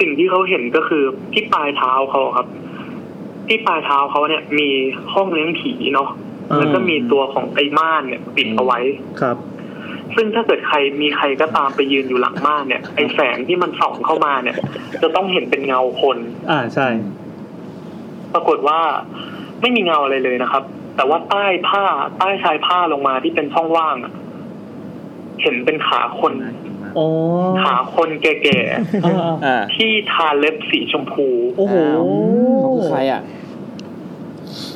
[SPEAKER 11] สิ่งที่เขาเห็นก็คือที่ปลายเท้าเขาครับ ที่ปลายเท้าเขาเนี่ย มีห้องเลี้ยงผีเนาะแล้วก็มีตัวของไอ้ม่านเนี่ย ปิดเอาไว้
[SPEAKER 10] ครับ
[SPEAKER 11] ซึ่งถ้าเกิดใครมีใครก็ตามไปยืนอยู่หลังม่านเนี่ยไอ้แสงที่มันส่องเข้ามาเนี่ย จะต้องเห็นเป็นเงาคน
[SPEAKER 10] อ่าใช่
[SPEAKER 11] ปรากฏว่าไม่มีเงาอะไรเลยนะครับ แต่ว่าใต้ผ้าใต้ชายผ้าลงมาที่เป็นช่องว่างอะเห็นเป็นขาคน
[SPEAKER 10] อ๋อ
[SPEAKER 11] ขาคนแก่
[SPEAKER 1] อ่า
[SPEAKER 11] ๆที่ทาเล็บสีชมพู
[SPEAKER 10] โอ้โห
[SPEAKER 1] เขาคือใครอ่ะ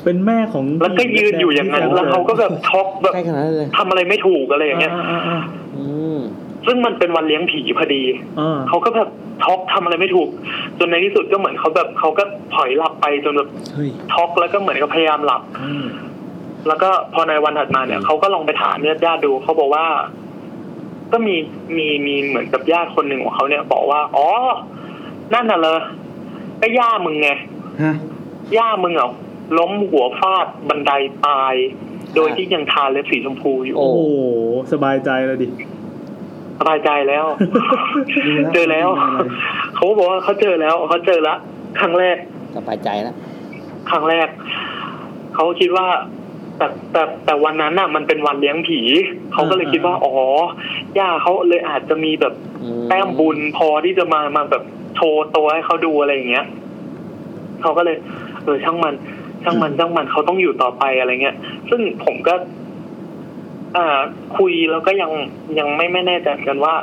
[SPEAKER 10] เป็นแม่ของ
[SPEAKER 11] แล้วก็ยืนอยู่อย่างนั้น แล้วเขาก็แบบช็อกแบบ
[SPEAKER 1] ใกล้ขนาดนั้นเลย
[SPEAKER 11] ทำอะไรไม่ถูกอะไรอย่างเงี้ย
[SPEAKER 1] อืม
[SPEAKER 11] ซึ่งมันเป็นวันเลี้ยงผีพอดี
[SPEAKER 10] อ่า
[SPEAKER 11] เขาก็แบบช็อกทำอะไรไม่ถูก จนในที่สุดก็เหมือนเขาแบบเขาก็ถอยหลับไปจนแบบ
[SPEAKER 10] เฮ้ย
[SPEAKER 11] ช็อกแล้วก็เหมือนกับพยายามหลับ แล้วก็พอในวันถัดมาเนี่ยเขาก็ลองไปถามญาติญาติๆดูเขาบอกว่า ก็มีมีมีเหมือนกับญาติคนหนึ่งของเขาเนี่ยบอกว่า อ๋อ นั่นน่ะเลยก็ย่ามึงไง
[SPEAKER 3] ฮะ
[SPEAKER 11] ย่ามึงเหรอล้มหัวฟาดบันไดตาย โดยที่ยังทาเล็บสีชมพูอยู่
[SPEAKER 10] โอ้โห สบายใจแล้วดิ
[SPEAKER 11] สบายใจแล้ว *laughs* เจอแล้ว เขาบอกว่าเขาเจอแล้วเขาเจอละครั้งแรก
[SPEAKER 1] สบายใจแล้ว
[SPEAKER 11] ครั้งแรก เขาคิดว่า แต่แต่แต่วันนั้นน่ะ มันเป็นวันเลี้ยงผี เขาก็เลยคิดว่า อ๋อย่าเขาเลยอาจจะมีแบบ แต้มบุญพอที่จะมามาแบบโชว์ตัวให้เขาดูอะไรอย่างเงี้ยเขาก็เลยเออช่างมัน ช่างมันช่างมันเขาต้องอยู่ต่อไปอะไรเงี้ย ซึ่งผมก็ อ่า คุยแล้วก็ยังยังไม่ไม่แน่ใจเหมือนกันว่า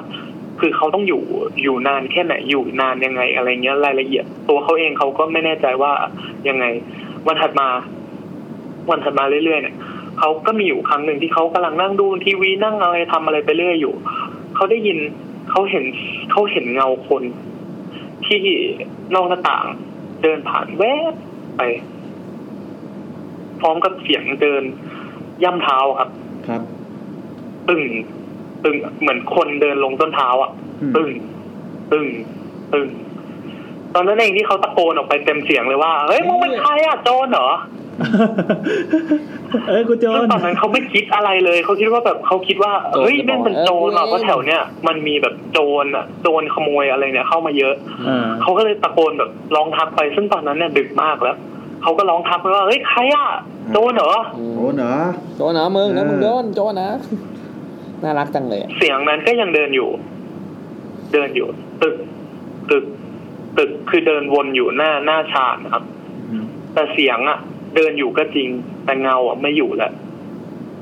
[SPEAKER 11] คือเขาต้องอยู่อยู่นานแค่ไหนอยู่นานยังไงอะไรเงี้ยรายละเอียด ตัวเขาเองเขาก็ไม่แน่ใจว่ายังไง วันถัดมา วันถัดมาเรื่อยๆเนี่ยเขาก็มีอยู่ครั้งหนึ่งที่เขากำลังนั่งดูทีวีนั่งอะไรทำอะไรไปเรื่อยอยู่ เขาได้ยินเขาเห็นเขาเห็นเงาคน ที่นอกหน้าต่าง เดินผ่านแวบไป พร้อมกับเสียงเดิน ย่ำเท้าครับ
[SPEAKER 3] ครับ
[SPEAKER 11] ตึงตึงเหมือนคนเดินลงต้นเท้าอ่ะ
[SPEAKER 3] อืม
[SPEAKER 11] ตึงตึงตึงตอนนั้นเองที่เขาตะโกนออกไปเต็มเสียงเลยว่า เฮ้ยมึงเป็นใครอ่ะโจรเหรอ
[SPEAKER 10] เอ้ยกูโจ
[SPEAKER 11] ซึ่ง
[SPEAKER 10] น
[SPEAKER 11] ตอนนั้นเขาไม่คิดอะไรเลย เขาคิดว่าแบบเขาคิดว่า
[SPEAKER 1] โจร
[SPEAKER 11] เฮ้ย
[SPEAKER 1] จะบอก
[SPEAKER 11] แม่งเป็นโจรหรอ
[SPEAKER 1] เออ
[SPEAKER 11] เพราะแถวเนี้ยมันมีแบบโจรอะโจรขโมยอะไรเนี่ยเข้ามาเยอะ
[SPEAKER 10] อ่า
[SPEAKER 11] เขาก็เลยตะโกนแบบร้องทักไป ซึ่งตอนนั้นเนี่ยดึกมากแล้ว เขาก็ร้องทักไปว่าเฮ้ยใครอะโจรเหรอ
[SPEAKER 1] อื
[SPEAKER 12] โอ้
[SPEAKER 1] ม
[SPEAKER 12] เนาะ
[SPEAKER 1] โจนะมึงนะ
[SPEAKER 12] เออ
[SPEAKER 1] มึงโดนโจนะ *laughs* น่ารักจังเลยอะ
[SPEAKER 11] เสียงนั้นก็ยังเดินอยู่ เดินอยู่ ตึก ตึก ตึกคือเดินวนอยู่หน้าหน้าชาญนะครับ แต่เสียงอะเดินอยู่ก็จริง แต่เงาอะไม่อยู่แล้ว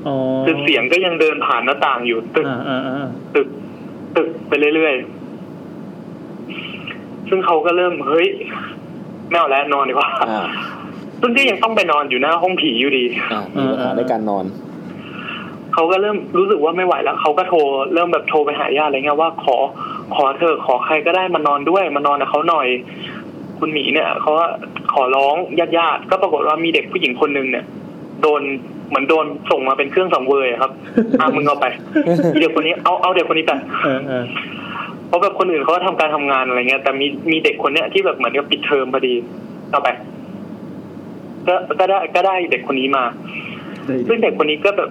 [SPEAKER 10] อ๋อ
[SPEAKER 11] คือเสียงก็ยังเดินผ่านหน้าต่างอยู่ตึก
[SPEAKER 10] อ่าอ่าอ่า
[SPEAKER 11] ตึกตึกไปเรื่อยๆ ซึ่งเขาก็เริ่มเฮ้ยไม่เอาแล้วนอนดีกว่า
[SPEAKER 1] อ่า
[SPEAKER 11] ซึ่งก็ยังต้องไปนอนอยู่หน้าห้องผีอยู่ดี
[SPEAKER 1] อ่ามีปัญหาในการนอน
[SPEAKER 11] เขาก็เริ่มรู้สึกว่าไม่ไหวแล้วเขาก็โทรเริ่มแบบโทรไปหาญาติอะไรเงี้ยว่าขอขอเธอะขอใครก็ได้มานอนด้วยมานอนกับเขาหน่อย คุณหมีเนี่ยเขาก็ขอร้องญาติญาติๆก็ปรากฏว่ามีเด็กผู้หญิงคนหนึ่งเนี่ย โดนเหมือนโดนส่งมาเป็นเครื่องสังเวยอะครับ อ่ะมึงเอาไปเด็กคนนี้เอาเอาเด็กคนนี้ไป
[SPEAKER 10] เออเออ
[SPEAKER 11] เพราะแบบคนอื่นเขาก็ทำการทำงานอะไรเงี้ยแต่มีมีเด็กคนเนี้ยที่แบบเหมือนกับปิดเทอมพอดีเอาไปก็ก็ได้ก็ได้เด็กคนนี้มา
[SPEAKER 12] ได้
[SPEAKER 11] ซึ่งเด็กคนนี้ก็แบบ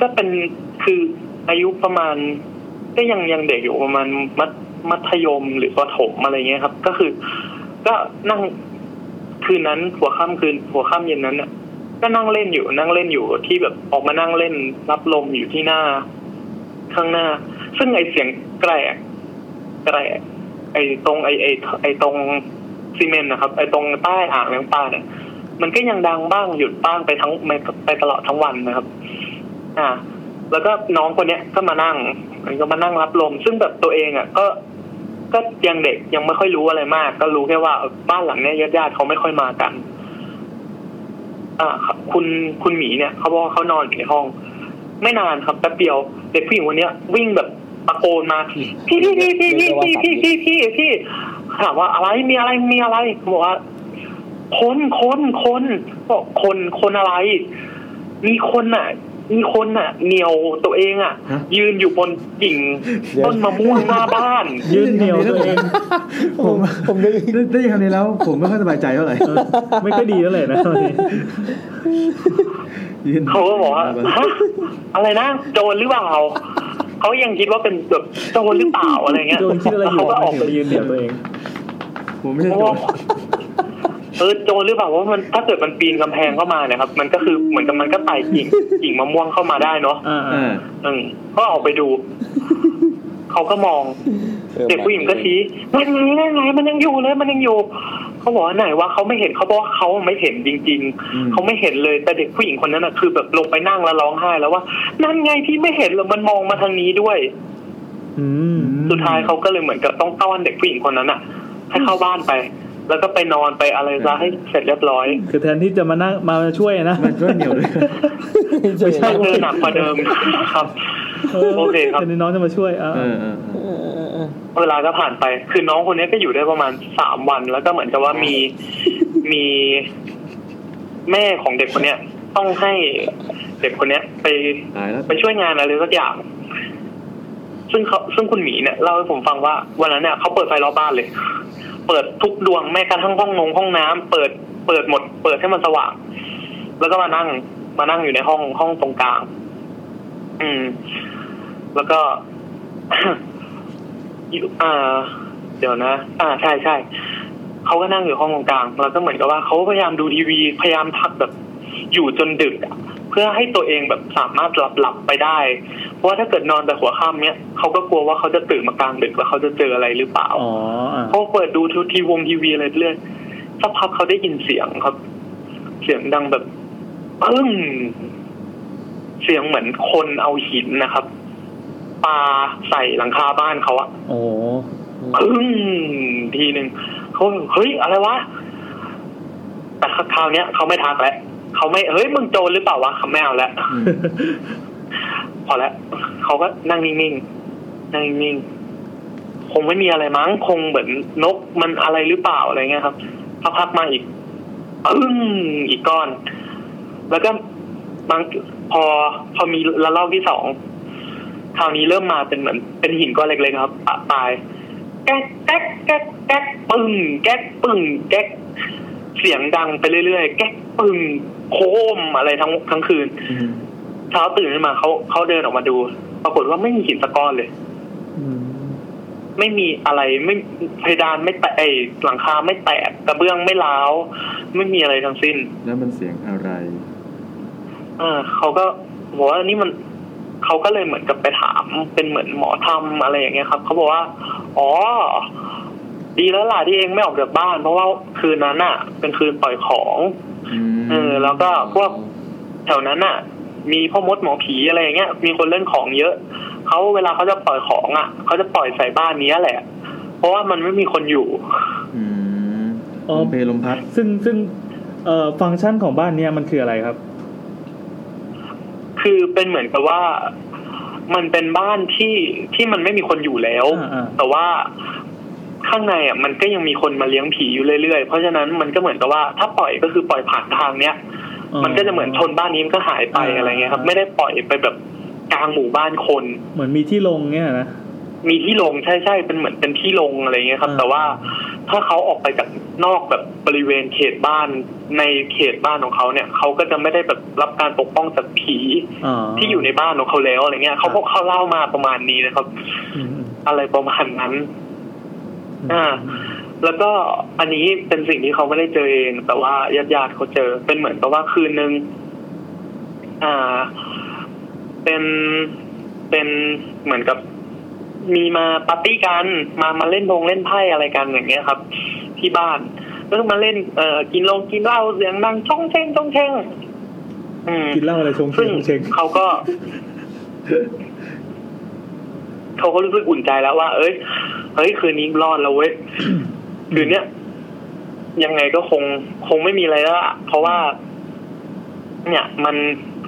[SPEAKER 11] ก็เป็นคืออายุประมาณ ก็ยังยังเด็กอยู่ประมาณมัธมัธยมหรือประถมอะไรเงี้ยครับ ก็คือ ก็นั่งคืนนั้นหัวค่ำคืนหัวค่ำเย็นนั้นน่ะก็นั่งเล่นอยู่นั่งเล่นอยู่ที่แบบออกมานั่งเล่นรับลมอยู่ที่หน้า ข้างหน้า ซึ่งไอเสียงแกรกแกรกไอตรงไอไอไอตรงซีเมนต์นะครับ ไอตรงใต้อ่างเลี้ยงปลาเนี่ย มันก็ยังดังบ้างหยุดบ้างไปทั้งไปไปตลอดทั้งวันนะครับ อ่า แล้วก็น้องคนเนี้ยก็มานั่งมันก็มานั่งรับลม ซึ่งแบบตัวเองอ่ะ ก็ก็ยังเด็กยังไม่ค่อยรู้อะไรมาก ก็รู้แค่ว่าบ้านหลังเนี้ยญาติๆเขาไม่ค่อยมากัน อ่าครับคุณคุณหมีเนี่ยเขาบอกว่าเขานอนอยู่ในห้อง ไม่นานครับแป๊บเดียวเด็กผู้หญิงคนเนี้ย วิ่งแบบตะโกนมาพี่พี่พี่พี่พี่พี่พี่พี่พี่พี่ถามว่าอะไรมีอะไรมีอะไรเขาบอกว่า คนคนคนบอกคนคนอะไร มีคนอ่ะ มีคนอ่ะเหนียวตัวเองอ่ะ ยืนอยู่บนกิ่ง
[SPEAKER 12] เดี๋ยว
[SPEAKER 11] ต้นมะม่วงหน้าบ้าน
[SPEAKER 10] ยืนเหนียวตัวเอง
[SPEAKER 12] ผมผมได้ได้ยินคำนี้แล้ว ผมไม่ค่อยสบายใจเท่าไหร่
[SPEAKER 10] ไม่ค่อยดีเท่าไหร่นะตอนนี้
[SPEAKER 12] ยืน
[SPEAKER 11] เขาก็บอกว่าฮะอะไรนะโจรหรือเปล่าเขายังคิดว่าเป็นแบบโจรหรือเปล่าอะไรเงี้ย
[SPEAKER 10] โจนคิดอะไรอ
[SPEAKER 11] แล้ว
[SPEAKER 10] ยู่
[SPEAKER 11] เขาก็ออกไป
[SPEAKER 10] ไปยืนเหนียวตัวเอง
[SPEAKER 12] ผมไม่ใช่
[SPEAKER 11] เพราะ
[SPEAKER 12] โจ
[SPEAKER 11] ว่าร เออโจรหรือเปล่าเพราะว่ามันถ้าเกิดมันปีนกำแพงเข้ามาเนี่ยครับ มันก็คือเหมือนกับมันก็ไต่กิ่งกิ่งมะม่วงเข้ามาได้เนาะ
[SPEAKER 10] อ่า
[SPEAKER 12] อ่า
[SPEAKER 11] อืมก็ออกไปดู เขาก็มอง
[SPEAKER 1] ออ
[SPEAKER 11] เด็กผู้หญิงก็ชี้นั่นไงนั่นไงมันยังอยู่เลยมันยังอยู่ เขาบอกว่าไหนว่าเขาไม่เห็นเขาบอกว่าเขาไม่เห็นจริง
[SPEAKER 12] อืม
[SPEAKER 11] ๆ เขาไม่เห็นเลยแต่เด็กผู้หญิงคนนั้นน่ะคือแบบลงไปนั่งแล้วร้องไห้แล้วว่า นั่นไงพี่ไม่เห็นเหรอมันมองมาทางนี้ด้วย
[SPEAKER 10] อืม
[SPEAKER 11] สุดท้ายเขาก็เลยเหมือนกับต้องต้อนเด็กผู้หญิงคนนั้นอ่ะ ให้เข้าบ้านไป แล้วก็ไปนอนไปอะไรซะให้เสร็จเรียบร้อย
[SPEAKER 10] คือแทนที่จะมานั่งมาช่วยนะ
[SPEAKER 12] มันก็เหนียวด้วย
[SPEAKER 1] ไม่ใช่
[SPEAKER 11] เจอหนักกว่าเดิมครับ โอเคครับ
[SPEAKER 10] แทนที่น้องจะมาช่วยอ่า
[SPEAKER 12] เออเออ
[SPEAKER 1] เออเออเออ
[SPEAKER 11] เวลาก็ผ่านไป คือน้องคนนี้ก็อยู่ได้ประมาณสามวัน แล้วก็เหมือนกับว่ามี มีแม่ของเด็กคนเนี้ย ต้องให้เด็กคนเนี้ย ไป
[SPEAKER 12] ตายแล้ว
[SPEAKER 11] ไปช่วยงานอะไรสักอย่าง ซึ่งเขาซึ่งคุณหมีเนี่ยเล่าให้ผมฟังว่าวันนั้นเนี่ยเขาเปิดไฟล้อบบ้านเลย เปิดทุกดวงแม้กระทั่งห้องนงห้องน้ำเปิดเปิดหมด เปิดให้มันสว่าง แล้วก็มานั่ง มานั่งอยู่ในห้องห้องตรงกลาง อืม แล้วก็ *coughs* อยู่อ่า เดี๋ยวนะ อ่าใช่ใช่เขาก็นั่งอยู่ห้องตรงกลางแล้วก็เหมือนกับว่าเขาพยายามดูทีวีพยายามทักแบบ อยู่จนดึกอะเพื่อให้ตัวเองแบบสามารถหลับหลับไปได้ เพราะว่าถ้าเกิดนอนแต่หัวค่ำเนี้ยเขาก็กลัวว่าเขาจะตื่นมากลางดึกแล้วเขาจะเจออะไรหรือเปล่า
[SPEAKER 10] อ๋ออ่า
[SPEAKER 11] เขาเปิดดูทีวีวงทีวีอะไรเรื่อยสักพักเขาได้ยินเสียงครับ เสียงดังแบบปึ้งเสียงเหมือนคนเอาหินนะครับปาใส่หลังคาบ้านเขาอะ
[SPEAKER 10] โอ้
[SPEAKER 11] ปึ้งทีหนึ่งเขาเฮ้ยอะไรวะแต่คราวเนี้ยเขาไม่ทักแล้วเขาไม่เฮ้ยมึงโจรหรือเปล่าวะเขาไม่เอาแล้ว พอแล้วเขาก็นั่งนิ่งๆ นั่งนิ่งๆ คงไม่มีอะไรมั้ง คงเหมือนนกมันอะไรหรือเปล่าอะไรเงี้ยครับสักพักมาอีกอึ้งอีกก้อน แล้วก็บางพอพอมีระลอกที่สอง คราวนี้เริ่มมาเป็นเหมือน เป็นหินก้อนเล็กๆครับปะปลาย แก๊กแก๊กแก๊กแก๊กปึ้งแก๊กปึ้งแก๊กเสียงดังไปเรื่อยๆ แก๊กปึ้ง โคมอะไรทั้งทั้งคืน เช้าตื่นขึ้นมาเขาเขาเดินออกมาดู ปรากฏว่าไม่มีหินตะกอนเลย ไม่มีอะไรไม่เพดานไม่แตกเอ้ยหลังคาไม่แตกกระเบื้องไม่ร้าว ไม่มีอะไรทั้งสิ้น
[SPEAKER 3] แล้วมันเสียงอะไร
[SPEAKER 11] เออเขาก็บอกว่านี่มันเขาก็เลยเหมือนกับไปถามเป็นเหมือนหมอทำอะไรอย่างเงี้ยครับเขาบอกว่า อ๋อ ดีแล้วล่ะที่เองไม่ออกจากบ้าน เพราะว่าคืนนั้นอ่ะ เป็นคืนปล่อยของเออแล้วก็พวกแถวนั้นอ่ะ มีพ่อมดหมอผีอะไรอย่างเงี้ยมีคนเล่นของเยอะเขาเวลาเขาจะปล่อยของอ่ะเขาจะปล่อยใส่บ้านนี้แหละ เพราะว่ามันไม่มีคนอยู่
[SPEAKER 3] อืม
[SPEAKER 10] อ๋อ
[SPEAKER 3] ลมเพลลมพัด
[SPEAKER 10] ซึ่งซึ่งเอ่อฟังก์ชันของบ้านเนี้ยมันคืออะไรครับ
[SPEAKER 11] คือเป็นเหมือนกับว่ามันเป็นบ้านที่ที่มันไม่มีคนอยู่แล้ว
[SPEAKER 10] อ่าอ่า
[SPEAKER 11] แต่ว่าข้างในอ่ะมันก็ยังมีคนมาเลี้ยงผีอยู่เรื่อยๆ เพราะฉะนั้นมันก็เหมือนกับว่าถ้าปล่อยก็คือปล่อยผ่านทางเนี้ย มันก็จะเหมือนชนบ้านนี้มันก็หายไปอะไรเงี้ยครับ ไม่ได้ปล่อยไปแบบกลางหมู่บ้านคน
[SPEAKER 10] เหมือนมีที่ลงเนี่ยนะ
[SPEAKER 11] มีที่ลงใช่ใช่เป็นเหมือนเป็นที่ลงอะไรเงี้ยครับ
[SPEAKER 10] อ่า
[SPEAKER 11] แต่ว่าถ้าเขาออกไปจากนอกแบบบริเวณเขตบ้านในเขตบ้านของเขาเนี่ยเขาก็จะไม่ได้แบบรับการปกป้องจากผี
[SPEAKER 10] อ๋อ
[SPEAKER 11] ที่อยู่ในบ้านของเขาแล้วอะไรเงี้ยเขาพวกเขาเล่ามาประมาณนี้นะครับ
[SPEAKER 10] อืมอืม
[SPEAKER 11] อะไรประมาณนั้น อ่า แล้วก็อันนี้เป็นสิ่งที่เขาไม่ได้เจอเอง แต่ว่าญาติญาติๆเขาเจอ เป็นเหมือนกับว่าคืนนึง อ่า เป็นเป็นเหมือนกับ มีมาปาร์ตี้กัน มามาเล่นพงเล่นไพ่อะไรกันอย่างเงี้ยครับ ที่บ้านก็มาเล่น เอ่อกินลงกินเหล้าเสียงดังช่องเช่งช่องเช่งอืม
[SPEAKER 10] กินเหล้าอะไรชงเช
[SPEAKER 11] ซึ่ง
[SPEAKER 10] งเชง
[SPEAKER 11] เขาก็ เขาก็รู้สึกอุ่นใจแล้วว่า เอ้ย เฮ้ย คืนนี้รอดแล้วเว้ย คืนเนี้ยยังไงก็คง คงไม่มีอะไรแล้วล่ะเพราะว่า เนี่ยมัน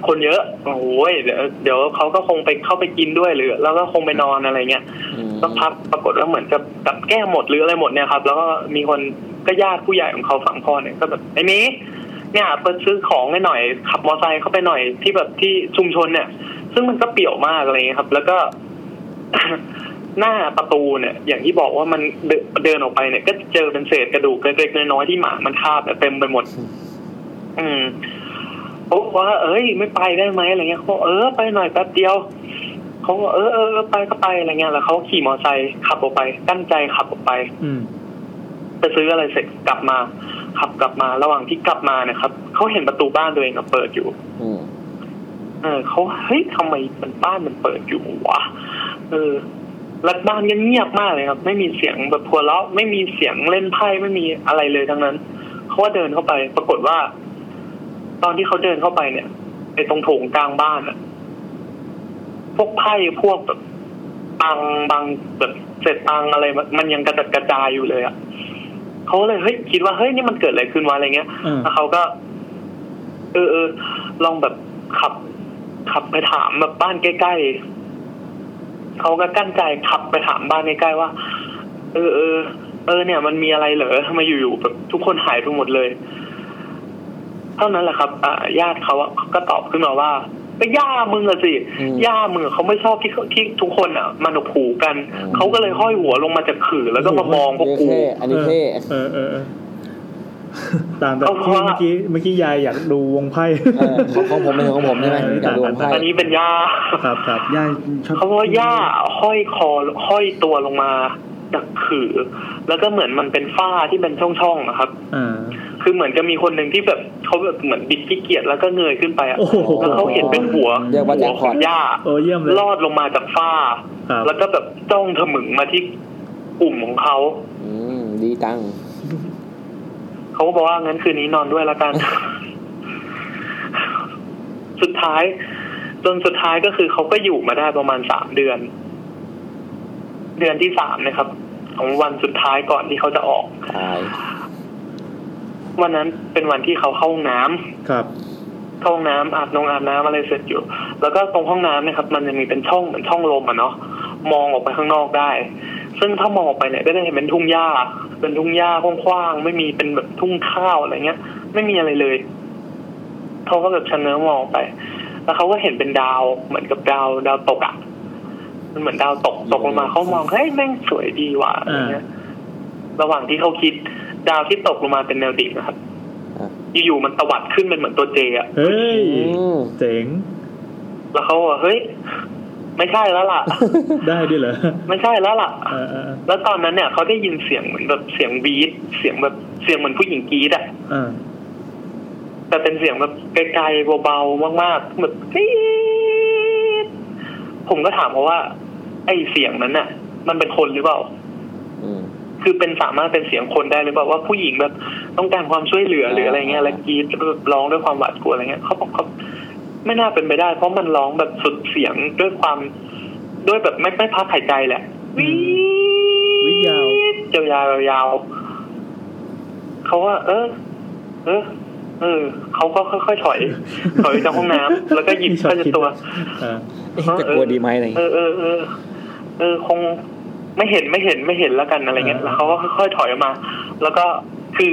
[SPEAKER 11] คนเยอะ โอ้ยเดี๋ยวเดี๋ยวเขาก็คงไปเข้าไปกินด้วยหรือ แล้วก็คงไปนอนอะไรเงี้ย สักพักปรากฏว่าเหมือนกับกับแก้หมดหรืออะไรหมดเนี่ยครับ แล้วก็มีคนก็ญาติผู้ใหญ่ของเขาฝั่งพ่อเนี่ยก็แบบไอ้นี้เนี่ยไปซื้อของให้หน่อย ขับมอเตอร์ไซค์เข้าไปหน่อยที่แบบที่ชุมชนเนี่ย ซึ่งมันก็เปี่ยวมากอะไรเงี้ยครับ แล้วก็ *coughs* หน้าประตูเนี่ย อย่างที่บอกว่ามันเดินเดินออกไปเนี่ย ก็เจอเป็นเศษกระดูกเล็กๆน้อยๆที่หมามันคาบเนี่ยเต็มไปหมด อืมเขาบอกว่า เอ้ย ไม่ไปได้ไหมอะไรเงี้ยเขาบอกเออไปหน่อยแป๊บเดียว เขาก็เออเออเออไปก็ไปอะไรเงี้ยแล้วเขาขี่มอเตอร์ไซค์ขับออกไปตั้งใจขับออกไป
[SPEAKER 10] อืม
[SPEAKER 11] ไปซื้ออะไรเสร็จกลับมา ขับกลับมาระหว่างที่กลับมาเนะครับเขาเห็นประตูบ้านตัวเองอะเปิดอยู่ เออเขาเฮ้ยทำไมมันบ้านมันเปิดอยู่วะเออแล้วบ้านก็เงียบมากเลยครับ ไม่มีเสียงแบบพัวเราะไม่มีเสียงเล่นไพ่ไม่มีอะไรเลยทั้งนั้นเขาก็เดินเข้าไป ปรากฏว่า ตอนที่เขาเดินเข้าไปเนี่ยไอ้ตรงโถงกลางบ้านอะพวกไพ่พวกแบบตังบางแบบเศษตังอะไรมันมันยังกระจัดกระจายอยู่เลยอะเขาก็เลยเฮ้ยคิดว่าเฮ้ยนี่มันเกิดอะไรขึ้นวะอะไรเงี้ย
[SPEAKER 10] อ่า
[SPEAKER 11] แล้วเขาก็ เออเออลองแบบขับ ขับไปถามแบบบ้านใกล้ๆเขาก็กั้นใจขับไปถามบ้านใกล้ๆว่า เออเออเออเนี่ย มันมีอะไรเหรอทำไมอยู่ๆแบบทุกคนหายไปหมดเลย เท่านั้นแหละครับ อ่าญาติเขาอะเขาก็ตอบขึ้นมาว่าก็ย่ามึงอะสิ
[SPEAKER 1] อืม
[SPEAKER 11] ย่ามึงอะเขาไม่ชอบที่เขาที่ทุกคนอะมันหูกันเขาก็เลยห้อยหัวลงมาจากขื่อแล้วก็มามองพวกกู
[SPEAKER 1] เท่อันนี้เท่
[SPEAKER 10] เออเออเออตามแบบ
[SPEAKER 11] เอาเพ
[SPEAKER 10] ที่
[SPEAKER 11] ราะว่า
[SPEAKER 10] เมื่อกี้เมื่อกี้ยายอยากดูวงไพ่
[SPEAKER 1] เออของผมเป็นของผมใช่ไหมอยากดูของไพ่
[SPEAKER 11] อันนี้เป็นย่า
[SPEAKER 10] ครับครับ
[SPEAKER 12] ย่าชอบ
[SPEAKER 11] เขาว่าย่าห้อยคอห้อยตัวลงมาจากขื่อแล้วก็เหมือนมันเป็นฝ้าที่เป็นช่องๆนะครับ
[SPEAKER 10] อ่า
[SPEAKER 11] คือเหมือนจะมีคนหนึ่งที่แบบเขาแบบเหมือนบิดขี้เกียจแล้วก็เงยขึ้นไปอะ
[SPEAKER 10] โอ้โห
[SPEAKER 11] แล้วเขาเห็นเป็นหัว
[SPEAKER 1] เรียกว่าแจ็ค
[SPEAKER 11] หั
[SPEAKER 1] ว พ
[SPEAKER 11] ข
[SPEAKER 1] อ
[SPEAKER 11] อ
[SPEAKER 1] ต
[SPEAKER 11] งย่า
[SPEAKER 10] โอ้เยี่ยมเลย
[SPEAKER 11] ลอดลงมาจากฝ้า
[SPEAKER 10] ครับ
[SPEAKER 11] แล้วก็แบบจ้องถมึงมาที่กลุ่มของเขา
[SPEAKER 1] อืมดีจัง
[SPEAKER 11] เขาก็บอกว่างั้นคืนนี้นอนด้วยละกัน สุดท้าย จนสุดท้ายก็คือเขาก็อยู่มาได้ประมาณสามเดือน เดือนที่สามนะครับ ของวันสุดท้ายก่อนที่เขาจะออก
[SPEAKER 1] ตาย
[SPEAKER 11] วันนั้นเป็นวันที่เขาเข้าห้องน้ำ
[SPEAKER 10] ครับ
[SPEAKER 11] เข้าห้องน้ำอาบนงอาบน้ำอะไรเสร็จอยู่ แล้วก็ตรงห้องน้ำเนะครับ มันจะมีเป็นช่องเหมือนช่องลมอะเนาะมองออกไปข้างนอกได้ ซึ่งถ้ามองออกไปเนี่ยก็จะเห็นเป็นทุ่งหญ้า เป็นทุ่งหญ้ากว้างๆไม่มีเป็นแบบทุ่งข้าวอะไรเงี้ย ไม่มีอะไรเลยเขาก็แบบชะเง้อมองออกไป แล้วเขาก็เห็นเป็นดาวเหมือนกับดาวดาวตกอะมันเหมือนดาวตกตกลงมาเขามองเฮ้ยแม่งสวยดีว่ะอะไรเงี้ย ระหว่างที่เขาคิดดาวที่ตกลงมาเป็นแนวดิ่งนะครับ อยู่ๆมันตวัดขึ้นเป็นเหมือนตัวเจอะ
[SPEAKER 2] เฮ้ย
[SPEAKER 1] อืม
[SPEAKER 2] เจ๋ง
[SPEAKER 11] แล้วเขาบอกว่าเฮ้ย ไม่ใช่แล้วล่ะ
[SPEAKER 2] ได้ด้วยเหรอ
[SPEAKER 11] ไม่ใช่แล้วล่ะ
[SPEAKER 2] เออเออ
[SPEAKER 11] แล้วตอนนั้นเนี่ยเขาได้ยินเสียงเหมือนแบบเสียงบีดเสียงแบบเสียงเหมือนผู้หญิงกรีดอะ
[SPEAKER 2] เออ
[SPEAKER 11] แต่เป็นเสียงแบบไกลๆเบาๆมากๆแบบกรี๊ดผมก็ถามเขาว่า ไอเสียงนั้นน่ะ มันเป็นคนหรือเปล่า
[SPEAKER 1] อืม
[SPEAKER 11] คือเป็นสามารถเป็นเสียงคนได้หรือเปล่าว่าผู้หญิงแบบต้องการความช่วยเหลือหรืออะไรเงี้ยแล้วกรีดแบบร้องด้วยความหวาดกลัวอะไรเงี้ยเขาบอกเขาไม่น่าเป็นไปได้ เพราะมันร้องแบบสุดเสียงด้วยความด้วยแบบไม่ไม่พักหายใจแหละวี
[SPEAKER 2] วิยาว
[SPEAKER 11] ดยาวยาวๆเขาว่า เออ เออ เออเขาก็ค่อยๆถอย ถอยจากห้องน้ำแล้วก็หยิบ
[SPEAKER 2] มีช็อต
[SPEAKER 11] ผ้าเช็ดตัว
[SPEAKER 2] เออ
[SPEAKER 1] เอ๊ะแต่กลัวดีไหมอะไรอย่าง
[SPEAKER 11] เอ
[SPEAKER 1] เงี้ย
[SPEAKER 11] อเออเออเออคงไม่เห็นไม่เห็นไม่เห็นแล้วกันอะไรเงี้ย
[SPEAKER 2] เออ
[SPEAKER 11] แล้วเขาก็ค่อยๆถอยออกมา แล้วก็คือ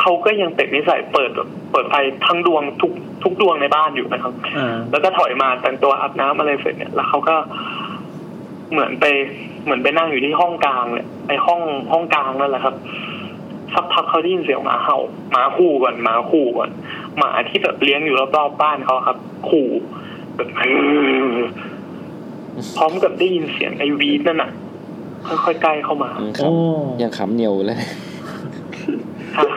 [SPEAKER 11] เขาก็ยังเป็นนิสัยเปิดเปิดไฟทั้งดวงทุกทุกดวงในบ้านอยู่นะครับ
[SPEAKER 2] อ่า
[SPEAKER 11] แล้วก็ถอยมาแต่งตัวอาบน้ำอะไรเสร็จเนี่ย แล้วเขาก็เหมือนไปเหมือนไปนั่งอยู่ที่ห้องกลางเลยไอห้องห้องกลางนั่นแหละครับสักพักเขาได้ยินเสียงหมาเห่าหมาคู่ก่อนหมาคู่ก่อนหมาที่แบบเลี้ยงอยู่รอบๆบ้านเขาครับ ขู่แบบพร้อมกับได้ยินเสียงไอวีดนั่นน่ะ ค่อยๆใกล้เข้ามา
[SPEAKER 1] อืมครั
[SPEAKER 2] โอ้
[SPEAKER 1] บยังขำเหนียวเลย
[SPEAKER 11] ค่ะ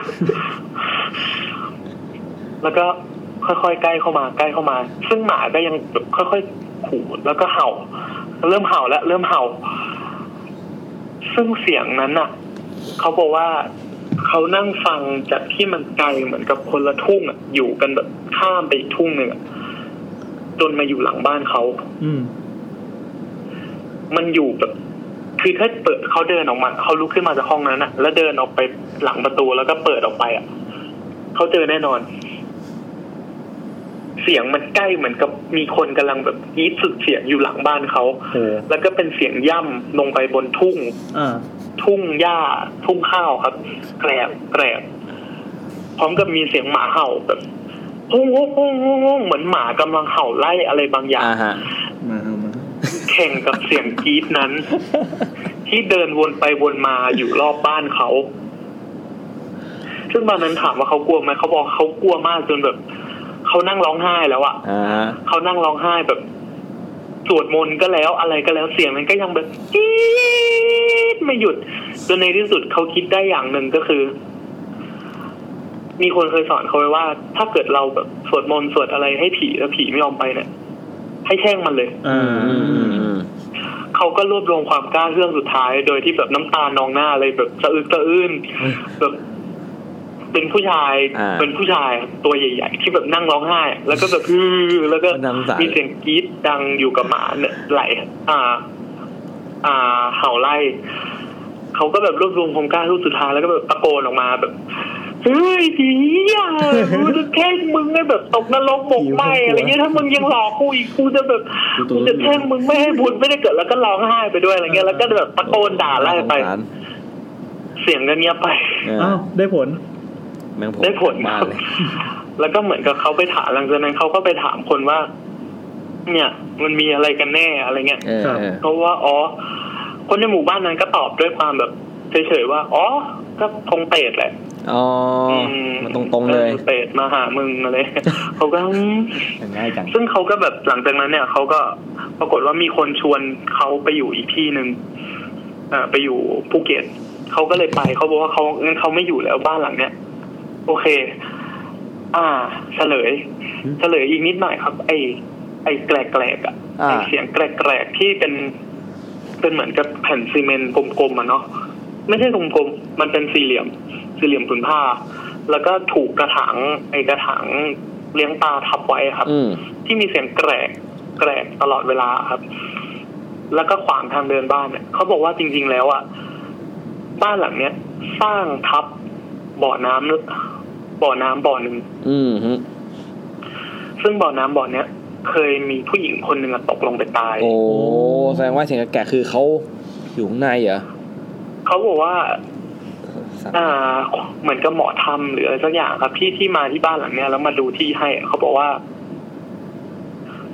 [SPEAKER 11] แล้วก็ค่อยๆใกล้เข้ามาใกล้เข้ามา ซึ่งหมาก็ยังแบบค่อยๆขู่แล้วก็เห่า เริ่มเห่าแล้วเริ่มเห่า ซึ่งเสียงนั้นน่ะเขาบอกว่าเขานั่งฟังจากที่มันไกลเหมือนกับคนละทุ่งอะอยู่กันแบบข้ามไปอีกทุ่งหนึ่งอะจนมาอยู่หลังบ้านเขา
[SPEAKER 2] อืม
[SPEAKER 11] มันอยู่แบบ คือถ้าเปิดเขาเดินออกมาเขาลุกขึ้นมาจากห้องนั้นอะแล้วเดินออกไปหลังประตูแล้วก็เปิดออกไปอะเขาเจอแน่นอน เสียงมันใกล้เหมือนกับมีคนกำลังแบบยีดสุดเสียงอยู่หลังบ้านเขา
[SPEAKER 2] โอ้
[SPEAKER 11] แล้วก็เป็นเสียงย่ำลงไปบนทุ่ง
[SPEAKER 2] อ่า
[SPEAKER 11] ทุ่งหญ้า ทุ่งข้าวครับแกรบแกรบพร้อมกับมีเสียงหมาเห่าแบบฮุ้งฮุ้งฮุ้งฮุ้งฮุ้งเหมือนหมากำลังเห่าไล่อะไรบางอย่าง
[SPEAKER 1] อ่าฮะ
[SPEAKER 12] มาเอามา
[SPEAKER 11] แข่งกับเสียงกรี๊ดนั้น ที่เดินวนไปวนมาอยู่รอบบ้านเขา ซึ่งตอนนั้นถามว่าเขากลัวไหมเขาบอกเขากลัวมากจนแบบเขานั่งร้องไห้แล้วอะ
[SPEAKER 1] อ่าฮะ
[SPEAKER 11] เขานั่งร้องไห้แบบสวดมนต์ก็แล้วอะไรก็แล้วเสียงมันก็ยังแบบกรี๊ดไม่หยุดจนในที่สุดเขาคิดได้อย่างหนึ่งก็คือ มีคนเคยสอนเขาไว้ว่า ถ้าเกิดเราแบบสวดมนต์สวดอะไรให้ผีแล้วผีไม่ยอมไปเนี่ยให้แช่งมันเลย
[SPEAKER 2] อ่า
[SPEAKER 1] อืมอืมอืม
[SPEAKER 11] เขาก็รวบรวมความกล้าเรื่องสุดท้าย โดยที่แบบน้ำตานองหน้าเลยแบบสะอึกสะอื้นแบบเป็นผู้ชาย
[SPEAKER 1] อ่า
[SPEAKER 11] เป็นผู้ชายตัวใหญ่ ๆ ที่แบบนั่งร้องไห้ แล้วก็แบบฮือแล้วก็
[SPEAKER 1] น้ำตา
[SPEAKER 11] มีเสียงกรี๊ดดังอยู่กับหมาเนี่ยไหลอ่า อ่าเห่าไล่เขาก็แบบรวบรวมความกล้ารูปสุดท้ายแล้วก็แบบตะโกนออกมาแบบเฮ้ยผีอ่ะกูจะแท่งมึงให้แบบตกนรกบกไหมอะไรเงี้ยถ้ามึงยังหลอกกูอีกกูจะแบบกูจะแท่งมึงไม่ให้บุญไม่ได้เกิดแล้วก็ร้องไห้ไปด้วยอะไรเงี้ยแล้วก็แบบตะโกนด่าไล่ไป
[SPEAKER 1] สงสาร
[SPEAKER 11] เสียงก็เงียบไป
[SPEAKER 1] เออ
[SPEAKER 2] อ้าว ได้ผล
[SPEAKER 1] แม่งผ
[SPEAKER 11] ได้ผล
[SPEAKER 1] บ้า
[SPEAKER 11] คน รับ
[SPEAKER 1] เลย
[SPEAKER 11] แล้วก็เหมือนกับเขาไปถามหลังจากนั้นเขาก็ไปถามคนว่า เนี่ย มันมีอะไรกันแน่อะไรเงี้ย
[SPEAKER 1] เออเออ
[SPEAKER 11] เพราะว่าอ๋อ คนในหมู่บ้านนั้นก็ตอบด้วยความแบบเฉยๆว่า อ๋อ ก็คงเปรตแหละ
[SPEAKER 1] อ๋ออ
[SPEAKER 11] ม
[SPEAKER 1] มันตรงๆเลย
[SPEAKER 11] ออเปรตมาหามึงอะไร *laughs* เขาก็อืม
[SPEAKER 1] ง่ายจัง
[SPEAKER 11] ซึ่งเขาก็แบบหลังจากนั้นเนี่ยเขาก็ปรากฏว่ามีคนชวนเขาไปอยู่อีกที่หนึ่งเอ่อไปอยู่ภูเก็ตเขาก็เลยไปเขาบอกว่าเขางั้นเขาไม่อยู่แล้วบ้านหลังเนี้ยโอเค อ่าเฉลยเฉลยอีกนิดหน่อยครับ ไอไอแกลกแกลกๆอ่ะ
[SPEAKER 1] อ่า
[SPEAKER 11] ไอ้เสียงแกรกๆที่เป็นเป็นเหมือนกับแผ่นซีเมนต์กลมๆอ่ะเนาะไม่ใช่กลมๆมันเป็นสี่เหลี่ยม สี่เหลี่ยมผืนผ้า แล้วก็ถูกกระถางไอ้กระถางเลี้ยงปลาทับไว้ครับ
[SPEAKER 1] อืม
[SPEAKER 11] ที่มีเสียงแกรกแกรกตลอดเวลาครับ แล้วก็ขวางทางเดินบ้านเนี่ยเขาบอกว่าจริง ๆ แล้วอ่ะบ้านหลังเนี้ย สร้างทับบ่อน้ำบ่อน้ำบ่อหนึ่ง
[SPEAKER 1] อืมฮึ
[SPEAKER 11] ซึ่งบ่อน้ำบ่อเนี้ย เคยมีผู้หญิงคนหนึ่งอะตกลงไปตาย
[SPEAKER 1] โอ้ แสดงว่าเสียงแกะคือเขาอยู่ข้างในเหรอ
[SPEAKER 11] เขาบอกว่า อ่า เหมือนกับหมอทำหรืออะไรสักอย่างครับ ที่ที่มาที่บ้านหลังเนี้ยแล้วมาดูที่ให้เขาบอกว่า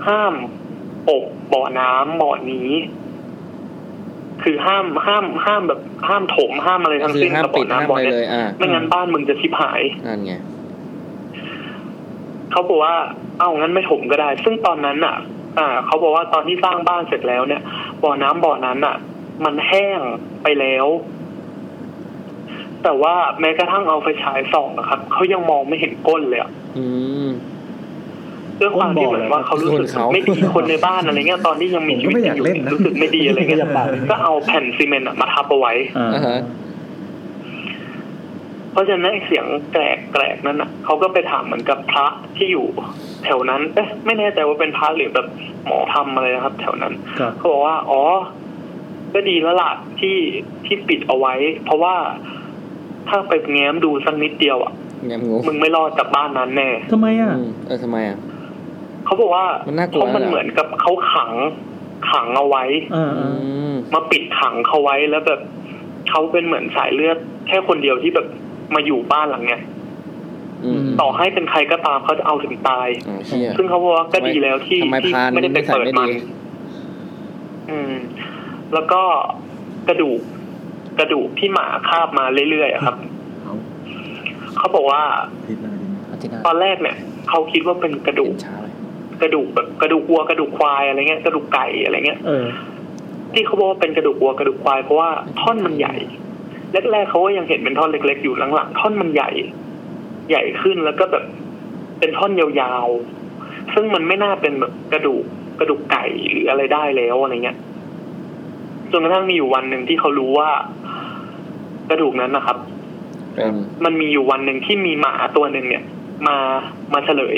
[SPEAKER 11] ห้ามปกบ่อน้ำบ่อนี้ คือห้ามห้ามห้ามแบบห้ามถมห้ามอะไรทั้ง
[SPEAKER 1] คือ
[SPEAKER 11] สิ้น
[SPEAKER 1] ห้าม
[SPEAKER 11] กับบ่
[SPEAKER 1] ปิ
[SPEAKER 11] อ
[SPEAKER 1] ดห้าม
[SPEAKER 11] น้ำบ่อ
[SPEAKER 1] อะไร
[SPEAKER 11] เนี้ย
[SPEAKER 1] เลย อ่า
[SPEAKER 11] ไม่งั้นบ้านมึงจะชิบหาย
[SPEAKER 1] นั่นไง
[SPEAKER 11] เขาบอกว่า เอางั้นไม่ถมก็ได้ ซึ่งตอนนั้นอ่ะ อ่าเขาบอกว่าตอนที่สร้างบ้านเสร็จแล้วเนี่ย บ่อน้ำบ่อนั้นอ่ะ มันแห้งไปแล้ว แต่ว่าแม้กระทั่งเอาไฟฉายส่องนะครับเขายังมองไม่เห็นก้นเลยอะ
[SPEAKER 1] อืม
[SPEAKER 11] ด้วยความที่เหมือนว่าเขารู้สึก
[SPEAKER 1] ก้นบ่อเลยครับ
[SPEAKER 11] ไม่ดีคนในบ้านอะไรเงี้ยตอนที่ยังมีชีวิต
[SPEAKER 12] ผมก็ไม่อยาก
[SPEAKER 11] อยู่
[SPEAKER 12] เล่นนะ
[SPEAKER 11] รู้สึกไม่ดีอะไรเงี้ยก็เอาแผ่นซีเมนต์อะมาทับเอาไว้
[SPEAKER 2] อ่า
[SPEAKER 1] อ่าฮะ
[SPEAKER 11] เพราะฉะนั้นไอ้เสียงแกรกแกรกนั้นอ่ะเขาก็ไปถามเหมือนกับพระที่อยู่แถวนั้น เอ๊ะไม่แน่ใจว่าเป็นพระหรือแบบหมอทำอะไรนะครับ แถวนั้น
[SPEAKER 2] ครับ
[SPEAKER 11] เขาบอกว่า อ๋อ ก็ดีแล้วล่ะที่ที่ปิดเอาไว้ เพราะว่าถ้าไปแง้มดูสักนิดเดียวอ่ะ
[SPEAKER 1] แงมงู
[SPEAKER 11] มึงไม่รอดจากบ้านนั้นแน่
[SPEAKER 2] ทำไมอ่ะ
[SPEAKER 1] อืมเออทำไมอ่ะ
[SPEAKER 11] เขาบอกว่า
[SPEAKER 1] มันน่ากลัว
[SPEAKER 11] เพราะมัน
[SPEAKER 1] นะ
[SPEAKER 11] เหมือนกับเขาขังขังเอาไว้
[SPEAKER 2] อ่า
[SPEAKER 1] อืม
[SPEAKER 11] มาปิดขังเขาไว้แล้วแบบเขาเป็นเหมือนสายเลือดแค่คนเดียวที่แบบมาอยู่บ้านหลังเนี้ย
[SPEAKER 1] อืม
[SPEAKER 11] ต่อให้เป็นใครก็ตามเขาจะเอาถึงตาย
[SPEAKER 1] อ๋อเชี่ย
[SPEAKER 11] ซึ่งเขาบอกว่าก็
[SPEAKER 1] ทำไม
[SPEAKER 11] ดีแล้วที่
[SPEAKER 1] ทำไม
[SPEAKER 11] ที่
[SPEAKER 1] พราน
[SPEAKER 11] ไม่ได้ไป
[SPEAKER 1] นิสัย
[SPEAKER 11] เปิด
[SPEAKER 1] ไม่ดี
[SPEAKER 11] มันอืม แล้วก็กระดูกกระดูกที่หมาคาบมาเรื่อยๆอะครับ เขาบอกว่า
[SPEAKER 12] ผิดนะ
[SPEAKER 1] อาทิตย์หน้า
[SPEAKER 11] ตอนแรกเนี่ยเขาคิดว่าเป็นกระดูก
[SPEAKER 1] เป็นเช้าเลย
[SPEAKER 11] กระดูกแบบกระดูกวัวกระดูกควายอะไรเงี้ยกระดูกไก่อะไรเงี้ย
[SPEAKER 2] เออ
[SPEAKER 11] ที่เขาบอกว่าเป็นกระดูกวัวกระดูกควายเพราะว่าท่อนมันใหญ่แรกๆเขาก็ยังเห็นเป็นท่อนเล็ก ๆ อยู่หลังๆท่อนมันใหญ่ ใหญ่ขึ้นแล้วก็แบบเป็นท่อนยาวๆ ซึ่งมันไม่น่าเป็นแบบกระดูกกระดูกไก่หรืออะไรได้แล้วอะไรเงี้ย จนกระทั่งมีอยู่วันหนึ่งที่เขารู้ว่า กระดูกนั้นนะครับ
[SPEAKER 1] เป็น
[SPEAKER 11] มันมีอยู่วันหนึ่งที่มีหมาตัวหนึ่งเนี่ย มามาเฉลย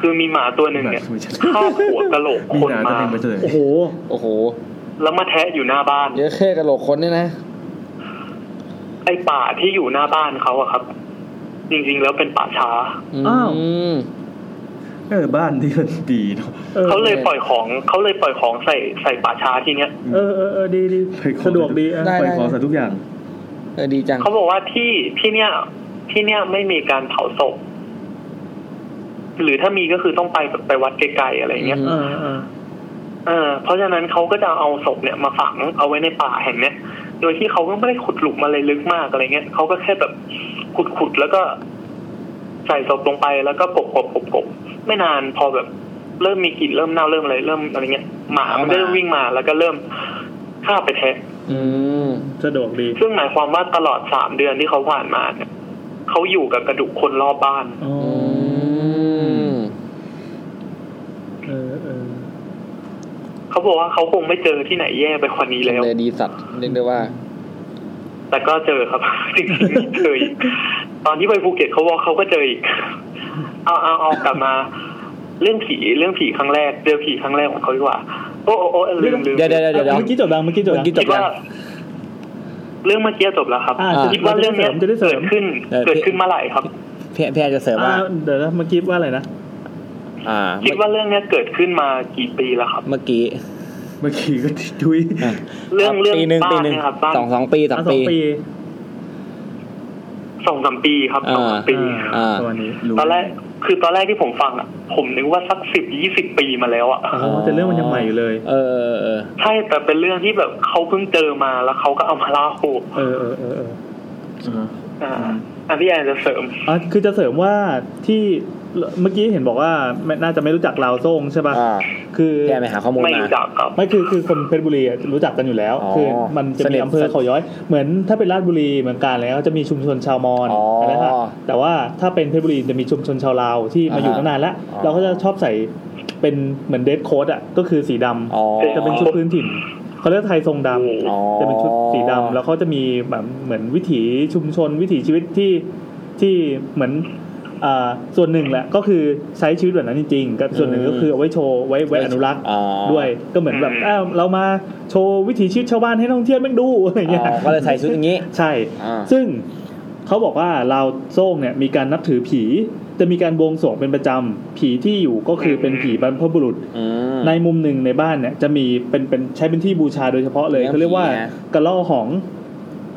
[SPEAKER 11] คือมีหมาตัวหนึ่ง
[SPEAKER 12] *laughs*
[SPEAKER 11] เนี่ย
[SPEAKER 12] ไม่ใช่
[SPEAKER 11] คาบหัวกระโหลก
[SPEAKER 12] มี
[SPEAKER 11] คน
[SPEAKER 12] หนาตัว
[SPEAKER 11] มา
[SPEAKER 12] เองไปเจอ
[SPEAKER 2] โอ้โห
[SPEAKER 1] โอ้โห
[SPEAKER 11] แล้วมาแทะอยู่หน้าบ้าน
[SPEAKER 1] เยอะแค่กระโหลกคนเนี่ยนะ
[SPEAKER 11] ไอ้ป่าที่อยู่หน้าบ้านเขาอะครับ จริงๆแล้วเป็นป่าช้า
[SPEAKER 1] อืม
[SPEAKER 2] อ้าว
[SPEAKER 12] เออบ้านที่มันดีเนาะ
[SPEAKER 2] เออ
[SPEAKER 11] เขาเลยปล่อยของเขาเลยปล่อยของใส่ใส่ป่าช้าทีเนี้ย
[SPEAKER 2] เออเออเออดีดี
[SPEAKER 12] ไปขอ
[SPEAKER 2] สะดวกดีอ่ะ
[SPEAKER 1] ได้
[SPEAKER 12] ไปขอสัตว์ทุกอย่าง
[SPEAKER 1] เออดีจัง
[SPEAKER 11] เขาบอกว่าที่ที่เนี้ยที่เนี้ยไม่มีการเผาศพ หรือถ้ามีก็คือต้องไปแบบไปวัดไกลๆอะไรเงี้ย
[SPEAKER 1] อืม
[SPEAKER 2] เออเออ
[SPEAKER 11] เออเพราะฉะนั้นเขาก็จะเอาศพเนี่ยมาฝังเอาไว้ในป่าแห่งเนี้ย โดยที่เขาก็ไม่ได้ขุดหลุมอะไรลึกมากอะไรเงี้ยเขาก็แค่แบบขุดขุดๆแล้วก็ ใส่ศพลงไปแล้วก็กบกบกบกบไม่นานพอแบบเริ่มมีกลิ่นเริ่มเน่าเริ่มอะไรเริ่มอะไรเงี้ยหมามันก็เริ่มวิ่งมา แล้วก็เริ่มฆ่าบไปแทะ
[SPEAKER 1] อืม
[SPEAKER 2] สะดวกดี
[SPEAKER 11] ซึ่งหมายความว่าตลอดสามเดือนที่เขาผ่านมาเนี่ยเขาอยู่กับกระดูกคนรอบบ้าน
[SPEAKER 2] อ๋อ
[SPEAKER 1] อืม
[SPEAKER 2] เออเออ
[SPEAKER 11] เขาบอกว่าเขาคงไม่เจอที่ไหนแย่ไปกว่านี้แล้ว
[SPEAKER 1] เลยดีสัตว์เรียกได้ว่า
[SPEAKER 11] แต่ก็เจอครับ *laughs* จริงๆเจออีกตอนที่ไปภูเก็ตเขาบอกเขาก็เจออีก *laughs* เอาเอาเอากลับมา เรื่องผีเรื่องผีครั้งแรกเจอผีครั้งแรกของเขาดีกว่า โอ้โอ้โอ้ลืมลืม
[SPEAKER 1] เดี๋ยวเดี๋ยวเดี๋ยวเดี๋ยว
[SPEAKER 2] เมื่อกี้จบดังเมื่อกี้จบดัง
[SPEAKER 1] เมื่อกี้จบ
[SPEAKER 11] คิดว่าเรื่องเมื่อกี้จบแล้วครับ
[SPEAKER 2] อ่า
[SPEAKER 11] คิดว่าเรื่องเนี้ย
[SPEAKER 2] จะได้เสริ
[SPEAKER 11] เกิ
[SPEAKER 2] ม
[SPEAKER 11] ดขึ้น
[SPEAKER 1] เออ
[SPEAKER 11] เกิดขึ้นเมื่อไหร่ครับ
[SPEAKER 1] พี่พี่แอนจะเสริม
[SPEAKER 2] อ่า
[SPEAKER 1] ว่า
[SPEAKER 2] เดี๋ยวนะเมื่อกี้ว่าอะไรนะ
[SPEAKER 1] อ่า
[SPEAKER 11] คิดว่าเรื่องเนี้ยเกิดขึ้นมากี่ปีแล้วครับ
[SPEAKER 1] เมื่อกี้
[SPEAKER 12] เมื่อกี้ก็ติดดุย
[SPEAKER 1] อ่ะ
[SPEAKER 11] เรื่องเรื่อง
[SPEAKER 1] ปีหนึ่ง
[SPEAKER 11] บ้า
[SPEAKER 1] ปี
[SPEAKER 11] น
[SPEAKER 1] หนึ่ง
[SPEAKER 11] เนะครับบ้าน
[SPEAKER 1] สองสองปีสองปี
[SPEAKER 2] อ่ะ
[SPEAKER 11] สองสามปีครับ
[SPEAKER 1] อ่า
[SPEAKER 11] สองสามปี
[SPEAKER 1] อ่า
[SPEAKER 2] ประมาณนี้
[SPEAKER 12] รู้
[SPEAKER 11] ตอนแรกคือตอนแรกที่ผมฟังอ่ะ ผมนึกว่าสักสิบยี่สิบปีมาแล้วอ่ะ
[SPEAKER 2] อ๋อแต่เรื่องมันยังใหม่อยู่เลย
[SPEAKER 1] เออเออเออ
[SPEAKER 11] ใช่แต่เป็นเรื่องที่แบบเขาเพิ่งเจอมาแล้วเขาก็เอามาเล่า
[SPEAKER 2] เออเออเออเออ
[SPEAKER 11] อ่าอันที่แอนจะเสริม
[SPEAKER 2] อ่ะคือจะเสริมว่าที่เมื่อกี้เห็นบอกว่าไม่น่าจะไม่รู้จักลาวโซ่งใช่ป่ะ
[SPEAKER 1] อ่า
[SPEAKER 2] คือ
[SPEAKER 1] พี่แอนไปหาข้อมูล
[SPEAKER 11] ไม่
[SPEAKER 1] มา
[SPEAKER 11] รู้จักครับ
[SPEAKER 2] ไม่คือคือคนเพชรบุรีอะรู้จักกันอยู่แล้ว
[SPEAKER 1] อ๋อ
[SPEAKER 2] คือมันจะ
[SPEAKER 1] สนิ
[SPEAKER 2] มี
[SPEAKER 1] ท
[SPEAKER 2] อำเภอเขาย้อย เหมือนถ้าเป็นราชบุรีเหมือนกันแล้วจะมีชุมชนชาวมอญ
[SPEAKER 1] อ๋ออ
[SPEAKER 2] อะไรฮะแต่ว่าถ้าเป็นเพชรบุรีจะมีชุมชนชาวลาวที่มาอยู่
[SPEAKER 1] อ่าฮะ
[SPEAKER 2] ตั้งนานแล้ว
[SPEAKER 1] อ๋อ
[SPEAKER 2] เราก็จะชอบใส่เป็นเหมือนเดทโค้ดอ่ะก็คือสีดำ
[SPEAKER 1] อ๋อ
[SPEAKER 2] จะเป็นชุดพื้นถิ่นเขาเรียกไทยทรงดำ
[SPEAKER 1] อ๋อ
[SPEAKER 2] จะเป็นชุดสีดำแล้วเขาจะมีแบบเหมือนวิถีชุมชนวิถีชีวิตที่ที่เหมือนอ่าส่วนหนึ่งแหละก็คือใช้ชีวิตแบบนั้นจริงๆกับส่วนหนึ่งก็คือเอาไว้โชว์ไว้ไว้อนุรักษ์
[SPEAKER 1] อ๋อ
[SPEAKER 2] ด้วยก็เหมือนแบบ
[SPEAKER 11] อืม
[SPEAKER 2] อ้าวเรามาโชว์วิถีชีวิตชาวบ้านให้นักท่องเที่ยวแม่งดู *laughs* อะไร
[SPEAKER 1] อ๋
[SPEAKER 2] เงี้ย
[SPEAKER 1] อก็เลยใส่ชุดอย่างนี้
[SPEAKER 2] ใช่
[SPEAKER 1] อ่า
[SPEAKER 2] ซึ่งเขาบอกว่าลาวโซ่งเนี่ยมีการนับถือผี จะมีการบวงสรวงเป็นประจำผีที่อยู่ก็คือเป็นผีบรรพบุรุษ
[SPEAKER 1] อืม
[SPEAKER 2] ในมุมหนึ่งในบ้านเนี่ยจะมีเป็นเป็นใช้เป็นที่บูชาโดยเฉพาะเลย
[SPEAKER 1] เรื่อง
[SPEAKER 2] เขาเรียกว่า
[SPEAKER 1] ผีนะ
[SPEAKER 2] กระล่อหอง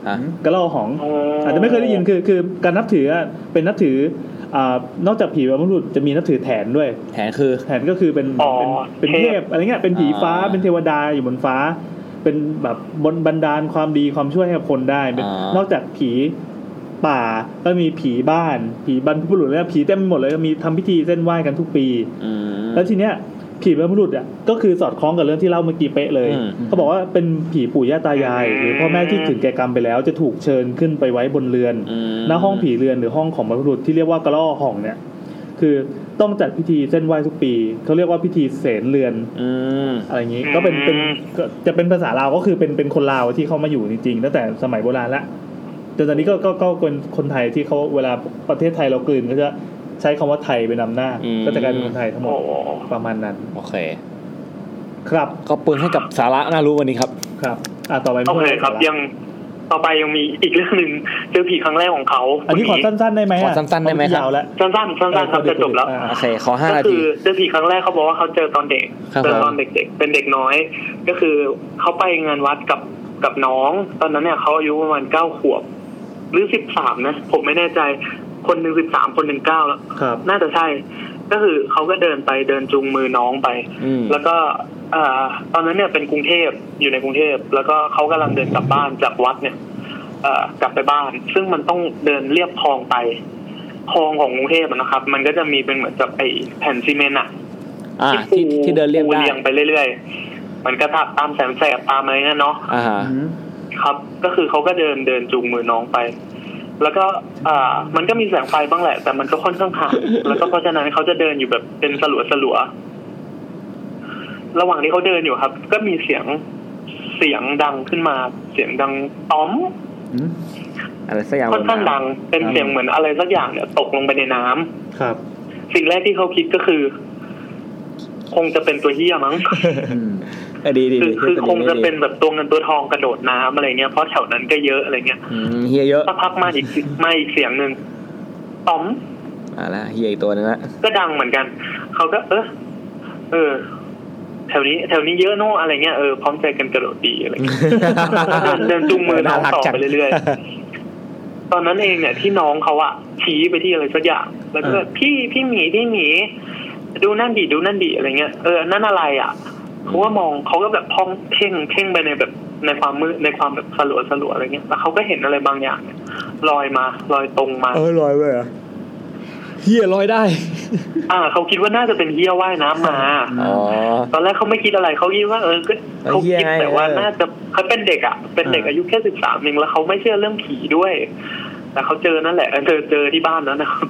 [SPEAKER 1] อ่ะ
[SPEAKER 2] กระล่อหอง อาจจะไม่เคยได้ยินคือคือการนับถืออะเป็นนับถืออ่านอกจากผีบรรพบุรุษจะมีนับถือแถนด้วย
[SPEAKER 1] แผนคือ
[SPEAKER 2] แผนก็คือเป็น
[SPEAKER 11] อ๋อ
[SPEAKER 2] เป็นเป็น
[SPEAKER 11] เทพ
[SPEAKER 2] เทพอะไรเงี้ยเป็นผีฟ้า
[SPEAKER 1] อ่า
[SPEAKER 2] เป็นเทวดาอยู่บนฟ้า เป็นแบบบนบันดาลความดีความช่วยให้กับคนได้เป็น
[SPEAKER 1] อ่าน น
[SPEAKER 2] อกจากผี
[SPEAKER 10] ป่าก็มีผีบ้าน ผีบรรพบุรุษแล้วผีเต็มไปหมดเลยก็มีทำพิธีเส้นไหว้กันทุกปี
[SPEAKER 1] อืม
[SPEAKER 10] แล้วทีเนี้ยผีบรรพบุรุษอ่ะก็คือสอดคล้องกับเรื่องที่เล่าเมื่อกี้เป๊ะเลย
[SPEAKER 1] อืม
[SPEAKER 10] เขาบอกว่าเป็นผีปู่ย่าตายาย หรือพ่อแม่ที่ถึงแก่กรรมไปแล้วจะถูกเชิญขึ้นไปไว้บนเรือน
[SPEAKER 1] อืม
[SPEAKER 10] หน้าห้องผีเรือนหรือห้องของบรรพบุรุษที่เรียกว่ากระล่อห้องเนี่ย คือต้องจัดพิธีเส้นไหว้ทุกปีเขาเรียกว่าพิธีเสนเรือน
[SPEAKER 1] อืม
[SPEAKER 10] อะไรอย่างนี้
[SPEAKER 11] อืม
[SPEAKER 10] ก็เป็นเป็นก็จะเป็นภาษาลาวก็คือเป็นเป็นคนลาวที่เขามาอยู่จริงๆตั้งแต่สมัยโบราณละจนตอนนี้ก็ก็ก็เป็นคนไทยที่เขาเวลาประเทศไทยเรากลืนก็จะใช้คำว่าไทยเป็นนำหน้า
[SPEAKER 1] อืม
[SPEAKER 10] ก็จะกลายเป็นคนไทยทั้งหม
[SPEAKER 11] โอ้
[SPEAKER 10] ดประมาณนั้น
[SPEAKER 1] โอเค
[SPEAKER 10] ครับ
[SPEAKER 1] ก็ปืนให้กับสาระน่ารู้วันนี้ครับ
[SPEAKER 10] ครับอ่ะต่อไป
[SPEAKER 11] โอเคครับ
[SPEAKER 10] พี่
[SPEAKER 11] ยังต่อไปยังมีอีกเรื่องหนึ่งเจอผีครั้งแรกของเขา
[SPEAKER 10] อันนี้ขอสั้นๆได้ไหมะ
[SPEAKER 1] ขอสั้นๆได้ไหมครับ
[SPEAKER 10] ยาวแล้ว
[SPEAKER 11] สั้นๆสั้นๆครับจะจบแล้ว
[SPEAKER 10] อ่า
[SPEAKER 1] โอเค ขอห้า
[SPEAKER 11] ก็
[SPEAKER 1] นา
[SPEAKER 11] คื
[SPEAKER 1] ที
[SPEAKER 11] อเจอผีครั้งแรกเขาบอกว่าเขาเจอตอนเด็ก
[SPEAKER 1] ครับ
[SPEAKER 11] เจอ
[SPEAKER 1] ผม
[SPEAKER 11] ตอนเด็ก ๆ เป็นเด็กน้อย ก็คือเขาไปงานวัดกับกับน้อง ตอนนั้นเนี่ยเขาอายุประมาณเก้าขวบ หรือสิบสามนะ ผมไม่แน่ใจคนหนึ่งสิบสามคนหนึ่งเก้าแล้ว
[SPEAKER 10] ครับ
[SPEAKER 11] น่าจะใช่ ก็คือเขาก็เดินไปเดินจูงมือน้องไป
[SPEAKER 1] อืม
[SPEAKER 11] แล้วก็เอ่อตอนนั้นเนี่ยเป็นกรุงเทพอยู่ในกรุงเทพแล้วก็เขากำลังเดินกลับบ้านจากวัดเนี่ยเอ่อกลับไปบ้าน ซึ่งมันต้องเดินเรียบคลองไปคลองของกรุงเทพอะนะครับ มันก็จะมีเป็นเหมือนกับไอแผ่นซีเมนต์อะ
[SPEAKER 1] อ่า ที่
[SPEAKER 11] ปู
[SPEAKER 1] ที่เดินเรียบ
[SPEAKER 11] ปู
[SPEAKER 1] ได้
[SPEAKER 11] ยงไปเรื่อยๆ มันกระทับตามแสงแสบตามอะไรเงี้ยเนาะ
[SPEAKER 1] อ่าฮะ
[SPEAKER 11] ครับ ก็คือเขาก็เดินเดินจูงมือน้องไป แล้วก็อ่ามันก็มีแสงไฟบ้างแหละ แต่มันก็ค่อนข้าง *laughs* ห่าง แล้วก็เพราะฉะนั้นเขาจะเดินอยู่แบบเป็นสลัวสลัวๆระหว่างที่เขาเดินอยู่ครับ ก็มีเสียงเสียงดังขึ้นมา เสียงดังต้อม
[SPEAKER 1] อะไรสักอย่าง
[SPEAKER 11] ค่อนข้างดัง เป็นเสียงเหมือนอะไรสักอย่างเนี่ยตกลงไปในน้ำ
[SPEAKER 10] ครับ
[SPEAKER 11] สิ่งแรกที่เขาคิดก็คือ คงจะเป็นตัวเหี้ย *laughs* มั้ง
[SPEAKER 1] เออดีดี
[SPEAKER 11] คือ
[SPEAKER 1] ดี
[SPEAKER 11] คือคงจะเป็น
[SPEAKER 1] ดี
[SPEAKER 11] แบบตัวเงินตัวทองกระโดดน้ำอะไรเงี้ยเพราะแถวนั้นก็เยอะอะไรเงี้ย
[SPEAKER 1] อืมเฮียเยอะ
[SPEAKER 11] สักพักมาอีกมาอีกเสียงหนึ่งต๋อม
[SPEAKER 1] อ่าละเฮียอีกตัวหนึงละ
[SPEAKER 11] ก็ดังเหมือนกัน เขาก็ เออเออ แถวนี้ แถวนี้เยอะโน่อะไรเงี้ยเออพร้อมใจกันกระโดดดีอะไรเงี้ย เดินเดินจูงมือน้องต่อไปเรื่อย ตอนนั้นเองเนี่ยที่น้องเขาอะชี้ไปที่อะไรสักอย่าง แล้วก็พี่พี่หมีพี่หมีดูนั่นดิดูนั่นดิอะไรเงี้ยเออนั่นอะไรอะเขาก็มองเขาก็แบบพองเพ่งเพ่งไปในแบบในความมืดในความแบบสลัวสลัวอะไรเงี้ยแล้วเขาก็เห็นอะไรบางอย่างเนี่ยลอยมาลอยตรงมา
[SPEAKER 1] ๆเออลอยไปเหรอเฮียลอยได้
[SPEAKER 11] อ่าเขาคิดว่าน่าจะเป็นเฮียว่ายน้ำมา
[SPEAKER 1] อ๋อ
[SPEAKER 11] ตอนแรกเขาไม่คิดอะไรเขาคิดว่าเออก็
[SPEAKER 1] ไอ้
[SPEAKER 11] เขา
[SPEAKER 1] เหี้ย
[SPEAKER 11] คิด
[SPEAKER 1] ไง
[SPEAKER 11] แต่ว่า
[SPEAKER 1] เออ
[SPEAKER 11] น่าจะเขาเป็นเด็กอ่ะเป็นเด็กอายุแค่สิบสามเองแล้วเขาไม่เชื่อเรื่องผีด้วย แต่เขาเจอนั่นแหละเจอเจอที่บ้านนั้นนะครับ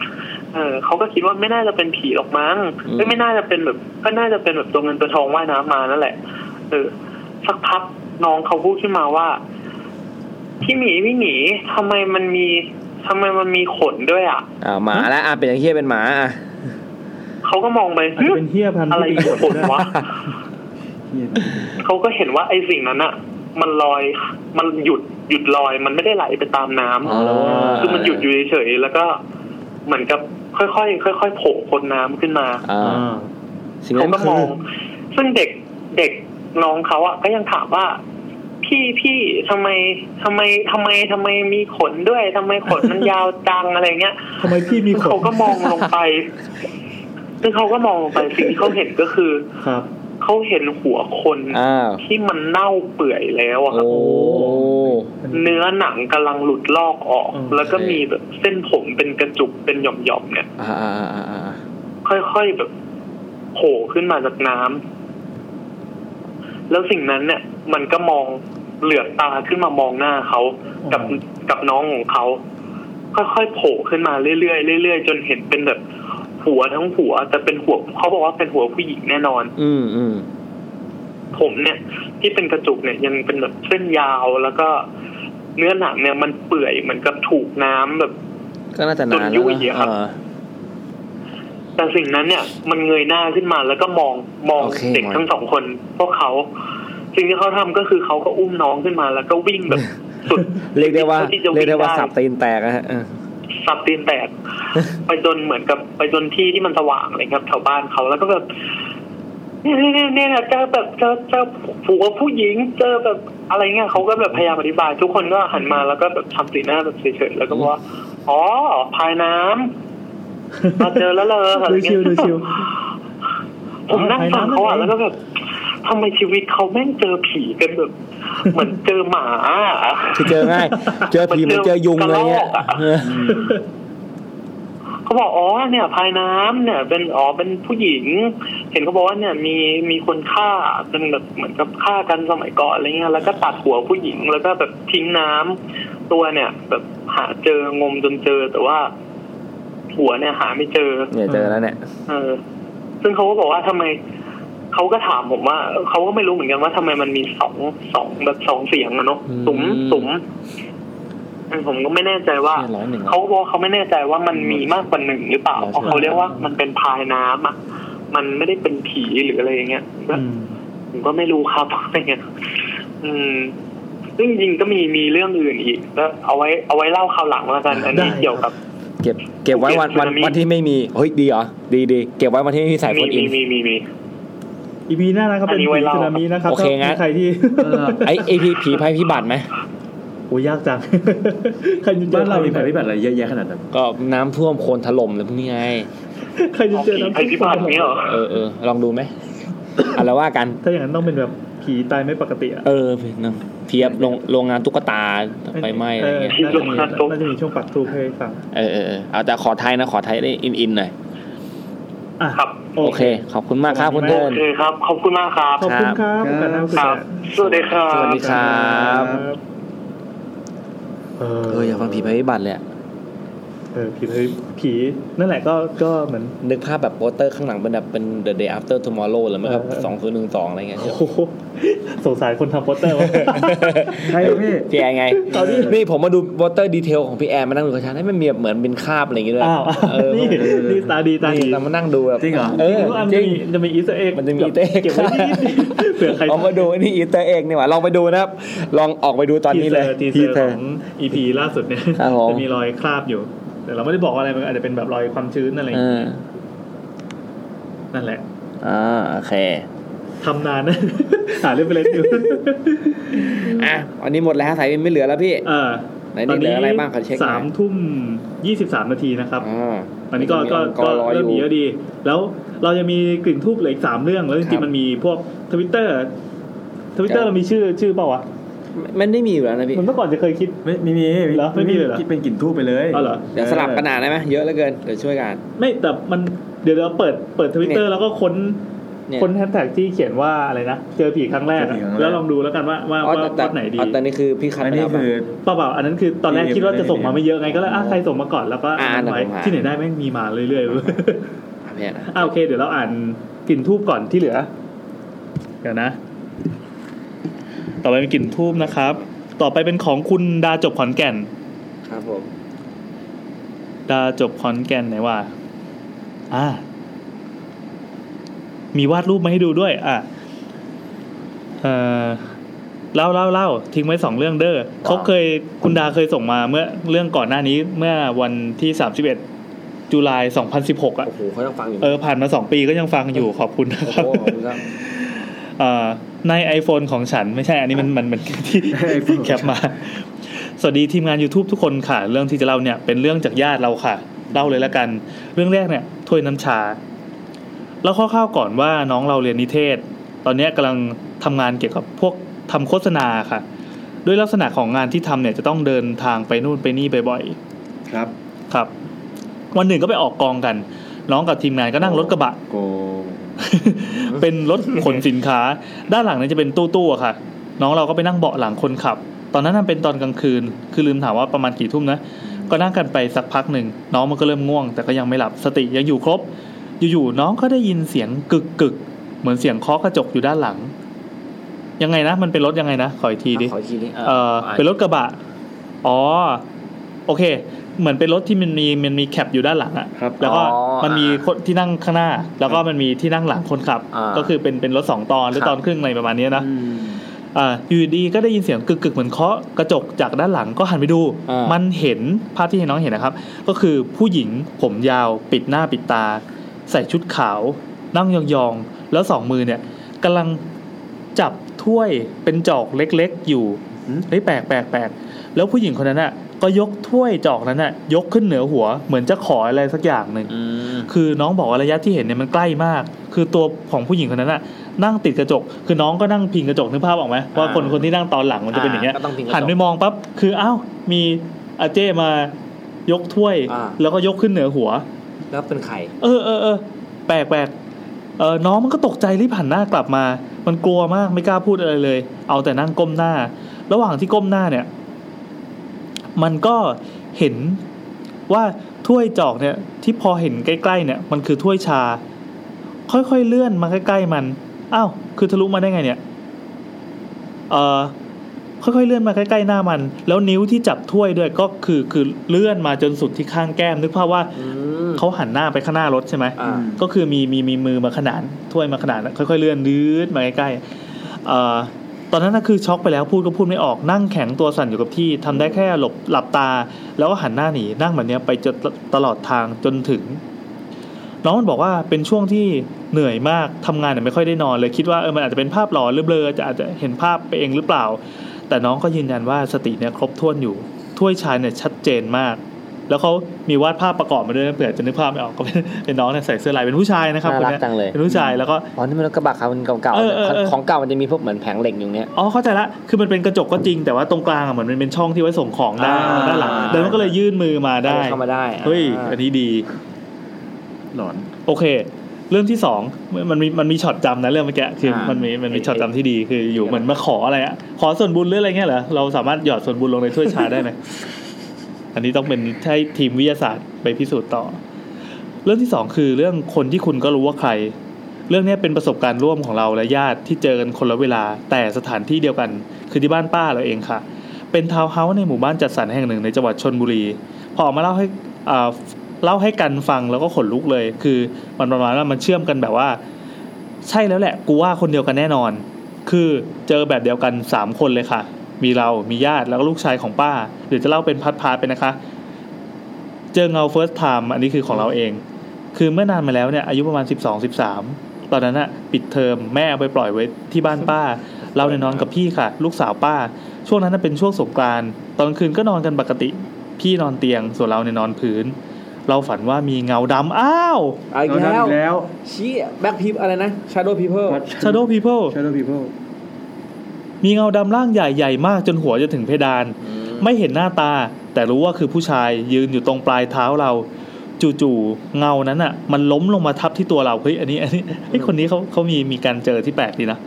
[SPEAKER 11] เออเขาก็คิดว่าไม่น่าจะเป็นผีหรอกมั้งไม่ไม่น่าจะเป็นแบบ ก็น่าจะเป็นแบบตัวเงินตัวทองว่ายน้ำมานั่นแหละเออสักพักน้องเขาพูดขึ้นมาว่าพี่หมีพี่หมีทำไมมันมีทำไมมันมีขนด้วยอ่ะ
[SPEAKER 1] อ่าหมาแล้วอ่ะเป็นอย่างเฮียเป็นหมาอ่ะ
[SPEAKER 11] เขาก็มองไป
[SPEAKER 10] อาจจะเป็นเฮียพันธุ์
[SPEAKER 11] อะไร
[SPEAKER 10] ที่ดี
[SPEAKER 11] ขนวะ เขาก็เห็นว่าไอ้สิ่งนั้นอะมันลอยมันหยุดหยุดลอย มันไม่ได้ไหลไปตามน้ำ
[SPEAKER 1] อ๋อ
[SPEAKER 11] คือมันหยุดอยู่เฉยๆแล้วก็เหมือนกับค่อยๆค่อยๆโผล่พ้นน้ำขึ้นมา
[SPEAKER 1] อ่า
[SPEAKER 10] อ่า
[SPEAKER 1] สิ่ง
[SPEAKER 11] เขา
[SPEAKER 1] นั้น
[SPEAKER 11] ก็ม
[SPEAKER 1] คือ
[SPEAKER 11] อง ซึ่งเด็กเด็กน้องเขาอะก็ยังถามว่า พี่พี่ทำไมทำไมทำไมทำไมมีขนด้วยทำไมขนมันยาวจังอะไรเงี้ย
[SPEAKER 10] ทำไมพี่มี
[SPEAKER 11] ซึ่ง
[SPEAKER 10] ขน
[SPEAKER 11] เขาก็มองลงไป ซึ่งเขาก็มองลงไปสิ่งที่เขาเห็นก็คือ
[SPEAKER 10] ครับ
[SPEAKER 11] เขาเห็นหัวคน
[SPEAKER 1] อ้าว
[SPEAKER 11] ที่มันเน่าเปื่อยแล้วอะครับ
[SPEAKER 1] โอ้
[SPEAKER 11] เนื้อหนังกำลังหลุดลอกออก
[SPEAKER 10] อืม
[SPEAKER 11] แล้วก็มีแบบเส้นผมเป็นกระจุกเป็นหย่อมๆเนี่ย
[SPEAKER 1] อ่าอ่าอ่าอ่า
[SPEAKER 11] ค่อยๆแบบโผล่ขึ้นมาจากน้ำแล้วสิ่งนั้นเนี่ย มันก็มองเหลือกตาขึ้นมามองหน้าเขากับกับน้องของเขาค่อยๆโผล่ขึ้นมาเรื่อยๆเรื่อยๆจนเห็นเป็นแบบหัวทั้งหัวแต่เป็นหัวเขาบอกว่าเป็นหัวผู้หญิงแน่นอน
[SPEAKER 1] อืมอืม
[SPEAKER 11] ผมเนี่ยที่เป็นกระจุกเนี่ยยังเป็นแบบเส้นยาวแล้วก็เนื้อหนังเนี่ยมันเปื่อยเหมือนกับถูกน้ำแบบ
[SPEAKER 1] ก็น่าจะนาน
[SPEAKER 11] จนยุ่
[SPEAKER 1] แล้ว
[SPEAKER 11] ยอะครับ
[SPEAKER 1] นะ
[SPEAKER 11] แต่สิ่งนั้นเนี่ย มันเงยหน้าขึ้นมาแล้วก็มองมอง
[SPEAKER 1] โอเค
[SPEAKER 11] เด็ก
[SPEAKER 1] มอง
[SPEAKER 11] ทั้งสองคนพวกเขาสิ่งที่เขาทำก็คือเขาก็อุ้มน้องขึ้นมา แล้วก็วิ่งแบบสุด
[SPEAKER 1] เรียกได้ว่า
[SPEAKER 11] ที่จะวิ่ง
[SPEAKER 1] เรียกได้ว่า
[SPEAKER 11] ได้
[SPEAKER 1] สับตีนแตกนะฮะเออ
[SPEAKER 11] สับตีนแต
[SPEAKER 10] *laughs*
[SPEAKER 11] ก ไปจนเหมือนกับไปจนที่ที่มันสว่างอะไรครับแถวบ้านเขาแล้วก็แบบเนี่ยเนี่ยเนี่ยเนี่ยเจอแบบเจอเจอผัวผู้หญิง เจอแบบอะไรเงี้ยเขาก็แบบพยายามอธิบาย ทุกคนก็หันมาแล้วก็แบบทำสีหน้าแบบเฉยๆแล้วก็บอกว่าอ๋อพายน้ำเราเจอแล้วเลยอะ
[SPEAKER 10] *laughs*
[SPEAKER 11] ไร
[SPEAKER 10] ดูชิ
[SPEAKER 11] เงี้
[SPEAKER 10] วยดูชิว
[SPEAKER 11] *laughs* ผมนั่งฟังเขา
[SPEAKER 10] พายน้ำ
[SPEAKER 11] อ่ะ
[SPEAKER 10] ได้ไง
[SPEAKER 11] แล้วก็แบบทำไมชีวิตเขาแม่งเจอผีกันแบบ เหมือนเจอหมาอะ
[SPEAKER 1] คือเจอง่าย เจอผีเหมันเจอยุงอะไรเงี้ยเออ
[SPEAKER 11] เขาบอกอ๋อเนี่ยพายน้ำเนี่ยเป็นอ๋อเป็นผู้หญิง เห็นเขาบอกว่าเนี่ยมีมีคนฆ่าเป็นแบบเหมือนกับฆ่ากันสมัยก่อนอะไรเงี้ยแล้วก็ตัดหัวผู้หญิงแล้วก็แบบทิ้งน้ำตัวเนี่ย แบบหาเจองมจนเจอแต่ว่า หัวเนี่ยหาไม่เจอ
[SPEAKER 1] เนี่ยเจอแล้วเนี่ย
[SPEAKER 11] เออซึ่งเขาก็บอกว่าทำไมเขาก็ถามผมว่าเออเขาก็ไม่รู้เหมือนกันว่าทำไมมันมีสองสองแบบสองเสียงอะเนาะ
[SPEAKER 1] อืม
[SPEAKER 11] ตุ๋มตุ๋มเออผมก็ไม่แน่ใจว่า
[SPEAKER 1] เนี่ยร้อยหนึ่งแล้ว
[SPEAKER 11] เขาบอกเขาไม่แน่ใจว่ามันมีมากกว่าหนึ่งหรือเปล่าเพราะเขาเรียกว่ามันเป็นพายน้ำอ่ะมันไม่ได้เป็นผีหรืออะไรอย่างเงี้ยก็ผมก็ไม่รู้ครับ *laughs* อะไรเงี้ยอืมซึ่งจริงๆก็มีมีเรื่องอื่นอีกก็เอาไว้เอาไว้เล่าคราวหลังแล้วกัน อันนี้เกี่ยวกับ
[SPEAKER 1] เก็บเก็บไว้วันวันวันที่ไม่มีเฮ้ยดีเหรอดีดีเก็บไว้วันที่ไม่มีสายโฟ
[SPEAKER 11] มี
[SPEAKER 1] นอิ
[SPEAKER 11] มี
[SPEAKER 1] น
[SPEAKER 11] มีมีมี
[SPEAKER 2] อีพีหน้านะครับเป็น
[SPEAKER 11] อันนี้ไว้
[SPEAKER 2] ผี
[SPEAKER 11] เล่า
[SPEAKER 2] สึนามินะครับ
[SPEAKER 1] โอเคงั้น
[SPEAKER 2] ถ้ามีใครที่ *laughs*
[SPEAKER 1] ไอไอพีผีภัยพิบัติไหม
[SPEAKER 2] โอ้ยากจัง *laughs* ใครจะเจอ
[SPEAKER 6] บ้านเรามีภัยพิบัติอะไรเยอะแยะขนาดนั้น
[SPEAKER 1] ก็น้ำท่วมโคลนถล่มอะไรพวกนี้ไง
[SPEAKER 2] ใครจะ
[SPEAKER 11] เอา
[SPEAKER 2] เจอ
[SPEAKER 11] ผี
[SPEAKER 2] น้ำ
[SPEAKER 11] ภัยพิบัติอย่างเนี้ยเหรอ
[SPEAKER 1] เออเออลองดูไหมเอาละว่ากัน
[SPEAKER 2] ถ้าอย่างนั้นต้องเป็นแบบผีตายไม่ปกติอะ
[SPEAKER 1] เออเนอะเพียบโรงโรงงานตุ๊กตาไฟไหม้อะไรเงี้ย
[SPEAKER 2] น่าจะมีน่าจะมีช่วงปักทูปให้ฟัง
[SPEAKER 1] เออเออเออเอาแต่ขอไทยนะ ขอไทยได้อินอินหน่อย
[SPEAKER 11] ครับ
[SPEAKER 1] โอเค ขอบคุณมากครับคุณโด
[SPEAKER 11] โอน เคครับ ขอบคุณมากครับ
[SPEAKER 2] ขอบคุณครับโอกาสหน้าคุย
[SPEAKER 11] ค
[SPEAKER 2] กั
[SPEAKER 11] รับ
[SPEAKER 2] น
[SPEAKER 11] สวัสดีครั
[SPEAKER 1] สวัส
[SPEAKER 11] บ
[SPEAKER 1] ดีครับ
[SPEAKER 2] เออ
[SPEAKER 1] เอออยากฟังผีภัยพิบัติเลยอะ
[SPEAKER 2] เออผีผีผีนั่นแหละก็ก็เหมือน *laughs*
[SPEAKER 1] นึกภาพแบบโปสเตอร์ข้างหลังเป็นแบบเป็น The Day After Tomorrow หรือไม่ครับ
[SPEAKER 2] เออ
[SPEAKER 1] สองศูนย์หนึ่งสองอะไรเงี้ย
[SPEAKER 2] โอ้โหสงสารคนทำโปสเตอร์วะ
[SPEAKER 13] ใครพี่
[SPEAKER 1] พี่แอร์ไง นี่ผมมาดูวอเตอร์ดีเทลของพี่แอร์มานั่งดูกระชันให้มันมีแบบเหมือนเป็นคราบอะไรอย่างเงี้ยด้วย
[SPEAKER 2] อ้าว
[SPEAKER 1] เออ
[SPEAKER 2] นี่นี่ตาดีตา
[SPEAKER 1] นี่
[SPEAKER 2] ดี
[SPEAKER 1] เรามานั่งดูแบบ
[SPEAKER 6] จริงเหรอ
[SPEAKER 1] เออ
[SPEAKER 2] ว่ามัน
[SPEAKER 1] จ
[SPEAKER 2] จะ
[SPEAKER 1] ริง
[SPEAKER 2] มีจะมีอีสเตอร์เอ็ก
[SPEAKER 1] มันจะมี Easter egg
[SPEAKER 2] เก็บไว้นิดๆเผื่อ *laughs* ใคร
[SPEAKER 1] เอามาดูไอ้นี่อีเตอร์เอกนี่หว่าลองไปดูนะครับ ลองออกไปดูตอนนี้เลย
[SPEAKER 2] ทีเซอร์ของอีพีล่าสุดเนี่ย
[SPEAKER 1] ครับผม
[SPEAKER 2] จะมีรอยคราบอยู่ แต่เราไม่ได้บอกว่าอะไรมันอาจจะเป็นแบบรอยความชื้นอะไรอย่าง
[SPEAKER 1] เอ
[SPEAKER 2] เงี้
[SPEAKER 1] อ
[SPEAKER 2] ยนั่นแหละ
[SPEAKER 1] อ่าโอเค
[SPEAKER 2] ทำนานนะ *laughs* หาเรื่องไปเล่นอยู่ *laughs*
[SPEAKER 1] อ่ะวันนี้หมดแล้วสายบินไม่เหลือแล้วพี่
[SPEAKER 2] เออ
[SPEAKER 1] ไหนนี่เหลืออะไรบ้างขอเช็คหน่อย
[SPEAKER 2] สามทุ่มยี่สิบสามนาทีนะครับ
[SPEAKER 1] อ่า
[SPEAKER 2] ตอนนี้ก็
[SPEAKER 1] ยังมี
[SPEAKER 2] ก็
[SPEAKER 1] องค์กร
[SPEAKER 2] ก็
[SPEAKER 1] รออยู่
[SPEAKER 2] เริ่มมีเยอะดี แล้วเรายังมีกลิ่นทูบเหลืออีกสามเรื่อง แล้วจ
[SPEAKER 1] ครั
[SPEAKER 2] ริ
[SPEAKER 1] บ
[SPEAKER 2] งๆมันมีพวกทวิตเตอร์ทวิตเตอ
[SPEAKER 1] ครับ
[SPEAKER 2] ร์เรามีชื่อชื่อเปล่าวะ
[SPEAKER 1] มันมันได้มีอยู่แล้วนะพี่
[SPEAKER 2] มันเมื่อก่อนจะเคยคิด
[SPEAKER 6] ไม่ไม่มี
[SPEAKER 2] เหรอไม่มีเลยเหรอ
[SPEAKER 6] เป็นกลิ่นทูบไปเลย
[SPEAKER 2] เอาเหรอ
[SPEAKER 1] เดี๋ยวสลับกันอ่านได้ไหมเยอะเหลือเกิน เดี๋ยวช่วยกัน
[SPEAKER 2] ไม่แต่มันเดี๋ยวเราเปิดเปิดทวิตเตอร์แล้วก็ค้น
[SPEAKER 1] เนี่ย
[SPEAKER 2] ค้นแฮชแท็กที่เขียนว่าอะไรนะ เจอผีครั้งแรกอะแล้วลองดูแล้วกันว่าว่า
[SPEAKER 1] อ๋อ
[SPEAKER 2] ว่า
[SPEAKER 1] แต่แต่
[SPEAKER 2] วัดไหนดี
[SPEAKER 1] อ๋อแต่นี่คือพี่คัด
[SPEAKER 6] อัน
[SPEAKER 1] ไป
[SPEAKER 6] นี้
[SPEAKER 1] แล้ว
[SPEAKER 6] คือ
[SPEAKER 2] เปล่าๆอันนั้นคือตอนแรกคิดว่าจะส่งมาไม่เยอะไงก็เลยอ่ะใครส่งมาก่อนแล้วก็อ่านไว้ที่ไหนได้แม่งมีมาเรื่อยๆเว้ย
[SPEAKER 1] อ่ะพี่นะ
[SPEAKER 2] อ่าโอเค เดี๋ยวเราอ่านกลิ่นทูบก่อนที่เหลือ เดี๋ยวนะ ต่อไปเป็นกลิ่นทูบนะครับ ต่อไปเป็นของคุณดาจบขอนแก่น
[SPEAKER 1] ครับผม
[SPEAKER 2] ดาจบขอนแก่นไหนว่า อ่า มีวาดรูปมาให้ดูด้วย อ่ะเอ่อเล่าเล่าเล่าทิ้งไว้สองเรื่องเด้อเขาเคยคุณดาเคยส่งมาเมื่อเรื่องก่อนหน้านี้เมื่อวันที่สามสิบเอ็ดจุลายสองพันสิบหกอ่ะ
[SPEAKER 1] โอ้โหเขายังฟังอยู่
[SPEAKER 2] เออ ผ่านมาสองปีก็ยังฟังอยู่ขอบคุณนะ
[SPEAKER 1] โอ้
[SPEAKER 2] ค
[SPEAKER 1] โหข
[SPEAKER 2] รับ
[SPEAKER 1] อบคุณครับ
[SPEAKER 2] เอ่อใน iPhone ของฉันไม่ใช่ อันนี้มันมันมัน *laughs* ที่
[SPEAKER 6] iPhone
[SPEAKER 2] แคปมา สวัสดีทีมงาน YouTube ทุกคนค่ะ เรื่องที่จะเล่าเนี่ยเป็นเรื่องจากญาติเราค่ะ เล่าเลยละกัน เรื่องแรกเนี่ยถ้วยน้ำชาเล่าคร่าวๆก่อนว่าน้องเราเรียนนิเทศ ตอนเนี้ยกำลังทำงานเกี่ยวกับพวกทำโฆษณาค่ะ ด้วยลักษณะของงานที่ทำเนี่ยจะต้องเดินทางไปนู่นไปนี่บ่อยๆ
[SPEAKER 6] ครับ
[SPEAKER 2] ครับ วันหนึ่งก็ไปออกกองกัน น้องกับทีมงานก็นั่งรถกระบะ
[SPEAKER 6] โกง
[SPEAKER 2] *laughs* เป็นรถขนสินค้า ด้านหลังเนี่ยจะเป็นตู้ตู้ๆอะค่ะ น้องเราก็ไปนั่งเบาะหลังคนขับ ตอนนั้นนะเป็นตอนกลางคืน คือลืมถามว่าประมาณกี่ทุ่มนะ ก็นั่งกันไปสักพักหนึ่ง น้องมันก็เริ่มง่วง แต่ก็ยังไม่หลับสติยังอยู่ครบ อยู่ๆน้องก็ได้ยินเสียงกึกกึกๆเหมือนเสียงเคาะกระจกอยู่ด้านหลัง ยังไงนะ มันเป็นรถยังไงนะขออีกทีดิ
[SPEAKER 1] ขออีกทีนี้
[SPEAKER 2] เออเป็นรถกระบะ อ๋อ โอเค เหมือนเป็นรถที่มันมีมันมีแคปอยู่ด้านหลังอะ
[SPEAKER 6] ครับ
[SPEAKER 2] แล้วก็
[SPEAKER 1] อ๋อ
[SPEAKER 2] มันมีคนที่นั่งข้างหน้า แล้วก็มันมีที่นั่งหลังคนขับ
[SPEAKER 1] อ่า
[SPEAKER 2] ก็คือเป็นเป็นรถสองตอนหรือ
[SPEAKER 1] ครับ
[SPEAKER 2] ตอนครึ่งอะไรประมาณเนี้ยนะ อ่าอยู่ดีก็ได้ยินเสียงกึกกึกๆเหมือนเคาะกระจกจากด้านหลังก็หันไปดู
[SPEAKER 1] อ่ามั
[SPEAKER 2] มันเห็นภาพที่น้องเห็นนะครับ ก็คือผู้หญิงผมยาวปิดหน้าปิดตา ใส่ชุดขาว นั่งยองๆ แล้วสองมือเนี่ยกำลังจับถ้วยเป็นจอกเล็กๆอยู่
[SPEAKER 6] หืม
[SPEAKER 2] เฮ้ยแปลกแปลกแปลกแล้วผู้หญิงคนนั้นอะ ก็ยกถ้วยจอกนั้นน่ะยกขึ้นเหนือหัว เหมือนจะขออะไรสักอย่างหนึ่ง คือน้องบอกว่าระยะที่เห็นเนี่ยมันใกล้มาก คือตัวของผู้หญิงคนนั้นน่ะนั่งติดกระจก คือน้องก็นั่งพิงกระจกนึกภาพออกไหมว่าคนคนที่นั่งตอนหลังมันจะเป็นอย่างเงี้ย
[SPEAKER 14] ก็ต้องพิงกระจก
[SPEAKER 2] หันไปมองปั๊บคืออ้าวมีอาเจ้มายกถ้วย
[SPEAKER 1] อ่า
[SPEAKER 2] แล้วก็ยกขึ้นเหนือหัว
[SPEAKER 1] แล้วเป็นไข่
[SPEAKER 2] เออเออเออแปลกแปลกเออน้องมันก็ตกใจรีบหันหน้ากลับมา มันกลัวมากไม่กล้าพูดอะไรเลย เอาแต่นั่งก้มหน้า ระหว่างที่ก้มหน้าเนี่ย มันก็เห็นว่าถ้วยจอกเนี่ย ที่พอเห็นใกล้ๆเนี่ย มันคือถ้วยชา ค่อยๆเลื่อนมาใกล้ๆมันอ้าวคือทะลุมาได้ไง เนี่ยเออค่อยๆเลื่อนมาใกล้ๆหน้ามัน แล้วนิ้วที่จับถ้วยด้วยก็คือคือเลื่อนมาจนสุดที่ข้างแก้มนึกภาพว่า เขาหันหน้าไปข้างหน้ารถใช่ไหม
[SPEAKER 1] อ่า
[SPEAKER 2] ก็คือมีมีมีมือมาขนานถ้วยมาขนานค่อยๆเลื่อนยืดมาใกล้ๆเอ่อตอนนั้นน่ะคือช็อกไปแล้วพูดก็พูดไม่ออกนั่งแข็งตัวสั่นอยู่กับที่ทำได้แค่หลบหลับตา แล้วก็หันหน้าหนีนั่งแบบเนี้ยไปจนตลอดทางจนถึง น้องมันบอกว่าเป็นช่วงที่เหนื่อยมากทำงานเนี่ยไม่ค่อยได้นอนเลยคิดว่าเออมันอาจจะเป็นภาพหลอนหรือเบลอจะอาจจะเห็นภาพไปเองหรือเปล่า แต่น้องก็ยืนยันว่าสติเนี่ยครบถ้วนอยู่ถ้วยชายเนี่ยชัดเจนมาก แล้วเขามีวาดภาพประกอบมาด้วยนะเผื่อจะนึกภาพไม่ออกก็เป็นเป็นน้องเนี่ยใส่เสื้อลายเป็นผู้ชายนะครับ
[SPEAKER 1] น่ารัก
[SPEAKER 2] คนนี้ย
[SPEAKER 1] จังเลย
[SPEAKER 2] เป็นผู้ชายแล้วก็
[SPEAKER 1] อ๋อนี่มันรถกระบะครับมันเก่า
[SPEAKER 2] เอ
[SPEAKER 1] ๆ
[SPEAKER 2] อ
[SPEAKER 1] เนี่ย
[SPEAKER 2] เออเออ
[SPEAKER 1] ของเก่ามันจะมีพวกเหมือนแผงเหล็กอยู่เนี้ย
[SPEAKER 2] อ๋อเข้าใจละคือมันเป็นกระจกก็จริงแต่ว่าตรงกลางอะเหมือนมันเป็นช่องที่ไว้ส่งของได้
[SPEAKER 1] อ่า
[SPEAKER 2] ด้านหลังแล้วมันก็เลยยื่นมือมาได้
[SPEAKER 1] เข้ามาได้อ่ะ
[SPEAKER 2] เฮ้ยอันนี้ดี
[SPEAKER 15] หลอน
[SPEAKER 2] โอเค เรื่องที่สองมันมันมีมันมีช็อตจำนะเรื่องเมื่อกี้คืออา
[SPEAKER 15] มั
[SPEAKER 2] มันมีมันมีช็อตจำที่ดีคืออยู่เหมือนมาขออะไรอะขอส่วนบุญหรืออะไรเงี้ยเหรอเราสามารถหยอดส่วนบุญลงในถ้วยชาได้ไหม *laughs* อันนี้ต้องเป็นให้ทีมวิทยาศาสตร์ไปพิสูจน์ต่อ เรื่องที่สองคือเรื่องคนที่คุณก็รู้ว่าใคร เรื่องเนี้ยเป็นประสบการณ์ร่วมของเราและญาติที่เจอกันคนละเวลา แต่สถานที่เดียวกัน คือที่บ้านป้าเราเองค่ะ เป็นทาวน์เฮาส์ในหมู่บ้านจัดสรรแห่งหนึ่งในจังหวัดชนบุรี พอออกมาเล่าให้อ่าเล่าให้กันฟังแล้วก็ขนลุกเลย คือมันประมาณว่ามันเชื่อมกันแบบว่า ใช่แล้วแหละ กูว่าคนเดียวกันแน่นอน คือเจอแบบเดียวกันสามคนเลยค่ะ มีเรา มีญาติแล้วก็ลูกชายของป้าหรือจะเล่าเป็นพัดพาไปนะคะ เจอเงา first time อันนี้คือของเราเอง คือเมื่อนานมาแล้วเนี่ยอายุประมาณ 12 13 ตอนนั้นอะปิดเทอมแม่เอาไปปล่อยไว้ที่บ้านป้า เราเนี่ยนอนกับพี่ค่ะ ลูกสาวป้า ช่วงนั้นน่ะเป็นช่วงสงกรานต์ตอนกลางคืนก็นอนกันปกติ พี่นอนเตียง ส่วนเราเนี่ยนอนพื้น เราฝันว่ามีเงาดำอ้าว
[SPEAKER 1] เอาอีก
[SPEAKER 6] เรา
[SPEAKER 1] แล้
[SPEAKER 6] ทำ
[SPEAKER 1] ว
[SPEAKER 6] อีกแล้ว
[SPEAKER 1] เชี้แบ็คพีพอะไรนะชาโดว์พีเพิล
[SPEAKER 2] shadow people
[SPEAKER 6] Shadow People
[SPEAKER 2] มีเงาดำร่างใหญ่ใหญ่มากจนหัวจะถึงเพดาน ไม่เห็นหน้าตา แต่รู้ว่าคือผู้ชายยืนอยู่ตรงปลายเท้าเรา จู่ๆเงานั้นอ่ะ มันล้มลงมาทับที่ตัวเราเฮ้ยอันนี้อันนี้ไอ้ยคนนี้เขาเขามีมีการเจอที่แปลกดีนะ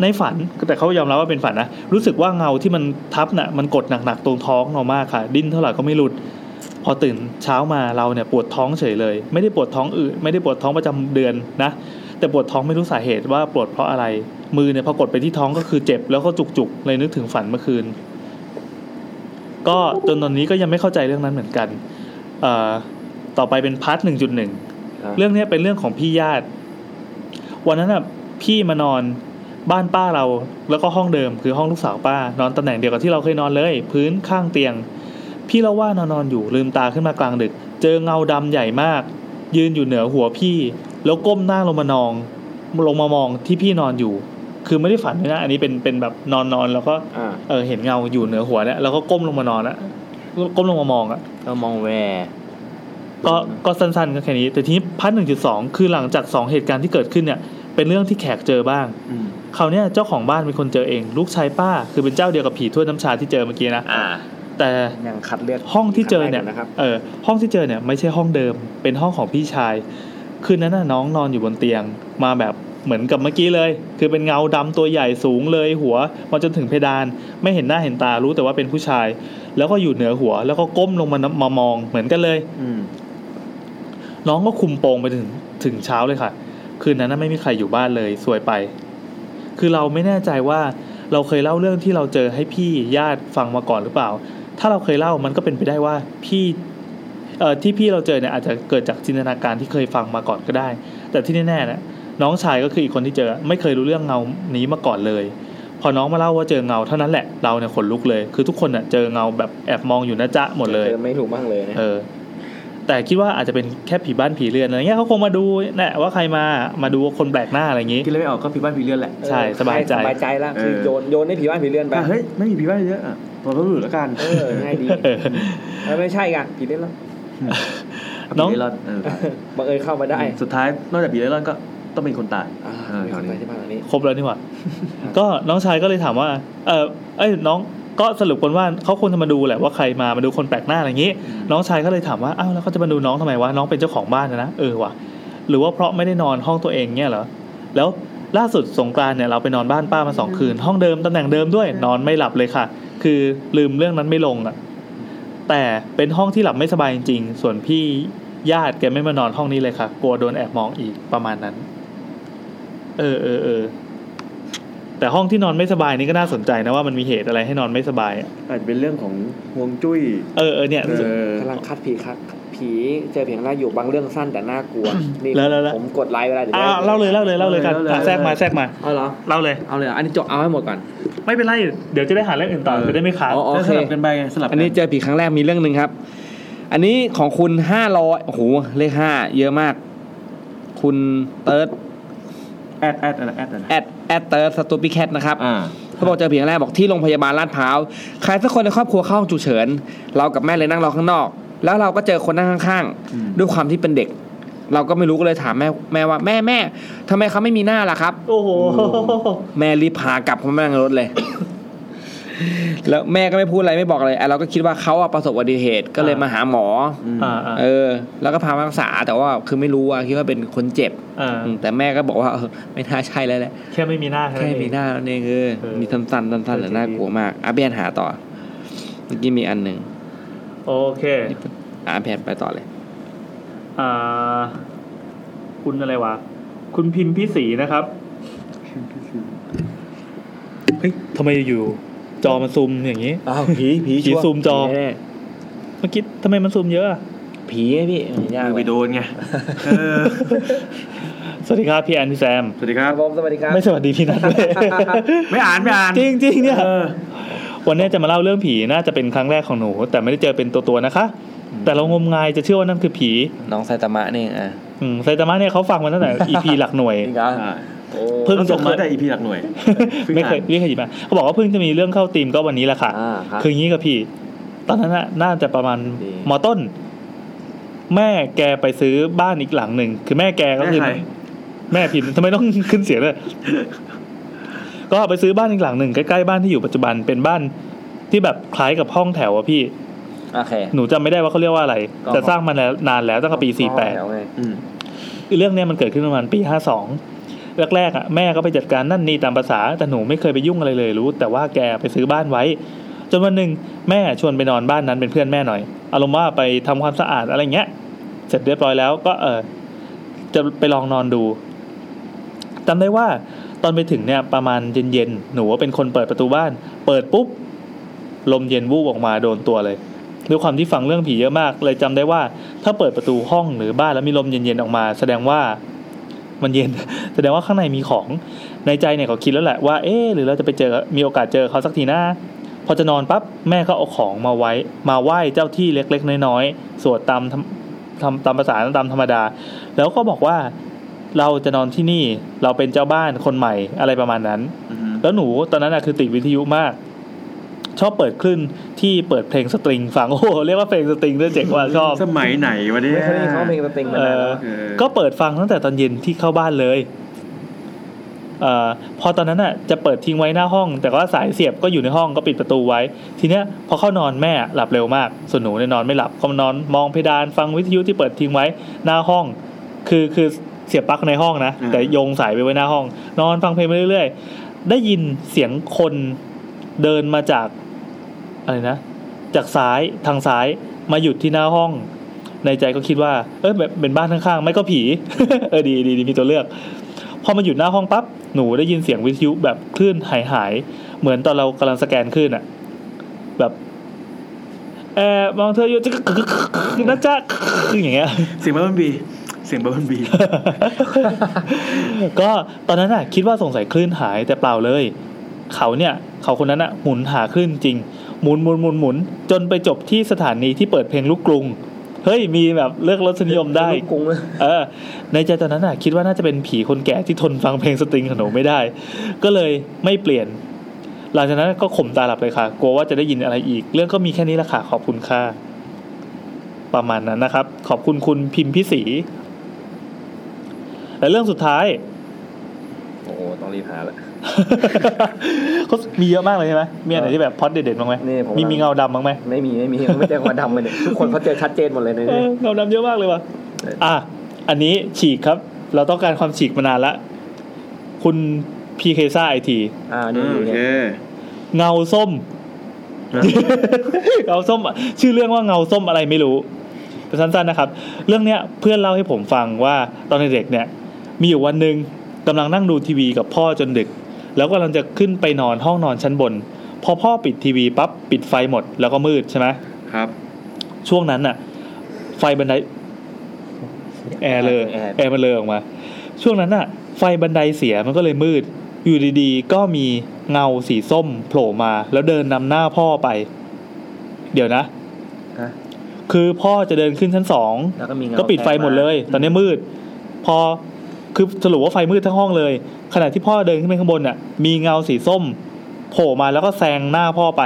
[SPEAKER 2] ในฝันแต่เขายอมรับว่าเป็นฝันนะรู้สึกว่าเงาที่มันทับน่ะมันกดหนักๆตรงท้องเรามากค่ะ ดิ้นเท่าไหร่ก็ไม่หลุด พอตื่นเช้ามาเราเนี่ยปวดท้องเฉยเลย ไม่ได้ปวดท้องอืดไม่ได้ปวดท้องประจำเดือนนะ แต่ปวดท้องไม่รู้สาเหตุว่าปวดเพราะอะไร มือเนี่ยพอกดไปที่ท้องก็คือเจ็บแล้วก็จุกๆเลยนึกถึงฝันเมื่อคืน ก็จนตอนนี้ก็ยังไม่เข้าใจเรื่องนั้นเหมือนกัน เอ่อต่อไปเป็นพาร์ทหนึ่งจุดหนึ่ง
[SPEAKER 1] ครับ
[SPEAKER 2] เรื่องเนี้ยเป็นเรื่องของพี่ญาติ วันนั้นอ่ะพี่มานอนบ้านป้าเราแล้วก็ห้องเดิมคือห้องลูกสาวป้านอนตำแหน่งเดียวกับที่เราเคยนอนเลย พื้นข้างเตียง พี่เล่าว่านอนนอนอยู่ลืมตาขึ้นมากลางดึก เจอเงาดำใหญ่มาก ยืนอยู่เหนือหัวพี่ แล้วก้มหน้าลงมานอง ลงมามองที่พี่นอนอยู่ คือไม่ได้ฝันด้วยนะ อันนี้เป็นเป็นแบบนอนนอนแล้วก็
[SPEAKER 1] อ่า
[SPEAKER 2] เออเห็นเงาอยู่เหนือหัวเนี่ยแล้วก็ก้มลงมานอนอะก้มลงมามองอะ
[SPEAKER 1] เรามองแวร์
[SPEAKER 2] ก็ก็สั้นๆก็แค่นี้ แต่ทีนี้พาร์ทหนึ่งจุดสองคือหลังจากสองเหตุการณ์ที่เกิดขึ้นเนี่ย เป็นเรื่องที่แขกเจอบ้างคราวเนี้ยเจ้าของบ้านเป็นคนเจอเอง ลูกชายป้า คือเป็นเจ้าเดียวกับผีถ้วยน้ำชาที่เจอเมื่อกี้นะ
[SPEAKER 1] อ่า
[SPEAKER 2] แต่
[SPEAKER 1] ยังคัดเลือด
[SPEAKER 2] ห้องที่เจอเนี่ย
[SPEAKER 1] ครั้งแรกนะครับ
[SPEAKER 2] เออห้องที่เจอเนี่ยไม่ใช่ห้องเดิม เป็นห้องของพี่ชาย คืนนั้นน่ะน้องนอนอยู่บนเตียงมาแบบเหมือนกับเมื่อกี้เลย คือเป็นเงาดำตัวใหญ่สูงเลยหัวมาจนถึงเพดาน ไม่เห็นหน้าเห็นตารู้แต่ว่าเป็นผู้ชาย แล้วก็อยู่เหนือหัว แล้วก็ก้มลงมามามองเหมือนกันเลย
[SPEAKER 6] อืม
[SPEAKER 2] น้องก็คุมโปงไปถึงถึงเช้าเลยค่ะ คืนนั้นนะไม่มีใครอยู่บ้านเลยสวยไป คือเราไม่แน่ใจว่าเราเคยเล่าเรื่องที่เราเจอให้พี่ญาติฟังมาก่อนหรือเปล่า ถ้าเราเคยเล่ามันก็เป็นไปได้ว่าพี่เอ่อที่พี่เราเจอเนี่ยอาจจะเกิดจากจินตนาการที่เคยฟังมาก่อนก็ได้ แต่ที่แน่ๆนะน้องชายก็คืออีกคนที่เจอ ไม่เคยรู้เรื่องเงานี้มาก่อนเลย พอน้องมาเล่าว่าเจอเงาเท่านั้นแหละเราเนี่ยขนลุกเลย คือทุกคนเน่ะเจอเงาแบบแอบมองอยู่นะจ๊ะหมดเลย
[SPEAKER 1] เจอไม่ถูกบ้างเลยนะ
[SPEAKER 2] เออ แต่คิดว่าอาจจะเป็นแค่ผีบ้านผีเรือนอะไรเงี้ยเขาคงมาดูแหละว่าใครมามาดูว่าคนแปลกหน้าอะไรอย่างงี้
[SPEAKER 15] คิดอะไรไม่ออกก็ผีบ้านผีเรือนแหละ
[SPEAKER 2] ใช่สบายใจ
[SPEAKER 1] สบายใจแล้วคือ
[SPEAKER 15] เออ
[SPEAKER 1] โยนโยนให้ผีบ้านผีเรือนไป
[SPEAKER 6] อ่ะเฮ้ย ไม่มีผีบ้านเยอะอ่ะ
[SPEAKER 5] บรรพบุรุษแล้วกัน
[SPEAKER 1] เออง่ายดี
[SPEAKER 2] เออ
[SPEAKER 1] เออไม่ใช่กันผีเล่นแล้ว
[SPEAKER 2] น้อง
[SPEAKER 5] ผีเร่ร่อนเออ
[SPEAKER 1] *laughs* บังเอิญเข้ามาได้
[SPEAKER 5] สุดท้ายนอกจากผีเร่ร่อนก็ต้องเป็นคนตาย
[SPEAKER 1] อ่า
[SPEAKER 5] เออคราว
[SPEAKER 1] มีคนไป
[SPEAKER 5] นี้
[SPEAKER 1] ที่บ้านหลังนี้
[SPEAKER 2] ครบแล้วนี่หว่า ก็น้องชายก็เลยถามว่า เออเอ้ยน้องก็สรุปกันว่าเขาควรจะมาดูแหละว่าใครมามาดูคนแปลกหน้าอะไรอย่างนี้ น้องชายก็เลยถามว่าอ้าวแล้วเขาจะมาดูน้องทำไมวะน้องเป็นเจ้าของบ้านนะนะเออว่ะหรือว่าเพราะไม่ได้นอนห้องตัวเองเนี่ยเหรอแล้วล่าสุดสงกรานต์เนี่ยเราไปนอนบ้านป้ามาสองคืน ห้องเดิมตำแหน่งเดิมด้วย นอนไม่หลับเลยค่ะ คือลืมเรื่องนั้นไม่ลงอ่ะ แต่เป็นห้องที่หลับไม่สบายจริงๆส่วนพี่ญาติแกไม่มานอนห้องนี้เลยค่ะ กลัวโดนแอบมองอีกประมาณนั้น เออเออเออ แต่ห้องที่นอนไม่สบายนี่ก็น่าสนใจนะว่ามันมีเหตุอะไรให้นอนไม่สบายอะ
[SPEAKER 5] อาจจะเป็นเรื่องของห่วงจุ้ย
[SPEAKER 2] เออเออเนี่ย
[SPEAKER 5] เออก
[SPEAKER 1] ำลังคัดผีคัดผีเจอผีข้างหน้าอยู่บางเรื่องสั้นแต่น่ากลัว นี่
[SPEAKER 2] แล้วแล้วแล้ว
[SPEAKER 1] ผมกดไลค์เวลาเดี๋ยว
[SPEAKER 2] อ่าเล่าเลยเล่าเลยเล่าเลยกันอ่ะแทรกมาแทรกมา
[SPEAKER 1] เอาเหรอ
[SPEAKER 2] เล่าเลย
[SPEAKER 1] เอาเลยเหรออันนี้จบเอาให้หมดก่อน
[SPEAKER 2] ไม่เป็นไร เดี๋ยวจะได้หาเรื่องอื่นต่อจะได้ไม่ขาด
[SPEAKER 1] อ๋อโอ
[SPEAKER 5] แล้ว
[SPEAKER 1] เค
[SPEAKER 5] สลับกันไปไงสลับกั
[SPEAKER 1] อันนี้เจอผีครั้งแรกมีเรื่องหนึ่งครับ อันนี้ของคุณห้าร้อยโอ้โหเลขห้าเยอะมาก คุณเติร์ด
[SPEAKER 5] แอดแอดอะไรแอดอะไร
[SPEAKER 1] แอดแอดเติร์ดสตูปิแคทนะครับ
[SPEAKER 5] อ่า
[SPEAKER 1] เขาบอกเจอผีครั้งแรกบอกที่โรงพยาบาลลาดพร้าวใครสักคนในครอบครัวเข้าห้องฉุกเฉิน เรากับแม่เลยนั่งรอข้างนอก แล้วเราก็เจอคนนั่งข้าง
[SPEAKER 5] อืม
[SPEAKER 1] ๆ ด้วยความที่เป็นเด็ก เราก็ไม่รู้ก็เลยถามแม่แม่ว่าแม่แม่ทำไมเขาไม่มีหน้าล่ะครับ
[SPEAKER 2] โอ้โห
[SPEAKER 1] แม่รีบพากลับเข้ามานั่งในรถเลย *coughs* แล้วแม่ก็ไม่พูดอะไรไม่บอกอะไรไอ้เราก็คิดว่าเขาอะประสบอุบัติเหตุก็เลยมาหาหมออ
[SPEAKER 2] อ่าอ่า
[SPEAKER 1] เออ แล้วก็พามารักษาแต่ว่าคือไม่รู้อะคิดว่าเป็นคนเจ็บ
[SPEAKER 2] อ่า
[SPEAKER 1] อืมแต่แม่ก็บอกว่าเออไม่น่าใช่แล้วแหละ
[SPEAKER 2] แค่ไม่มีหน้า
[SPEAKER 1] แค่
[SPEAKER 2] นั้นเอง
[SPEAKER 1] มีหน้าแล้วเนี่ยเออ
[SPEAKER 2] เออ
[SPEAKER 1] มีสั้นๆสั้นๆแต่
[SPEAKER 2] เออจริง
[SPEAKER 1] น่ากลัวมากอาเบียนหาต่อเมื่อกี้มีอันหนึ่ง
[SPEAKER 2] โอเค
[SPEAKER 1] อาแผนไปต่อเลย
[SPEAKER 2] อ่า คุณอะไรวะ คุณพิมพ์พิศรีนะครับ เฮ้ยทำไมอยู่จอมันซูมอย่างนี้
[SPEAKER 5] อ้าวผีผี
[SPEAKER 2] ผี
[SPEAKER 5] ชัวร์
[SPEAKER 2] ซูมจอ
[SPEAKER 1] แน่
[SPEAKER 2] เมื่อกี้ทำไมมันซูมเยอะอะ
[SPEAKER 1] ๆผีไงพี่ยาก
[SPEAKER 5] มือ
[SPEAKER 1] เล
[SPEAKER 5] ไป
[SPEAKER 1] ย
[SPEAKER 5] โดนไงเออ
[SPEAKER 2] สวัสดีครับพี่แอนพี่แซม
[SPEAKER 5] สวัสดีครับ
[SPEAKER 1] ผมสวัสดีครับ
[SPEAKER 2] ไม่สวัสดีพี่นัทเลย
[SPEAKER 5] ไม่อ่านไม่อ่าน
[SPEAKER 2] จริงจริงๆเนี่ย
[SPEAKER 5] เออ
[SPEAKER 2] วันนี้จะมาเล่าเรื่องผีน่าจะเป็นครั้งแรกของหนู แต่ไม่ได้เจอเป็นตัวๆนะคะ แต่เรางมงายจะเชื่อว่านั่นคือผี
[SPEAKER 16] น้องไซตามะเนี่ยอ่ะ
[SPEAKER 2] อืมไซตามะเนี่ยเขาฟังมาตั้งแต่
[SPEAKER 5] *laughs*
[SPEAKER 2] EP หลักหน่วย
[SPEAKER 16] จริงเหรอ
[SPEAKER 5] ใช่
[SPEAKER 2] เพิ่ง
[SPEAKER 5] ต้อง
[SPEAKER 2] จะ
[SPEAKER 5] ส่ง
[SPEAKER 2] มา
[SPEAKER 5] มาแต่ EP หลักหน่วย เพิ่ง
[SPEAKER 2] ไม่เคย
[SPEAKER 5] อ่าน
[SPEAKER 2] ไม่เคยหยิบมาเขาบอกว่าเพิ่งจะมีเรื่องเข้าตีมก็วันนี้แหละค่ะ
[SPEAKER 16] อ่าครับ
[SPEAKER 2] คืออย่างนี้กับพี่ ตอนนั้นน่ะน่าจะประมาณ
[SPEAKER 16] ดี
[SPEAKER 2] มอต้น แม่แกไปซื้อบ้านอีกหลังหนึ่ง คือแม่แกก็
[SPEAKER 5] แม่
[SPEAKER 2] คือ
[SPEAKER 5] ใคร
[SPEAKER 2] แม่พิมพ์ทำไมต้อง ขึ้นเสียงเลย ก็ไปซื้อบ้านอีกหลังหนึ่งใกล้ๆบ้านที่อยู่ปัจจุบันเป็นบ้านที่แบบคล้ายกับห้องแถวอะพี่
[SPEAKER 16] โอเค
[SPEAKER 2] หนูจำไม่ได้ว่าเขาเรียกว่าอะไร
[SPEAKER 16] ก็
[SPEAKER 2] แต่สร้างมาแล้วนานแล้วตั้งแต่ปี 48
[SPEAKER 16] แล้วไง
[SPEAKER 5] อืม
[SPEAKER 2] เรื่องเนี้ยมันเกิดขึ้นประมาณปีห้าสองแรกๆอ่ะแม่ก็ไปจัดการนั่นนี่ตามภาษา แต่หนูไม่เคยไปยุ่งอะไรเลยรู้ แต่ว่าแกไปซื้อบ้านไว้ จนวันหนึ่งแม่ชวนไปนอนบ้านนั้นเป็นเพื่อนแม่หน่อย อารมณ์ว่าไปทำความสะอาดอะไรเงี้ย เสร็จเรียบร้อยแล้วก็เออจะไปลองนอนดูจำได้ว่าตอนไปถึงเนี่ยประมาณเย็นๆหนูว่าเป็นคนเปิดประตูบ้าน เปิดปุ๊บลมเย็นวูบออกมาโดนตัวเลยด้วยความที่ฟังเรื่องผีเยอะมาก เลยจำได้ว่า ถ้าเปิดประตูห้องหรือบ้านแล้วมีลมเย็นๆออกมา แสดงว่ามันเย็น *laughs* แสดงว่าข้างในมีของในใจเนี่ยก็คิดแล้วแหละว่าเอ๊ะหรือเราจะไปเจอมีโอกาสเจอเขาสักทีนะพอจะนอนปั๊บแม่ก็เอาของมาไว้ มาไหว้เจ้าที่เล็กๆน้อยๆสวดตามทำทำตามภาษาตามธรรมดา แล้วก็บอกว่าเราจะนอนที่นี่เราเป็นเจ้าบ้านคนใหม่อะไรประมาณนั้น
[SPEAKER 5] อือฮึ
[SPEAKER 2] แล้วหนูตอนนั้นอะคือติดวิทยุมาก ชอบเปิดคลื่นที่เปิดเพลงสตริงฟังโอ้โหเรียกว่าเพลงสตริงด้วยเจ๋งว่าชอบ
[SPEAKER 5] สมัยไหนวะเนี่ย
[SPEAKER 1] ไม่เคยได้ยินเขาเพลงสติงมา
[SPEAKER 2] เอ่
[SPEAKER 1] นาน
[SPEAKER 2] อ
[SPEAKER 1] แล้ว
[SPEAKER 5] เออ
[SPEAKER 2] ก็เปิดฟังตั้งแต่ตอนเย็นที่เข้าบ้านเลยเออพอตอนนั้นน่ะจะเปิดทิ้งไว้หน้าห้อง แต่ว่าสายเสียบก็อยู่ในห้องก็ปิดประตูไว้ ทีเนี้ยพอเข้านอนแม่หลับเร็วมาก ส่วนหนูเนี่ยนอนไม่หลับก็มานอนมองเพดานฟังวิทยุที่เปิดทิ้งไว้หน้าห้อง คือคือเสียบปลั๊กในห้องนะแต่โยงสายไปไว้หน้าห้อง นอนฟังเพลงไปเรื่อยๆ ได้ยินเสียงคนเดินมาจากอะไรนะ จากซ้ายทางซ้ายมาหยุดที่หน้าห้อง ในใจก็คิดว่า เออแบบเป็นบ้านข้างๆ ไม่ก็ผี เออดีดีดีมีตัวเลือก พอมาหยุดหน้าห้องปั๊บ หนูได้ยินเสียงวิทยุแบบคลื่นหายหายๆเหมือนตอนเรากำลังสแกนคลื่นอะแบบแอบมองเธออยู่จะนะจ๊ะอย่างเงี้ย
[SPEAKER 5] เสียงบับเบิ้ลบี เสียงบับเบิ้ลบี
[SPEAKER 2] *laughs* ก็ตอนนั้นน่ะคิดว่าสงสัยคลื่นหายแต่เปล่าเลย เขาเนี่ยเขาคนนั้นน่ะหมุนหาคลื่นจริง หมุนหมุนหมุนหมุนจนไปจบที่สถานีที่เปิดเพลงลูกกรุง เฮ้ยมีแบบเลือกรสนิยมได้
[SPEAKER 1] ลูกกรุงเลย
[SPEAKER 2] เออในใจตอนนั้นน่ะคิดว่าน่าจะเป็นผีคนแก่ที่ทนฟังเพลงสตริงของหนูไม่ได้ ก็เลยไม่เปลี่ยน หลังจากนั้นก็ข่มตาหลับเลยค่ะ กลัวว่าจะได้ยินอะไรอีก เรื่องก็มีแค่นี้ละค่ะขอบคุณค่ะ ประมาณนั้นนะครับ ขอบคุณคุณพิมพิศรีและเรื่องสุดท้าย *laughs*
[SPEAKER 17] โอ้โหต้องรีบหาละ
[SPEAKER 2] เขามีเยอะมากเลยใช่ไหมมีอะไรที่แบบพล็อดเด็ดๆบ้างไหม
[SPEAKER 17] นี่ผม
[SPEAKER 2] มีมีเงาดำบ้างไหม
[SPEAKER 17] ไม่มีไม่มีไม่เจอความดำเลยเนี่ยทุกคนเขาเจอชัดเจนหมดเลยใน
[SPEAKER 2] เอ
[SPEAKER 17] นี้
[SPEAKER 2] อเงาดำเยอะมากเลยว่ะ
[SPEAKER 17] เอออ่
[SPEAKER 2] อ่ะอันนี้ฉีกครับ เราต้องการความฉีกมานานละคุณพีเคซ่าไอที
[SPEAKER 17] อ่านี่อยู่เนี่ย
[SPEAKER 2] เงาส้ม *laughs* เงาส้มอะชื่อเรื่องว่าเงาส้มอะไรไม่รู้สั้นๆนะครับ เรื่องเนี้ยเพื่อนเล่าให้ผมฟังว่าตอนเด็กๆเนี่ย มีอยู่วันหนึ่งกำลังนั่งดูทีวีกับพ่อจนดึก แล้วกำลังจะขึ้นไปนอนห้องนอนชั้นบน พอพ่อปิดทีวีปั๊บปิดไฟหมดแล้วก็มืดใช่ไหม
[SPEAKER 6] ครับ
[SPEAKER 2] ช่วงนั้นน่ะ ไฟบันไดแอร์เลย
[SPEAKER 17] แอร์
[SPEAKER 2] แอร์มันเลยออกมา ช่วงนั้นน่ะ ไฟบันไดเสียมันก็เลยมืด อยู่ดีๆ ก็มีเงาสีส้มโผล่มา แล้วเดินนำหน้าพ่อไป เดี๋ยวนะ
[SPEAKER 17] ฮะ
[SPEAKER 2] คือพ่อจะเดินขึ้นชั้นสอง
[SPEAKER 17] แล้วก็มีเงา
[SPEAKER 2] ก็ปิดไฟหมดเลย ตอนนี้มืด พอคือสรุปว่าไฟมืดทั้งห้องเลย ขณะที่พ่อเดินขึ้นไปข้างบนน่ะ มีเงาสีส้มโผล่มาแล้วก็แซงหน้าพ่อไป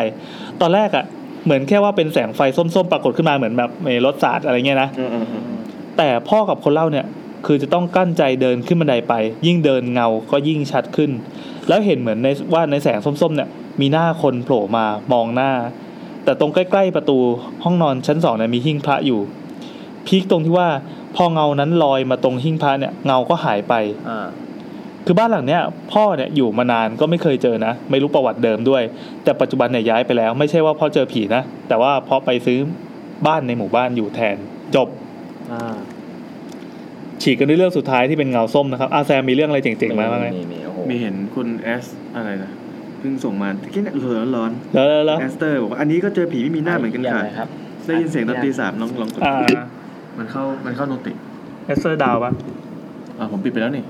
[SPEAKER 2] ตอนแรกอ่ะ เหมือนแค่ว่าเป็นแสงไฟส้มๆปรากฏขึ้นมาเหมือนแบบเอ่อรถสาดอะไรเงี้ยนะ แต่พ่อกับคนเล่าเนี่ย คือจะต้องกั้นใจเดินขึ้นบันไดไป ยิ่งเดินเงาก็ยิ่งชัดขึ้น แล้วเห็นเหมือนในว่าในแสงส้มๆเนี่ย มีหน้าคนโผล่มามองหน้า แต่ตรงใกล้ๆประตูห้องนอนชั้นสองเนี่ยมีหิ้งพระอยู่พีคตรงที่ว่าพอเงานั้นลอยมาตรงหิ้งพระเนี่ยเงาก็หายไป
[SPEAKER 17] อ่า
[SPEAKER 2] คือบ้านหลังเนี้ยพ่อเนี่ยอยู่มานานก็ไม่เคยเจอนะ ไม่รู้ประวัติเดิมด้วย แต่ปัจจุบันเนี่ยย้ายไปแล้ว ไม่ใช่ว่าเพ่อเจอผีนะแต่ว่าเพราะไปซื้อบ้านในหมู่บ้านอยู่แทนจบ
[SPEAKER 17] อ่า
[SPEAKER 2] ฉีกกันด้วยเรื่องสุดท้ายที่เป็นเงาส้มนะครับอาแซมมีเรื่องอะไรเจ๋งๆมาบ้างไหม
[SPEAKER 17] มีมีโอ้โห
[SPEAKER 6] มีเห็นคุณเอสอะไรนะเพิ่งส่งมาตะกี้เนี่ยร้อนร้อน
[SPEAKER 2] แล้วแล้วแล้ว
[SPEAKER 6] แอสเตอร์บอกว่าอันนี้ก็เจอผีไม่มีหน้าเหมือนกัน
[SPEAKER 17] ยั
[SPEAKER 6] ค่ะ
[SPEAKER 17] งไงครับ
[SPEAKER 6] ได้ยินเสียงตอนตีสามลองลองกด
[SPEAKER 2] อ่า
[SPEAKER 6] มันเข้ามันเข้าโนติ
[SPEAKER 2] เอสเตอร์ดาวปะ
[SPEAKER 6] อ่าผมปิดไปแล้วนี่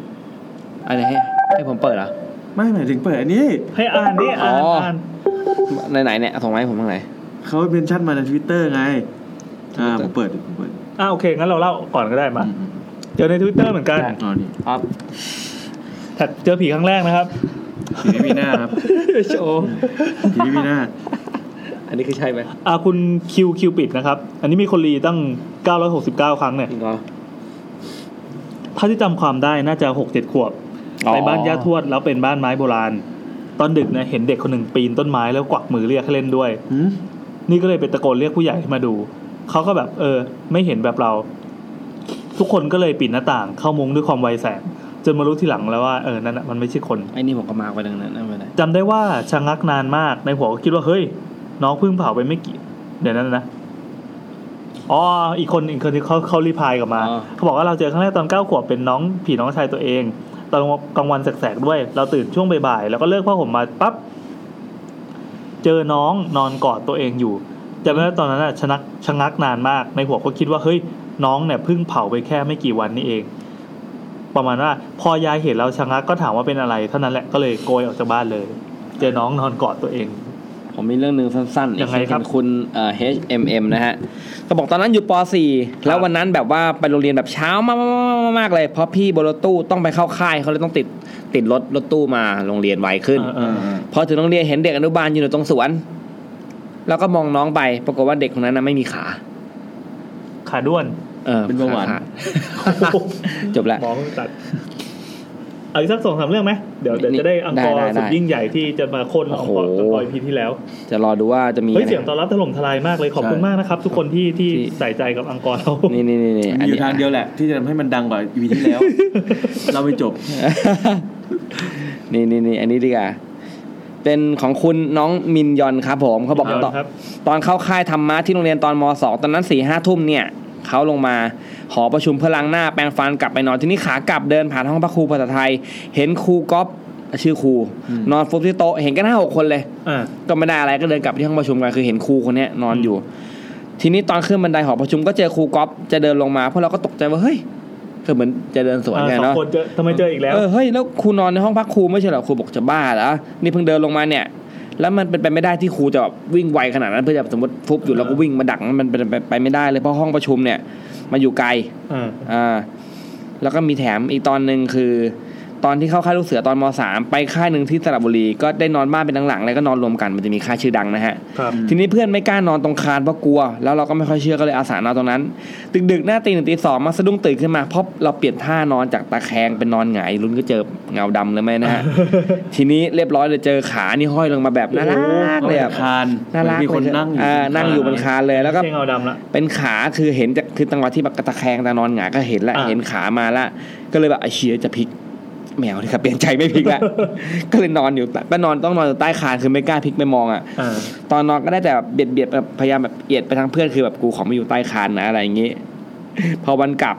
[SPEAKER 17] อะไรให้ให้ผมเปิดเหรอ
[SPEAKER 6] ไม่หมายถึงเปิดอันนี้
[SPEAKER 2] ให้อ่านดิอ่าน
[SPEAKER 17] อ๋ออ่
[SPEAKER 2] อ่าน
[SPEAKER 17] ในไหนเนี่ยส่งมาให้ผมตรงไหน
[SPEAKER 6] เขาเป็นชั่นมาในทวิตเตอร์ไง อ่าผมเปิดผมเปิด
[SPEAKER 2] อ่าโอเคงั้นเราเล่าก่อนก็ได้มา
[SPEAKER 6] อืม
[SPEAKER 2] เจอในทวิตเตอร์เหมือนกัน
[SPEAKER 17] ได้
[SPEAKER 6] ๆอ๋อนี่
[SPEAKER 17] ครับ
[SPEAKER 2] ถัดเจอผีครั้งแรกนะครับ
[SPEAKER 6] ผีไม่มีหน้าครับ
[SPEAKER 2] โชว์
[SPEAKER 6] ผีไม่มีหน้า
[SPEAKER 17] อันนี้คือใช่ไหม
[SPEAKER 2] อ่าคุณคิวคิวปิดนะครับ อันนี้มีคนรีตั้ง 969 ครั้งเนี่ย
[SPEAKER 17] จริงเหรอ
[SPEAKER 2] ถ้าที่จำความได้น่าจะ6-7ขวบ ไปบ้านย่าทวดแล้วเป็นบ้านไม้โบราณ ตอนดึกเนี่ยเห็นเด็กคนหนึ่งปีนต้นไม้แล้วกวักมือเรียกให้เล่นด้วย
[SPEAKER 6] หืม
[SPEAKER 2] นี่ก็เลยไปตะโกนเรียกผู้ใหญ่ให้มาดู เขาก็แบบ เออ ไม่เห็นแบบเรา ทุกคนก็เลยปิดหน้าต่างเข้ามุ้งด้วยความไวแสง จนมารู้ทีหลังแล้วว่าเออนั่นน่ะมันไม่ใช่คน
[SPEAKER 1] ไอ้นี่ผมก็มาร์กไว้ดังนั้นนั่นไปเลย
[SPEAKER 2] จำได้ว่าชะงักนานมากในหัวก็คิดว่าเฮ้ย น้องเพิ่งเผาไปไม่กี่เดี๋ยวนั้นนะอ๋ออีกคนอีกคนที่เขาเขารีพายกลับมา เขาบอกว่าเราเจอครั้งแรกตอนเก้าขวบเป็นน้องผีน้องชายตัวเอง ตอนกลางวันแสกๆด้วย เราตื่นช่วงบ่ายๆแล้วก็เลิกผ้าห่มมาปั๊บเจอน้องนอนกอดตัวเองอยู่จำได้ว่าตอนนั้นอะชะงักชะงักนานมาก ในหัวก็คิดว่าเฮ้ย น้องเนี่ยเพิ่งเผาไปแค่ไม่กี่วันนี่เอง ประมาณว่าพอยายเห็นเราชะงักก็ถามว่าเป็นอะไร เท่านั้นแหละก็เลยโกยออกจากบ้านเลย เจอน้องนอนกอดตัวเอง
[SPEAKER 1] ผมมีเรื่องหนึ่งสั้นๆ
[SPEAKER 2] ยังไงครับ
[SPEAKER 1] เป็นคุณเอ่อ HMM นะฮะก็บอกตอนนั้นอยู่ป .4 แล้ววันนั้นแบบว่าไปโรงเรียนแบบเช้ามากๆๆๆเลย เพราะพี่บนรถตู้ต้องไปเข้าค่ายเขาเลยต้องติดติดรถรถตู้มาโรงเรียนไวขึ้น
[SPEAKER 2] เออ
[SPEAKER 1] พอถึงโรงเรียนเห็นเด็กอนุบาลยืนอยู่ตรงสวน แล้วก็มองน้องไปปรากฏว่าเด็กคนนั้นนะไม่มีขา
[SPEAKER 2] ขาด้วน
[SPEAKER 1] เออ
[SPEAKER 6] เป็นเบาหวาน
[SPEAKER 1] ขข จบละ
[SPEAKER 2] หมอตัดเอาอีกสักสองสามเรื่องไหมเดี๋ยวเดี๋ยวจะได้อังกอร์
[SPEAKER 1] ได้ได้ได้
[SPEAKER 2] สุดยิ่งใหญ่ที่จะมาโค่นอังกอร์
[SPEAKER 1] โอ้โห
[SPEAKER 2] อังกอร์พีที่แล้ว
[SPEAKER 1] จะรอดูว่าจะมี
[SPEAKER 2] เฮ้ย
[SPEAKER 1] อะไร
[SPEAKER 2] เสียงตอนรับถล่มทลายมากเลยขอบคุณ
[SPEAKER 6] ใช่
[SPEAKER 2] มากนะครับ ทุกคนที่ที่
[SPEAKER 1] ที่
[SPEAKER 2] ใส่ใจกับอังกอร์เรา
[SPEAKER 1] นี่นี่นี่นี่
[SPEAKER 6] มันมีอยู่ทางเดียวแหละ ที่จะทำให้มันดังกว่าอีพีที่แล้ว เราไปจบ
[SPEAKER 1] *laughs* นี่นี่นี่อันนี้ดีกว่าเป็นของคุณน้องมินยอนครับผมเขาบอก
[SPEAKER 2] เดี๋ยว
[SPEAKER 1] ตอน
[SPEAKER 2] นะครับ
[SPEAKER 1] ตอนเข้าค่ายธรรมะที่โรงเรียนตอนมสองตอนนั้นสี่ห้าทุ่มเนี่ยเขาลงมาหอประชุมเพื่อล้างหน้าแปรงฟันกลับไปนอนที่นี่ขากลับเดินผ่านห้องพระครูภาษาไทย เห็นครูก๊อฟชื่อครู นอนฟุบที่โต๊ะเห็นกันห้าหกคนเลย
[SPEAKER 2] อ่า
[SPEAKER 1] ก็ไม่ได้อะไรก็เดินกลับไปที่ห้องประชุมกันคือเห็นครูคนเนี้ยนอนอยู่ ทีนี้ตอนขึ้นบันไดหอประชุมก็เจอครูก๊อฟจะเดินลงมาพวกเราก็ตกใจว่าเฮ้ยคือเหมือนจะเดินสวนกัน
[SPEAKER 2] สอง
[SPEAKER 1] เนาะ
[SPEAKER 2] คนเจอทำไมเจออีกแล้ว
[SPEAKER 1] เออเฮ้ยแล้วครูนอนในห้องพักครูไม่ใช่เหรอครูบอกจะบ้าเหรอนี่เพิ่งเดินลงมาเนี่ย แล้วมันเป็นไปไม่ได้ที่ครูจะแบบวิ่งไวขนาดนั้นเพื่อจะสมมติฟุบอยู่แล้วก็วิ่งมาดักมันเป็นไปไม่ได้เลยเพราะห้องประชุมเนี่ยมันอยู่ไกล
[SPEAKER 2] อ่า
[SPEAKER 1] อ่าแล้วก็มีแถมอีกตอนหนึ่งคือ ตอนที่เข้าค่ายลูกเสือตอนมสามไปค่ายหนึ่งที่สระบุรีก็ได้นอนบ้านเป็นหลังๆแล้วก็นอนรวมกันมันจะมีค่ายชื่อดังนะฮะ
[SPEAKER 2] ครับ
[SPEAKER 1] ทีนี้เพื่อนไม่กล้านอนตรงคานเพราะกลัว แล้วเราก็ไม่ค่อยเชื่อก็เลยอาสานอนตรงนั้น ดึกๆหน้าตีหนึ่งตีสองมาสะดุ้งตื่นขึ้นมาเพราะเราเปลี่ยนท่านอนจากตะแคงเป็นนอนหงายลุ้นก็เจอเงาดำเลยไหม
[SPEAKER 6] *laughs*
[SPEAKER 1] นะฮะ ทีนี้เรียบร้อยเลยเจอขานี่ห้อยลงมาแบบน่ารักเลยอะ
[SPEAKER 6] คาน
[SPEAKER 1] น่ารัก
[SPEAKER 6] มีคน
[SPEAKER 1] เลย
[SPEAKER 6] นั่งอยู่
[SPEAKER 1] อ่านั่งอยู่บนคานเลยแล้วก็
[SPEAKER 2] เชงเงาดำละ
[SPEAKER 1] เป็นขาคือเห็นจากคือจังหวะที่แบบกระตะแคงตานอนหงายก็เห็นละ
[SPEAKER 2] อ่า
[SPEAKER 1] เห็นขามาละก็เลยแบบไอ้เชียจะพลิกแมวนี่ครับเปลี่ยนใจไม่พลิก
[SPEAKER 2] *laughs*
[SPEAKER 1] ละ ก็เลยนอนอยู่ก็นอนต้องนอนอยู่ใต้คานคือไม่กล้าพลิกไม่มองอ่ะ
[SPEAKER 2] อ่า
[SPEAKER 1] ตอนนอนก็ได้แต่แบบเบียดเบียดแบบพยายามแบบเอียดไปทางเพื่อนคือแบบกูขอมาอยู่ใต้คานนะอะไรอย่างงี้ พอวันกลับ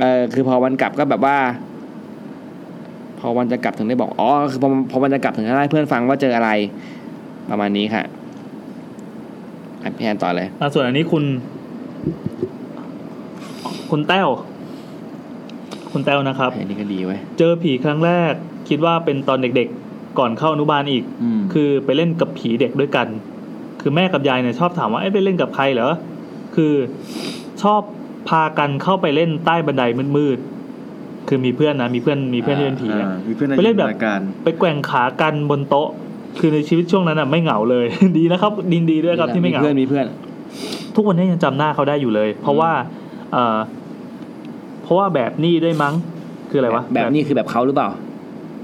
[SPEAKER 1] เออคือพอวันกลับก็แบบว่า พอวันจะกลับถึงได้บอกอ๋อคือพอพอวันจะกลับถึงได้เล่าให้เพื่อนฟังว่าเจออะไร ประมาณนี้ค่ะอ่ะพี่แอนต่อเลย
[SPEAKER 2] อ่าส่วนอันนี้คุณ คุณแต้ว คุณแต้วนะครับ
[SPEAKER 1] อันนี้ก็ดีเว้ย
[SPEAKER 2] เจอผีครั้งแรก คิดว่าเป็นตอนเด็กๆ ก่อนเข้าอนุบาลอีก คือไปเล่นกับผีเด็กด้วยกัน คือแม่กับยายเนี่ยชอบถามว่าไอ้ยไปเล่นกับใครเหรอ คือชอบพากันเข้าไปเล่นใต้บันไดมืดๆ คือมีเพื่อนนะ มีเพื่อนมีเพื่อนที่เป็นผีอะ
[SPEAKER 6] มีเพื่อนใน
[SPEAKER 2] ไปเล่นแบบ
[SPEAKER 6] จิตาการ
[SPEAKER 2] ไปแกว่งขากันบนโต๊ะ คือในชีวิตช่วงนั้นอ่ะไม่เหงาเลย *laughs* ดีนะครับดินดีด้วยครับที่ไม่เหงา
[SPEAKER 1] เพื่อนมีเพื่อน
[SPEAKER 2] ทุกวันนี้ยังจำหน้าเขาได้อยู่เลย เพราะว่าเอ่อเพราะว่าแบบนี้ด้วยมั้ง คืออะไรวะ
[SPEAKER 1] แบบนี้คือแบบเขาหรือเปล่า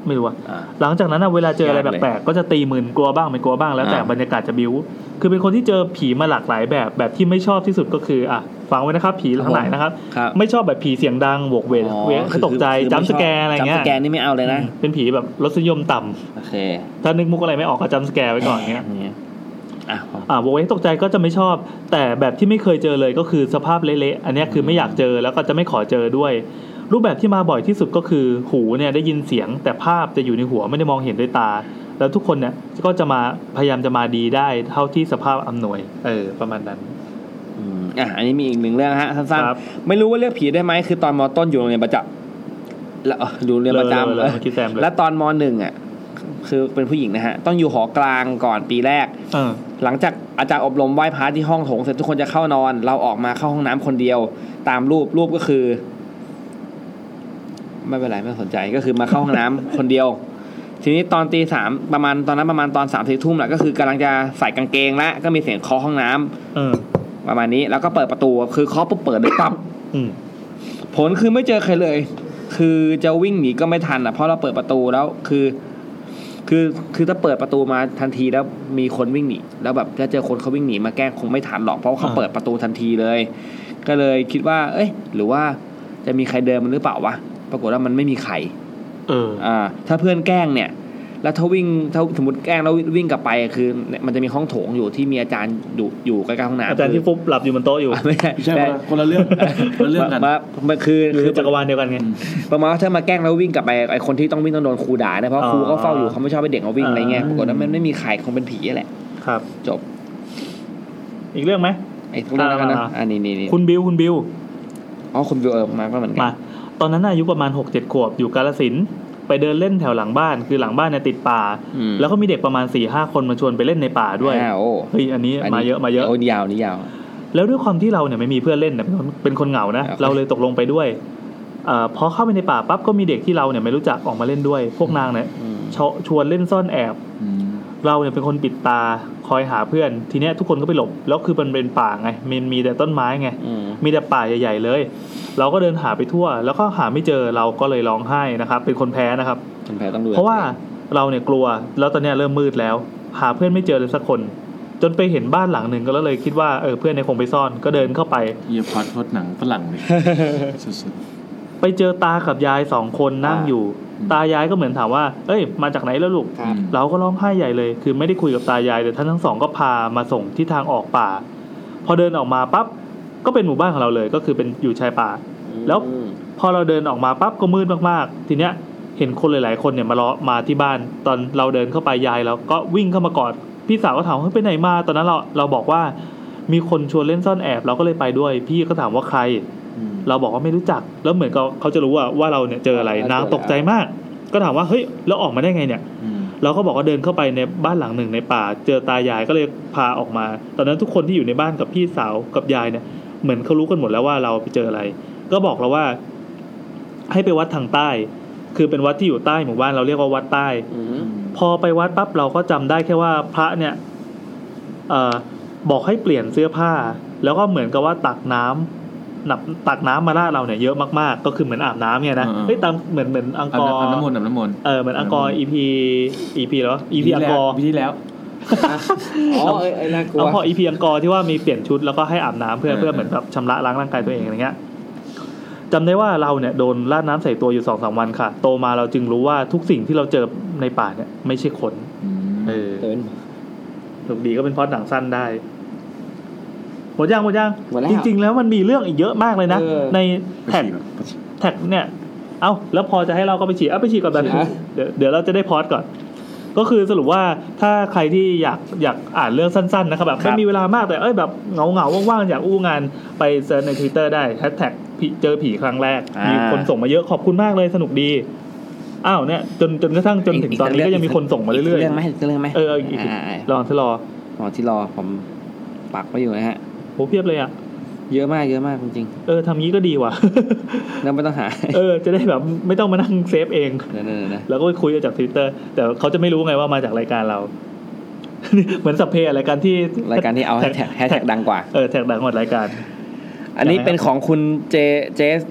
[SPEAKER 2] ไม่รู้ว่า หลังจากนั้นน่ะเวลาเจออะไร
[SPEAKER 1] ยากเลย
[SPEAKER 2] แปลกๆก็จะตีหมื่นกลัวบ้างไม่กลัวบ้างแล้วแต่
[SPEAKER 1] อ่า
[SPEAKER 2] บรรยากาศจะบิวคือเป็นคนที่เจอผีมาหลากหลายแบบแบบที่ไม่ชอบที่สุดก็คืออ่ะฟังไว้นะครับ ผีทั้งหลายนะครับ
[SPEAKER 1] ครับ
[SPEAKER 2] ไม่ชอบแบบผีเสียงดังโหวกเวกเวกตกใจจัมป์สแกร์อะไรเงี้ย
[SPEAKER 1] จัมสแกนนี่ไม่เอาเลยนะ
[SPEAKER 2] เป็นผีแบบรสนิยมต่ำ
[SPEAKER 1] โอเค
[SPEAKER 2] ถ้านึกมุกอะไรไม่ออกก็จัมป์สแกร์ไว้ก่อนเงี้ย
[SPEAKER 1] อย่างเงี้ยอ่ะ
[SPEAKER 2] อ่าโวเวกตกใจก็จะไม่ชอบ แต่แบบที่ไม่เคยเจอเลยก็คือสภาพเละๆอันเนี้ยคือไม่อยากเจอแล้วก็จะไม่ขอเจอด้วย รูปแบบที่มาบ่อยที่สุดก็คือหูเนี่ยได้ยินเสียง แต่ภาพจะอยู่ในหัวไม่ได้มองเห็นด้วยตา แล้วทุกคนเนี่ยก็จะมาพยายามจะมาดีได้เท่าที่สภาพอำนวย เออ ประมาณนั้น
[SPEAKER 1] อืมอ่ะอันนี้มีอีกหนึ่งเรื่องฮะสั้น
[SPEAKER 2] ครับ
[SPEAKER 1] ๆไม่รู้ว่าเรียกผีได้ไหมคือตอนมต้นอยู่โรงเรียนประจำแล้วเอ่ออยู่โรงเรียนประจำ
[SPEAKER 2] เลยเลยเลยเมื่อกี้แซมเลย
[SPEAKER 1] แล้วตอนมหนึ่งอ่ะคือเป็นผู้หญิงนะฮะ ต้องอยู่หอกลางก่อนปีแรก
[SPEAKER 2] เออ
[SPEAKER 1] หลังจากอาจารย์อบรมไหว้พระที่ห้องโถงเสร็จทุกคนจะเข้านอน เราออกมาเข้าห้องน้ำคนเดียว ตามรูปรูปก็คือ ไม่เป็นไรไม่สนใจก็คือมาเข้าห้องน้ำ คนเดียว ทีนี้ตอนตีสามประมาณตอนนั้นประมาณตอนสามสี่ทุ่มแหละก็คือกำลังจะใส่กางเกงแล้วก็มีเสียงเคาะห้องน้ำ
[SPEAKER 2] เออ
[SPEAKER 1] ประมาณนี้ แล้วก็เปิดประตูคือเคาะปุ๊บเปิดเลยปั๊บ
[SPEAKER 2] อืม
[SPEAKER 1] ผลคือไม่เจอใครเลย คือจะวิ่งหนีก็ไม่ทันอ่ะ เพราะเราเปิดประตูแล้ว คือ คือ คือถ้าเปิดประตูมาทันทีแล้วมีคนวิ่งหนี แล้วแบบถ้าเจอคนเขาวิ่งหนีมาแกล้งคงไม่ทันหรอก เพราะว่าเขา
[SPEAKER 2] อ่า
[SPEAKER 1] เปิดประตูทันทีเลย ก็เลยคิดว่า เอ้ย หรือว่าจะมีใครเดินมันหรือเปล่าวะ ปรากฏว่ามันไม่มีใคร
[SPEAKER 2] เออ
[SPEAKER 1] อ่า ถ้าเพื่อนแกล้งเนี่ย แล้วถ้าวิ่ง ถ้าสมมติแกล้งแล้ววิ่งกลับไป คือ มันจะมีห้องโถงอยู่ที่มีอาจารย์อยู่อยู่ใกล้ๆห้องน้ำ
[SPEAKER 2] อาจารย์ที่ฟุบหลับอยู่บนโต๊ะอยู่
[SPEAKER 1] ไม่ใช่
[SPEAKER 6] ไม่ใช่คน
[SPEAKER 1] *laughs*
[SPEAKER 6] ละเรื่องคนละเรื่องกัน
[SPEAKER 1] มามาคือ
[SPEAKER 2] คื
[SPEAKER 1] คือ อ
[SPEAKER 2] จักรวาลเดียวกันไง
[SPEAKER 1] ประมาณว่าถ้ามาแกล้งแล้ววิ่งกลับไปไอคนที่ต้องวิ่งต้องโดนครูด่านะเพราะครูก็เฝ้าอยู่
[SPEAKER 2] อ่า
[SPEAKER 1] เขาไม่ชอบให้เด็กเขาวิ่งอะไรเงี้ย
[SPEAKER 2] อ่า
[SPEAKER 1] ปรากฏว่ามันไม่มีใครคงเป็นผีแหละ
[SPEAKER 2] ครับ
[SPEAKER 1] จบ
[SPEAKER 2] อีกเรื่องไหม
[SPEAKER 1] ไอ้พวกนั้นแล้วกันนะ
[SPEAKER 2] อ่า
[SPEAKER 1] อันนี้นี่นี่
[SPEAKER 2] คุณบิวคุณบิว
[SPEAKER 1] อ๋อคุณวิวเออมาก็เหมือนกั
[SPEAKER 2] มา
[SPEAKER 1] น
[SPEAKER 2] ตอนนั้นน่ะอายุประมาณหกเจ็ดขวบอยู่กาลสินธุ์ไปเดินเล่นแถวหลังบ้าน คือหลังบ้านเนี่ยติดป่า
[SPEAKER 1] อืม
[SPEAKER 2] แล้วก็มีเด็กประมาณ4ี่ห้าคนมาชวนไปเล่นในป่าด้วย
[SPEAKER 1] อ่าโอ้
[SPEAKER 2] เฮ้ย อันนี้
[SPEAKER 1] นนี้
[SPEAKER 2] มาเยอะมาเยอะ
[SPEAKER 1] โอ้นี่ยาวนี่ยาว
[SPEAKER 2] แล้วด้วยความที่เราเนี่ยไม่มีเพื่อนเล่นเนี่ยเป็นคนเป็นคนเหงานะ
[SPEAKER 1] ครับ
[SPEAKER 2] เราเลยตกลงไปด้วยเออพอเข้าไปในป่าปั๊บก็มีเด็กที่เราเนี่ยไม่รู้จักออกมาเล่นด้วย พวกนางเนี่ย
[SPEAKER 1] อืม
[SPEAKER 2] ชวชวนเล่นซ่อนแอบ เราเนี่ยเป็นคนปิดตาคอยหาเพื่อน ทีเนี้ยทุกคนก็ไปหลบ แล้วคือมันเป็นป่าไง มันมีแต่ต้นไม้ไง
[SPEAKER 1] อืม
[SPEAKER 2] มีแต่ป่าใหญ่ ๆ เลย เราก็เดินหาไปทั่ว แล้วก็หาไม่เจอ เราก็เลยร้องไห้นะครับ เป็นคนแพ้นะครับ
[SPEAKER 1] คุณแพรต้องดู
[SPEAKER 2] เพราะว่าเราเนี่ยกลัว แล้วตอนเนี้ยเริ่มมืดแล้ว หาเพื่อนไม่เจอเลยสักคน จนไปเห็นบ้านหลังหนึ่งก็เลยคิดว่าเออเพื่อนเนี่ยคงไปซ่อน ก็เดินเข้าไป
[SPEAKER 6] เยียพอดโคตรหนังฝรั่งเลยสุด
[SPEAKER 2] ไปเจอตากับยายสองคนนั่งอยู่
[SPEAKER 6] อืม
[SPEAKER 2] ตายายก็เหมือนถามว่า เอ้ย มาจากไหนแล้วลูก
[SPEAKER 6] ๆอืม
[SPEAKER 2] เราก็ร้องไห้ใหญ่เลย คือไม่ได้คุยกับตายายแต่ท่านทั้งสองก็พามาส่งที่ทางออกป่า พอเดินออกมาปั๊บ ก็เป็นหมู่บ้านของเราเลย ก็คือเป็นอยู่ชายป่า แล้ว
[SPEAKER 1] อืม
[SPEAKER 2] พอเราเดินออกมาปั๊บก็มืดมากๆ ทีเนี้ยเห็นคนหลาย ๆ คนเนี่ยมารอมาที่บ้าน ตอนเราเดินเข้าไปยายเราก็วิ่งเข้ามากอดพี่สาวก็ถามว่าเฮ้ยไปไหนมา ตอนนั้นเราเราบอกว่า มีคนชวนเล่นซ่อนแอบ เราก็เลยไปด้วย พี่ก็ถามว่าใคร เราบอกว่าไม่รู้จัก แล้วเหมือนกับเขาจะรู้ว่าว่าเราเนี่ยเจออะไรนางตกใจมาก ก็ถามว่าเฮ้ยแล้วออกมาได้ไงเนี่ย
[SPEAKER 6] อืม
[SPEAKER 2] เราก็บอกว่าเดินเข้าไปในบ้านหลังหนึ่งในป่า เจอตายายก็เลยพาออกมา ตอนนั้นทุกคนที่อยู่ในบ้านกับพี่สาวกับยายเนี่ย เหมือนเขารู้กันหมดแล้วว่าเราไปเจออะไร ก็บอกเราว่า ให้ไปวัดทางใต้ คือเป็นวัดที่อยู่ใต้หมู่บ้านเราเรียกว่าวัดใต้
[SPEAKER 1] อืม
[SPEAKER 2] พอไปวัดปั๊บเราก็จำได้แค่ว่าพระเนี่ยเออบอกให้เปลี่ยนเสื้อผ้า แล้วก็เหมือนกับว่าตักน้ำนับตักน้ำมาราดเราเนี่ยเยอะมากๆ ก็คือเหมือนอาบน้ำเนี่ยนะ
[SPEAKER 6] อ่า
[SPEAKER 2] เฮ้ยตามเหมือนเหมือนอัง
[SPEAKER 6] อั
[SPEAKER 2] ก
[SPEAKER 6] น
[SPEAKER 2] อร์
[SPEAKER 6] นั้นอันน้ำมนต์อันน้ำมนต์
[SPEAKER 2] เออเหมือนอังกอร์ EP EP เหรอ EP อังกอร์
[SPEAKER 6] วิธีแล้ว
[SPEAKER 1] อ๋อเอ้ยไอ้น่ากลัว
[SPEAKER 2] แล้วพออีพีอังกอร์ที่ว่ามีเปลี่ยนชุดแล้วก็ให้อาบน้ำเพื่อ
[SPEAKER 6] เออ
[SPEAKER 2] เพื่อเหมือนแบบชำระล้างร่างกายตัวเองอะไรเงี้ยจำได้ว่าเราเนี่ยโดนราดน้ำใส่ตัวอยู่สองสามวันค่ะ โตมาเราจึงรู้ว่าทุกสิ่งที่เราเจอในป่าเนี่ยไม่ใช่คนเออ
[SPEAKER 1] เตือน
[SPEAKER 2] หนุกดีก็เป็นพล็อดหนังสั้นได้หมดยังหมดยัง
[SPEAKER 1] หมดแล้ว
[SPEAKER 2] จริง ๆ แล้วมันมีเรื่องอีกเยอะมากเลยนะ
[SPEAKER 1] เออ
[SPEAKER 2] ในแท็กแท็กเนี่ย เอ้าแล้วพอจะให้เราก็ไปฉีดเอาไปฉีดก่อนแบบนึงเดี๋ยวเดี๋ยวเราจะได้พอดก่อน ก็คือสรุปว่าถ้าใครที่อยากอยากอ่านเรื่องสั้นๆนะครับแบบไม่มีเวลามากแต่เอ้ยแบบเหงาๆว่างๆอยากอู้งานไปเซิร์ชใน Twitter ได้แฮชแท็กเจอผีครั้งแรก
[SPEAKER 1] อ่ามี
[SPEAKER 2] มีคนส่งมาเยอะขอบคุณมากเลยสนุกดีอ้าวเนี่ยจนจนกระทั่งจนถึง
[SPEAKER 1] อีก
[SPEAKER 2] ตอนนี้
[SPEAKER 1] อีก
[SPEAKER 2] ก็ยังมีคนส่งมาเรื่อย
[SPEAKER 1] เรื่องไหมเรื่องไหม
[SPEAKER 2] ๆเออเอาอีกอีก
[SPEAKER 1] า
[SPEAKER 2] ลองทดลอง
[SPEAKER 1] ๆอ๋อที่รอผมปักไว้อยู่นะฮะ
[SPEAKER 2] โหเพียบเลยอ่ะ
[SPEAKER 1] เยอะมากเยอะมากจริง
[SPEAKER 2] เออทำงี้ก็ดีว่ะ *laughs*
[SPEAKER 1] ๆแล้วไม่ต้องหา
[SPEAKER 2] เออจะได้แบบไม่ต้องมานั่งเซฟเอง
[SPEAKER 1] เดี๋ยวๆๆนะ
[SPEAKER 2] แล้วก็ไปคุยกันจากทวิตเตอร์แต่เขาจะไม่รู้ไงว่ามาจากรายการเรา *laughs* เหมือนสัพเพอะไรายการที่
[SPEAKER 1] รายการที่เอาแฮชแท็กแฮชแท็กดังกว่า
[SPEAKER 2] เออแท็กดังหมดรายการ
[SPEAKER 1] อันนี้เป็นของคุณเจเจส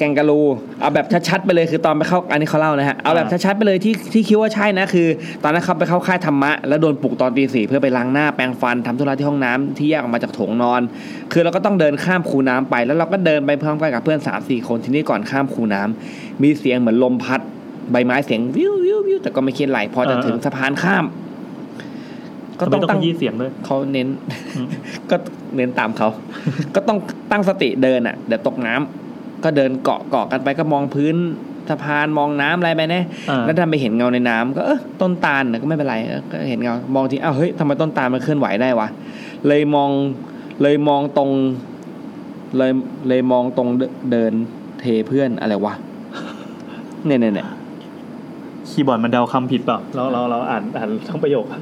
[SPEAKER 1] แกงกะลูเอาแบบชัดๆไปเลยคือตอนไปเข้าอันนี้เขาเล่านะฮะเอาแบบชัดๆไปเลยที่ที่คิดว่าใช่นะคือ ตอนนั้นเขาไปเข้าค่ายธรรมะแล้วโดนปลุกตอนตีสี่เพื่อไปล้างหน้าแปรงฟันทำธุระที่ห้องน้ำที่แยกออกมาจากโถงนอน คือเราก็ต้องเดินข้ามคูน้ำไป แล้วเราก็เดินไปพร้อมกันกับเพื่อนสามสี่คนทีนี้ก่อนข้ามคูน้ำมีเสียงเหมือนลมพัดใบไม้เสียงวิววิววิวแต่ก็ไม่คิดอะไรพอจะ
[SPEAKER 2] อ่า
[SPEAKER 1] ถึงสะพานข้าม ก็
[SPEAKER 2] ก็
[SPEAKER 1] ต้อ
[SPEAKER 2] ต้องง
[SPEAKER 1] ตั้
[SPEAKER 2] ตั้
[SPEAKER 1] ง
[SPEAKER 2] งยี่เสียงด้วย
[SPEAKER 1] เขาเน้น
[SPEAKER 2] อืม
[SPEAKER 1] ก็เน้นตามเขา
[SPEAKER 2] *laughs*
[SPEAKER 1] ก็ต้องตั้งสติเดินอ่ะ เดี๋ยวตกน้ำก็เดินเกาะเกาะกันไปก็มองพื้นสะพานมองน้ำอะไรไปนะ
[SPEAKER 2] อ่า
[SPEAKER 1] แล้วดันไปเห็นเงาในน้ำก็เออต้นตาลน่ะก็ไม่เป็นไรเออก็เห็นเงามองทีอ้าวเฮ้ยทำไมต้นตาลมันเคลื่อนไหวได้วะเลยมองเลยมองตรง เลยเลยมองตรงเดเดินเทเพื่อนอะไรวะเนี่ยเนี่ยเนี่ย
[SPEAKER 2] คีย์บอร์ดมันเดาคำผิดเปล่าเราเราเราอ่านอ่านทั้งประโยคอะ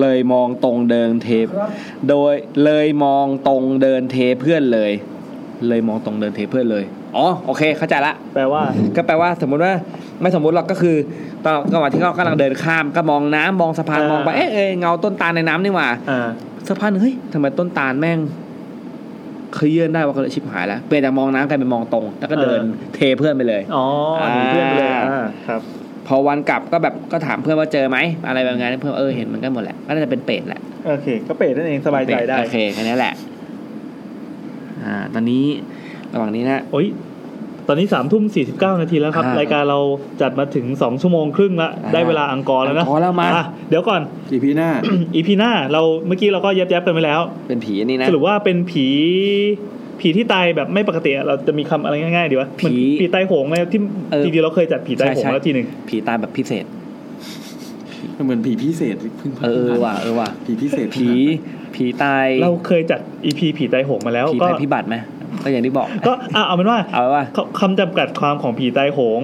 [SPEAKER 1] เลยมองตรงเดินเท
[SPEAKER 18] ครับ
[SPEAKER 1] โดยเลยมองตรงเดินเทเพื่อนเลย เลยมองตรงเดินเทเพื่อนเลย อ๋อโอเค เข้าใจละ
[SPEAKER 2] แปลว่า
[SPEAKER 1] ก็แปลว่าสมมุติว่าไม่สมมุติหรอกก็คือตอนระหว่างที่เขากำลังเดินข้ามก็มองน้ำมองสะพาน
[SPEAKER 2] เออ
[SPEAKER 1] มองไปเอ๊ะเอ๊ะเงาต้นตาลในน้ำนี่หว่า
[SPEAKER 2] อ่า
[SPEAKER 1] สะพานงเฮ้ยทำไมต้นตาลแม่งเคยเยื่อนได้ว่าก็เลยชิบหายแล้วเปลี่ยนจากมองน้ำกลายเป็นมองตรง แล้วก็เดินเทเพื่อนไปเลย
[SPEAKER 2] อ๋อหนีเพื่อนไปเลยอ่าครับ
[SPEAKER 1] พอวันกลับก็แบบก็ถามเพื่อนว่าเจอไหมอะไรแบบนั้นเพื่อนเออเห็นเหมันก็หมดแหละก็น่าจะเป็นเปรตแหละ
[SPEAKER 2] โอเค ก็เปรตนั่นเองสบายใจได้
[SPEAKER 1] โอเคแค่นี้แหละ อ่า ตอนนี้ระหว่างนี้นะ
[SPEAKER 2] โอ้ยตอนนี้สามทุ่มสี่สิบเก้านาทีแล้วครั
[SPEAKER 1] อ่าร
[SPEAKER 2] บายการเราจัดมาถึงสองชั่วโมงครึ่งละ
[SPEAKER 1] อ่า
[SPEAKER 2] ได้เวลาอังกอร์แล้วนะ
[SPEAKER 1] อังกอร์แล้วมา
[SPEAKER 2] ะเดี๋ยวก่อน
[SPEAKER 6] อีพีหน้า
[SPEAKER 2] อีพีหน้าเราเมื่อกี้เราก็ยับยับๆกันไปแล้ว
[SPEAKER 1] เป็นผีอันนี้นะ
[SPEAKER 2] สรุปว่าเป็นผีผีที่ตายแบบไม่ปกติอะเราจะมีคำอะไรง่ายๆดีวะ
[SPEAKER 1] ผี
[SPEAKER 2] เหมือนผีตายโหงไหมที่
[SPEAKER 1] เออ
[SPEAKER 2] จริงๆเราเคยจัดผีตายโห
[SPEAKER 1] ใช่
[SPEAKER 2] ง
[SPEAKER 1] ใช่
[SPEAKER 2] แล้วทีหนึ่ง
[SPEAKER 1] ผีตายแบบพิเศษ
[SPEAKER 6] เหมือนผีพิเศษเพิ่งผ่าน
[SPEAKER 1] เออว่ะเออว่ะ
[SPEAKER 6] ผีพิเศษ
[SPEAKER 1] ผีผีตาย
[SPEAKER 2] เราเคยจัดอีพีผีตายโหงมาแล้ว
[SPEAKER 1] ผี
[SPEAKER 2] ก็
[SPEAKER 1] ตายพิบัติไหมก็อย่างที่บอก
[SPEAKER 2] ก็อ่ะเอาเป็นว่า
[SPEAKER 1] เอาไว้ว่า
[SPEAKER 2] คำจำกัดความของผีตายโหง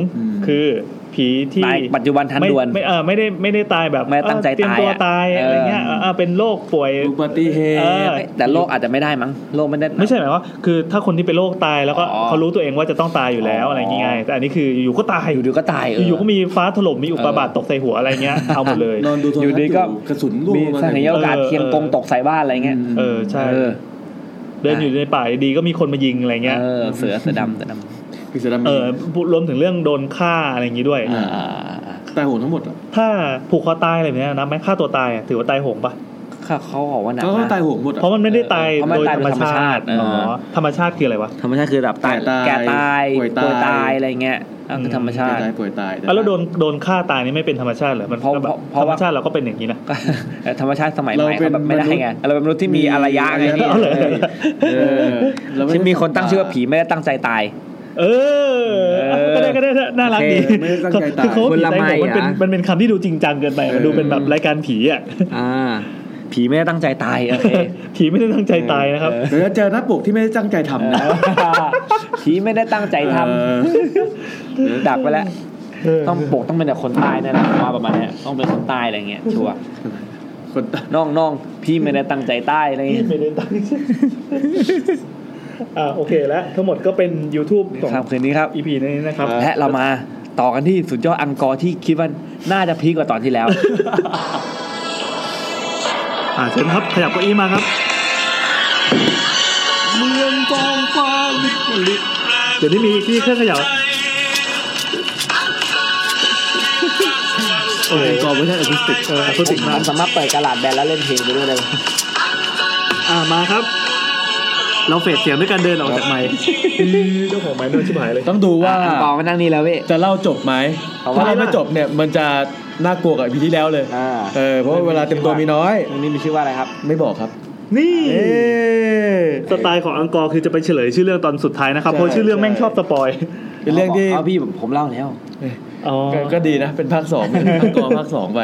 [SPEAKER 2] คือผีที่
[SPEAKER 1] ตายปัจจุบันทัน
[SPEAKER 2] ไม่
[SPEAKER 1] ด่วน
[SPEAKER 2] ไม่เออไม่ได้ไม่ได้ตายแบบ
[SPEAKER 1] ไม่ได้ตั้งใจ
[SPEAKER 2] เออเตรียม
[SPEAKER 1] ตาย
[SPEAKER 2] ตัว
[SPEAKER 1] อะ
[SPEAKER 2] ตาย
[SPEAKER 1] เอออ
[SPEAKER 2] อะไรเงี้ยเออเออเป็นโรคป่วย
[SPEAKER 6] อุบัติเห
[SPEAKER 2] เออ
[SPEAKER 6] ตุ
[SPEAKER 1] แต่โลกอาจจะไม่ได้มั้งโลกไม่ได้
[SPEAKER 2] ไม่ใช่หมายว่าคือถ้าคนที่เป็นโรคตายแล้วก็
[SPEAKER 1] อ๋อ
[SPEAKER 2] เขารู้ตัวเองว่าจะต้องตายอยู่แล้ว
[SPEAKER 1] อ๋ออ
[SPEAKER 2] อะไรเงี้ยแต่อันนี้คืออยู่ๆก็ตาย
[SPEAKER 1] อยู่ดีก็ตายเออ
[SPEAKER 2] อ
[SPEAKER 1] อ
[SPEAKER 2] ยู่ๆก็มีฟ้าถล่มมีอุกกาบาตตกใส่หัวอะไรเงี้ย เอาหมดเลย
[SPEAKER 6] นอนดูโทร
[SPEAKER 1] อ
[SPEAKER 6] ทัศน์อยู่ ยู่
[SPEAKER 1] ดีก็
[SPEAKER 6] กระสุนลูก
[SPEAKER 1] มีส
[SPEAKER 6] มา
[SPEAKER 1] ถา
[SPEAKER 6] ไห
[SPEAKER 1] น
[SPEAKER 6] น
[SPEAKER 1] โอกาสเทียงกงตกใส่บ้านอะไรเงี้ย
[SPEAKER 6] ม
[SPEAKER 2] เออใช่
[SPEAKER 1] เออ
[SPEAKER 2] เดินอยู่ในป่าดีก็มีคนมายิงอะไรเงี้ย
[SPEAKER 1] เออเสือเสือดำเสือด
[SPEAKER 6] คือเสือดำ
[SPEAKER 2] เออรวมถึงเรื่องโดนฆ่าอะไรอย่างงี้ด้วย
[SPEAKER 1] ำอ่าอ่าอ่า
[SPEAKER 6] ตายโหงทั้งหมดเหรอ
[SPEAKER 2] ถ้าผูกคอตายอะไรแบบเนี้ยนะไหมฆ่าตัวตายอะถือว่าตายโหงปะ
[SPEAKER 1] เขาเขาบอกว่าหนัก
[SPEAKER 6] เขาก็
[SPEAKER 1] นะ
[SPEAKER 6] ตายโหงหมดเหร
[SPEAKER 2] เพ
[SPEAKER 6] อ
[SPEAKER 2] ราะมันไม่ได้ตาย
[SPEAKER 1] เออเพราะมันตายโด
[SPEAKER 2] โดยธรร
[SPEAKER 1] ยธ
[SPEAKER 2] ม
[SPEAKER 1] รรม
[SPEAKER 2] ชา
[SPEAKER 1] ชาติ
[SPEAKER 2] ติอ๋อ
[SPEAKER 1] เออ
[SPEAKER 2] ธรรมชาติคืออะไรวะ
[SPEAKER 1] ธรรมชาติคือแบบตาย
[SPEAKER 6] แก่ตาย
[SPEAKER 1] แก่ตาย
[SPEAKER 6] ป่วยตาย
[SPEAKER 1] ตายอะไรเงี้ยอ่ะคือธรรมชาติ
[SPEAKER 6] ตายป่วยตาย
[SPEAKER 2] อ่ะแล้วโดนโดนฆ่าตายนี่ไม่เป็นธรรมชาติเหรอมัน
[SPEAKER 1] เพราะ
[SPEAKER 2] แบบ
[SPEAKER 1] เพราะ
[SPEAKER 2] ธรรม
[SPEAKER 1] ว่า
[SPEAKER 2] ชาติเราก็เป็นอย่างนี้นะ
[SPEAKER 1] ก็ *laughs* ธรรมชาติสมัยใหม่เขาแบบไม่ได้ไงเราเป็นมนุษย์ที่มีอารยะไงพี่
[SPEAKER 2] เอาเลย
[SPEAKER 6] เออเราไได้
[SPEAKER 1] ที่มีคนตั้งชื่อว่าผีไม่ได้ตั้งใจตาย
[SPEAKER 2] เออ
[SPEAKER 1] เออ
[SPEAKER 2] ก็ได้ก็ได้น่ารักดี
[SPEAKER 1] โอเค
[SPEAKER 6] ไม่ได้ตั้งใจตา
[SPEAKER 2] คื
[SPEAKER 6] ย
[SPEAKER 2] อเขาว่าผีตายโห
[SPEAKER 1] ผล
[SPEAKER 2] ง
[SPEAKER 1] ไม้
[SPEAKER 2] มันเป็น
[SPEAKER 1] อ่ะ
[SPEAKER 2] มันเป็นคำที่ดูจริงจังเกินไปมันดูเป็นแบบรายการผีอ่ะ
[SPEAKER 1] อ่า ผีไม่ได้ตั้งใจตายโอเค
[SPEAKER 2] ผีไม่ได้ตั้งใจตายนะครับ
[SPEAKER 6] เดี๋ยวจะเจอหน้าปกที่ไม่ได้ตั้งใจทำนะ
[SPEAKER 1] *laughs* ผีไม่ได้ตั้งใจท
[SPEAKER 6] เออ
[SPEAKER 1] ำดักไปแล้วต้องปกต้องเป็นแต่คนตายแน่นะว่าประมาณเนี้ยต้องเป็นคนตายอะไรเงี้ยชัวร์
[SPEAKER 6] คนตาย
[SPEAKER 1] น้องน้องพี่ไม่ได้ตั้งใจตายอะไรเงี้ย
[SPEAKER 2] ไม่ได้ตั้งใจ อ่าโอเคแล้วทั้งหมดก็เป็น YouTube ของ
[SPEAKER 19] ครับคืนนี้ครับ
[SPEAKER 2] EP นี้นะครับ
[SPEAKER 19] และเรามาต่อกันที่สุดยอดอังกอร์ที่คิดว่าน่าจะพีคกว่าตอนที่
[SPEAKER 1] *laughs*
[SPEAKER 19] แล้ว
[SPEAKER 2] อ่าเชิญครับ ขยับเก้าอี้มาครับ เมืองกองฟ้าลิบลิบเดี๋ยวนี้มีที่เครื่องขยับโอ้ยกองไม่ใช่อะคูสติกเอออะคูสติ
[SPEAKER 1] ผม
[SPEAKER 2] กาม
[SPEAKER 1] สามารถเปิดกระดาษแบนแล้วเล่นเพลงไปด้วยเลย
[SPEAKER 2] อ่ามาครับ เราเฟดเสียงด้วยการเดินออกจากไมค์เจ้าของไมค์โดนชิบหายเลย
[SPEAKER 6] ต้องดูว่า
[SPEAKER 1] อังกอร์มานั่งนี่แล้วพี่
[SPEAKER 6] จะเล่าจบไหม
[SPEAKER 1] เพราะว่า
[SPEAKER 6] ถ้าเล่าไม่จบเนี่ยมันจะน่ากลัวกับพีที่แล้วเลย
[SPEAKER 1] อ่า
[SPEAKER 6] เออเพราะว่าเวลาเต็มตัวมีน้อย
[SPEAKER 1] ตรงนี้มีชื่อว่าอะไรครับ
[SPEAKER 6] ไม่บอกครับ
[SPEAKER 2] นี่
[SPEAKER 6] เอ๊ะ
[SPEAKER 2] สไตล์ของอังกอร์คือจะไปเฉลยชื่อเรื่องตอนสุดท้ายนะครับ เพราะชื่อเรื่องแม่งชอบสปอย
[SPEAKER 6] เป็นเรื่องที่
[SPEAKER 1] เอาพี่ผมผมเล่าแล้ว
[SPEAKER 2] อ๋อ
[SPEAKER 6] ก็ก็ดีนะ เป็นภาคสองเป็นภาคกอภาคสองไป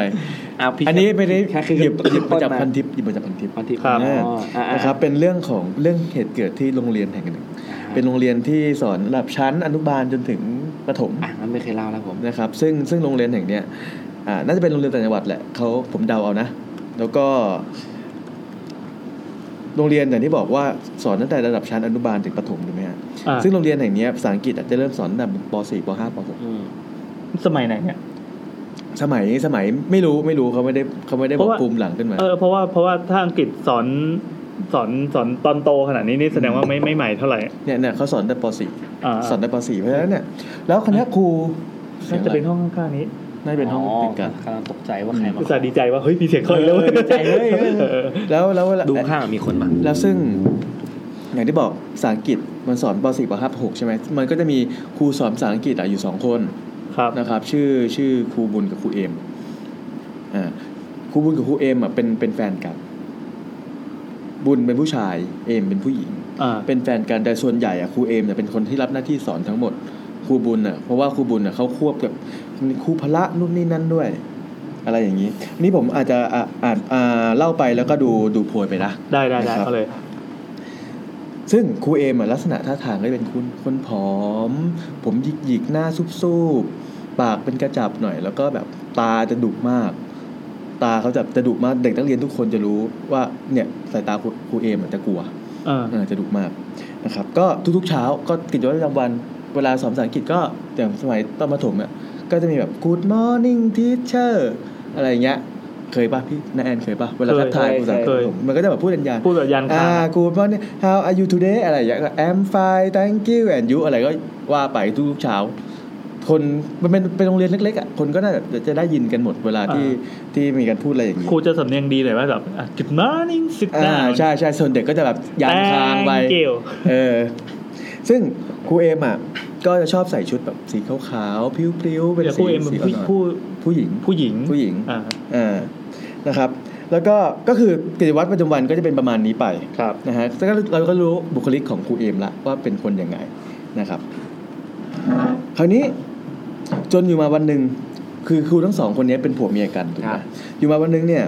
[SPEAKER 1] อ่ะพี่
[SPEAKER 6] อันนี้ไม่ได้
[SPEAKER 1] แค่คือ
[SPEAKER 6] หยิบหยิบมา
[SPEAKER 1] ต้
[SPEAKER 6] จากพันทิปหยิบมาจากพันทิป
[SPEAKER 1] พันทิป
[SPEAKER 2] ครับ
[SPEAKER 1] อ๋ออ่าอ่า
[SPEAKER 6] นะครับเป็นเรื่องของเรื่องเหตุเกิดที่โรงเรียนแห่งหนึ่ง เป็นโรงเรียนที่สอนระดับชั้นอนุบาลจนถึงประถม
[SPEAKER 1] อ่ะมันไม่เคยเล่าแล้วผม
[SPEAKER 6] นะครับซึ่งซึ่งโรงเรียนแห่งเนี้ยอ่าน่าจะเป็นโรงเรียนต่างจังหวัดแหละเขาผมเดาเอานะ แล้วก็ โรงเรียนอย่างที่บอกว่าสอนตั้งแต่ระดับชั้นอนุบาลถึงประถมถูกไหมฮะ
[SPEAKER 2] อ่า
[SPEAKER 6] ซึ่งโรงเรียนแห่งเนี้ยภาษาอังกฤษอาจจะเริ่มสอนตั้งแต่ป .4 ป .5 ป
[SPEAKER 1] อืม
[SPEAKER 2] สมัยไหนเนี่ย
[SPEAKER 6] .6 สมัยสมัยไม่รู้ไม่รู้เขาไม่ได้เขาไม่ได้บ
[SPEAKER 2] เพ
[SPEAKER 6] อก
[SPEAKER 2] ราะว่า
[SPEAKER 6] ภูมิหลังขึ้นมา
[SPEAKER 2] เออเพราะว่าเพราะว่าถ้าอังกฤษสอนสอนสอนตอนโตขนาดนี้นี่แสดงว่าไม่ไม่ใหม่เท่าไหร่
[SPEAKER 6] เนี่ยเนี่ยเขาสอนแต่ป
[SPEAKER 2] อ่า
[SPEAKER 6] .4 สอนแต่ป .4 เพราะฉะนั้นเนี่ยแล้วคณะครู
[SPEAKER 2] น่าจะเป็นห้องข้างๆนี้
[SPEAKER 6] น่าจะเป็นห้องติดกัน
[SPEAKER 1] กำลังตกใจว่าใครมา
[SPEAKER 2] อุตส่าห์ดีใจว่าเฮ้ยมีเสียงเข้าอีกแล้วเว้ย
[SPEAKER 6] ดีใจเว้ย
[SPEAKER 2] เออ
[SPEAKER 6] แล้วแล้วเวลา
[SPEAKER 1] ดูข้างมีคนมา
[SPEAKER 6] แล้วซึ่งอย่างที่บอกภาษาอังกฤษมันสอนป .4 ป .5 ป .6 ใช่ไหมมันก็จะมีครูสอนภาษาอังกฤษอะอยู่สองคน
[SPEAKER 2] ครับ
[SPEAKER 6] นะครับ ชื่อชื่อครูบุญกับครูเอมอ่าครูบุญกับครูเอมอะเป็นเป็นแฟนกัน บุญเป็นผู้ชายเอมเป็นผู้หญิง
[SPEAKER 2] อ่า
[SPEAKER 6] เป็นแฟนกันแต่ส่วนใหญ่อะครูเอมเนี่ยเป็นคนที่รับหน้าที่สอนทั้งหมดครูบุญอะเพราะว่าครูบุญอะเขาควบกับครูพละนู่นนี่นั่นด้วย อะไรอย่างนี้อันนี่ผมอาจจะอ่ะอ่านอ่าเล่าไปแล้วก็ดูดูโพยไปนะ
[SPEAKER 2] ได้ได้ได้
[SPEAKER 6] ครับ
[SPEAKER 2] เอาเลย
[SPEAKER 6] ซึ่งครูเอมอะลักษณะท่าทางก็จะเป็นคนคนผอม ผมหยิกหยิกๆหน้าซุบซูบปากเป็นกระจับหน่อย แล้วก็แบบตาจะดุมาก ตาเขาจะจะดุมากเด็กนักเรียนทุกคนจะรู้ว่าเนี่ยสายตาครูครูเอมอะจะกลัว
[SPEAKER 2] อ่า
[SPEAKER 6] เออจะดุมากนะครับ ก็ทุกๆเช้าก็กิจวัตรประจำวันเวลาสอนภาษาอังกฤษก็อย่างสมัยตอนประถมอ่ะก็จะมีแบบ Good morning teacher อะไรอย่างเงี้ยเคยป่ะพี่นายแอนเคยป่ะเวลาทักทายภาษาอังกฤษผมมันก็จะแบบพูดยันยาน
[SPEAKER 2] พูดแบบยันคา
[SPEAKER 6] อ่ากูว่าเนี่ย how are you today อะไรอย่างเงี้ยก็ I'm fine thank you and you อะไรก็ว่าไปทุกๆเช้า คนมันเป็นเป็นโรงเรียนเล็กๆอ่ะคนก็น่าจะจะได้ยินกันหมดเวลาที่ที่มีการพูดอะไรอย่างนี้
[SPEAKER 2] ครูจะสำเนียงดีหน่อยว่าแบบอ่ะ good morning sit
[SPEAKER 6] อ่า
[SPEAKER 2] down
[SPEAKER 6] ใช่ใช่ส่วนเด็กก็จะแบบยานคางไป
[SPEAKER 2] Thank you
[SPEAKER 6] เออ ซึ่งครูเอมอ่ะ ก็จะชอบใส่ชุดแบบสีขาวๆพลิ้วๆเป็น
[SPEAKER 2] เดี๋ยวค
[SPEAKER 6] สี
[SPEAKER 2] รูเอ็มเป็น
[SPEAKER 6] สี
[SPEAKER 2] ผู้ผู้
[SPEAKER 6] ผู้หญิง
[SPEAKER 2] ผู้หญิง
[SPEAKER 6] ผู้หญิง
[SPEAKER 2] อ่า
[SPEAKER 6] อ่านะครับ แล้วก็ก็คือกิจวัตรประจำวันก็จะเป็นประมาณนี้ไป
[SPEAKER 2] ครับ
[SPEAKER 6] นะฮะแล้วก็เราก็รู้บุคลิกของครูเอมละว่าเป็นคนยังไงนะครับ คราวนี้จนอยู่มาวันหนึ่งคือครูทั้งสองคนนี้เป็นผัวเมียกันถูกไหมอยู่มาวันหนึ่งเนี่ย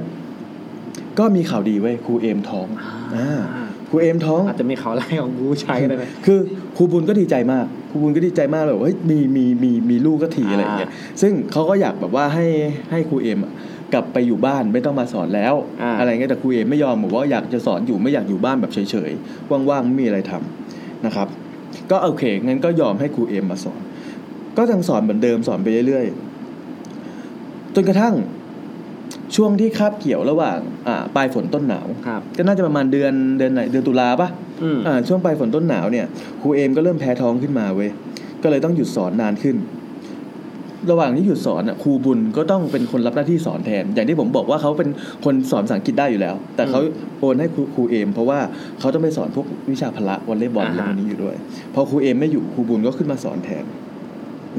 [SPEAKER 6] ก็มีข่าวดีเว้ยครูเอมท้องอ่าครูเอมท้อง
[SPEAKER 1] อาจจะมีเขาไล่ของกูใช้ก็ได้ไหม
[SPEAKER 6] คือครูบุญก็ดีใจมากครูบุญก็ดีใจมากเลยบอกว่าเฮ้ยมีมีมีมีลูกก็ทีอะไรอย่างเงี้ยซึ่งเขาก็อยากแบบว่าให้ให้ครูเอ็มอะกลับไปอยู่บ้านไม่ต้องมาสอนแล้ว
[SPEAKER 1] อ่า
[SPEAKER 6] ไรเงี้ยแต่ครูเอ็มไม่ยอมบอกว่าอยากจะสอนอยู่ไม่อยากอยู่บ้านแบบเฉยๆว่างๆไม่มีอะไรทำนะครับ ก็โอเคงั้นก็ยอมให้ครูเอ็มมาสอน ก็ยังสอนเหมือนเดิมสอนไปเรื่อยๆจนกระทั่งช่วงที่คาบเกี่ยวระหว่างอ่าปลายฝนต้นหนาว
[SPEAKER 1] ครับ
[SPEAKER 6] ก็น่าจะประมาณเดือนเดือนไหนเดือนตุลาปะ
[SPEAKER 1] อืม
[SPEAKER 6] อ่าช่วงปลายฝนต้นหนาวเนี่ยครูเอมก็เริ่มแพ้ท้องขึ้นมาเว้ยก็เลยต้องหยุดสอนนานขึ้น ระหว่างที่หยุดสอนอ่ะครูบุญก็ต้องเป็นคนรับหน้าที่สอนแทน อย่างที่ผมบอกว่าเขาเป็นคนสอนภาษาอังกฤษได้อยู่แล้ว แต่เขาโอนให้ครูครูเอม เพราะว่าเขาต้องไปสอนพวกวิชาพละวอลเลย์บอลอะไรพวกนี้อยู่ด้วย พอครูเอมไม่อยู่ครูบุญก็ขึ้นมาสอนแทน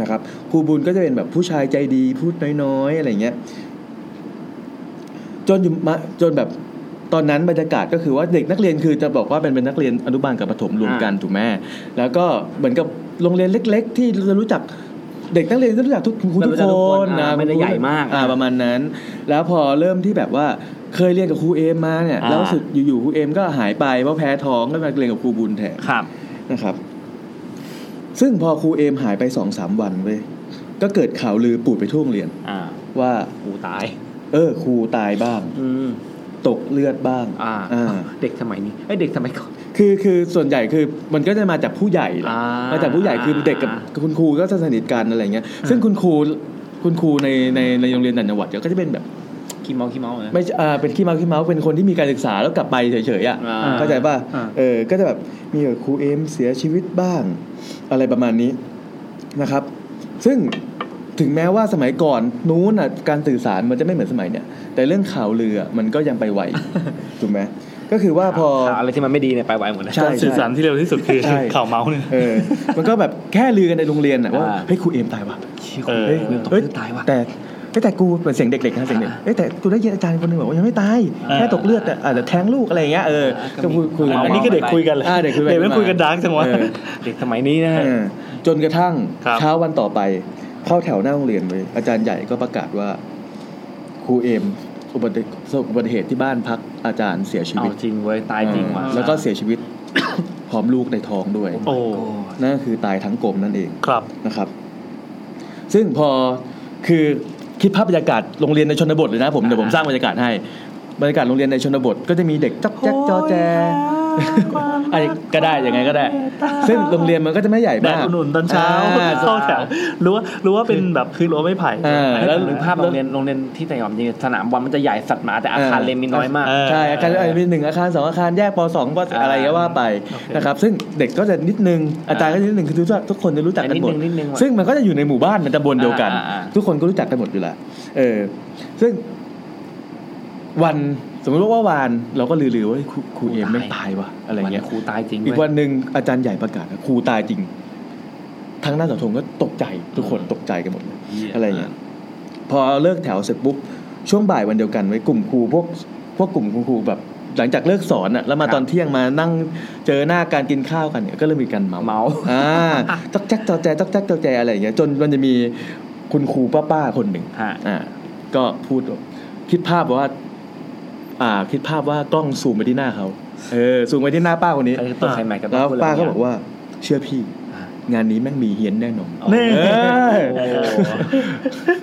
[SPEAKER 6] นะครับครูบุญก็จะเป็นแบบผู้ชายใจดีพูดน้อยๆอะไรเงี้ย จนอยู่มาจนแบบตอนนั้นบรรยากาศก็คือว่าเด็กนักเรียนคือจะบอกว่าเป็นเป็นนักเรียนอนุบาลกับประถมรวมกันถูกไหมแล้วก็เหมือนกับโรงเรียนเล็ก ๆ ที่เรารู้จักเด็กนักเรียนก็รู้จักทุกคุณครูทุกคน
[SPEAKER 1] อ่า
[SPEAKER 6] นะ
[SPEAKER 1] ไม่ได้ใหญ่มาก
[SPEAKER 6] อ่าประมาณนั้น แล้วพอเริ่มที่แบบว่าเคยเรียนกับครูเอมมาเนี่ย
[SPEAKER 1] อ่า
[SPEAKER 6] แล้วรู้สุดอยู่ๆครูเอมก็หายไปเพราะแพ้ท้องก็มาเรียนกับครูบุญแทน
[SPEAKER 1] ครับ
[SPEAKER 6] นะครับ ซึ่งพอครูเอมหายไปสองสามวันเว้ย ก็เกิดข่าวลือปูดไปทั่วโรงเรียน
[SPEAKER 1] อ่า
[SPEAKER 6] ว่า
[SPEAKER 1] กูตาย
[SPEAKER 6] เออครูตายบ้าง
[SPEAKER 1] อืม
[SPEAKER 6] ตกเลือดบ้าง
[SPEAKER 1] อ่า
[SPEAKER 6] อ่า
[SPEAKER 1] เด็กสมัยนี้ไอ้ยเด็กสมัยก่อน
[SPEAKER 6] คือคือส่วนใหญ่คือมันก็จะมาจากผู้ใหญ่แหละ
[SPEAKER 1] อ่าม
[SPEAKER 6] มาจากผู้ใหญ่คือเด็กกับคุณครูก็จะสนิทกันอะไรเงี้ยซึ่งคุณครูคุณครูในในในโรงเรียนต่างจังหวัดเนี่ยก็จะเป็นแบบ
[SPEAKER 1] ี้เมาขี้เมานะ
[SPEAKER 6] ไม่ใช่อ่าเป็นขี้เมาขี้เมาเป็นคนที่มีการศึกษาแล้วกลับไปเฉยๆอ่ะ
[SPEAKER 1] อ่า
[SPEAKER 6] เข้าใจป่ะเออก็จะแบบมีแบบครูเอมเสียชีวิตบ้าง อะไรประมาณนี้นะครับ ซึ่งถึงแม้ว่าสมัยก่อนนู้นอ่ะการสื่อสารมันจะไม่เหมือนสมัยเนี่ยแต่เรื่องข่าวลืออะมันก็ยังไป
[SPEAKER 1] *laughs*
[SPEAKER 6] ไวถูกไหมก็คือว่าพอ
[SPEAKER 1] ข่าวอะไรที่มันไม่ดีเนี่ยไปไวหมดนะ
[SPEAKER 6] ใช่
[SPEAKER 2] สื่อสารที่เร็วที่สุดคือ
[SPEAKER 6] ใช่
[SPEAKER 2] ข่าวเมาส์เนี่ย
[SPEAKER 6] เออ มันก็แบบแค่ลือกันในโรงเรียนอะว่า
[SPEAKER 1] อ่า
[SPEAKER 6] เฮ้ยครูเอมตายว่ะ
[SPEAKER 2] เออ
[SPEAKER 6] เฮ้ยเฮ้ยตายว่ะ แต่เฮ้ยแต่กูเหมือนเสียงเด็กๆนะเสียงเด็กเอ้ยแต่กูได้ยินอาจารย์คนหนึงบอกว่ายังไม่ตาย แค่ตกเลือดแต่อาจจะแทงลูกอะไรอย่างเงี้ย เออ ก็คุยคุย
[SPEAKER 2] อันนี้ก็เด็กคุยกันเลย
[SPEAKER 6] อ่าเด็กคุยกัน
[SPEAKER 2] เด็กไม่คุยกันดาร์กจังวะ
[SPEAKER 6] เออ
[SPEAKER 1] เด็กสมัยนี้นะฮะ
[SPEAKER 6] เออจนกระทั่ง
[SPEAKER 2] ครับ
[SPEAKER 6] เช้าวันต่อไปเข้าแถวหน้าโรงเรียนเลยอาจารย์ใหญ่ก็ประกาศว่าครูเอมอุบัติประสบอุบัติเหตุที่บ้านพักอาจารย์เสียชี
[SPEAKER 1] เอา
[SPEAKER 6] วิต
[SPEAKER 1] จริงเว้ยตายจริงว่ะ
[SPEAKER 6] เออแล้วก็เสียชีวิต *coughs* พร้อมลูกในท้องด้วย
[SPEAKER 2] โอ้
[SPEAKER 6] นั่นก็คือตายทั้งกลมนั่นเอง
[SPEAKER 2] ครับ
[SPEAKER 6] นะครับ ซึ่งพอคือคิดภาพบรรยากาศโรงเรียนในชนบทเลยนะผมเดี๋ยวผมสร้างบรรยากาศให้ บรรยากาศโรงเรียนในชนบท ก็จะมีเด็กจับแจ๊กจอแจไอ้ก็ได้ยังไงก็ได้ ซึ่งโรงเรียนมันก็จะไม่ใหญ่
[SPEAKER 2] แด
[SPEAKER 6] มา
[SPEAKER 2] ด
[SPEAKER 6] ก
[SPEAKER 2] อุ่นๆตอนเช้า
[SPEAKER 6] อ่า
[SPEAKER 2] เข้าแถวรู้ว่ารู้ว่าเป็นแบบคือรั้วไม่ไผ่
[SPEAKER 6] อ่า
[SPEAKER 1] แล้
[SPEAKER 6] แล้ว ว
[SPEAKER 1] หรือภาพโรงเรียนโรงเรียนที่แต่ยอมจริงสนามบอลมันจะใหญ่สัตว์หมาแต่อาคาร
[SPEAKER 6] เออ
[SPEAKER 1] เรียนมีน้อยมาก
[SPEAKER 2] เอ
[SPEAKER 6] ใช่อาคารเอ่อมีหนึ่งอาคารสองอาคารแยกปสองป
[SPEAKER 1] อ่า
[SPEAKER 6] อะไรก็ว่าไปนะครับ ซึ่งเด็กก็จะนิดนึงอาจารย์ก็จะนิดนึงคือทุกทุกคนจะรู้จักกันหมด
[SPEAKER 1] นิดนึงนิดนึงว่ะ
[SPEAKER 6] ซึ่งมันก็จะอยู่ในหมู่บ้านในตำบลเดียวกัน
[SPEAKER 1] อ่าอ่าอ่า
[SPEAKER 6] ทุกคนก็รู้จักกันหมดอยู่แล้วเออ ซึ่งวันสมมติว่าวันเราก็ลือๆว่าครูครูเอ็มไม่ตายว่ะอะไรเงี้ย
[SPEAKER 1] มันครูตายจริง
[SPEAKER 6] อี
[SPEAKER 1] เว้
[SPEAKER 6] ก
[SPEAKER 1] ย
[SPEAKER 6] วันหนึ่งอาจารย์ใหญ่ประกาศว่าครูตายจริงทั้งหน้าเสาธงก็ตกใจ ทุกคนตกใจกันหมดเลย อะไรอย่างเงี้ยพอเลิกแถวเสร็จปุ๊บช่วงบ่ายวันเดียวกันไว้ยกลุ่มครูพวกพวกกลุ่มครูแบบ หลังจากเลิกสอนอะแล้วมาตอนเที่ยงมานั่งเจอหน้าการกินข้าวกันเนี่ยก็เริ่มมีการเมา
[SPEAKER 1] เมา
[SPEAKER 6] อ่าจ๊อกแจ๊กจอแจจ๊อกแจ๊กจอแจอะไรอย่างเงี้ยจนมันจะมีคุณครูป้าป้าๆคนหนึ่ง
[SPEAKER 1] ฮะ
[SPEAKER 6] อ่าก็พูดแบบคิดภาพว่า อ่า คิดภาพว่ากล้องซูมไปที่หน้าเขาเออซูมไปที่หน้าป้าคนนี้
[SPEAKER 1] ไอ้ตัวใครใหม่กับ
[SPEAKER 6] แล้ว
[SPEAKER 1] พูดะไร
[SPEAKER 6] ป้าก็
[SPEAKER 1] ย่ง
[SPEAKER 6] บอกว่า เชื่อพี่ งานนี้แม่งมีเฮียนแน่นอน
[SPEAKER 1] เงี้ย
[SPEAKER 2] นี่
[SPEAKER 6] เออ
[SPEAKER 1] โอ้โห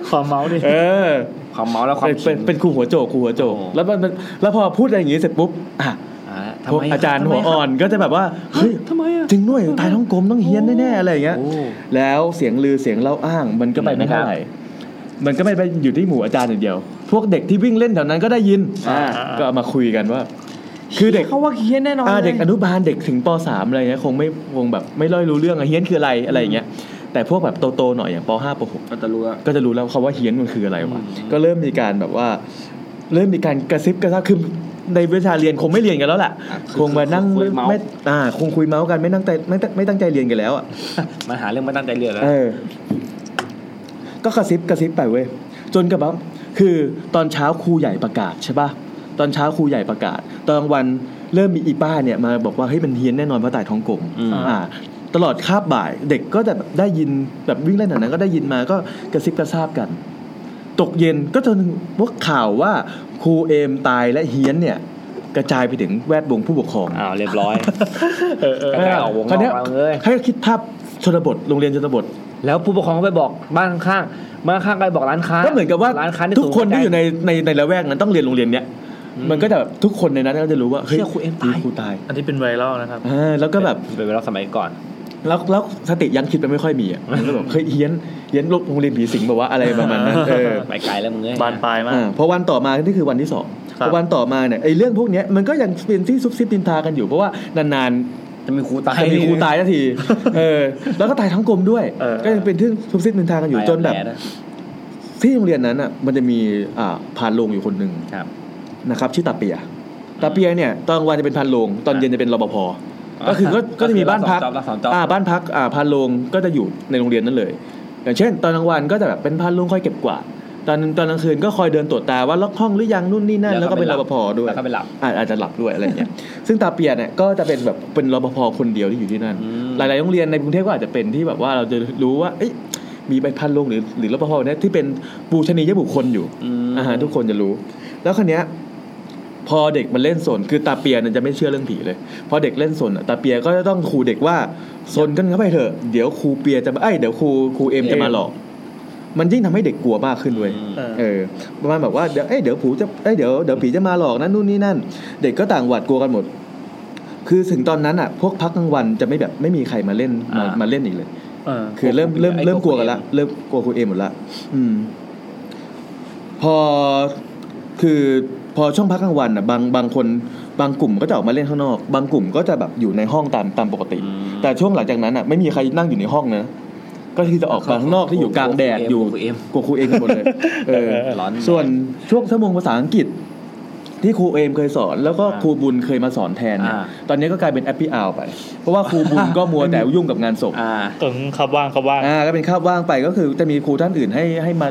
[SPEAKER 2] ความเมาส์นี่
[SPEAKER 6] เออ
[SPEAKER 1] ความเมาแล้วความ
[SPEAKER 6] เป็น
[SPEAKER 1] ขิง
[SPEAKER 6] เป็นเป็นครูหัวโจกครูหัวโจก
[SPEAKER 1] โอ้
[SPEAKER 6] แล้วมันมันแล้วพอพูดอะไรอย่างงี้เสร็จปุ๊บอ่ะ
[SPEAKER 1] อ่ะ
[SPEAKER 6] พวก
[SPEAKER 1] ทำไม
[SPEAKER 6] อาจารย์
[SPEAKER 1] ทำ
[SPEAKER 6] หั
[SPEAKER 1] ไม
[SPEAKER 6] วอ่อนก็จะแบบว่าเฮ้ย
[SPEAKER 1] ทำไมอ่ะ
[SPEAKER 6] จริงด้วยตายท้องกลมต้องเฮี้ยนแน่ๆอะไรอย่างเงี้ย
[SPEAKER 1] โอ้
[SPEAKER 6] แล้วเสียงลือเสียงเล่าอ้าง มันก็ไปไม่เท่าไหร่มันก็ไม่ไปอยู่ที่หมู่อาจารย์อย่างเดียว พวกเด็กที่วิ่งเล่นแถวนั้นก็ได้ยิน
[SPEAKER 1] อ่า
[SPEAKER 6] ก็เอามาคุยกันว่า คือเด็ก
[SPEAKER 1] เขาว่าเฮี้ยนแน่นอน
[SPEAKER 6] อ่า
[SPEAKER 1] ลย
[SPEAKER 6] เด็กอนุบาลเด็กถึงปสามอะไรเงี้ยคงไม่คงแบบไม่ร้อยรู้เรื่องอะเฮี้ยนคืออะไรอะไรอย่างเงี้ยแต่พวกแบบโตๆหน่อยอย่างปห้าปหกก็จะรู้ก็จะรู้แล้วคำว่าเฮี้ยนมันคืออะไรวะก็เริ่มมีการแบบว่า เริ่มมีการกระซิบกระซาบคือในวิชาเรียนคงไม่เรียนกันแล้วแหละคงมานั่ง
[SPEAKER 1] คุยเมาส์
[SPEAKER 6] ไม่อ่าคงคุยเมาส์กันไม่นั่งใจไม่ตั้งไม่ตั้งใจเรียนกันแล้วอ่ะ
[SPEAKER 1] มาหาเรื่องมาตั้งใจเรียนแล้ว
[SPEAKER 6] เออ ก็กระซิบกระซิบไปเว้ย จนกับว่าคือตอนเช้าครูใหญ่ประกาศใช่ป่ะ ตอนเช้าครูใหญ่ประกาศ ตอนกลางวันเริ่มมีอีป้าเนี่ยมาบอกว่าเฮ้ยมันเฮี้ยนแน่นอนเพราะตายท้องกลมอ่า ตลอดคาบบ่าย เด็กก็จะแบบได้ยินแบบวิ่งเล่นแถวนั้นก็ได้ยินมาก็กระซิบกระซาบกัน ตกเย็นก็จนว่าข่าวว่าครูเอมตายและเฮี้ยนเนี่ย กระจายไปถึงแวดวงผู้ปกครอง
[SPEAKER 1] อ้าวเรียบร้อย
[SPEAKER 2] เออเออ
[SPEAKER 1] ไปได้ออกวงนอก
[SPEAKER 6] คราวเนี้ย
[SPEAKER 1] บ้างเลย
[SPEAKER 6] ให้คิดภาพชนบทโรงเรียนชนบท
[SPEAKER 1] แล้วผู้ปกครองก็ไปบอกบ้านข้างบ้านข้างก็ไปบอกร้านค้า
[SPEAKER 6] ก็เหมือนกับว่า
[SPEAKER 1] ร้านค้า
[SPEAKER 6] ทุกคนที่อยู่
[SPEAKER 1] ใน
[SPEAKER 6] ในในในละแวกนั้นต้องเรียนโรงเรียนเนี้ยมันก็จะแบบทุกคนในนั้นก็จะรู้ว่าเฮ้ย
[SPEAKER 1] เชื่อครูเอ็มตาย
[SPEAKER 6] ครูตาย
[SPEAKER 2] อันที่เป็นไวรัลนะครับ
[SPEAKER 6] อ่าแล้วก็แบบ
[SPEAKER 1] เป็นเวลาสมัยก่อน
[SPEAKER 6] แล้วแล้วสติยังคิดไปไม่ค่อยมีอ่ะมันก็แบบเฮ้ยเฮี้ยนเฮี้ยนโรงเรียนผีสิงบอกว่าอะไรประมาณนั้นเออ
[SPEAKER 1] ไปไกลแล้วมึงเอ้ย
[SPEAKER 2] บานปลายมาก
[SPEAKER 6] อ่าพอวันต่อมานี่คือวันที่สอง
[SPEAKER 2] ครับ
[SPEAKER 6] พอวันต่อมาเนี่ยไอ้เรื่องพวกเนี้ยมันก็ยังเป็นที่ซุบซิบดินทากันอยู่เพราะว่านานๆ
[SPEAKER 1] จะมีครูตาย
[SPEAKER 6] จะมีครูตายทันที เออ แล้วก็ตายทั้งกลมด้วย
[SPEAKER 2] เออ
[SPEAKER 6] ก็ยังเป็นที่ทุบซิดนินทากันอยู่
[SPEAKER 1] ตาย
[SPEAKER 6] จนแบบ
[SPEAKER 1] แผลนะ
[SPEAKER 6] ที่โรงเรียนนั้นอ่ะ มันจะมีอ่าพานโรงอยู่คนหนึ่ง
[SPEAKER 1] ครับ
[SPEAKER 6] นะครับ ชื่อตาเปีย ตาเปียเนี่ยตอนกลางวันจะเป็นพานโรงตอนเย็นจะเป็นรปภ ก็คือก็ก็จะมีบ้านพัก
[SPEAKER 1] สองจอบละสองจอบ
[SPEAKER 6] อ่าบ้านพักอ่าพานโรงก็จะอยู่ในโรงเรียนนั้นเลย อย่างเช่น ตอนกลางวันก็จะแบบเป็นพานโรงคอยเก็บกวาดตอนตอนกลางคืนก็คอยเดินตรวจตาว่าล็อกห้องหรือยังนู่นนี่นั่นแล้วก็เป็นรปภด้วย
[SPEAKER 1] แล้วก็ไปหลับ
[SPEAKER 6] อาจอาจจะหลับด้วยอะไรเงี้ย ซึ่งตาเปียเนี่ยก็จะเป็นแบบเป็นรปภคนเดียวที่อยู่ที่นั่น
[SPEAKER 1] อืม
[SPEAKER 6] หลายๆโรงเรียนในกรุงเทพก็อาจจะเป็นที่แบบว่าเราจะรู้ว่า เอ้ยมีใบพันลงหรือหรือรปภเนี่ยที่เป็นปูชนียบุคคลอยู่
[SPEAKER 1] อืม
[SPEAKER 6] อ่าฮะทุกคนจะรู้ แล้วคนเนี้ยพอเด็กมันเล่นสนคือตาเปียเนี่ยจะไม่เชื่อเรื่องผีเลย พอเด็กเล่นสนอ่ะตาเปียก็จะต้องขู่เด็กว่าสนกันเข้าไปเถอะ เดี๋ยวครูเปียจะมาเอ้ยเดี๋ยวครูครูเอ็มจะมาหลอก มันยิ่งทำให้เด็กกลัวมากขึ้นเว้ย เออประมาณแบบว่าเดี๋ยวเอ้ยเดี๋ยวผูจะเอ้ยเดี๋ยวเดี๋ยวผีจะมาหลอกนั่นนู่นนี่นั่น เด็กก็ต่างหวาดกลัวกันหมด คือถึงตอนนั้นอ่ะ พวกพักกลางวันจะไม่แบบไม่มีใครมาเล่นมา
[SPEAKER 1] อ่าม
[SPEAKER 6] มาเล่นอีกเลย คือเริ่มเริ่มเริ่มกลัวกันละเริ่มกลัวคุณเอหมดละอืม พอคือพอช่วงพักกลางวันอ่ะบางบางคนบางกลุ่มก็จะออกมาเล่นข้างนอก บางกลุ่มก็จะแบบอยู่ในห้องตามตามปกติ แต่ช่วงหลังจากนั้นอ่ะไม่มีใครนั่งอยู่ในห้องนะก็คือจะออกมาข้างนอกที่อยู่กลางแดดอยู่
[SPEAKER 1] เอ็ม
[SPEAKER 6] กลัวครูเอมกันหม *laughs* ดเลย เออ
[SPEAKER 1] ร้อน
[SPEAKER 6] ส่วนช่วงชั่วโมงภาษาอังกฤษ ที่ครูเอมเคยสอน แล้วก็ครูบุญเคยมาสอนแทนเนี่ย
[SPEAKER 1] อ่า
[SPEAKER 6] ตอนนี้ก็กลายเป็นแอปปี้อาวไป เพราะว่าครูบุญก็มัวแต่ยุ่งกับงานศพ
[SPEAKER 1] อ่า
[SPEAKER 10] เอิงขับว่างขับว่าง
[SPEAKER 6] อ่าก็เป็นคาบว่างไปก็คือจะมีครูท่านอื่นให้ให้มา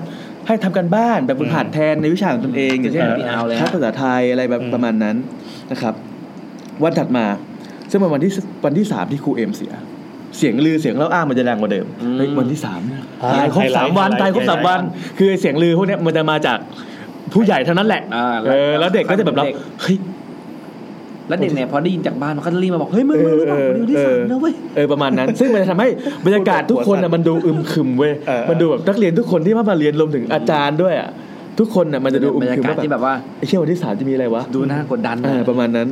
[SPEAKER 6] ให้ทำกันบ้านแบบฝึกหัดแทนในวิชาของตนเองอย่างเช่น
[SPEAKER 1] อ่าเอาเลยฮะ
[SPEAKER 6] ทัศภาษาไทยอะไรแบบ
[SPEAKER 10] อืม
[SPEAKER 6] ประมาณนั้นนะครับ วันถัดมา ซึ่งเป็นวันที่วันที่สามที่ครูเอมเสีย เสียงลือเสียงเล่าอ้างมันจะแรงกว่าเดิมเฮ้ยวันที่สามตายครบสามวันตายครบสามวัน คือเสียงลือพวกเนี้ยมันจะมาจากผู้ใหญ่เท่านั้นแหละ
[SPEAKER 1] อ่า
[SPEAKER 6] เออแล้วเด็กก็จะแบบรับ
[SPEAKER 1] เด็ก
[SPEAKER 6] เฮ้ย
[SPEAKER 1] แล้วเด็กเนี่ยพอได้ยินจากบ้านเขาก็รีบมาบอกเฮ้ยมึงมึงรู้เปล่ามึงวันที่สามนะเว้ย
[SPEAKER 6] เออประมาณนั้น *laughs* ซึ่งมันจะทำให้บรรยากาศทุกคนอ่ะมันดูอึมครึมเว้ย
[SPEAKER 10] เออ
[SPEAKER 6] มันดูแบบนักเรียนทุกคนที่มามาเรียนรวมถึงอาจารย์ด้วยอ่ะทุกคนอ่ะมันจะดูอึ
[SPEAKER 1] บ
[SPEAKER 6] ม
[SPEAKER 1] รรยา
[SPEAKER 6] ครึม
[SPEAKER 1] กาศที่แบบว่า
[SPEAKER 6] ไอ้เชี่ยวันที่สามจะมีอะไรวะ
[SPEAKER 1] ดูน่ากดดัน
[SPEAKER 6] เอ
[SPEAKER 1] นะ
[SPEAKER 6] อประมาณนั้น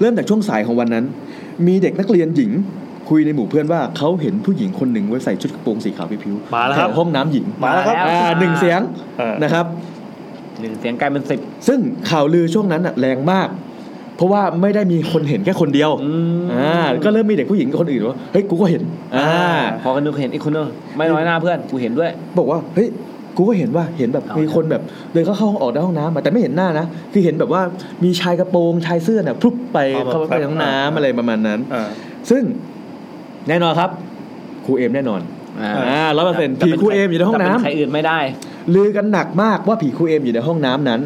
[SPEAKER 6] เริ่มจากช่วงสายของวันนั้น มีเด็กนักเรียนหญิง คุยในหมู่เพื่อนว่าเขาเห็นผู้หญิงคนหนึ่งไว้ยใส่ชุดกระโปรงสีขาวผิวๆ
[SPEAKER 10] มาแล้วครับ
[SPEAKER 6] ถห้องน้ำหญิง
[SPEAKER 10] มาแล้วครับ
[SPEAKER 6] อ่าหนึ่งเสียง
[SPEAKER 10] เออ
[SPEAKER 6] นะครับ
[SPEAKER 1] หนึ่งเสียงกลายเป็นสิบ
[SPEAKER 6] ซึ่งข่าวลือช่วงนั้นอ่ะแรงมาก เพราะว่าไม่ได้มีคนเห็นแค่คนเดียว อ่าก็เริ่มมีเด็กผู้หญิงกับคนอื่นว่าเฮ้ยกูก็เห็น อ่า
[SPEAKER 1] พอกันดูเห็นอีกคนนึงไม่น้อยหน้าเพื่อนกูเห็นด้วย
[SPEAKER 6] บอกว่าเฮ้ยกูก็เห็นว่าเห็นแบบ
[SPEAKER 1] เอามี
[SPEAKER 6] มีคนแบบเดินเข้าห้องออกในห้องน้ำอะแต่ไม่เห็นหน้านะคือเห็นแบบว่ามีชายกระโปรงชายเสื้อเนี่ยพลุบไป
[SPEAKER 10] เอาแบบ
[SPEAKER 6] เข้าไปในห้องน้ำ
[SPEAKER 10] อ่า
[SPEAKER 6] อะไรประมาณนั้น
[SPEAKER 10] เออ
[SPEAKER 6] ซึ่งแน่นอนครับครูเอมแน่นอน
[SPEAKER 1] อ่า
[SPEAKER 6] อ่าร้อยเปอร์เซ็นต์ผีครูเอมอยู่ในห้องน้ำ
[SPEAKER 1] แต่เป็ใครอื่นไม่ได้
[SPEAKER 6] ลือกันหนักมากว่าผีครูเอมอยู่ในห้องน้ำนั้น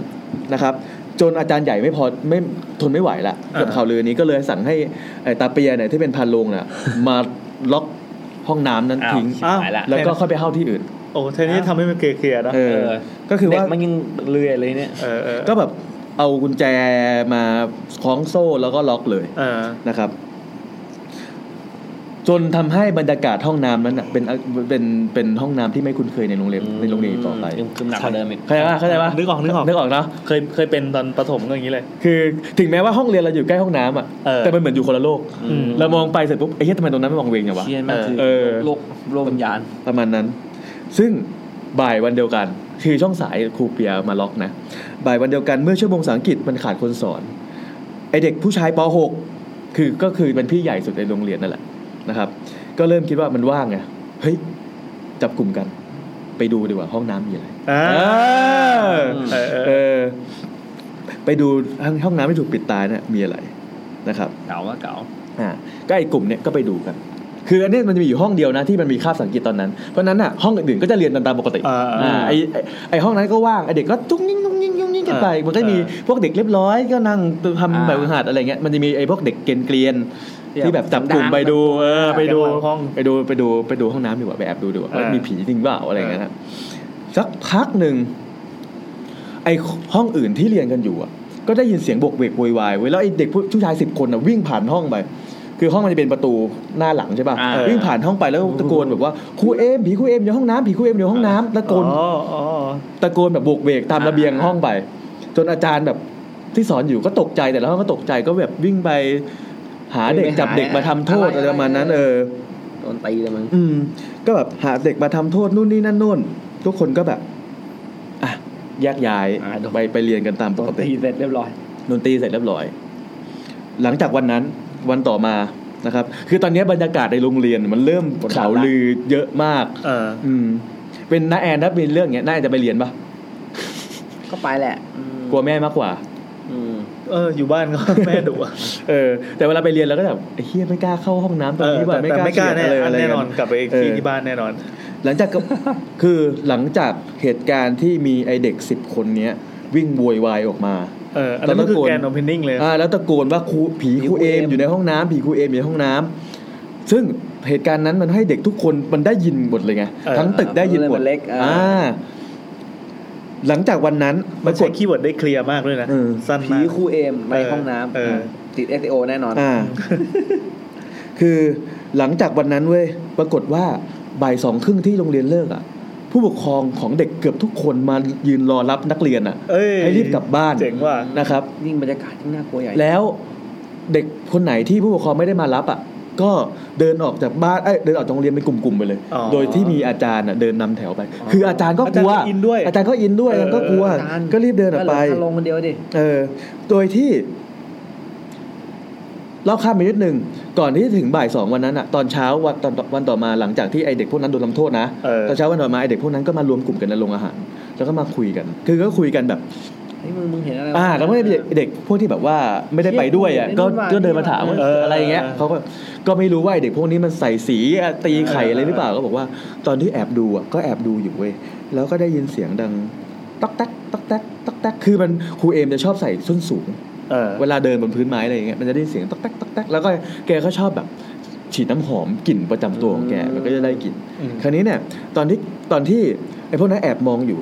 [SPEAKER 6] นะครับ จนอาจารย์ใหญ่ไม่พอไม่ทนไม่ไหวละกับข่าวลือนี้ก็เลยสั่งให้ไอ้ตาเปียเนี่ยที่เป็นพันโรงน่ะ มาล็อกห้องน้ำนั้น
[SPEAKER 1] อ้าว
[SPEAKER 6] ทิ้ง
[SPEAKER 1] ชิบหายละ
[SPEAKER 6] แล้วก็ค่อยไปเข้าที่อื่น
[SPEAKER 10] โอ้เทนนี้ทำให้มันเคลียร์ๆนะ
[SPEAKER 6] เออ ก็คือ
[SPEAKER 1] เด็ก
[SPEAKER 6] ว่า
[SPEAKER 1] มันยังเลื่อยเลยเนี่ย
[SPEAKER 10] เออเออ
[SPEAKER 6] ก็แบบเอากุญแจมาคล้องโซ่แล้วก็ล็อกเลย
[SPEAKER 10] เออ
[SPEAKER 6] นะครับ จนทำให้บรรยากาศห้องน้ำนั้นน่ะเป็นเป็นเป็นห้องน้ำที่ไม่คุ้นเคยในโรงเรียนในโรงเรียนอีกต่อไป
[SPEAKER 1] คือหนักกว่าเดิมอีก
[SPEAKER 6] เข้าใจป่ะเข้าใจป่ะ
[SPEAKER 10] นึกออกนึกออก
[SPEAKER 6] นึกออกเนาะ
[SPEAKER 10] เคยเคยเป็นตอนประถมก็อย่างนี้เลย
[SPEAKER 6] คือถึงแม้ว่าห้องเรียนเราอยู่ใกล้ห้องน้ำอ่ะ
[SPEAKER 10] เออ
[SPEAKER 6] แต่มันเหมือนอยู่คนละโลก
[SPEAKER 10] อืม
[SPEAKER 6] เรามองไปเสร็จปุ๊บไอ้เหี้ยทำไมตรงนั้นไม่มองเวงอย่างวะ
[SPEAKER 1] เชียนมากคือ
[SPEAKER 6] เออ
[SPEAKER 1] โลกโลกวิญญาณ
[SPEAKER 6] ประมาณนั้น ซึ่งบ่ายวันเดียวกัน คือช่องสายครูเปียมาล็อกนะบ่ายวันเดียวกันเมื่อชั่วโมงภาษาอังกฤษมันขาดคนสอนไอเด็กผู้ชายป .6 คือก็คือเป็นพี่ใหญ่สุดในโรงเรียนนั่นแหละนะครับ ก็เริ่มคิดว่ามันว่างไงเฮ้ยจับกลุ่มกัน ไปดูดีกว่าห้องน้ำมีอะไร
[SPEAKER 10] อ่า
[SPEAKER 6] เออเออ ไปดูห้องน้ำที่ถูกปิดตายเนี่ยมีอะไรนะครับ
[SPEAKER 1] เก่าว่าเก่า
[SPEAKER 6] อ่าก็ไอ้กลุ่มเนี่ยก็ไปดูกัน คืออันเนี้ยมันจะมีอยู่ห้องเดียวนะที่มันมีคาบสังเกตตอนนั้น เพราะฉะนั้นอ่ะห้องอื่นๆก็จะเรียนตามๆปกติ
[SPEAKER 10] อ่าอ่า
[SPEAKER 6] อ่าไอ้ไอ้ไอ้ห้องนั้นก็ว่างไอ้เด็กก็ตุ้งยิ่งตุ้งยิ่งตุ้งยิ่งกันไป มันก็จะมีพวกเด็กเรียบร้อยก็นั่งทำ
[SPEAKER 1] อ่า
[SPEAKER 6] แบบฝึกหัดอะไรเงี้ย มันจะมีไอ้พวกเด็กเกรียนๆที่แบบจับกลุ่ม
[SPEAKER 1] ดังๆ
[SPEAKER 6] ไปดูเออไปดู
[SPEAKER 10] ห้อง
[SPEAKER 6] ไปดูไปดูไปดูห้องน้ำดีกว่าไปแอบดูดีกว่าว่า
[SPEAKER 10] อ่ามี
[SPEAKER 6] มีผีจริงเปล่าอะไรเงี้ยนะสักพักหนึ่งไอ้ห้องอื่นที่เรียนกันอยู่อ่ะ ก็ได้ยินเสียงบวกเวกโวยวายเว้ยแล้วไอ้เด็กผู้ชายสิบคนอ่ะวิ่งผ่านห้องไป คือห้องมันจะเป็นประตูหน้าหลังใช่ป่ะ
[SPEAKER 1] อ่า
[SPEAKER 6] วิ่งผ่านห้องไปแล้วก็ตะโกนแบบว่าครูเอมผีครูเอมอยู่ห้องน้ำผีครูเอมอยู่ห้องน้ำตะโกน
[SPEAKER 10] อ๋ออ๋อ
[SPEAKER 6] ตะโกนแบบโบกเวกตามระเบียงห้องไป จนอาจารย์แบบที่สอนอยู่ก็ตกใจแต่ละห้องก็ตกใจก็แบบวิ่งไป หาเด็ก
[SPEAKER 1] ไปหา
[SPEAKER 6] จับเด็กมาทำโทษ
[SPEAKER 1] อะไร
[SPEAKER 6] อะไรประมาณนั้น เออ
[SPEAKER 1] โดนตีเลยมึง
[SPEAKER 6] อืม ก็แบบหาเด็กมาทำโทษนู่นนี่นั่นนู่นทุกคนก็แบบอ่ะแยกย้ายไปไปเรียนกันตามปกติ
[SPEAKER 1] ตีเสร็จเรียบร้อย
[SPEAKER 6] ดนตรีเสร็จเรียบร้อย หลังจากวันนั้นวันต่อมานะครับ คือตอนนี้บรรยากาศในโรงเรียนมันเริ่มข่าวลือเยอะมาก
[SPEAKER 10] เออ
[SPEAKER 6] อืม เป็นน้าแอนถ้าเป็นเรื่องเนี้ยน้าแอนจะไปเรียนปะ
[SPEAKER 1] ก็ไปแหละอืม
[SPEAKER 6] กลัวแม่มากกว่า
[SPEAKER 1] อืม
[SPEAKER 10] เออ อยู่บ้านก็ แม่ดุอะ
[SPEAKER 6] เออ แต่เวลาไปเรียนเราก็แบบไอ้เฮียไม่กล้าเข้าห้องน้ำตอน
[SPEAKER 10] เออ
[SPEAKER 6] นี้ว่ะ
[SPEAKER 10] แต่แต่ไม่กล้า
[SPEAKER 6] เขีย
[SPEAKER 10] แน่
[SPEAKER 6] อะไรอะไร
[SPEAKER 10] แน่นอน
[SPEAKER 6] เงี้ย
[SPEAKER 10] กลับไป
[SPEAKER 6] เออ
[SPEAKER 10] ที่ที่บ้านแน่นอน
[SPEAKER 6] หลังจากก็ *laughs* คือหลังจากเหตุการณ์ที่มีไอเด็กสิบคนเนี้ย วิ่งโวยวายออกมา
[SPEAKER 10] เออ อันนั้นมันคือแกนโอเพนนิ่งเลย
[SPEAKER 6] อ่าแล้วตะโกนว่าครูผีครูเอมอยู่ในห้องน้ำผีครูเอมอยู่ในห้องน้ำซึ่งเหตุการณ์นั้นมันให้เด็กทุกคนมันได้ยินหมดเลยไง
[SPEAKER 10] เออ
[SPEAKER 6] ทั้งตึกได้ยินหมด
[SPEAKER 1] มันเล็กอ่า
[SPEAKER 6] อ่าหลังจากวันนั้น
[SPEAKER 10] มัน
[SPEAKER 6] ป
[SPEAKER 10] ใช้
[SPEAKER 6] ราฏ
[SPEAKER 10] คีย์เวิร์ดได้เคลียร์มากด้วยนะ
[SPEAKER 6] เออ
[SPEAKER 10] สั้น
[SPEAKER 1] ผี
[SPEAKER 10] มาก
[SPEAKER 1] ครูเอมในห้องน้
[SPEAKER 10] เออ
[SPEAKER 1] ำติดเอสโอแน่นอน *laughs*
[SPEAKER 6] อ่า คือหลังจากวันนั้นเว้ยปรากฏว่าบ่ายสองครึ่งที่โรงเรียนเลิกอ่ะ ผู้ปกครองของเด็กเกือบทุกคนมายืนรอรับนักเรียนอ่ะ
[SPEAKER 2] เอ้ย
[SPEAKER 6] ให้รีบกลับบ้าน
[SPEAKER 2] เจ๋งว่ะ
[SPEAKER 6] นะครับ
[SPEAKER 1] ยิ่งบรรยากาศยิ่งน่ากลัวใหญ่
[SPEAKER 6] แล้วเด็กคนไหนที่ผู้ปกครองไม่ได้มารับอ่ะก็เดินออกจากบ้านเอ้ยเดินออกจากโรงเรียนเป็นกลุ่มๆไปเลย
[SPEAKER 2] อ๋อ
[SPEAKER 6] โดยที่มีอาจารย์อะเดินนำแถวไป คืออาจารย์ก็กลัว
[SPEAKER 2] อาจารย์ก็อินด้วย
[SPEAKER 6] อาจารย์ก็อินด้วย
[SPEAKER 2] เออ
[SPEAKER 6] แล้วก็กลัวก็รีบเดินออกไป
[SPEAKER 1] ก็เหลืลงคนเดียวดิ
[SPEAKER 6] เออ โดยที่เล่าข้ามไปนิดนึง ก่อนที่จะถึงบ่ายสองวันนั้นอะตอนเช้าวันตอนวันต่อมาหลังจากที่ไอเด็กพวกนั้นโดนลำโทษนะ
[SPEAKER 2] เออ
[SPEAKER 6] ตอนเช้าวันต่อมาไอเด็กพวกนั้นก็มารวมกลุ่มกันในโรงอาหาร แล้วก็มาคุยกัน คือก็คุยกันแบบ
[SPEAKER 1] เฮ้ยมึงมึงเห็นอะไร
[SPEAKER 6] อ่าแล้วก็เด็กเด็กพวกที่แบบว่าไม่ได้ไปด้วยอ่ะก็
[SPEAKER 1] ไม่ได้
[SPEAKER 6] ก็เดินมาถามว่า
[SPEAKER 2] เออ
[SPEAKER 6] อะไรอย่างเงี้ยเขาก็ก็ไม่รู้ว่าไอ้เด็กพวกนี้มันใส่สีอ่ะตีไข่อะไรหรือเปล่าก็บอกว่า ตอนที่แอบดูอ่ะก็แอบดูอยู่เว้ยแล้วก็ได้ยินเสียงดังตักแตักตักแตักตักแตักคือมันครูเอมจะชอบใส่ส้นสูง
[SPEAKER 2] เออ
[SPEAKER 6] เวลาเดินบนพื้นไม้อะไรอย่างเงี้ยมันจะได้เสียงตักแตักตักแตักแล้วก็แกก็ชอบแบบ ฉีดน้ำหอมกลิ่นประจำตัวของแกมันก็จะได้กลิ่นคราวนี้เนี่ย ตอนที่ตอนที่ไอ้พวกนั้นแอบมองอยู่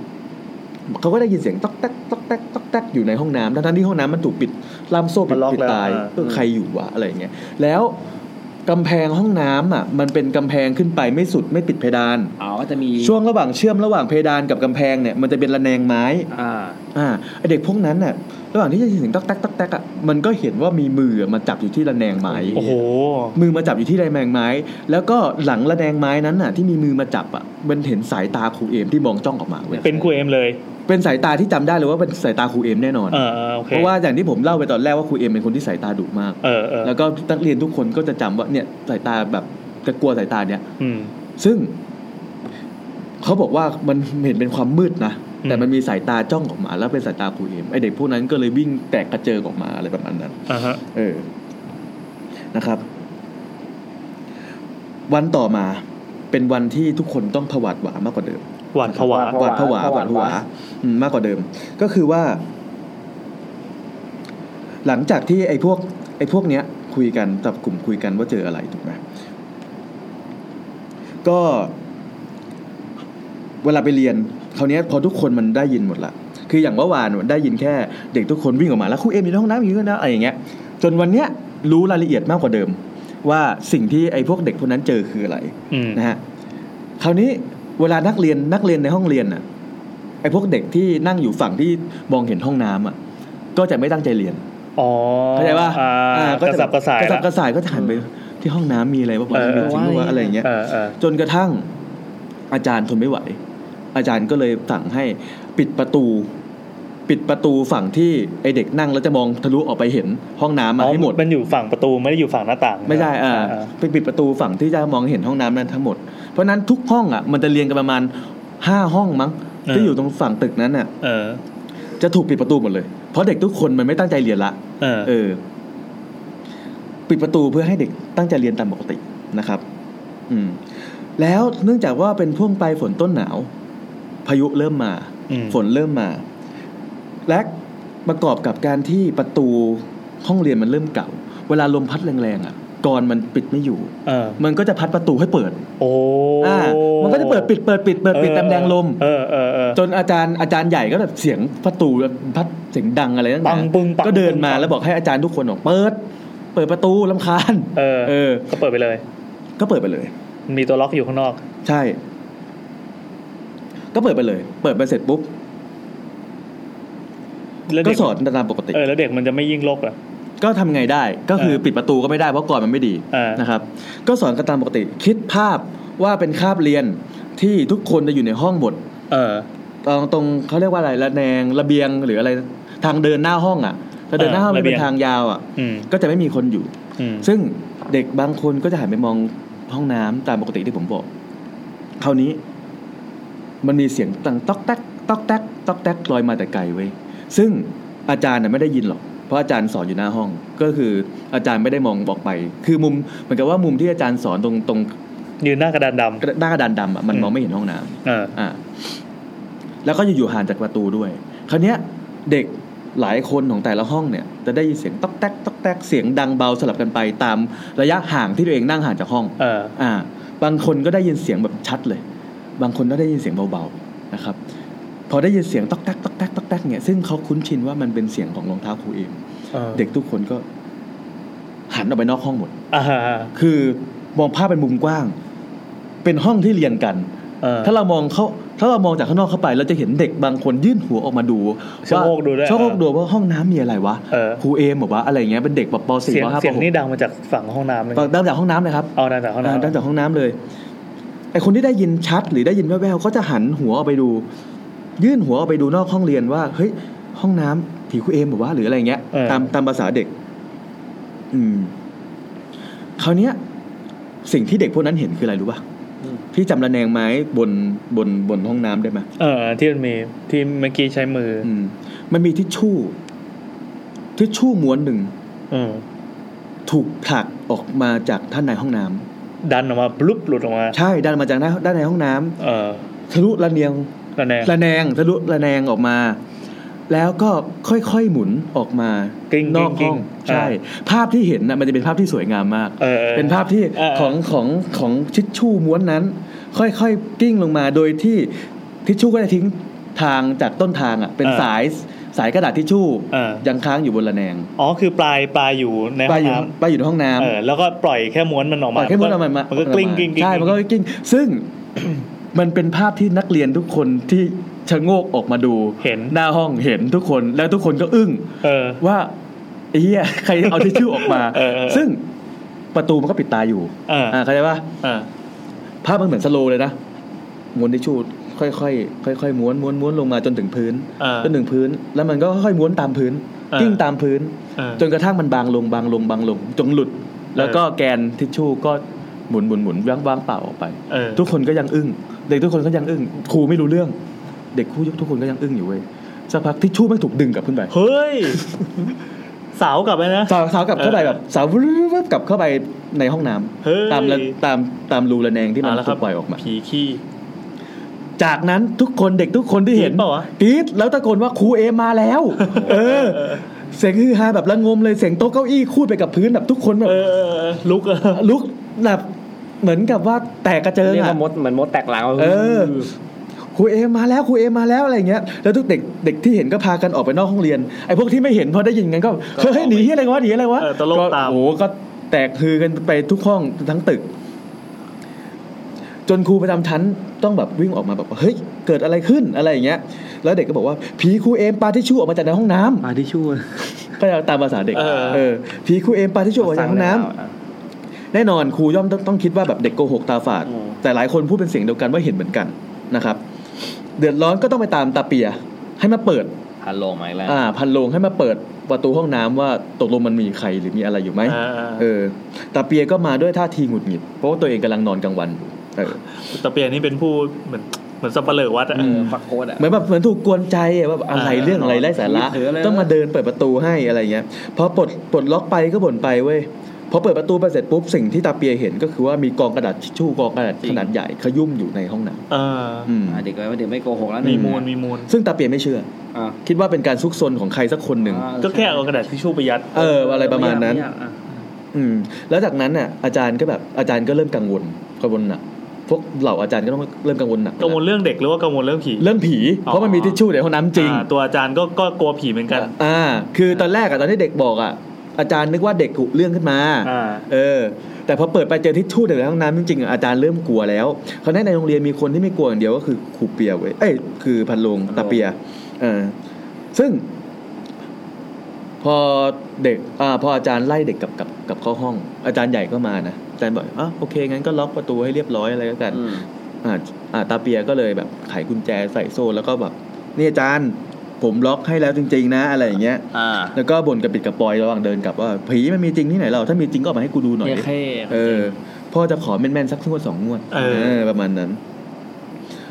[SPEAKER 6] เขาก็ได้ยินเสียงต๊อกแต๊กต๊อกแต๊กต๊อกแต๊กอยู่ในห้องน้ำทั้งๆที่ห้องน้ำมันถูกปิดล่ามโซ่ปิ
[SPEAKER 2] มั
[SPEAKER 6] ด
[SPEAKER 2] นล็อก
[SPEAKER 6] ปิด
[SPEAKER 2] แล้ว
[SPEAKER 6] ตาย
[SPEAKER 2] อ่ะ
[SPEAKER 6] เออใครอยู่วะอะไรอย่างเงี้ยแล้วกำแพงห้องน้ำอ่ะ มันเป็นกำแพงขึ้นไปไม่สุดไม่ติดเพดาน
[SPEAKER 1] อ๋อก็จะมี
[SPEAKER 6] ช่วงระหว่างเชื่อมระหว่างเพดานกับกำแพงเนี่ยมันจะเป็นระแนงไม้
[SPEAKER 1] อ่า
[SPEAKER 6] อ่าไอเด็กพวกนั้นน่ะระหว่างที่จะถึงต๊อกแต๊กต๊อกแต๊กอ่ะมันก็เห็นว่ามีมือมาจับอยู่ที่ระแนงไม้
[SPEAKER 2] โอ้โห
[SPEAKER 6] มือมาจับอยู่ที่ระแนงไม้ แล้วก็หลังระแนงไม้นั้นน่ะ ที่มีมือมาจับอ่ะมันเห็นสายตาครูเอมที่มองจ้องออกมาเว้ย
[SPEAKER 2] เป็นครูเอ็มเลย
[SPEAKER 6] เป็นสายตาที่จำได้เลยว่าเป็นสายตาครูเอ็มแน่นอน
[SPEAKER 2] เออเออโอเค
[SPEAKER 6] เพราะว่าอย่างที่ผมเล่าไปตอนแรกว่าครูเอ็มเป็นคนที่สายตาดุมาก
[SPEAKER 2] เออเออ
[SPEAKER 6] แล้วก็นักเรียนทุกคนก็จะจำว่าเนี่ยสายตาแบบจะกลัวสายตาเนี่ย
[SPEAKER 2] อืม
[SPEAKER 6] ซึ่งเขาบอกว่ามันเห็นเป็นความมืดนะ
[SPEAKER 2] อืม
[SPEAKER 6] แต่มันมีสายตาจ้องออกมา แล้วเป็นสายตาครูเอ็มไอเด็กพวกนั้นก็เลยวิ่งแตกกระเจิงออกมาอะไรประมาณนั้น
[SPEAKER 2] อ่าฮะ
[SPEAKER 6] เออ นะครับ วันต่อมาเป็นวันที่ทุกคนต้องผวาดหวามากกว่าเดิม
[SPEAKER 2] หวาดผวา
[SPEAKER 1] หวาว
[SPEAKER 6] หา
[SPEAKER 1] ด
[SPEAKER 6] ด
[SPEAKER 1] ผ
[SPEAKER 6] ผ
[SPEAKER 1] วาว
[SPEAKER 6] า
[SPEAKER 1] หวาว
[SPEAKER 6] หา
[SPEAKER 1] ด
[SPEAKER 6] ด
[SPEAKER 1] ผ
[SPEAKER 6] ผ
[SPEAKER 1] วา
[SPEAKER 6] วาอืมมากกว่าเดิม ก็คือว่า หลังจากที่ไอ้พวก ไอ้พวกเนี้ย คุยกันจับกลุ่มคุยกันว่าเจออะไรถูกไหมก็ เวลาไปเรียนคราวเนี้ยพอทุกคนมันได้ยินหมดละคืออย่างเมื่อวานได้ยินแค่ เด็กทุกคนวิ่งออกมาแล้วครูเอ็มอยู่ในห้องน้ำอยู่ในห้องน้ำอะไรอย่างเงี้ย จนวันเนี้ยรู้รายละเอียดมากกว่าเดิม ว่าสิ่งที่ไอ้พวกเด็กพวกนั้นเจอคืออะไร
[SPEAKER 2] อืม
[SPEAKER 6] นะฮะคราวนี้เวลานักเรียนนักเรียนในห้องเรียนน่ะไอ้พวกเด็กที่นั่งอยู่ฝั่งที่มองเห็นห้องน้ำอ่ะก็จะไม่ตั้งใจเรียน
[SPEAKER 2] อ๋อ
[SPEAKER 6] เข้าใจป่ะ
[SPEAKER 2] อ่า
[SPEAKER 6] อ่า
[SPEAKER 2] ก็สับกระสาย
[SPEAKER 6] กระสั
[SPEAKER 2] ละ
[SPEAKER 6] บกระส่ายก็จะหันไปที่ห้องน้ำมีอะไรบ้างวะ
[SPEAKER 2] เออ
[SPEAKER 6] มีจริงปะวะอะไรอย่างเงี้ย
[SPEAKER 2] เออเออ
[SPEAKER 6] จนกระทั่งอาจารย์ทนไม่ไหว อาจารย์ก็เลยสั่งให้ปิดประตู ปิดประตูฝั่งที่ไอเด็กนั่งแล้วจะมองทะลุออกไปเห็นห้องน้ำมาให้หมด
[SPEAKER 2] นอยู่ฝั่งประตูไม่ได้อยู่ฝั่งหน้าต่าง
[SPEAKER 6] ไม่ได้อ่า
[SPEAKER 2] เออ
[SPEAKER 6] ไปปิดประตูฝั่งที่จะมองเห็นห้องน้ำนั้นทั้งหมด เพราะฉะนั้นทุกห้องอ่ะ มันจะเรียงกันประมาณห้าห้องมั้ง
[SPEAKER 2] เออ
[SPEAKER 6] ที่อยู่ตรงฝั่งตึกนั้นน่ะ
[SPEAKER 2] เออ
[SPEAKER 6] จะถูกปิดประตูหมดเลย เพราะเด็กทุกคนมันไม่ตั้งใจเรียนละ
[SPEAKER 2] เออ
[SPEAKER 6] เออ ปิดประตูเพื่อให้เด็กตั้งใจเรียนตามปกตินะครับ อืม แล้วเนื่องจากว่าเป็นพ่วงไปลายฝนต้นหนาว พายุเริ่มมา
[SPEAKER 2] ม
[SPEAKER 6] ฝนเริ่มมา และประกอบกับการที่ประตูห้องเรียนมันเริ่มเก่า เวลาลมพัดแรงๆอ่ะกรอนมันปิดไม่อยู่
[SPEAKER 2] เออ
[SPEAKER 6] มันก็จะพัดประตูให้เปิด
[SPEAKER 2] โอ้
[SPEAKER 6] อ่า มันก็จะเปิดปิดเปิดปิดเปิดปิดตามแรงลม
[SPEAKER 2] เออเออเออ
[SPEAKER 6] จนอาจารย์อาจารย์ใหญ่ก็แบบเสียงประตูแบบพัดเสียงดังอะไรนั่น
[SPEAKER 2] ปังปึ้งปัง
[SPEAKER 6] ก็เดินมา
[SPEAKER 2] ปึ้งปัง
[SPEAKER 6] แล้วบอกให้อาจารย์ทุกคนออกเปิด เปิดประตูลำคาญ
[SPEAKER 2] เออ
[SPEAKER 6] เออ
[SPEAKER 2] ก็เปิดไปเลย
[SPEAKER 6] ก็เปิดไปเลย
[SPEAKER 2] มีตัวล็อกอยู่ข้างนอก
[SPEAKER 6] ใช่ ก็เปิดไปเลย เปิดไปเสร็จปุ๊บ
[SPEAKER 2] แล้ว
[SPEAKER 6] ก็
[SPEAKER 2] เด็ก
[SPEAKER 6] สอนตามปกติ
[SPEAKER 2] เออแล้วเด็กมันจะไม่ยิ่งลกเหรอ่ะ
[SPEAKER 6] ก็ทำไงได้ ก็คือ
[SPEAKER 2] เออ
[SPEAKER 6] ปิดประตูก็ไม่ได้เพราะก่อนมันไม่ดี
[SPEAKER 2] เออ
[SPEAKER 6] นะครับ ก็สอนกันตามปกติ คิดภาพว่าเป็นคาบเรียนที่ทุกคนจะอยู่ในห้องหมด
[SPEAKER 2] เออ
[SPEAKER 6] ตรงตรงเขาเรียกว่าอะไรระแนงระเบียงหรืออะไรทางเดินหน้าห้องอ่ะถ้าเดินหน้าห้อง
[SPEAKER 2] เออ
[SPEAKER 6] มัน
[SPEAKER 2] ระเบี
[SPEAKER 6] เป็
[SPEAKER 2] ยง
[SPEAKER 6] นทางยาวอ่ะ
[SPEAKER 2] อืม
[SPEAKER 6] ก็จะไม่มีคนอยู่
[SPEAKER 2] อืม
[SPEAKER 6] ซึ่งเด็กบางคนก็จะหันไปมองห้องน้ำตามปกติที่ผมบอกคราวนี้ มันมีเสียงตังต๊อกแต๊กต๊อกแต๊กต๊อกแต๊กลอยมาแต่ไกลเว้ยซึ่งอาจารย์น่ะไม่ได้ยินหรอกเพราะอาจารย์สอนอยู่หน้าห้อง ก็คืออาจารย์ไม่ได้มองออกไป คือมุมเหมือนกับว่ามุมที่อาจารย์สอนตรงตรง
[SPEAKER 2] ยืนหน้ากระดานด
[SPEAKER 6] กระหน้ากระดานดำอ่ะมัน
[SPEAKER 2] อืม
[SPEAKER 6] มองไม่เห็นห้องน้ำ
[SPEAKER 2] ำเออ
[SPEAKER 6] อ่ะแล้วก็อยู่ๆห่างจากประตูด้วย คราวเนี้ย เด็กหลายคนของแต่ละห้องเนี่ย จะได้ยินเสียงต๊อกแต๊กต๊อกแต๊กเสียงดังเบาสลับกันไปตามระยะห่างที่ตัวเองนั่งห่างจากห้อง
[SPEAKER 2] เออ
[SPEAKER 6] อ่า บางคนก็ได้ยินเสียงแบบชัดเลย บางคนก็ได้ยินเสียงเบาๆนะครับ พอได้ยินเสียงต๊อกแต๊กต๊อกแต๊กต๊อกแต๊กเนี่ยซึ่งเขาคุ้นชินว่ามันเป็นเสียงของรองเท้าครูเอง
[SPEAKER 2] เออ
[SPEAKER 6] เด็กทุกคนก็ หันออกไปนอกห้องหมด
[SPEAKER 2] อ่าฮะ
[SPEAKER 6] คือมองภาพเป็นมุมกว้าง เป็นห้องที่เรียนกัน
[SPEAKER 2] เออ
[SPEAKER 6] ถ้าเรามองเข้าถ้าเรามองจากข้างนอกเข้าไป เราจะเห็นเด็กบางคนยื่นหัวออกมาดู
[SPEAKER 2] ชะโงกดูด้วย
[SPEAKER 6] ชะโงกดูว่าห้องน้ำมีอะไรวะ
[SPEAKER 2] เออ
[SPEAKER 6] ครูเอมบอกว่าอะไรเงี้ยเป็นเด็กแบบป .4 ป
[SPEAKER 2] เสียง
[SPEAKER 6] .5
[SPEAKER 2] เสียง
[SPEAKER 6] ป
[SPEAKER 2] นี่ดังมาจากฝั่งห้องน้ำเลย
[SPEAKER 6] .6 ดังจากห้องน้ำเลยครับ
[SPEAKER 2] เอาดังจากห้อง
[SPEAKER 6] อ่า
[SPEAKER 2] น้ำ
[SPEAKER 6] ดังจากห้องน้ำเลย ไอคนที่ได้ยินชัดหรือได้ยินแว่วๆก็จะหันหัวออกไปดู ยื่นหัวออกไปดูนอกห้องเรียนว่า เฮ้ย ห้องน้ำผีคุเอมบอกว่าหรืออะไรเงี้ย
[SPEAKER 2] เออ
[SPEAKER 6] ตามตามภาษาเด็ก อืม คราวเนี้ย สิ่งที่เด็กพวกนั้นเห็นคืออะไรรู้ป่ะพี่จำระแนงไม้บนบนบนห้องน้ำได้ไหม
[SPEAKER 2] เออที่มันมีที่เมื่อกี้ใช้มือ
[SPEAKER 6] อืม มันมีทิชชู่ทิชชู่ม้วนหนึ่ง
[SPEAKER 2] อืม
[SPEAKER 6] ถูกผลักออกมาจากท่านในห้องน้ำ
[SPEAKER 2] ดันออกมาบลุ๊บหลุดออกมา
[SPEAKER 6] ใช่ดันมาจากหน้าด้านในห้องน้ำ
[SPEAKER 2] เออ
[SPEAKER 6] ทะลุระเนียง
[SPEAKER 2] ระแนง
[SPEAKER 6] ระแนงทะลุระแนงออกมา แล้วก็ค่อยๆหมุนออกมาก
[SPEAKER 2] ลิ้ง
[SPEAKER 6] น
[SPEAKER 2] กลิ้
[SPEAKER 6] อก
[SPEAKER 2] งกลิ้
[SPEAKER 6] ห้องงใช่ ภาพที่เห็นนะมันจะเป็นภาพที่สวยงามมาก
[SPEAKER 2] เออออ
[SPEAKER 6] เป็นภาพที่
[SPEAKER 2] เออเออ
[SPEAKER 6] ของของของทิชชู่ม้วนนั้น ค่อยๆกลิ้งลงมาโดยที่ทิชชู่ก็จะทิ้งทางจากต้นทางอ่ะเป็นสายสายกระดาษทิชชู่
[SPEAKER 2] เออ
[SPEAKER 6] ยังค้างอยู่บนระแนง
[SPEAKER 2] อ๋อคือปลายปลายอยู่ใน
[SPEAKER 6] ไป
[SPEAKER 2] ห้อง
[SPEAKER 6] อยู่
[SPEAKER 2] น้
[SPEAKER 6] ไปอยู่ในห้อง
[SPEAKER 2] ำ
[SPEAKER 6] น้ำ
[SPEAKER 2] เออแล้วก็ปล่อยแค่ม้วนมันออก
[SPEAKER 6] ป
[SPEAKER 2] มา
[SPEAKER 6] ล่อยแค่ม้วนออกมา
[SPEAKER 2] มันก็กลิ้งกลิ้งกลิ้ง
[SPEAKER 6] ใช่มันก็กลิ้งซึ่ง *clears throat* มันเป็นภาพที่นักเรียนทุกคนที่ชะโงกออกมาดู
[SPEAKER 2] เห็น
[SPEAKER 6] หน้าห้องเห็นทุกคนแล้วทุกคนก็อึ้ง
[SPEAKER 2] เออ
[SPEAKER 6] ว่าไอ้เหี้ย *laughs* ใครเอาทิชชู่ออกมา
[SPEAKER 2] เออเออ
[SPEAKER 6] ซึ่งประตูมันก็ปิดตาอยู่
[SPEAKER 2] เออ
[SPEAKER 6] อ่าเข้าใจป่ะ
[SPEAKER 2] เออ
[SPEAKER 6] ภาพมันเหมือนสโลว์เลยนะม้วนทิชชู่ค่อยๆค่อยๆม้วนม้วนม้วนลงมาจนถึงพื้น
[SPEAKER 2] เออ
[SPEAKER 6] จนถึงพื้น แล้วมันก็ค่อยๆม้วนตามพื้น
[SPEAKER 2] เออ
[SPEAKER 6] กิ้งตามพื้น
[SPEAKER 2] เออ
[SPEAKER 6] จนกระทั่งมันบางลงบางลงบางลงจนหลุด แล้วก็แกนทิชชู่ก็หมุนหมุนหมุนว่างว่างเปล่าออกไป
[SPEAKER 2] เออ
[SPEAKER 6] ทุกคนก็ยังอึ้ง เด็กทุกคนก็ยังอึ้งครูไม่รู้เรื่อง เด็กครูทุกคนก็ยังอึ้งอยู่เว้ยสักพักทิชชู่ไม่งถูกดึงกลับขึ้นไป
[SPEAKER 2] เฮ้
[SPEAKER 6] *laughs*
[SPEAKER 2] ย สาวกลับไปนะ
[SPEAKER 6] สาวสาวกลับเข้าไปแบบสาววบกลับเข้าไปในห้องน้ำ
[SPEAKER 2] เฮ้ย
[SPEAKER 6] ตามระตามตามรูระแนงที่มัน
[SPEAKER 2] เาละค
[SPEAKER 6] ถู
[SPEAKER 2] รับ
[SPEAKER 6] กปล่อยออกมา
[SPEAKER 2] ผีขี้
[SPEAKER 6] จากนั้นทุกคนเด็กทุกคนที่เห็น
[SPEAKER 2] กรี๊ดเปล่าวะ
[SPEAKER 6] กรี๊ดแล้วตะโกนว่าครูเอมาแล้ว เออ เสียงฮือฮาแบบระงมเลยเสียงโต๊ะเก้าอี้คูดไปกับพื้นแบบทุกคนแบบ
[SPEAKER 2] เออเออเออลุกเออ
[SPEAKER 6] ลุกแบบเหมือนกับว่าแตกกระเจิง
[SPEAKER 1] เรียก
[SPEAKER 6] อะ
[SPEAKER 1] ว่ามดเหมือนมดแตกหลัง
[SPEAKER 6] เออครูเอมาแล้วครูเอมาแล้วอะไรอย่างเงี้ยแล้วทุกเด็กเด็กที่เห็นก็พากันออกไปนอกห้องเรียนไอ้พวกที่ไม่เห็นพอได้ยินกันก็เฮ้ยหนีอะไรวะหนีอะไรวะ
[SPEAKER 2] เออตะลง
[SPEAKER 6] ก็
[SPEAKER 2] ตาม
[SPEAKER 6] โอ้โหก็แตกฮือกันไปทุกห้องทั้งตึก จนครูประจำชั้นต้องแบบวิ่งออกมาแบบว่าเฮ้ยเกิดอะไรขึ้นอะไรอย่างเงี้ย แล้วเด็กก็บอกว่าผีครูเอมปาทิชชู่ออกมาจากในห้องน้ำ
[SPEAKER 16] มาที่ชั่ว
[SPEAKER 6] ก็ต *laughs* ามภาษาเด็ก
[SPEAKER 2] เออ
[SPEAKER 6] เออผีครูเอมปาทิชชู่ออกมาจากห้องน้ำ แน่นอนครูย่อมต้องต้องคิดว่าแบบเด็กโกหกตาฝาด แต่หลายคนพูดเป็นเสียงเดียวกันว่าเห็นเหมือนกันนะครับ เดือดร้อนก็ต้องไปตามตาเปีย ให้มาเปิด
[SPEAKER 1] ฮัลโหลมาอีกแล้ว
[SPEAKER 6] อ่า พันโลงให้มาเปิดประตูห้องน้ำว่าตกลงมันมีใครหรือมีอะไรอยู่ไหม
[SPEAKER 2] เออเออ
[SPEAKER 6] เออตาเปียก็มาด้วยท่าทีหงุดหงิดเพราะว่าตัวเองกำลังนอนกลางวันอยู่เออ
[SPEAKER 2] แต่เปียนี่เป็นผู้เหมือนเหมือนสับเปลือวัดอะ
[SPEAKER 6] อืม
[SPEAKER 1] ฟักโคดอ่ะ
[SPEAKER 6] เหมือนแบบเหมือนถูกกวนใจอะว่าอะไร
[SPEAKER 2] อ่า
[SPEAKER 6] เรื่องอะไรไร้สาระต้องมาเดินเปิดประตูให้อะไรเงี้ยพอปลดปลดล็อกไปก็บ่นไปเว้ยพอเปิดประตูไปเสร็จปุ๊บสิ่งที่ตาเปียเห็นก็คือว่ามีกองกระดาษทิชชู่กองกระดาษขนาดใหญ่ขยุ่มอยู่ในห้องน้
[SPEAKER 2] เออ
[SPEAKER 6] ำอืม
[SPEAKER 1] อ่าเด็กว่าเด็กไม่โกหกแล้ว
[SPEAKER 2] มี
[SPEAKER 1] นี่
[SPEAKER 2] มูลมีมูล
[SPEAKER 6] ซึ่งตาเปียไม่เชื่อ
[SPEAKER 1] อ่า
[SPEAKER 6] คิดว่าเป็นการซุกซนของใครสักคนหนึ่ง
[SPEAKER 1] อ่า
[SPEAKER 2] ก็แค่เอากระดาษทิชชู่ไปยัด
[SPEAKER 6] เออ อะไรประมาณนั้น
[SPEAKER 1] ไยกไม่ยกอ่ะ
[SPEAKER 6] อืม แล้วจากนั้นน่ะ อาจารย์ก็แบบอาจารย์ก็เริ่มกังวลกังวลหนักพวกเหล่าอาจารย์ก็ต้องเริ่มกังวลหนัก
[SPEAKER 2] กังวลเรื่องเด็กหรือว่ากังวลเรื่องผี
[SPEAKER 6] เรื่องผี
[SPEAKER 2] อ๋อ
[SPEAKER 6] เพราะมันมีทิชชู่ในห้องน้ำจริง
[SPEAKER 2] อ่าตัวอาจารย์ก็ก็กลัวผีเหมือนกัน
[SPEAKER 6] อ่า คือตอนแรกอะตอนที่เด็กบอกอะอาจารย์นึกว่าเด็กกุเรื่องขึ้นมา
[SPEAKER 2] อ่า
[SPEAKER 6] เออ แต่พอเปิดไปเจอทิชชู่เด็กในห้องน้ำจริงๆอะอาจารย์เริ่มกลัวแล้วเขาวนี้ในโรงเรียนมีคนที่ไม่กลัวอย่างเดียวก็คือครูเปียเว้ยเอ้ยคือพันลงตาเปียเออซึ่ง พอเด็กอ่าพออาจารย์ไล่เด็กกลับกลับกลับเข้าห้อง อาจารย์ใหญ่ก็มานะอาจารย์บอกอ่ะโอเคงั้นก็ล็อกประตูให้เรียบร้อยอะไรแล้วกัน
[SPEAKER 1] อืม
[SPEAKER 6] อ่าอ่าตาเปียก็เลยแบบไขกุญแจใส่โซ่แล้วก็แบบนี่อาจารย์ ผมล็อกให้แล้วจริง ๆ นะ อะไรอย่างเงี้ย
[SPEAKER 1] อ่า
[SPEAKER 6] แล้วก็บ่นกับปิดกับปอยระหว่างเดินกลับว่าผีมันมีจริงที่ไหนเราถ้ามีจริงก็ออกมาให้กูดูหน่อย
[SPEAKER 1] เรียกให้
[SPEAKER 6] เออพ่อจะขอแม่นๆสักงวดสองงวด
[SPEAKER 2] เออ
[SPEAKER 6] ประมาณนั้น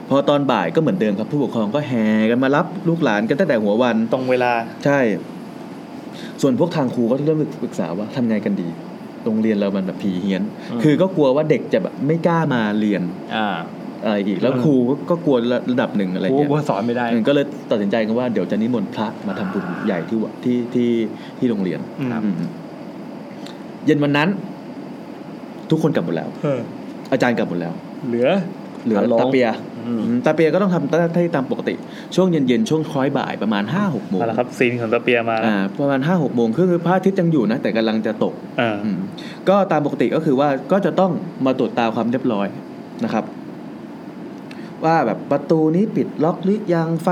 [SPEAKER 6] พอตอนบ่ายก็เหมือนเดิมครับ ผู้ปกครองก็แห่กันมารับลูกหลานกันตั้งแต่หัววัน
[SPEAKER 2] ตรงเวลา
[SPEAKER 6] ใช่ ส่วนพวกทางครูก็เริ่มปรึกษาว่าทำไงกันดี โรงเรียนเรามันแบบผีเฮี้ยน คือก็กลัวว่าเด็กจะแบบไม่กล้ามาเรียน
[SPEAKER 1] อ่า
[SPEAKER 6] อะไรอีก แล้วครูก็ก็กลัวระดับหนึ่งอะไร
[SPEAKER 1] กู
[SPEAKER 6] เงี้ย
[SPEAKER 1] กูสอนไม่ได้
[SPEAKER 6] ก็เลยตัดสินใจกันว่าเดี๋ยวจะนิมนต์พระมาทำบุญใหญ่ที่วัดที่ที่ที่โรงเรียน
[SPEAKER 2] อืม
[SPEAKER 6] อืมเย็นวันนั้น ทุกคนกลับหมดแล้ว
[SPEAKER 2] เออ
[SPEAKER 6] อาจารย์กลับหมดแล้ว
[SPEAKER 2] เหลือ
[SPEAKER 6] เหลือ
[SPEAKER 1] อ่ะลอง
[SPEAKER 6] ตาเปีย
[SPEAKER 1] อืม
[SPEAKER 6] อืมตาเปียก็ต้องทำหน้าที่ตามปกติ ช่วงเย็นๆ ช่วงคล้อยบ่ายประมาณห้าหกโมง
[SPEAKER 2] มาแล้วครับซีนของตะเปียมาแล้ว
[SPEAKER 6] อ่าประมาณห้าหกโมงคือพระอาทิตย์ยังอยู่นะ แต่กำลังจะตก
[SPEAKER 2] อ่า
[SPEAKER 6] อืมก็ตามปกติก็คือว่าก็จะต้องมาตรวจตาความเรียบร้อยนะครับ ว่าแบบประตูนี้ปิดล็อกหรือยังไฟ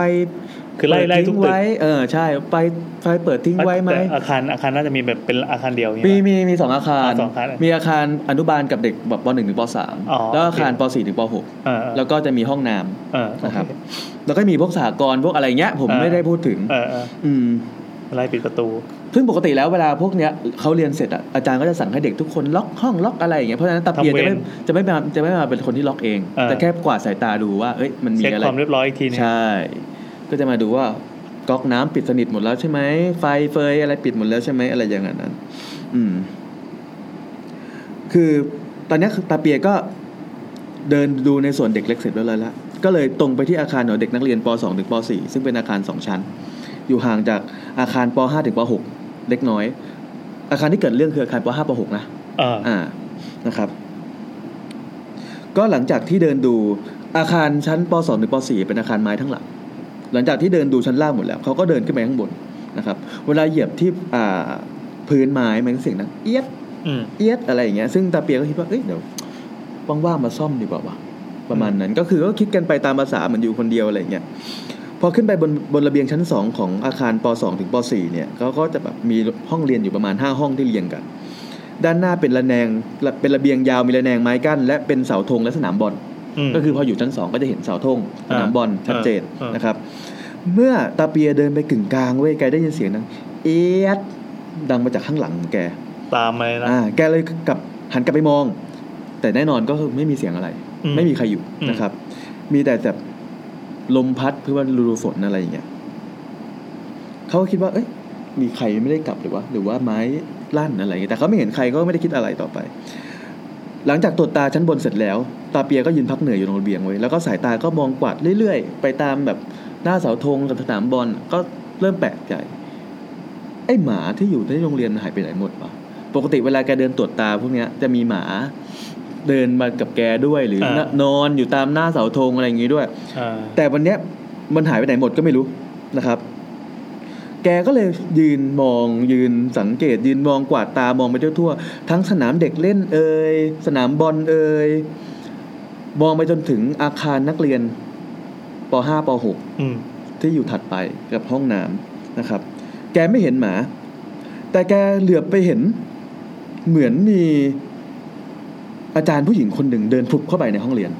[SPEAKER 2] คือไล่ไล่ทุกตึก
[SPEAKER 6] เปิดทิ้งไว้เออใช่ไฟไฟเปิดทิ้งไว้ไหม
[SPEAKER 2] แต่อาคารอาคารน่าจะมีแบบเป็นอาคารเดียวอย่าง
[SPEAKER 6] มี
[SPEAKER 2] เงี้ย
[SPEAKER 6] มีมีสองอาคาร
[SPEAKER 2] อ่าสองอาคาร
[SPEAKER 6] มีอาคารอนุบาลกับเด็กแบบปหนึ่งถึงปสาม
[SPEAKER 2] อ๋อ
[SPEAKER 6] แล้วอาคาร
[SPEAKER 2] โอเค
[SPEAKER 6] ปสี่ถึงปหก
[SPEAKER 2] เออ
[SPEAKER 6] แล้วก็จะมีห้องน้
[SPEAKER 2] เออ
[SPEAKER 6] ำนะครับ แล้วก็มีพวกสหกรณ์พวกอะไรเงี้ย ผม
[SPEAKER 2] อ่า
[SPEAKER 6] ไม่ได้พูดถึง
[SPEAKER 2] เออเออ
[SPEAKER 6] อืม
[SPEAKER 2] ไล่ปิดประตู
[SPEAKER 6] ซึ่งปกติแล้วเวลาพวกเนี้ยเขาเรียนเสร็จอะอาจารย์ก็จะสั่งให้เด็กทุกคนล็อกห้องล็อกอะไรอย่างเงี้ยเพราะฉะนั้นตาเปีย
[SPEAKER 2] ทำเว
[SPEAKER 6] จะ
[SPEAKER 2] ร
[SPEAKER 6] ไม่จะไม่มาจะไม่มาเป็นคนที่ล็อกเอง
[SPEAKER 2] เออ
[SPEAKER 6] แต่แค่กวาดสายตาดูว่าเอ้ยมันมี
[SPEAKER 2] เช็ค
[SPEAKER 6] อะไร
[SPEAKER 2] ความเรียบร้อยอีกทีหนึง
[SPEAKER 6] ใช่ ก็จะมาดูว่าก๊อกน้ำปิดสนิทหมดแล้วใช่ไหมไฟเฟยอะไรปิดหมดแล้วใช่ไหมอะไรอย่างนั้น อืม คือตอนเนี้ยตาเปียก็เดินดูในส่วนเด็กเล็กเสร็จเรียบร้อยแล้ว ก็เลยตรงไปที่อาคารของเด็กนักเรียนป .2 ถึงป .4 ซึ่งเป็นอาคารสองชั้น อยู่ห่างจากอาคารป .5 ถึงป .6 เล็กน้อย อาคารที่เกิดเรื่องคืออาคารป .5 ป .6 นะ
[SPEAKER 2] เออ
[SPEAKER 6] อ่า นะครับ ก็หลังจากที่เดินดูอาคารชั้นป .2 หรือป .4 เป็นอาคารไม้ทั้งหลัง หลังจากที่เดินดูชั้นล่างหมดแล้วเขาก็เดินขึ้นไปข้างบนนะครับ เวลาเหยียบที่อ่าพื้นไม้มันก็เสียงดังเอียด
[SPEAKER 2] อืม
[SPEAKER 6] เอียดอะไรอย่างเงี้ย ซึ่งตาเปียก็คิดว่า เอ้ยเดี๋ยวว่างๆมาซ่อมดีกว่าวะประมาณนั้น ก็คือก็คิดกันไปตามภาษาเหมือนอยู่คนเดียวอะไรอย่างเงี้ย พอขึ้นไปบนบนระเบียงชั้นสองของอาคารป .2 ถึงป .4 เนี่ยเขาก็จะแบบมีห้องเรียนอยู่ประมาณ 5 ห้องที่เรียงกัน ด้านหน้าเป็นระแนงระเป็นระเบียงยาวมีระแนงไม้กั้นและเป็นเสาธงและสนามบอล
[SPEAKER 2] อืม
[SPEAKER 6] ก็คือพออยู่ชั้นสองก็จะเห็นเสาธงสนามบอลชัดเจน
[SPEAKER 2] อ่าน
[SPEAKER 6] นะครับ เมื่อตาเปียเดินไปกึ่งกลางเว้ยแกได้ยินเสียงดังเอียดดังมาจากข้างหลังของแก
[SPEAKER 2] ตามมาเลยนะ
[SPEAKER 6] อ่าแกเลยกลับหันกลับไปมอง แต่แน่นอนก็คือไม่มีเสียงอะไร
[SPEAKER 2] อืม
[SPEAKER 6] ไม่มีใครอยู่
[SPEAKER 2] อืม
[SPEAKER 6] นะครับ มีแต่แบบลมพัดเพื่อว่ารูฝนอะไรอย่างเงี้ยเขาก็คิดว่า เอ้ย มีใครไม่ได้กลับหรือว่า หรือว่าไม้ลั่นอะไรอย่างเงี้ยแต่เขาไม่เห็นใครก็ไม่ได้คิดอะไรต่อไป หลังจากตรวจตาชั้นบนเสร็จแล้ว ตาเปียก็ยืนพักเหนื่อยอยู่ตรงระเบียงไว้ยแล้วก็สายตาก็มองกวาดเรื่อยๆ ไปตามแบบหน้าเสาธงกับสนามบอลก็เริ่มแปลกใจ ไอ้หมาที่อยู่ในโรงเรียนหายไปไหนหมดวะปกติเวลาแกเดินตรวจตาพวกเนี้ยจะมีหมาเดินมากับแกด้วยหรือ
[SPEAKER 2] อ่าน
[SPEAKER 6] นอนอยู่ตามหน้าเสาธงอะไรอย่างงี้ด้วย
[SPEAKER 2] อ่า
[SPEAKER 6] แต่วันเนี้ยมันหายไปไหนหมดก็ไม่รู้นะครับ แกก็เลยยืนมองยืนสังเกต ยืนมองกวาดตามองไปทั่วๆทั้งสนามเด็กเล่นเอ่ยสนามบอลเอ่ยมองไปจนถึงอาคารนักเรียนป .5 ป .6
[SPEAKER 2] อืม
[SPEAKER 6] ที่อยู่ถัดไปกับห้องน้ำนะครับ แกไม่เห็นหมา แต่แกเหลือบไปเห็น เหมือนมีอาจารย์ผู้หญิงคนหนึ่งเดินพลุบเข้าไปในห้องเรียน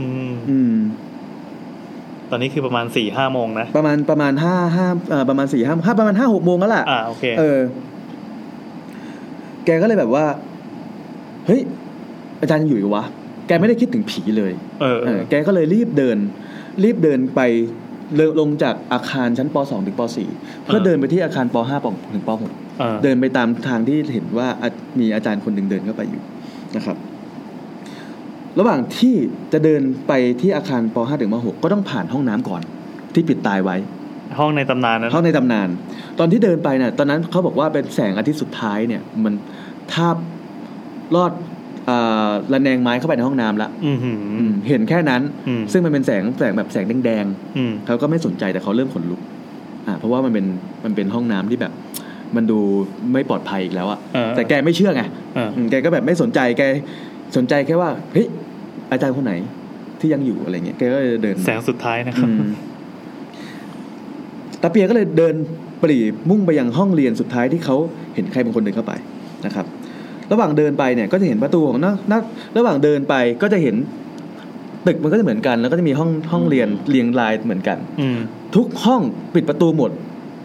[SPEAKER 2] อืม
[SPEAKER 6] อืม
[SPEAKER 2] ตอนนี้คือประมาณสี่ห้าโมงนะ
[SPEAKER 6] ประมาณประมาณห้าห้าเอ่อประมาณสี่ห้าห้าประมาณห้าหกโมงแล้วล่ะ
[SPEAKER 2] อ่าโอเค
[SPEAKER 6] เออ แกก็เลยแบบว่า เฮ้ย อาจารย์ยังอยู่อีกวะ แกไม่ได้คิดถึงผีเลย
[SPEAKER 2] เออเอ
[SPEAKER 6] เอ
[SPEAKER 2] อ
[SPEAKER 6] อแกก็เลยรีบเดิน รีบเดินไปเลลงจากอาคารชั้นป .2 ถึงป .4 เพื่อเดินไปที่อาคารป .5 ป .6 ถึงป .6
[SPEAKER 2] อ่า
[SPEAKER 6] เดินไปตามทางที่เห็นว่าอามีอาจารย์คนหนึ่งเดินเข้าไปอยู่นะครับ ระหว่างที่จะเดินไปที่อาคารป .5 ถึงป .6 ก็ต้องผ่านห้องน้ำก่อน ที่ปิดตายไว้
[SPEAKER 2] ห้องในตำนานนั้น
[SPEAKER 6] เข้าในตำนาน ตอนที่เดินไปเนี่ยตอนนั้นเขาบอกว่าเป็นแสงอาทิตย์สุดท้ายเนี่ย มันทาบลอดอ่าระแนงไม้เข้าไปในห้องน้ำละ
[SPEAKER 2] อืมหืม
[SPEAKER 6] อืมเห็นแค่นั้น
[SPEAKER 2] อืม
[SPEAKER 6] ซึ่งมันเป็นแสงแสงแบบแสงแดง
[SPEAKER 2] อืม
[SPEAKER 6] ๆเขาก็ไม่สนใจแต่เขาเริ่มขนลุก อ่า เพราะว่ามันเป็นมันเป็นห้องน้ำที่แบบ มันดูไม่ปลอดภัยอีกแล้วอะ
[SPEAKER 2] เออ
[SPEAKER 6] แต่แกไม่เชื่อไง
[SPEAKER 2] เออ
[SPEAKER 6] อืมแกก็แบบไม่สนใจแกสนใจแค่ว่าเฮ้ยอาจารย์คนไหนที่ยังอยู่อะไรเงี้ยแกก็เลยเดิน
[SPEAKER 2] แสงสุดท้ายนะครับ
[SPEAKER 6] อืมตาเปียก็เลยเดินปรีมุ่งไปยังห้องเรียนสุดท้ายที่เขาเห็นใครบางคนเดินเข้าไปนะครับ ระหว่างเดินไปเนี่ย ก็จะเห็นประตูของหน้าหน้าระหว่างเดินไปก็จะเห็นตึกมันก็จะเหมือนกัน แล้วก็จะมีห้องห้องเรียนเรียงรายเหมือนกัน
[SPEAKER 2] อืม
[SPEAKER 6] ทุกห้องปิดประตูหมด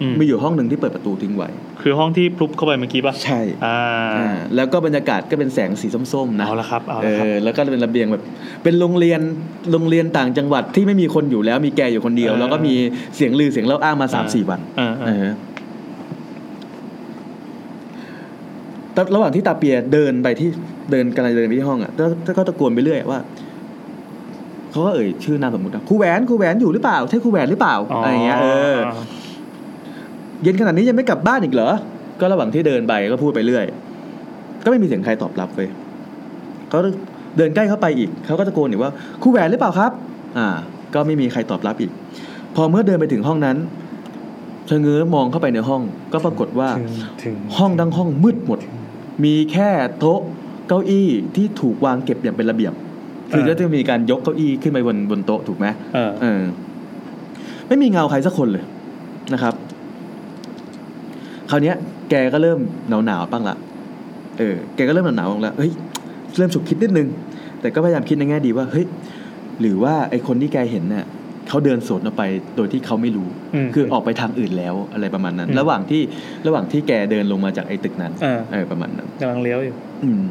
[SPEAKER 2] อืม
[SPEAKER 6] มีอยู่ห้องหนึ่งที่เปิดประตูทิ้งไว้
[SPEAKER 2] คือห้องที่พลุบเข้าไปเมื่อกี้ป่ะ
[SPEAKER 6] ใช่
[SPEAKER 2] อ่า
[SPEAKER 6] อ่าแล้วก็บรรยากาศก็เป็นแสงสีส้มๆนะ
[SPEAKER 2] เอาละครับเอา
[SPEAKER 6] เอ
[SPEAKER 2] ละครับ
[SPEAKER 6] อแล้วก็เป็นระเบียงแบบ เป็นโรงเรียนโรงเรียนต่างจังหวัดที่ไม่มีคนอยู่แล้วมีแกอยู่คนเดียว
[SPEAKER 2] เออ
[SPEAKER 6] แล้วก็มีเสียงลือเสียงเล่าอ้างมาสาม
[SPEAKER 2] เออ
[SPEAKER 6] สี่วัน
[SPEAKER 2] อ่า
[SPEAKER 6] เอ
[SPEAKER 2] อ่า
[SPEAKER 6] อแต่ระหว่างที่ตาเปียเดินไปที่เดินกำลังเดินไปที่ห้องอ่ะก็ก็ตะโกนไปเรื่อยว่าเขาก็เอ่ยชื่อนามสมมตินะครูแหวนครูแหวนอยู่หรือเปล่าใช่ครูแหวนหรือเปล่าอะไรอย่างเงี้ยเออ เย็นขนาดนี้ยังไม่กลับบ้านอีกเหรอ ก็ระหว่างที่เดินไปก็พูดไปเรื่อย ก็ไม่มีเสียงใครตอบรับเลยเขาเดินใกล้เข้าไปอีก เขาก็ตะโกนอีกว่าครูแหวนหรือเปล่าครับ อ่า ก็ไม่มีใครตอบรับอีก พอเมื่อเดินไปถึงห้องนั้นเธอเงื้อมองเข้าไปในห้อง ก็ปรากฏว่า
[SPEAKER 2] ถึงถึง
[SPEAKER 6] ห้องทั้งห้องมืดหมด มีแค่โต๊ะเก้าอี้ที่ถูกวางเก็บอย่างเป็นระเบียบ คือก็จะมีการยกเก้าอี้ขึ้นไปบนบนโต๊ะถูกไหม
[SPEAKER 2] เออ
[SPEAKER 6] เออ ไม่มีเงาใครสักคนเลยนะครับ คราวเนี้ย แกก็เริ่มหนาวหนาวๆบ้างละเออ แกก็เริ่มหนาวหนาวๆบ้างละเฮ้ยเริ่มฉุกคิดนิดนึง แต่ก็พยายามคิดในแง่ดีว่าเฮ้ยหรือว่าไอคนที่แกเห็นเนี่ยเขาเดินสวนออกไปโดยที่เขาไม่รู้
[SPEAKER 2] อืม
[SPEAKER 6] คือออกไปทางอื่นแล้วอะไรประมาณนั้น
[SPEAKER 2] อืม
[SPEAKER 6] ระหว่างที่ระหว่างที่แกเดินลงมาจากไอ้ตึกนั้น
[SPEAKER 2] เออ
[SPEAKER 6] เออประมาณนั้น
[SPEAKER 2] กำลังเลี้ยวอยู่
[SPEAKER 6] อืม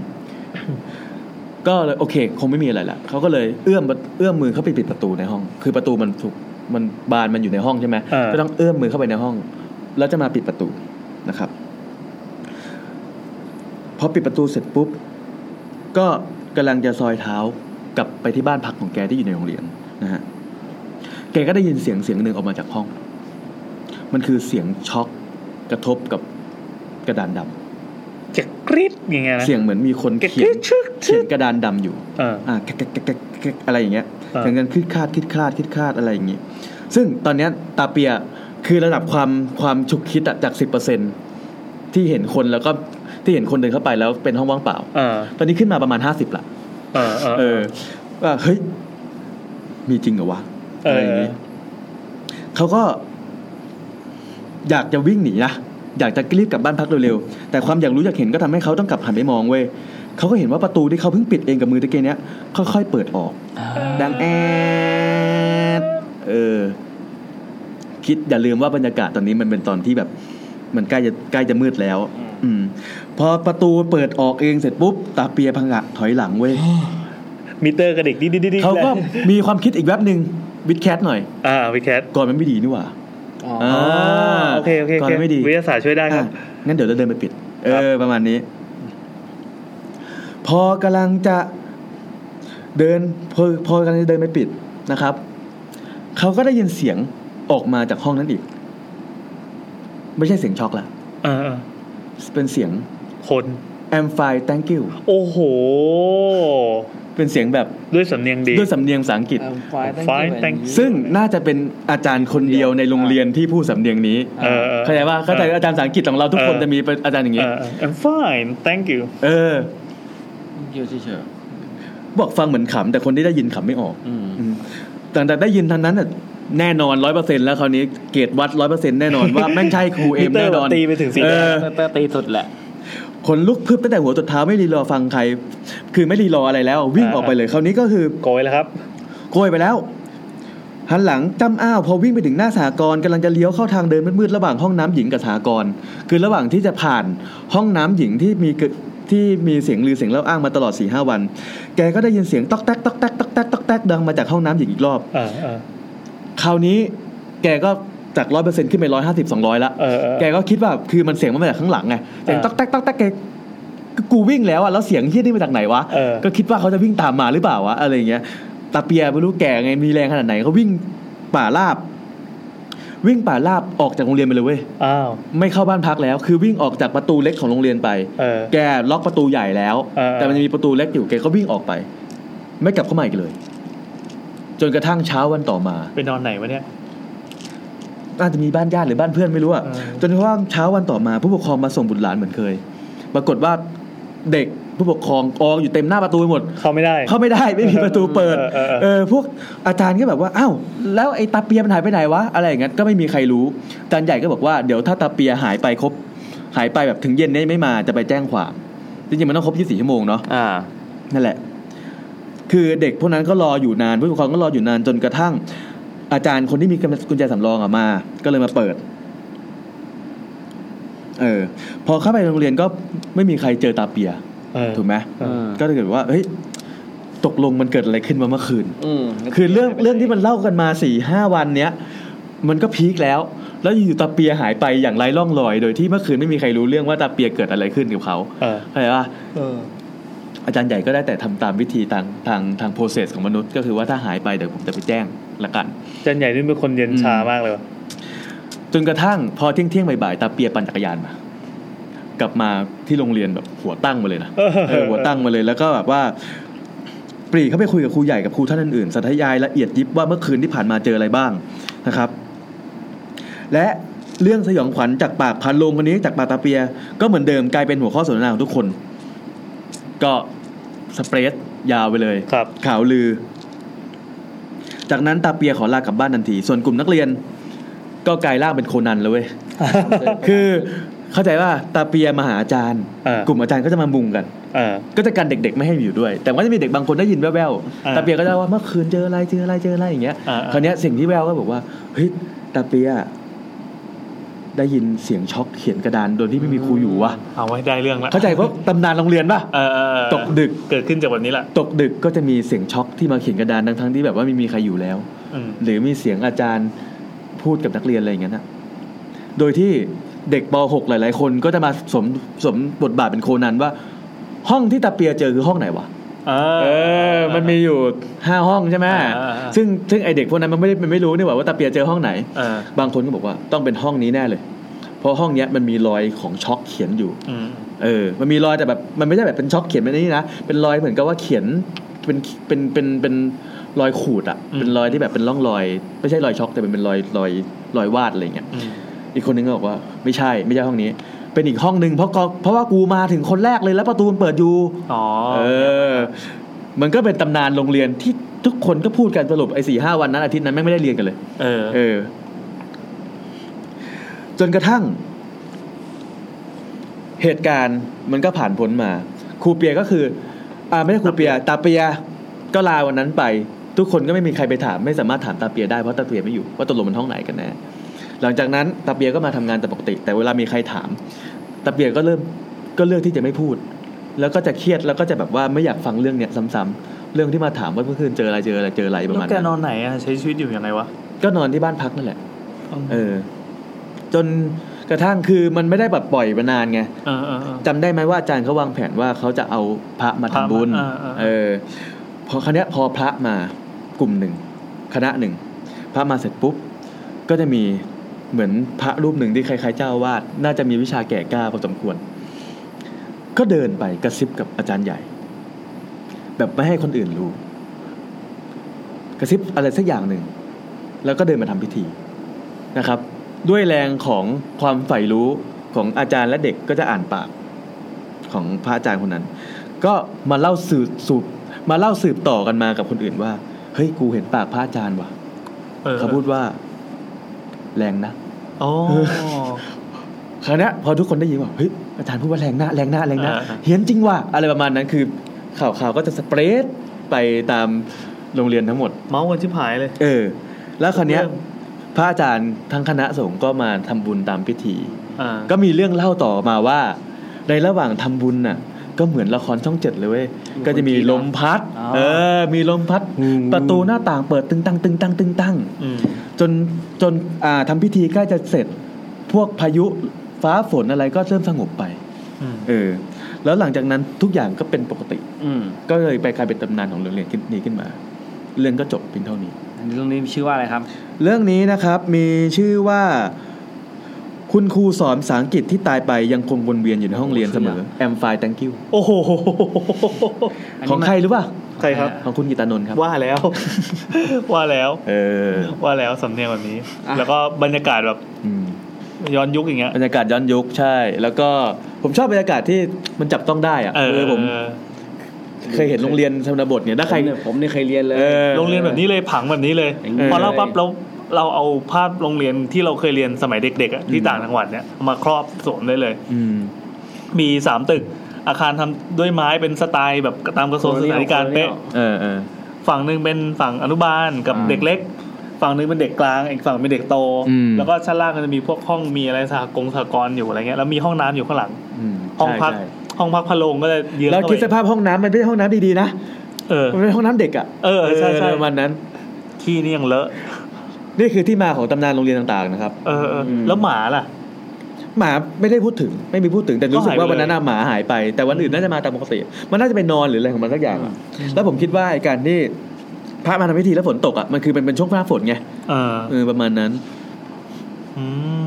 [SPEAKER 6] ก็เลยโอเค คงไม่มีอะไรละเขาก็เลยเอื้อมเอื้อมมือเข้าไปปิดประตูในห้อง คือประตูมันถูกมันบานมันอยู่ในห้องใช่ไหม
[SPEAKER 2] เออ
[SPEAKER 6] ก็ต้องเอื้อมมือเข้าไปในห้อง แล้วจะมาปิดประตูนะครับพอปิดประตูเสร็จปุ๊บ ก็กำลังจะซอยเท้ากลับไปที่บ้านพักของแกที่อยู่ในโรงเรียนนะฮะแกก็ได้ยินเสียงเสียงหนึ่งออกมาจากห้อง มันคือเสียงช็อกกระทบกับกระดานดำ
[SPEAKER 2] เจ็กกรี๊ดอย่างเงี้ยนะ
[SPEAKER 6] เสียงเหมือนมีคน
[SPEAKER 2] แกะ
[SPEAKER 6] เขียน
[SPEAKER 2] ชึกชึก
[SPEAKER 6] เขียนกระดานดำอยู่
[SPEAKER 2] เออ
[SPEAKER 6] อ่าแกะแกะแกะแกะแกะอะไรอย่างเงี้ย
[SPEAKER 2] อ่า
[SPEAKER 6] เสียงกันคิดคาดคิดคาดคิดคาดอะไรอย่างงี้ ซึ่งตอนเนี้ยตาเปียคือระดับความความฉุกคิดอะจากสิบเปอร์เซ็นที่เห็นคนแล้วก็ที่เห็นคนเดินเข้าไปแล้วเป็นห้องว่างเปล่า
[SPEAKER 2] เออ
[SPEAKER 6] ตอนนี้ขึ้นมาประมาณห้าสิบละ
[SPEAKER 2] เออเออ
[SPEAKER 6] เออว่าเฮ้ย มีจริงเหรอวะอะไรอย่างงี้
[SPEAKER 2] เออ
[SPEAKER 6] เขาก็ อยากจะวิ่งหนีนะอยากจะรีบกลับบ้านพักเร็วๆแต่ความอยากรู้อยากเห็นก็ทำให้เขาต้องกลับหันไปมองเว้ยเขาก็เห็นว่าประตูที่เขาเพิ่งปิดเองกับมือตะเกียงเนี้ยค่อยๆเปิดออก ดังแอดเออ คิดอย่าลืมว่าบรรยากาศตอนนี้มันเป็นตอนที่แบบ มันใกล้จะใกล้จะมืดแล้ว อืม พอประตูเปิดออกเองเสร็จปุ๊บตาเปียพังะถอยหลังเว้ย
[SPEAKER 2] มิเตอร์กระดิกดิ๊ดดิ๊ดดิ๊ดดิ๊ด
[SPEAKER 6] *laughs* เขาก็
[SPEAKER 2] ลย
[SPEAKER 6] มีความคิดอีกแวบหนึ่งวิดแคทหน่อย
[SPEAKER 2] อ่าวิแคท
[SPEAKER 6] ก่อนมันไม่ดีนี่หว่า
[SPEAKER 1] อ๋อ
[SPEAKER 6] า
[SPEAKER 2] โอเคโอเคโอ
[SPEAKER 6] ก่อน
[SPEAKER 2] เค
[SPEAKER 6] มันไม่ดี
[SPEAKER 2] วิทยาศาสตร์ช่วยได้ครับ
[SPEAKER 6] อ่ะงั้นเดี๋ยวเราเดินไปปิด เอ
[SPEAKER 2] ครับ
[SPEAKER 6] อ ประมาณนี้ พอกำลังจะเดิน พอพอกำลังจะเดินไปปิดนะครับ เขาก็ได้ยินเสียงออกมาจากห้องนั้นอีก ไม่ใช่เสียงช็อกละ
[SPEAKER 2] เออเออ
[SPEAKER 6] เป็นเสียง
[SPEAKER 2] คน
[SPEAKER 6] I'm fine thank you
[SPEAKER 2] โอ้โห
[SPEAKER 6] เป็นเสียงแบบ
[SPEAKER 2] ด้วยสำเนียงดี
[SPEAKER 6] ด้วยสำเนียงภาษาอังกฤษ
[SPEAKER 2] Fine, thank
[SPEAKER 6] ซึ่งน่าจะเป็นอาจารย์คนเดียวในโรงเรียนที่พูดสำเนียงนี้
[SPEAKER 2] เออออ
[SPEAKER 6] เข้าใจว่าเข้าใจอาจารย์ภาษาอังกฤษของเราทุกคนจะมีเป็นอาจารย์อย่าง
[SPEAKER 2] เอ
[SPEAKER 6] นี้
[SPEAKER 2] อเออ I'm fine thank you
[SPEAKER 6] เออ
[SPEAKER 1] เยอะเฉย
[SPEAKER 6] บอกฟังเหมือนขำแต่คนที่ได้ยินขำไม่ออก
[SPEAKER 1] ๆอืม
[SPEAKER 6] อืมหลังจากได้ยินทันนั้นน่ะแน่นอนร้อยเปอร์เซ็นต์แล้วคราวนี้เกรดวัดร้อยเปอร์เซ็นต์แน่นอนว่า แม่งใช่ครูเอ็ม
[SPEAKER 2] มิเตอ
[SPEAKER 6] แน่
[SPEAKER 2] ร์
[SPEAKER 6] นอน
[SPEAKER 2] ตีไปถึงสี
[SPEAKER 6] เอ
[SPEAKER 2] แดง
[SPEAKER 6] อ
[SPEAKER 1] เตอร์ตีสุดแหละ
[SPEAKER 6] ขนลุกพรึบตั้งแต่หัวจนเท้าไม่รีรอฟังใคร คือไม่รีรออะไรแล้ว วิ่งออกไปเลยคราวนี้ก็คือ
[SPEAKER 2] โกยแล้วครับ
[SPEAKER 6] โกยไปแล้วหันหลังจำอ้าวพอวิ่งไปถึงหน้าสากรณ์กำลังจะเลี้ยวเข้าทางเดินมืดๆระหว่างห้องน้ำหญิงกับสากรณ์คือระหว่างที่จะผ่านห้องน้ำหญิงที่มีเกิดที่มีเสียงลือเสียงเล่าอ้างมาตลอด4ี่ห้าวัน แกก็ได้ยินเสียงตอกแตกตอกแตกตอกแตกตอกแตกดังมาจากห้องน้ำหญิงอีกรอบ
[SPEAKER 2] เออเออ
[SPEAKER 6] คราวนี้แกก็จากร้อยเปอร์เซ็นต์ขึ้นไปร้อยห้าสิบสองร้อยละ
[SPEAKER 2] เออเออ
[SPEAKER 6] แกก็คิดว่าคือมันเสียงมันมาจากข้างหลังไงเสียง
[SPEAKER 2] เออ
[SPEAKER 6] ตักตักตักตักแกกูวิ่งแล้วอะแล้วเสียงเฮี้ยนี่มาจากไหนวะ
[SPEAKER 2] เออ
[SPEAKER 6] ก็คิดว่าเขาจะวิ่งตามมาหรือเปล่าวะอะไรอย่างเงี้ยตาเปียไม่รู้แกไงมีแรงขนาดไหนเขาวิ่งป่าลาบ วิ่งป่าลาบออกจากโรงเรียนไปเลยเว้ย
[SPEAKER 2] อ้าว
[SPEAKER 6] ไม่เข้าบ้านพักแล้ว คือวิ่งออกจากประตูเล็กของโรงเรียนไป
[SPEAKER 2] เออ
[SPEAKER 6] แกล็อกประตูใหญ่แล้ว
[SPEAKER 2] เออ
[SPEAKER 6] แต่มันยังมีประตูเล็กอยู่แกก็วิ่งออกไป ไม่กลับเข้ามาอีกเลย จนกระทั่งเช้าวันต่อมา
[SPEAKER 2] ไปนอนไหนวะเนี่ย
[SPEAKER 6] อาจจะมีบ้านญาติหรือบ้านเพื่อนไม่รู้อะ
[SPEAKER 2] เออ
[SPEAKER 6] จนกระทั่งเช้าวันต่อมาผู้ปกครองมาส่งบุตรหลานเหมือนเคย ปรากฏว่าเด็กผู้ปกครองอองอยู่เต็มหน้าประตูไปหมด
[SPEAKER 2] เขาไม่ได้
[SPEAKER 6] เข้าไม่ได้ไม่มีประตูเปิด
[SPEAKER 2] เออเออเออ
[SPEAKER 6] เออพวกอาจารย์ก็แบบว่าอ้าวแล้วไอ้ตาเปียมันหายไปไหนวะอะไรอย่างเงี้ยก็ไม่มีใครรู้อาจารย์ใหญ่ก็บอกว่าเดี๋ยวถ้าตาเปียหายไปครบ หายไปแบบถึงเย็นเนี่ยไม่มาจะไปแจ้งความจริงๆมันต้องครบ24ชั่วโมงเนาะ
[SPEAKER 1] อ่า
[SPEAKER 6] นั่นแหละ คือเด็กพวกนั้นก็รออยู่นานผู้ปกครองก็รออยู่นานจนกระทั่ง อาจารย์คนที่มีกุญแจสำรองอะมา ก็เลยมาเปิด เออ พอเข้าไปโรงเรียนก็ไม่มีใครเจอตาเปีย
[SPEAKER 2] เออ
[SPEAKER 6] ถูกไหม
[SPEAKER 2] เออ
[SPEAKER 6] ก็เลยเกิดว่า เฮ้ย ตกลงมันเกิดอะไรขึ้นมาเมื่อคืน
[SPEAKER 1] อืม
[SPEAKER 6] คือเรื่องเรื่องที่มันเล่ากันมาสี่ห้าวันเนี้ย มันก็พีคแล้ว แล้วอยู่ๆตาเปียหายไปอย่างไร้ร่องรอย โดยที่เมื่อคืนไม่มีใครรู้เรื่องว่าตาเปียเกิดอะไรขึ้นกับเขา
[SPEAKER 2] เออ
[SPEAKER 6] เข้าใจปะ
[SPEAKER 2] เออ
[SPEAKER 6] อาจารย์ใหญ่ก็ได้แต่ทำตามวิธีทางทางทางโปรเซสของมนุษย์ก็คือว่าถ้าหายไปเดี๋ยวผมจะไปแจ้งละกัน
[SPEAKER 2] จันใหญ่นี่เป็นคนเย็นชามากเลยว่ะ
[SPEAKER 6] จนกระทั่งพอเที่ยงเที่ยงๆบ่ายๆตาเปียปั่นจักรยานมา กลับมาที่โรงเรียนแบบหัวตั้งมาเลยนะ เออหัวตั้งมาเลยแล้วก็แบบว่าปรีเข้าไปคุยกับครูใหญ่กับครูท่านอื่นๆสัทยายละเอียดยิบว่าเมื่อคืนที่ผ่านมาเจออะไรบ้างนะครับ และเรื่องสยองขวัญจากปากพันโลงคนนี้จากปากตาเปีย ก็เหมือนเดิมกลายเป็นหัวข้อสนทนาของทุกคน ก็สเปรด ยาวไปเลย
[SPEAKER 2] ครับ
[SPEAKER 6] ข่าวลือ จากนั้นตาเปียขอลากลับบ้านทันที ส่วนกลุ่มนักเรียน ก็กลายร่างเป็นโคนันเลยเว้ย คือเข้าใจว่าตาเปียมาหาอาจารย์
[SPEAKER 2] อ่าก
[SPEAKER 6] ลุ่มอาจารย์ก็จะมามุงกัน
[SPEAKER 2] เออ
[SPEAKER 6] ก็จะกันเด็กๆไม่ให้อยู่ด้วย แต่ว่าจะมีเด็กบางคนได้ยินแว่ว
[SPEAKER 2] อ่า
[SPEAKER 6] ๆตาเปียก็จะว่าเมื่อคืนเจออะไรเจออะไรเจออะไรอย่างเงี้ย
[SPEAKER 2] อ่า
[SPEAKER 6] คราวเนี้ยสิ่งที่แววก็บอกว่าเฮ้ยตาเปียได้ยินเสียงช็อกเขียนกระดานโดยที่ไม่มีครูอยู่วะ
[SPEAKER 2] เอาไว้ได้เรื่องละ
[SPEAKER 6] เข้าใจว่าตำนานโรงเรียนป่ะ
[SPEAKER 2] เออเออเออ
[SPEAKER 6] ตกดึก
[SPEAKER 2] เกิดขึ้นจากวันนี้แหละ
[SPEAKER 6] ตกดึกก็จะมีเสียงช็อกที่มาเขียนกระดานทั้งๆที่แบบว่าไม่มีใครอยู่แล้ว
[SPEAKER 2] อืม
[SPEAKER 6] หรือมีเสียงอาจารย์พูดกับนักเรียนอะไรอย่างเงี้ยนะโดยที่เด็กป .6 หลายๆ คนก็จะมาสวมสวมบทบาทเป็นโคนันว่า ห้องที่ตาเปียเจอคือห้องไหนวะ
[SPEAKER 2] อ่า
[SPEAKER 6] เออ มันมีอยู่ห้าห้องใช่ไหม
[SPEAKER 2] อ่าอ่าอ่า
[SPEAKER 6] ซึ่งซึ่งไอเด็กพวกนั้นมันไม่ได้มันไม่รู้นี่หว่าว่าตาเปียเจอห้องไหน
[SPEAKER 2] เออบ
[SPEAKER 6] างคนก็บอกว่าต้องเป็นห้องนี้แน่เลย เพราะห้องเนี้ยมันมีรอยของช็อกเขียนอยู่
[SPEAKER 2] อืม
[SPEAKER 6] เออ มันมีรอยแต่แบบมันไม่ใช่แบบเป็นช็อกเขียนแบบนี้นะ เป็นรอยเหมือนกับว่าเขียนเป็นเป็นเป็นเป็นรอยขูดอะ
[SPEAKER 2] อืม
[SPEAKER 6] เป็นรอยที่แบบเป็นร่องรอย ไม่ใช่รอยช็อกแต่มันเป็นรอยรอยรอยวาดอะไรเงี้ย
[SPEAKER 2] อืม
[SPEAKER 6] อีกคนนึงก็บอกว่าไม่ใช่ไม่ใช่ห้องนี้ เป็นอีกห้องหนึ่งเพราะก็เพราะว่ากูมาถึงคนแรกเลยแล้วประตูมันเปิดอยู่
[SPEAKER 2] อ๋อ
[SPEAKER 6] เออ มันก็เป็นตำนานโรงเรียนที่ทุกคนก็พูดกันสรุปไอ้สี่ห้าวันนั้นอาทิตย์นั้นแม่งไม่ได้เรียนกันเลย
[SPEAKER 2] เออ
[SPEAKER 6] เออ จนกระทั่ง เหตุการณ์มันก็ผ่านพ้นมา ครูเปียก็คือ อ่าไม่ใช่ครูเปีย ตาเปียก็ลาวันนั้นไป ทุกคนก็ไม่มีใครไปถาม ไม่สามารถถามตาเปียได้เพราะตาเปียไม่อยู่ว่าตกลงมันห้องไหนกันแน่หลังจากนั้นตาเปียก็มาทำงานแต่ปกติ แต่เวลามีใครถามตาเปียก็เริ่มก็เลือกที่จะไม่พูด แล้วก็จะเครียดแล้วก็จะแบบว่าไม่อยากฟังเรื่องเนี้ยซ้ำๆเรื่องที่มาถามว่าเมื่อคืนเจออะไรเจออะไรเจออะไรประ
[SPEAKER 2] แล้
[SPEAKER 6] มาณ
[SPEAKER 2] วแก
[SPEAKER 6] นั้น
[SPEAKER 2] นอนไหนอ่ะใช้ชีวิตอยู่ยังไงวะ
[SPEAKER 6] ก็นอนที่บ้านพักนั่นแหละ เออ จนกระทั่งคือมันไม่ได้แบบปล่อยมานานไง
[SPEAKER 2] เออเออเออ
[SPEAKER 6] จำได้ไหมว่าอาจารย์เขาวางแผนว่าเขาจะเอาพระมาทำบุญ
[SPEAKER 2] พระมาอ่าๆ
[SPEAKER 6] เออ พอคณะพอพระมากลุ่มหนึ่งคณะหนึ่งพระมาเสร็จปุ๊บ ก็จะมีเหมือนพระรูปหนึ่งที่คล้ายๆเจ้าอาวาดน่าจะมีวิชาแก่กล้าพอสมควร ก็เดินไปกระซิบกับอาจารย์ใหญ่ แบบไม่ให้คนอื่นรู้ กระซิบอะไรสักอย่างหนึ่ง แล้วก็เดินมาทำพิธีนะครับ ด้วยแรงของความใฝ่รู้ของอาจารย์และเด็กก็จะอ่านปากของพระอาจารย์คนนั้น ก็มาเล่าสืบสืบมาเล่าสืบต่อกันมากับคนอื่นว่า เฮ้ยกูเห็นปากพระอาจารย์ว่ะ
[SPEAKER 2] เออ
[SPEAKER 6] เขาพูดว่า แรงนะ
[SPEAKER 2] อ๋อ
[SPEAKER 6] คราวเนี้ยพอทุกคนได้ยินว่าเฮ้ยอาจารย์พูดว่าแรงหน้าแรงหน้าแรงหน้า
[SPEAKER 2] อ่าอ่า
[SPEAKER 6] เฮี้ยนจริงว่ะอะไรประมาณนั้นคือ ข่าวข่าวก็จะสเปรดไปตามโรงเรียนทั้งหมด
[SPEAKER 2] เมาส์กันชิบหายเลย
[SPEAKER 6] เออ แล้วคราวเนี้ย
[SPEAKER 2] เรื่อง
[SPEAKER 6] พระอาจารย์ทั้งคณะสงฆ์ก็มาทำบุญตามพิธี
[SPEAKER 2] อ่า
[SPEAKER 6] ก็มีเรื่องเล่าต่อมาว่า ในระหว่างทำบุญน่ะ ก็เหมือนละครช่องเจ็ดเลยเว้ยก็จะมีลมพัด เออ มีลมพัด ประตูหน้าต่างเปิดตึงตังตึงตังตึงตัง
[SPEAKER 2] อืม
[SPEAKER 6] จนจนอ่าทำพิธีใกล้จะเสร็จ พวกพายุฟ้าฝนอะไรก็เริ่มสงบไป
[SPEAKER 2] อืม
[SPEAKER 6] เออ แล้วหลังจากนั้นทุกอย่างก็เป็นปกติ
[SPEAKER 1] อืม
[SPEAKER 6] ก็เลยไปกลายเป็นตำนานของเรื่องเรียนนี้ขึ้นมา เรื่องก็จบเพียงเท่านี้
[SPEAKER 1] อันนี้เรื่องนี้ชื่อว่าอะไรครับ
[SPEAKER 6] เรื่องนี้นะครับมีชื่อว่า คุณครูสอนภาษาอังกฤษที่ตายไปยังคงวนเวียนอยู่ในห้องเรียนเสมอแอมไฟ thank you
[SPEAKER 2] โอ้โห
[SPEAKER 1] อันนี้
[SPEAKER 6] ของ
[SPEAKER 1] มัน
[SPEAKER 6] ใครหรือเปล่า
[SPEAKER 2] ใครครับ
[SPEAKER 6] ของคุณกิตานนท์ครับ
[SPEAKER 2] ว่าแล้ว ว่าแล้ว
[SPEAKER 6] เออ
[SPEAKER 2] ว่าแล้วสำเนียงแบบนี้
[SPEAKER 1] อ่ะ
[SPEAKER 2] แล้วก็บรรยากาศแบบ
[SPEAKER 6] อืม
[SPEAKER 2] ย้อนยุคอย่างเงี้ย
[SPEAKER 6] บรรยากาศย้อนยุคใช่ แล้วก็ผมชอบบรรยากาศที่มันจับต้องได้อะเออผม เคยเห็นโรงเรียนชนบทเนี่ยถ้าใคร
[SPEAKER 1] ผมเนี่ยผมเนี่ยเคยเรียนเลย
[SPEAKER 6] เออ
[SPEAKER 2] โรงเรียนแบบนี้เลยผังแบบนี้เลย
[SPEAKER 1] อย่างนี้
[SPEAKER 2] พอเล่า
[SPEAKER 1] เลย
[SPEAKER 2] ปั๊บเราเราเอาภาพโรงเรียนที่เราเคยเรียนสมัยเด็กๆอะที่ต่างจังหวัดเนี่ยมาครอบสวมได้เลย
[SPEAKER 6] อืม
[SPEAKER 2] มีสามตึก อาคารทำด้วยไม้เป็นสไตล์แบบตามกระทรวงศึกษาธิการเป๊ะ
[SPEAKER 6] เออเออ
[SPEAKER 2] ฝั่งหนึ่งเป็นฝั่งอนุบาลกับ
[SPEAKER 6] อ่า
[SPEAKER 2] เด็กเล็ก ฝั่งหนึ่งเป็นเด็กกลาง อีกฝั่งเป็นเด็กโต
[SPEAKER 6] อืม
[SPEAKER 2] แล้วก็ชั้นล่างก็จะมีพวกห้องมีอะไรสหกงสหกรณ์อยู่อะไรเงี้ย แล้วมีห้องน้ำอยู่ข้างหลัง
[SPEAKER 6] อืม
[SPEAKER 2] ห้องพัก
[SPEAKER 6] ใช่
[SPEAKER 2] ห้องพักพะโลงก็จะเยื้
[SPEAKER 6] ใช่
[SPEAKER 2] อง
[SPEAKER 6] แล้ว
[SPEAKER 2] เข้า
[SPEAKER 6] คิดส
[SPEAKER 2] ไป
[SPEAKER 6] ภาพห้องน้ำมันไม่ใช่ห้องน้ำดีๆนะ
[SPEAKER 2] เออ
[SPEAKER 6] มันเป็นห้องน้ำเด็กอ่ะ
[SPEAKER 2] เออใช่ใช่
[SPEAKER 6] ประมาณนั้น
[SPEAKER 2] ขี้นี่ยังเลอะ
[SPEAKER 6] นี่คือที่มาของตำนานโรงเรียนต่างๆนะครับ
[SPEAKER 2] เออเอออแล้วหมาล่ะ
[SPEAKER 6] หมาไม่ได้พูดถึง ไม่มีพูดถึง แต่รู้สึกว่า
[SPEAKER 2] ก็หายไปเลย
[SPEAKER 6] วันนั้นน่ะหมาหายไป แต่วันอื่นน่าจะมาตามปกติ มันน่าจะไปนอนหรืออะไรของมันสักอย่างอะแล้วผมคิดว่าไอ้การที่พระมาทำพิธีแล้วฝนตกอ่ะ มันคือเป็นเป็นช่วงหน้าฝนไง
[SPEAKER 2] เออ
[SPEAKER 6] เออประมาณนั้น
[SPEAKER 2] อืม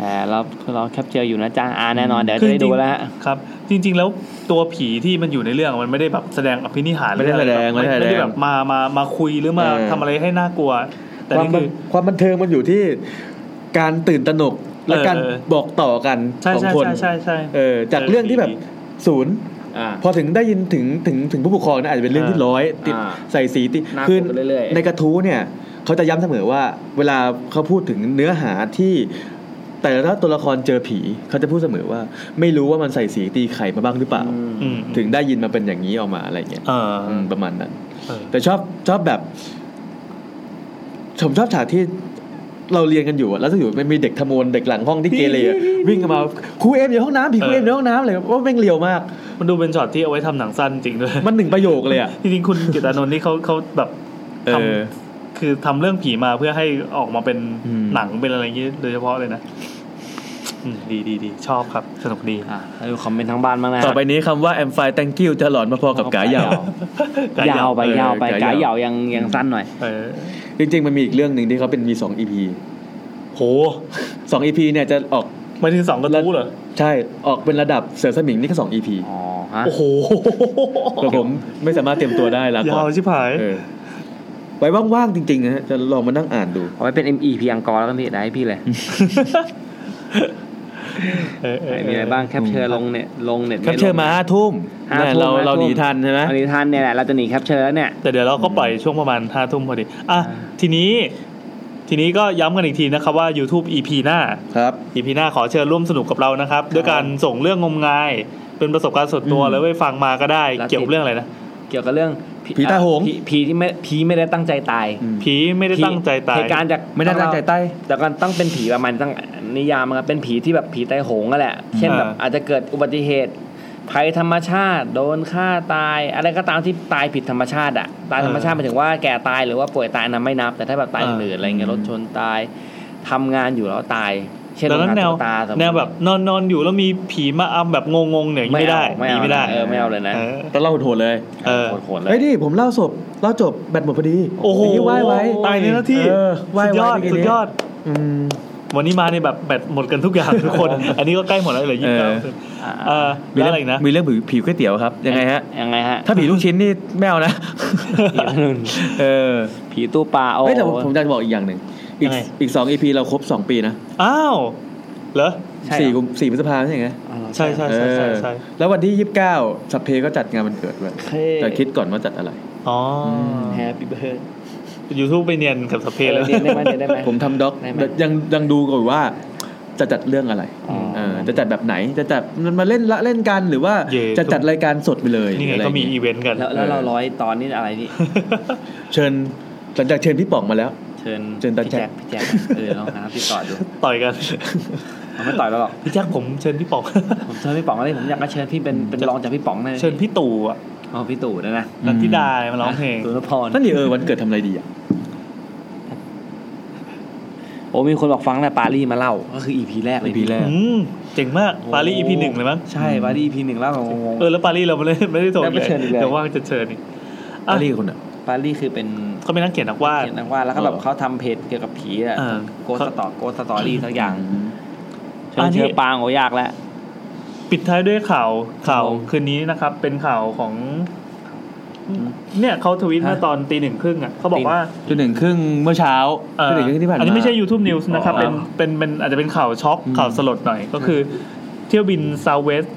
[SPEAKER 1] อ่าเราเราแคปเจอร์อยู่นะจ้าอ่าแน่นอนเดี๋ยวจะได้ดูแล้วฮะ
[SPEAKER 2] ครับ จริง ๆ แล้วตัวผีที่มันอยู่ในเรื่องมันไม่ได้แบบแสดงอภินิหารหรืออะ
[SPEAKER 6] ไม่ได้แสดง
[SPEAKER 2] บบ
[SPEAKER 6] ไม่ได้แสดง
[SPEAKER 2] ไม่ได้แบบมามามาคุยหรือมา
[SPEAKER 6] เออ
[SPEAKER 2] ทำอะไรให้น่ากลัว แต่
[SPEAKER 6] ความ
[SPEAKER 2] นี่
[SPEAKER 6] บั
[SPEAKER 2] คื
[SPEAKER 6] น
[SPEAKER 2] อ
[SPEAKER 6] ความบันเทิงมันอยู่ที่การตื่นตระหนก และ
[SPEAKER 2] เออ
[SPEAKER 6] การ
[SPEAKER 2] เออ
[SPEAKER 6] บอกต่อกัน
[SPEAKER 2] ใช่
[SPEAKER 6] ของ
[SPEAKER 2] ใช่
[SPEAKER 6] คน
[SPEAKER 2] ใช่ใช่ใช่
[SPEAKER 6] เออจากเรื่องที่แบบศูนย์
[SPEAKER 1] อ่า
[SPEAKER 6] พอถึงได้ยินถึงถึงถึงผู้ปกครองนะอาจจะเป็นเรื่องที่ร้อยติด
[SPEAKER 1] อ่า
[SPEAKER 6] ใส่สีติด
[SPEAKER 1] น่า
[SPEAKER 6] คื
[SPEAKER 1] ปลูกกันเรื่อยๆ
[SPEAKER 6] ในกระทู้เนี่ยเขาจะย้ำเสมอว่า เวลาเขาพูดถึงเนื้อหาที่แต่ละตัวละครเจอผีเขาจะพูดเสมอว่า ไม่รู้ว่ามันใส่สีตีไข่มาบ้างหรือเปล่า
[SPEAKER 2] อืม
[SPEAKER 6] ถึงได้ยินมาเป็นอย่างนี้ออกมาอะไรเงี้ย
[SPEAKER 2] เออ
[SPEAKER 6] มประมาณนั้น
[SPEAKER 2] เออ
[SPEAKER 6] แต่ชอบชอบแบบผมชอบฉากที่เราเรียนกันอยู่อะแล้วจะอยู่มันมีเด็กขโมนเด็กหลังห้องที่เกเรอะ วิ่งกันมาครูเอ็มอยู่ห้องน้ำผีครูเอ็มอยู่ห้องน้ำเลยว่าแม่งเลียวมาก
[SPEAKER 2] มันดูเป็นช็อตที่เอาไว้ทำหนังสั้นจริงด้วย
[SPEAKER 6] มันหนึ่งประโยคเลยอะ
[SPEAKER 2] จริงๆคุณกิตตานนท์นี่เขาเขาแบบท
[SPEAKER 6] เออ
[SPEAKER 2] ำคือทำเรื่องผีมาเพื่อให้ออกมาเป็น
[SPEAKER 6] อืม
[SPEAKER 2] หนังเป็นอะไรอย่างนี้โดยเฉพาะเลยนะอืมดีดีดีชอบครับ สนุกดี
[SPEAKER 1] อ่าให้ดูคอมเมนต์ทั้งบ้านบ้างนะ
[SPEAKER 6] ต่อไปนี้คำว่า แอมไฟ thank you จะหลอนมาพอกับกายาว
[SPEAKER 1] ยาวไป
[SPEAKER 6] เออย
[SPEAKER 1] าวไป
[SPEAKER 6] กาก
[SPEAKER 1] าย
[SPEAKER 6] ยาว
[SPEAKER 1] ยาวยังยังสั้นหน่อย
[SPEAKER 2] เออ
[SPEAKER 6] จริง ๆ มันมีอีกเรื่องหนึ่งที่เขาเป็นมีสอง EP
[SPEAKER 2] โห
[SPEAKER 6] สอง EP เนี่ยจะออก
[SPEAKER 2] หมายถึงสองกระทู้เหรอ
[SPEAKER 6] ใช่ออกเป็นระดับเสือสมิงนี่ก็สอง EP
[SPEAKER 1] อ๋อฮะ
[SPEAKER 2] โอ้โห
[SPEAKER 6] แต่ผมไม่สามารถเตรียมตัวได้ละก่อย
[SPEAKER 2] าวนชิบหาย
[SPEAKER 6] เออไว้ว่างๆจริงๆนะฮะจะลองมานั่งอ่านดู
[SPEAKER 1] เอาไว้เป็น ME พีอังกอร์แล้วกันพี่ได้ให้พี่เลย
[SPEAKER 2] เออเออเออ
[SPEAKER 1] มีอะไรบ้างแคปเชอร์ลงเนี่ยลงเน็ต
[SPEAKER 6] แคปเชิญมาห้าทุ่ม
[SPEAKER 1] ห้
[SPEAKER 6] เนี่ย
[SPEAKER 1] ทุ่ม
[SPEAKER 6] เรา
[SPEAKER 1] ห้
[SPEAKER 6] เราห
[SPEAKER 1] ทุ่
[SPEAKER 6] นีทันใช่ไหม
[SPEAKER 1] เราหนีทันเนี่ยแหละเราจะหนีแคปเชอร์แล้วเนี่ย
[SPEAKER 2] แต่เดี๋ยวเราก็ปล่อยช่วงประมาณห้าทุ่มพอดี อ่ะ ทีนี้ ทีนี้ก็ย้ำกันอีกทีนะครับว่า YouTube EP หน้า
[SPEAKER 6] ครับ
[SPEAKER 2] EP หน้าขอเชิญร่วมสนุกกับเรานะครับ ด้วยการส่งเรื่องงมงาย เป็นประสบการณ์ส่วนตัว
[SPEAKER 6] อืม
[SPEAKER 2] แล้วไปฟังมาก็ได้
[SPEAKER 1] แล้ว
[SPEAKER 2] เกี่ยวกับเรื่องอะไรนะ
[SPEAKER 1] เกี่ยวกับเรื่อง
[SPEAKER 6] ผีตาโหง
[SPEAKER 1] ผีผีที่ไม่ผีไม่ได้ตั้งใจตาย
[SPEAKER 2] ผีไม่ได้ตั้งใจตาย
[SPEAKER 1] เหตุการณ์จาก
[SPEAKER 6] ไม่ได้ตั้งใจใต้
[SPEAKER 1] แต่ก็ต้องเป็นผีประมาณตั้งนิยามมันก็เป็นผีที่แบบผีตายโหงนั่นแหละ เช่นแบบอาจจะเกิดอุบัติเหตุ ภัยธรรมชาติโดนฆ่าตาย อะไรก็ตามที่ตายผิดธรรมชาติอะตายธรรมชาติหมายถึงว่าแก่ตายหรือว่าป่วยตายนะไม่นับ แต่ถ้าแบบตาย
[SPEAKER 2] เออ
[SPEAKER 1] เหนื่อยอะไรเงี้ยรถชนตายทำงานอยู่แล้วตาย เช่น
[SPEAKER 2] ดังนั้น
[SPEAKER 1] ทำงาน
[SPEAKER 2] แนว
[SPEAKER 1] ตุ๊กตาสมมุติ
[SPEAKER 2] แนวแบบนอนนอนอยู่แล้วมีผีมาอำแบบงงงๆเนี่ยอย่าง
[SPEAKER 1] ไม่
[SPEAKER 2] นี้ไม่ได้
[SPEAKER 1] เอาไม่
[SPEAKER 2] หนี
[SPEAKER 1] เอา
[SPEAKER 2] ไม่ได้
[SPEAKER 1] เออไม่เอาเลยนะ
[SPEAKER 2] เออ
[SPEAKER 6] ตอนเล่าโหดๆเลย
[SPEAKER 2] เออ
[SPEAKER 1] โหดๆเล
[SPEAKER 6] เฮ้
[SPEAKER 1] ย
[SPEAKER 6] ยนี่ผมเล่าศพเล่าจบแบตหมดพอดี
[SPEAKER 2] โอ้โห
[SPEAKER 6] ย่างนี้ไหว้ไว้
[SPEAKER 2] ตายในหน้าที่
[SPEAKER 6] เออไหว้
[SPEAKER 2] สุดย
[SPEAKER 6] ไว้
[SPEAKER 2] อด
[SPEAKER 6] เมื่กี้
[SPEAKER 2] สุด
[SPEAKER 6] นี้
[SPEAKER 2] ยอด
[SPEAKER 6] อืม
[SPEAKER 2] วันนี้มาในแบบแบตหมดกันทุกอย่าง *laughs* ทุกคน อันนี้ก็ใกล้หมดแล้วเหลือยี่สิบเก้า
[SPEAKER 6] เออ
[SPEAKER 2] เออแล้วอะไรอีกนะ
[SPEAKER 6] มีเรื่องผีผีก๋วยเตี๋ยวครับยังไงฮะ
[SPEAKER 1] ยังไงฮะ
[SPEAKER 6] ถ้าผีลูกชิ้นนี่ไม่เอานะ *laughs* เออ
[SPEAKER 1] ผีตู้ปลาโอ้
[SPEAKER 6] เฮ้ยแต่ผมผมจะบอกอีกอย่างหนึ่งอีก
[SPEAKER 2] ยังไง
[SPEAKER 6] อีกสองอีพีเราครบสองปีนะ
[SPEAKER 2] อ้าวเหรอ
[SPEAKER 1] ใช่
[SPEAKER 6] สี่
[SPEAKER 1] เหรอ
[SPEAKER 6] กุมสี่พฤษภาใช่ไหม
[SPEAKER 1] อ๋อ
[SPEAKER 2] ใช่ใช่ใช่ใช่ใช่
[SPEAKER 6] เออแล้ววันที่ยี่สิบเก้าสัพเพก็จัดงานวันเกิดด้วย
[SPEAKER 1] เท่
[SPEAKER 6] แต่คิดก่อนว่าจัดอะไร
[SPEAKER 2] อ๋อ
[SPEAKER 1] แฮปปี้เบิร์ด
[SPEAKER 2] ยูทูบไปเนียนกับสเปรแล้ว
[SPEAKER 1] เรียนได้ไหมเรียนได้ไหม
[SPEAKER 6] ผมทำด็อก
[SPEAKER 1] ได้ไหม
[SPEAKER 6] ยังยังดูก่อนว่า จะจัดเรื่องอะไร
[SPEAKER 1] อ๋อ
[SPEAKER 6] เออจะจัดแบบไหนจะจัดมันมาเล่นละเล่นกันหรือว่าจะจัดรายการสดไปเลย
[SPEAKER 2] นี่ไง
[SPEAKER 6] อะรอ
[SPEAKER 2] ก็
[SPEAKER 6] ย่า
[SPEAKER 2] มี
[SPEAKER 6] เย
[SPEAKER 2] อีเวนต์กัน
[SPEAKER 1] แล้วแล้วเราร้อยตอนนี้อะไรนี่
[SPEAKER 6] เชิญหลังจากเชิญพี่ป๋องมาแล้ว
[SPEAKER 1] เชิญ
[SPEAKER 6] เชิญตา
[SPEAKER 1] พี่
[SPEAKER 6] แจ็
[SPEAKER 1] แจ็
[SPEAKER 6] ค
[SPEAKER 1] คพี่แจ็คเออลองหาพี่ต่อดู
[SPEAKER 2] ต่อยกัน
[SPEAKER 1] ผมไม่ต่อยแล้วหรอก
[SPEAKER 2] พี่แจ็คผมเชิญพี่ป๋อง
[SPEAKER 1] ผมเชิญพี่ป๋องก็ได้ผมอยากจะเชิญพี่เป็นเป็น
[SPEAKER 2] จะ
[SPEAKER 1] รองจากพี่ป๋องเลย
[SPEAKER 2] เชิญพี่ตู่อะ
[SPEAKER 1] อ๋อพี่ตู่ด้วยนะ
[SPEAKER 2] รัตติดามาร้องเพลง
[SPEAKER 1] ตุลพร
[SPEAKER 6] นั่นดิเออวันเกิดทำอะไรดีอ่ะ
[SPEAKER 1] โอ้มีคนบอกฟังแต่ปารีมาเล่าก็คืออีพีแรกเลย
[SPEAKER 6] ปีแรก
[SPEAKER 2] อืมเจ๋งมากปารีอีพีหนึ่งเลยมั้ง
[SPEAKER 1] ใช่ปารีอีพีหนึ่งเล่าของงง
[SPEAKER 2] เออแล้วปารีเราไม่ได้ไม่ได้โทร
[SPEAKER 1] แล้วไม่เชิญอีกเลย
[SPEAKER 2] แต่ว่าจะเชิญนี่
[SPEAKER 6] อันนี้คนอ่ะ
[SPEAKER 1] ปารีคือเป็น
[SPEAKER 2] เขาเป็นนักเขียนนักวาด
[SPEAKER 1] เขียนนักวาดแล้วก็แบบเขาทำเพจเกี่ยวกับผีอะ
[SPEAKER 2] เออ
[SPEAKER 1] โกสตอโกสตอรี่สักอย่างเชิ
[SPEAKER 2] อั
[SPEAKER 1] ญ
[SPEAKER 2] นนี้
[SPEAKER 1] เชิญปางโอยากแล้ว
[SPEAKER 2] ปิดท้ายด้วยข่าวข่าว
[SPEAKER 1] ครับผม
[SPEAKER 2] คืนนี้นะครับ เป็นข่าวของ เนี่ยเขาทวิตมา
[SPEAKER 1] ฮะ
[SPEAKER 2] ตอนตีหนึ่งครึ่งอ่ะเขาบอ
[SPEAKER 1] ตี
[SPEAKER 2] ก
[SPEAKER 1] หนึ่ง
[SPEAKER 2] ว่า
[SPEAKER 6] จนถึงครึ่งเมื่อเช้า
[SPEAKER 2] เอ่อ
[SPEAKER 6] จนถึงครึ่งที่ผ่านมา
[SPEAKER 2] อันนี้ไม่ใช่ YouTube News นะครับ
[SPEAKER 6] อ๋อ
[SPEAKER 2] เป็น เป็น เป็น อาจจะเป็นข่าวช็อก
[SPEAKER 6] อืม
[SPEAKER 2] ข่าวสลดหน่อย ก็คือ เที่ยวบิน Southwest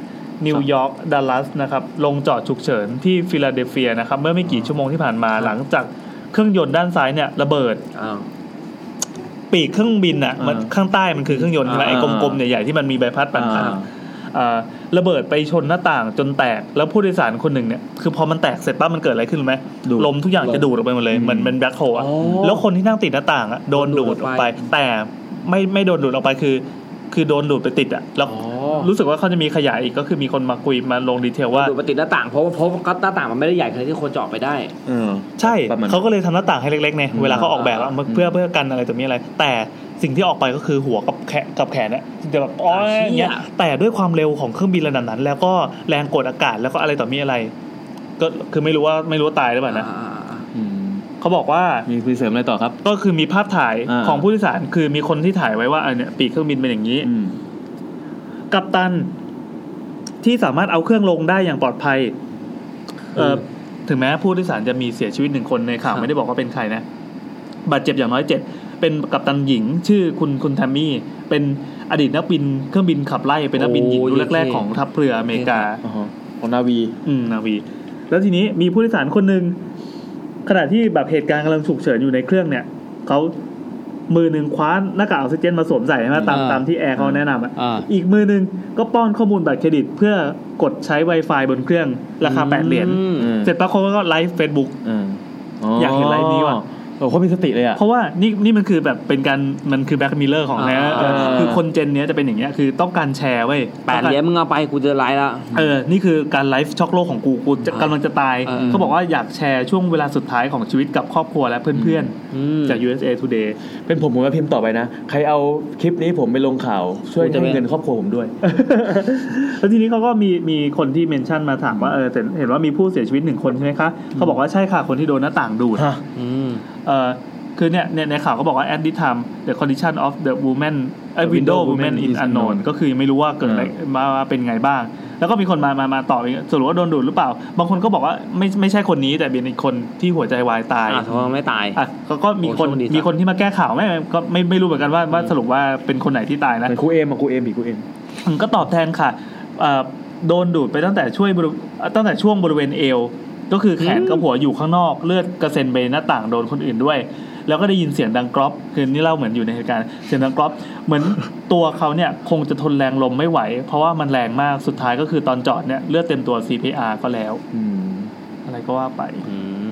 [SPEAKER 2] นิวยอร์ก ดัลลัส นะครับ ลงจอดฉุกเฉินที่ฟิลาเดลเฟียนะครับ เมื่อไม่กี่ชั่วโมงที่ผ่านมา หลังจากเครื่องยนต์ด้านซ้ายเนี่ยระเบิด
[SPEAKER 1] อ้าว
[SPEAKER 2] ปีกเครื่องบินอ่ะมัน
[SPEAKER 6] อ่า
[SPEAKER 2] ข้างใต้มันคือเครื่องยนต์ใช่ไหมไอ้กลมๆเนี่ยใหญ่ๆที่มันมีใบพัดปั่นขา
[SPEAKER 6] อ่า
[SPEAKER 2] เอ่อระเบิดไปชนหน้าต่างจนแตก แล้วผู้โดยสารคนหนึ่งเนี่ย คือพอมันแตกเสร็จปั๊บมันเกิดอะไรขึ้นรู้ไหมลมทุกอย่างจะดูดออกไปหมดเลยเหมือนเป็นแบล็คโฮอะ
[SPEAKER 1] อ๋อ
[SPEAKER 2] แล้วคนที่นั่งติดหน้าต่างอะโดนดูดออกไป แต่ไม่ไม่โดนดูดออกไปคือ คือโดนดูดไปติดอะแล้ว
[SPEAKER 1] อ๋อ
[SPEAKER 2] รู้สึกว่าเขาจะมีขยายอีกก็คือมีคนมาคุยมาลงดีเทลว่า
[SPEAKER 1] ดูดไปติดหน้าต่างเพราะว่าเพราะว่าหน้าต่างมันไม่ได้ใหญ่ขนาดที่คนจะออกไปได้
[SPEAKER 6] เออ
[SPEAKER 2] ใช่
[SPEAKER 6] ประมาณ
[SPEAKER 2] เขาก็เลยทำหน้าต่างให้เล็กๆเนี่ยเวลาเขาออกแบบอะมันเพื่อเพื่อกันอะไรตัวนี้อะไร แต่สิ่งที่ออกไปก็คือหัวกับแขนกับแขนเนี่ยจะแบบอ๋อ
[SPEAKER 1] อ่า
[SPEAKER 2] อย่างเงี้ย
[SPEAKER 1] เชี่ย
[SPEAKER 2] แต่ด้วยความเร็วของเครื่องบินระดับนั้น แล้วก็แรงกดอากาศแล้วก็อะไรต่อมีอะไร ก็คือไม่รู้ว่าไม่รู้ว่าตายหรือเปล่านะ
[SPEAKER 1] อ่าอ่า
[SPEAKER 6] อืม
[SPEAKER 2] เขาบอกว่า
[SPEAKER 6] มีคุยเสริมอะไรต่อครับ
[SPEAKER 2] ก็คือมีภาพถ่าย
[SPEAKER 6] อ่า
[SPEAKER 2] ของผู้โดยสารคือมีคนที่ถ่ายไว้ว่าอันเนี่ยปีกเครื่องบินเป็นอย่างนี้
[SPEAKER 6] อืม
[SPEAKER 2] กัปตันที่สามารถเอาเครื่องลงได้อย่างปลอดภัย เอ่อถึงแม้ผู้โดยสารจะมีเสียชีวิตหนึ่งคนในข่าว
[SPEAKER 1] ครับ
[SPEAKER 2] ไม่ได้บอกว่าเป็นใครนะ บาดเจ็บอย่างน้อยเจ็ด เป็นกัปตันหญิง ชื่อคุณคุณแทมมี่ เป็นอดีตนักบินเครื่องบินขับไล่ เป็นนักบินหญิง
[SPEAKER 1] โอ้
[SPEAKER 2] รุ่นแรก
[SPEAKER 1] โอเค
[SPEAKER 2] ๆของทัพเรืออเมริกา
[SPEAKER 6] อ๋อ ของนาวี
[SPEAKER 2] อืมนาวี แล้วทีนี้มีผู้โดยสารคนหนึ่งขณะที่แบบเหตุการณ์กำลังฉุกเฉินอยู่ในเครื่องเนี่ยเขามือหนึ่งคว้าหน้ากากออกซิเจนมาสวมใส่ใช่ไหมตาม
[SPEAKER 20] อ่า
[SPEAKER 2] ตามที่แอร์เขาแนะนำอ่ะ
[SPEAKER 20] อ่า
[SPEAKER 2] อีกมือหนึ่งก็ป้อนข้อมูลบัตรเครดิต เพื่อกดใช้ Wi-Fi บนเครื่องราคาแปดเหรียญ
[SPEAKER 6] อืม
[SPEAKER 2] เสร็จปั๊บเขาก็ไลฟ์เฟซบุ๊ก อยากเห็นไลฟ์นี้ว่ะ
[SPEAKER 6] โอ้โหเขามีสติเลยอ่ะ
[SPEAKER 2] เพราะว่านี่นี่มันคือแบบเป็นการมันคือแบ็กมิลเลอร์ของนะ
[SPEAKER 6] อ่า
[SPEAKER 2] คือคนเจนเนี้ยจะเป็นอย่างเงี้ยคือต้องการแชร์เว้ย
[SPEAKER 1] แปดเหรียญมึงเอาไปกูเจอไลน์ละ
[SPEAKER 2] เออนี่คือการไลฟ์ช็อกโลกของกูกู
[SPEAKER 1] อ่าก
[SPEAKER 2] จะำลังจะตาย
[SPEAKER 1] เออ
[SPEAKER 2] เขาบอกว่าอยากแชร์ช่วงเวลาสุดท้ายของชีวิตกับครอบครัวและเพื่อน
[SPEAKER 1] อืม
[SPEAKER 2] ๆจาก USA Today
[SPEAKER 6] เป็นผมผมจะพิมพ์ต่อไปนะ ใครเอาคลิปนี้ผมไปลงข่าว ช่วย
[SPEAKER 1] กูจะไป
[SPEAKER 6] ให้เงินครอบครัวผมด้วย
[SPEAKER 2] แล้วทีนี้เขาก็มีมีคนที่เมนชั่นมาถามว่าเออแต่เห็นว่ามีผู้เสียชีวิตหนึ่งคนใช่ไหมคะเขาบอกว่าใช่ค่ะคนที่โดนหน้าต่างดูด
[SPEAKER 6] ฮะ
[SPEAKER 1] อืม
[SPEAKER 2] เอ่อคือเนี่ยในในข่าวก็บอกว่า at this time the condition of the woman เอ้ย
[SPEAKER 6] The
[SPEAKER 2] window
[SPEAKER 6] window
[SPEAKER 2] woman
[SPEAKER 6] woman
[SPEAKER 2] in
[SPEAKER 6] is
[SPEAKER 2] unknown
[SPEAKER 6] unknown
[SPEAKER 2] ก็คือยังไม่รู้ว่าเกิดอะไรมามาเป็นไงบ้าง แล้วก็มีคนมามามาต่ออีกสรุปว่าโดนดูดหรือเปล่า บางคนก็บอกว่าไม่ไม่ใช่คนนี้แต่เป็นอีกคนที่หัวใจวายตาย
[SPEAKER 1] อ่าท้องไม่ตาย
[SPEAKER 2] อ่ะก็ก็มีคน
[SPEAKER 1] โอ้โชคดีจัง
[SPEAKER 2] มีคนที่มาแก้ข่าวไม่ไม่ก็ไม่ไม่รู้เหมือนกันว่าว่าสรุปว่าเป็นคนไหนที่ตายนะ
[SPEAKER 6] เป็นครูเอ็มอะครูเอ็มอีกครูเอ็ม
[SPEAKER 2] ผมก็ตอบแทนค่ะเอ่อโดนดูดไปตั้งแต่ช่วยบริเอ่อตั้งแต่ช่วงบริเวณเอว ก็คือแขนกับหัวอยู่ข้างนอก เลือดกระเซ็นไปหน้าต่างโดนคนอื่นด้วย แล้วก็ได้ยินเสียงดังกรอบ คือนี่เล่าเหมือนอยู่ในเหตุการณ์ เสียงดังกรอบ เหมือน ตัวเขาเนี่ยคงจะทนแรงลมไม่ไหว เพราะว่ามันแรงมาก สุดท้ายก็คือตอนจอดเนี่ยเลือดเต็มตัว CPR ก็แล้ว
[SPEAKER 6] อืม
[SPEAKER 2] อะไรก็ว่าไป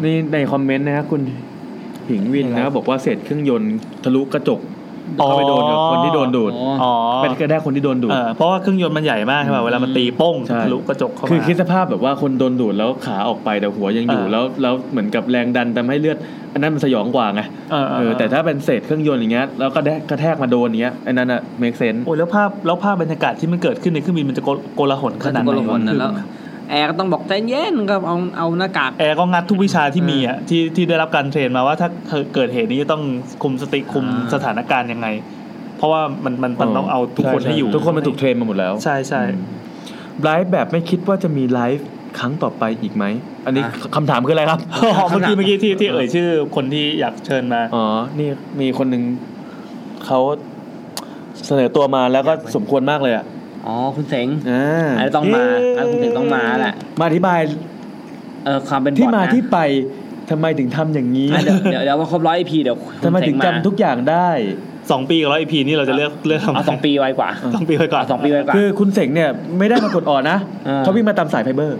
[SPEAKER 6] นี่ในคอมเมนต์นะครับคุณหิงวินนะครับบอกว่าเศษเครื่องยนต์ทะลุกระจก
[SPEAKER 2] อ๋อ
[SPEAKER 6] เข้าไปโดนกับคนที่โดนดูด
[SPEAKER 2] อ๋อ
[SPEAKER 6] เป็นก็ได้คนที่โดนดูด
[SPEAKER 2] เออเพราะว่าเครื่องยนต์มันใหญ่มากใช่ป่ะ เวลามันตีโป้ง
[SPEAKER 6] ใช่
[SPEAKER 2] ทะลุกระจกเข้ามา
[SPEAKER 6] คือคิดสภาพแบบว่าคนโดนดูดแล้วขาออกไปแต่หัวยังอยู่
[SPEAKER 2] เออ
[SPEAKER 6] แล้วแล้วเหมือนกับแรงดันทำให้เลือด อันนั้นมันสยองกว่าไง
[SPEAKER 2] เออเอ
[SPEAKER 6] เอ
[SPEAKER 2] อ
[SPEAKER 6] อแต่ถ้าเป็นเศษเครื่องยนต์อย่างเงี้ยแล้วก็ได้กระแทกมาโดนอย่างเงี้ยอันนั้นอะ make sense
[SPEAKER 2] โอ้ยแล้วภาพแล้วภาพบรรยากาศที่มันเกิดขึ้นในเครื่องบินมันจะโกโกลาหลขนาดไหน
[SPEAKER 1] ก็ละหน
[SPEAKER 2] วะ
[SPEAKER 1] นะแล้ว แอร์ก็ต้องบอกใจเย็นก็เอาเอาหน้ากาก
[SPEAKER 2] แอร์ก็งัดทุกวิชาที่มีอ่ะที่ที่ได้รับการเทรนมาว่าถ้าเกิดเหตุนี้จะต้องคุมสติคุม
[SPEAKER 1] อ่า
[SPEAKER 2] สถานการณ์ยังไง เพราะว่ามันมันมันต้องเอาทุกคน
[SPEAKER 6] ช่
[SPEAKER 2] ให้อยู่
[SPEAKER 6] ทุกคนมันถูกเทรนมาหมดแล้ว
[SPEAKER 2] ใช่ใช่
[SPEAKER 6] ไลฟ์แบบไม่คิดว่าจะมีไลฟ์ครั้งต่อไปอีกไหมอันนี้คำถามคืออะไรครับ *laughs*
[SPEAKER 2] เมื่อกี้เมื่อกี้ที่ที่เอ่ยชื่อคนที่อยากเชิญมา
[SPEAKER 6] อ๋อ นี่มีคนหนึ่งเขาเสนอตัวมาแล้วก็สมควรมากเลยอ่ะ
[SPEAKER 1] อ๋อคุณเสง
[SPEAKER 6] อ่า
[SPEAKER 1] อันนี้ต้องมาอันนี้คุณเสงต้องมาแหละ
[SPEAKER 6] มาอธิบาย
[SPEAKER 1] เออความเป็น
[SPEAKER 6] ที่
[SPEAKER 1] บอท
[SPEAKER 6] มา
[SPEAKER 1] นะ
[SPEAKER 6] ที่ไปทำไมถึงทำอย่าง
[SPEAKER 1] *laughs*
[SPEAKER 6] นี้
[SPEAKER 1] อ่ะเดี๋ยวเดี๋ยวเดี๋ยวว่าครบร้อย EP เดี๋ยวคุณ
[SPEAKER 6] ทำไม
[SPEAKER 1] เส
[SPEAKER 6] ถึงจำทุกอย่างได้
[SPEAKER 2] สองปีกับร้อยพีนี่เราจะเลือกเลือกทำ
[SPEAKER 1] เอาสองปีไว้กว่า
[SPEAKER 2] สองปีไปก่อน
[SPEAKER 1] เอาสองปีไว้กว่า
[SPEAKER 6] คือคุณเสงเนี่ยไม่ได้มากดอ่อนนะ
[SPEAKER 1] อ่า
[SPEAKER 6] เขาวิ่งมาตามสายไฟเบอร์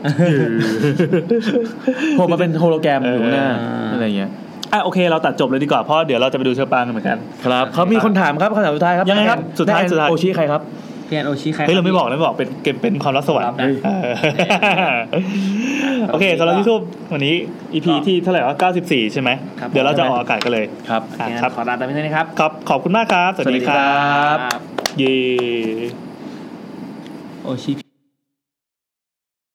[SPEAKER 6] ผมมาเป็นโฮโลแกรมอยู่ข้างหน้าอะไรเงี้ย
[SPEAKER 2] *laughs* อ่ะโอเคเราตัดจบเลยดีกว่าเพราะเดี๋ยวเราจะไปดูเชอปางกันเหมือนกัน
[SPEAKER 6] ครับเขามีคนถามครับคำถามสุดท้ายครับ
[SPEAKER 2] ยังไงครับสุดท้าย
[SPEAKER 6] แอน
[SPEAKER 2] สุดท้าย
[SPEAKER 6] โอชิใครครับ
[SPEAKER 1] เพียนโอชิใคร
[SPEAKER 2] เฮ้ยเราไม่บอกนะไม่บอกเป็นเกมเป็นความลับสวรรค์
[SPEAKER 1] ความลับนะ
[SPEAKER 2] เออ *laughs* โอเคสำหรับที่ทุบวันนี้ EP ที่เท่าไหร่วะ94 ใช่ไหม
[SPEAKER 1] ครับ
[SPEAKER 2] เดี๋ยวเราจะออกอากาศกันเลย
[SPEAKER 6] ครับ
[SPEAKER 2] อ่ะ
[SPEAKER 1] ค
[SPEAKER 2] ค
[SPEAKER 1] รั
[SPEAKER 2] รั
[SPEAKER 1] บบ ขอลาแต่เพียงเท่านี้ครับ
[SPEAKER 2] ครับขอบคุณมากครับ สวัสดีครับ เย้
[SPEAKER 1] โอชิ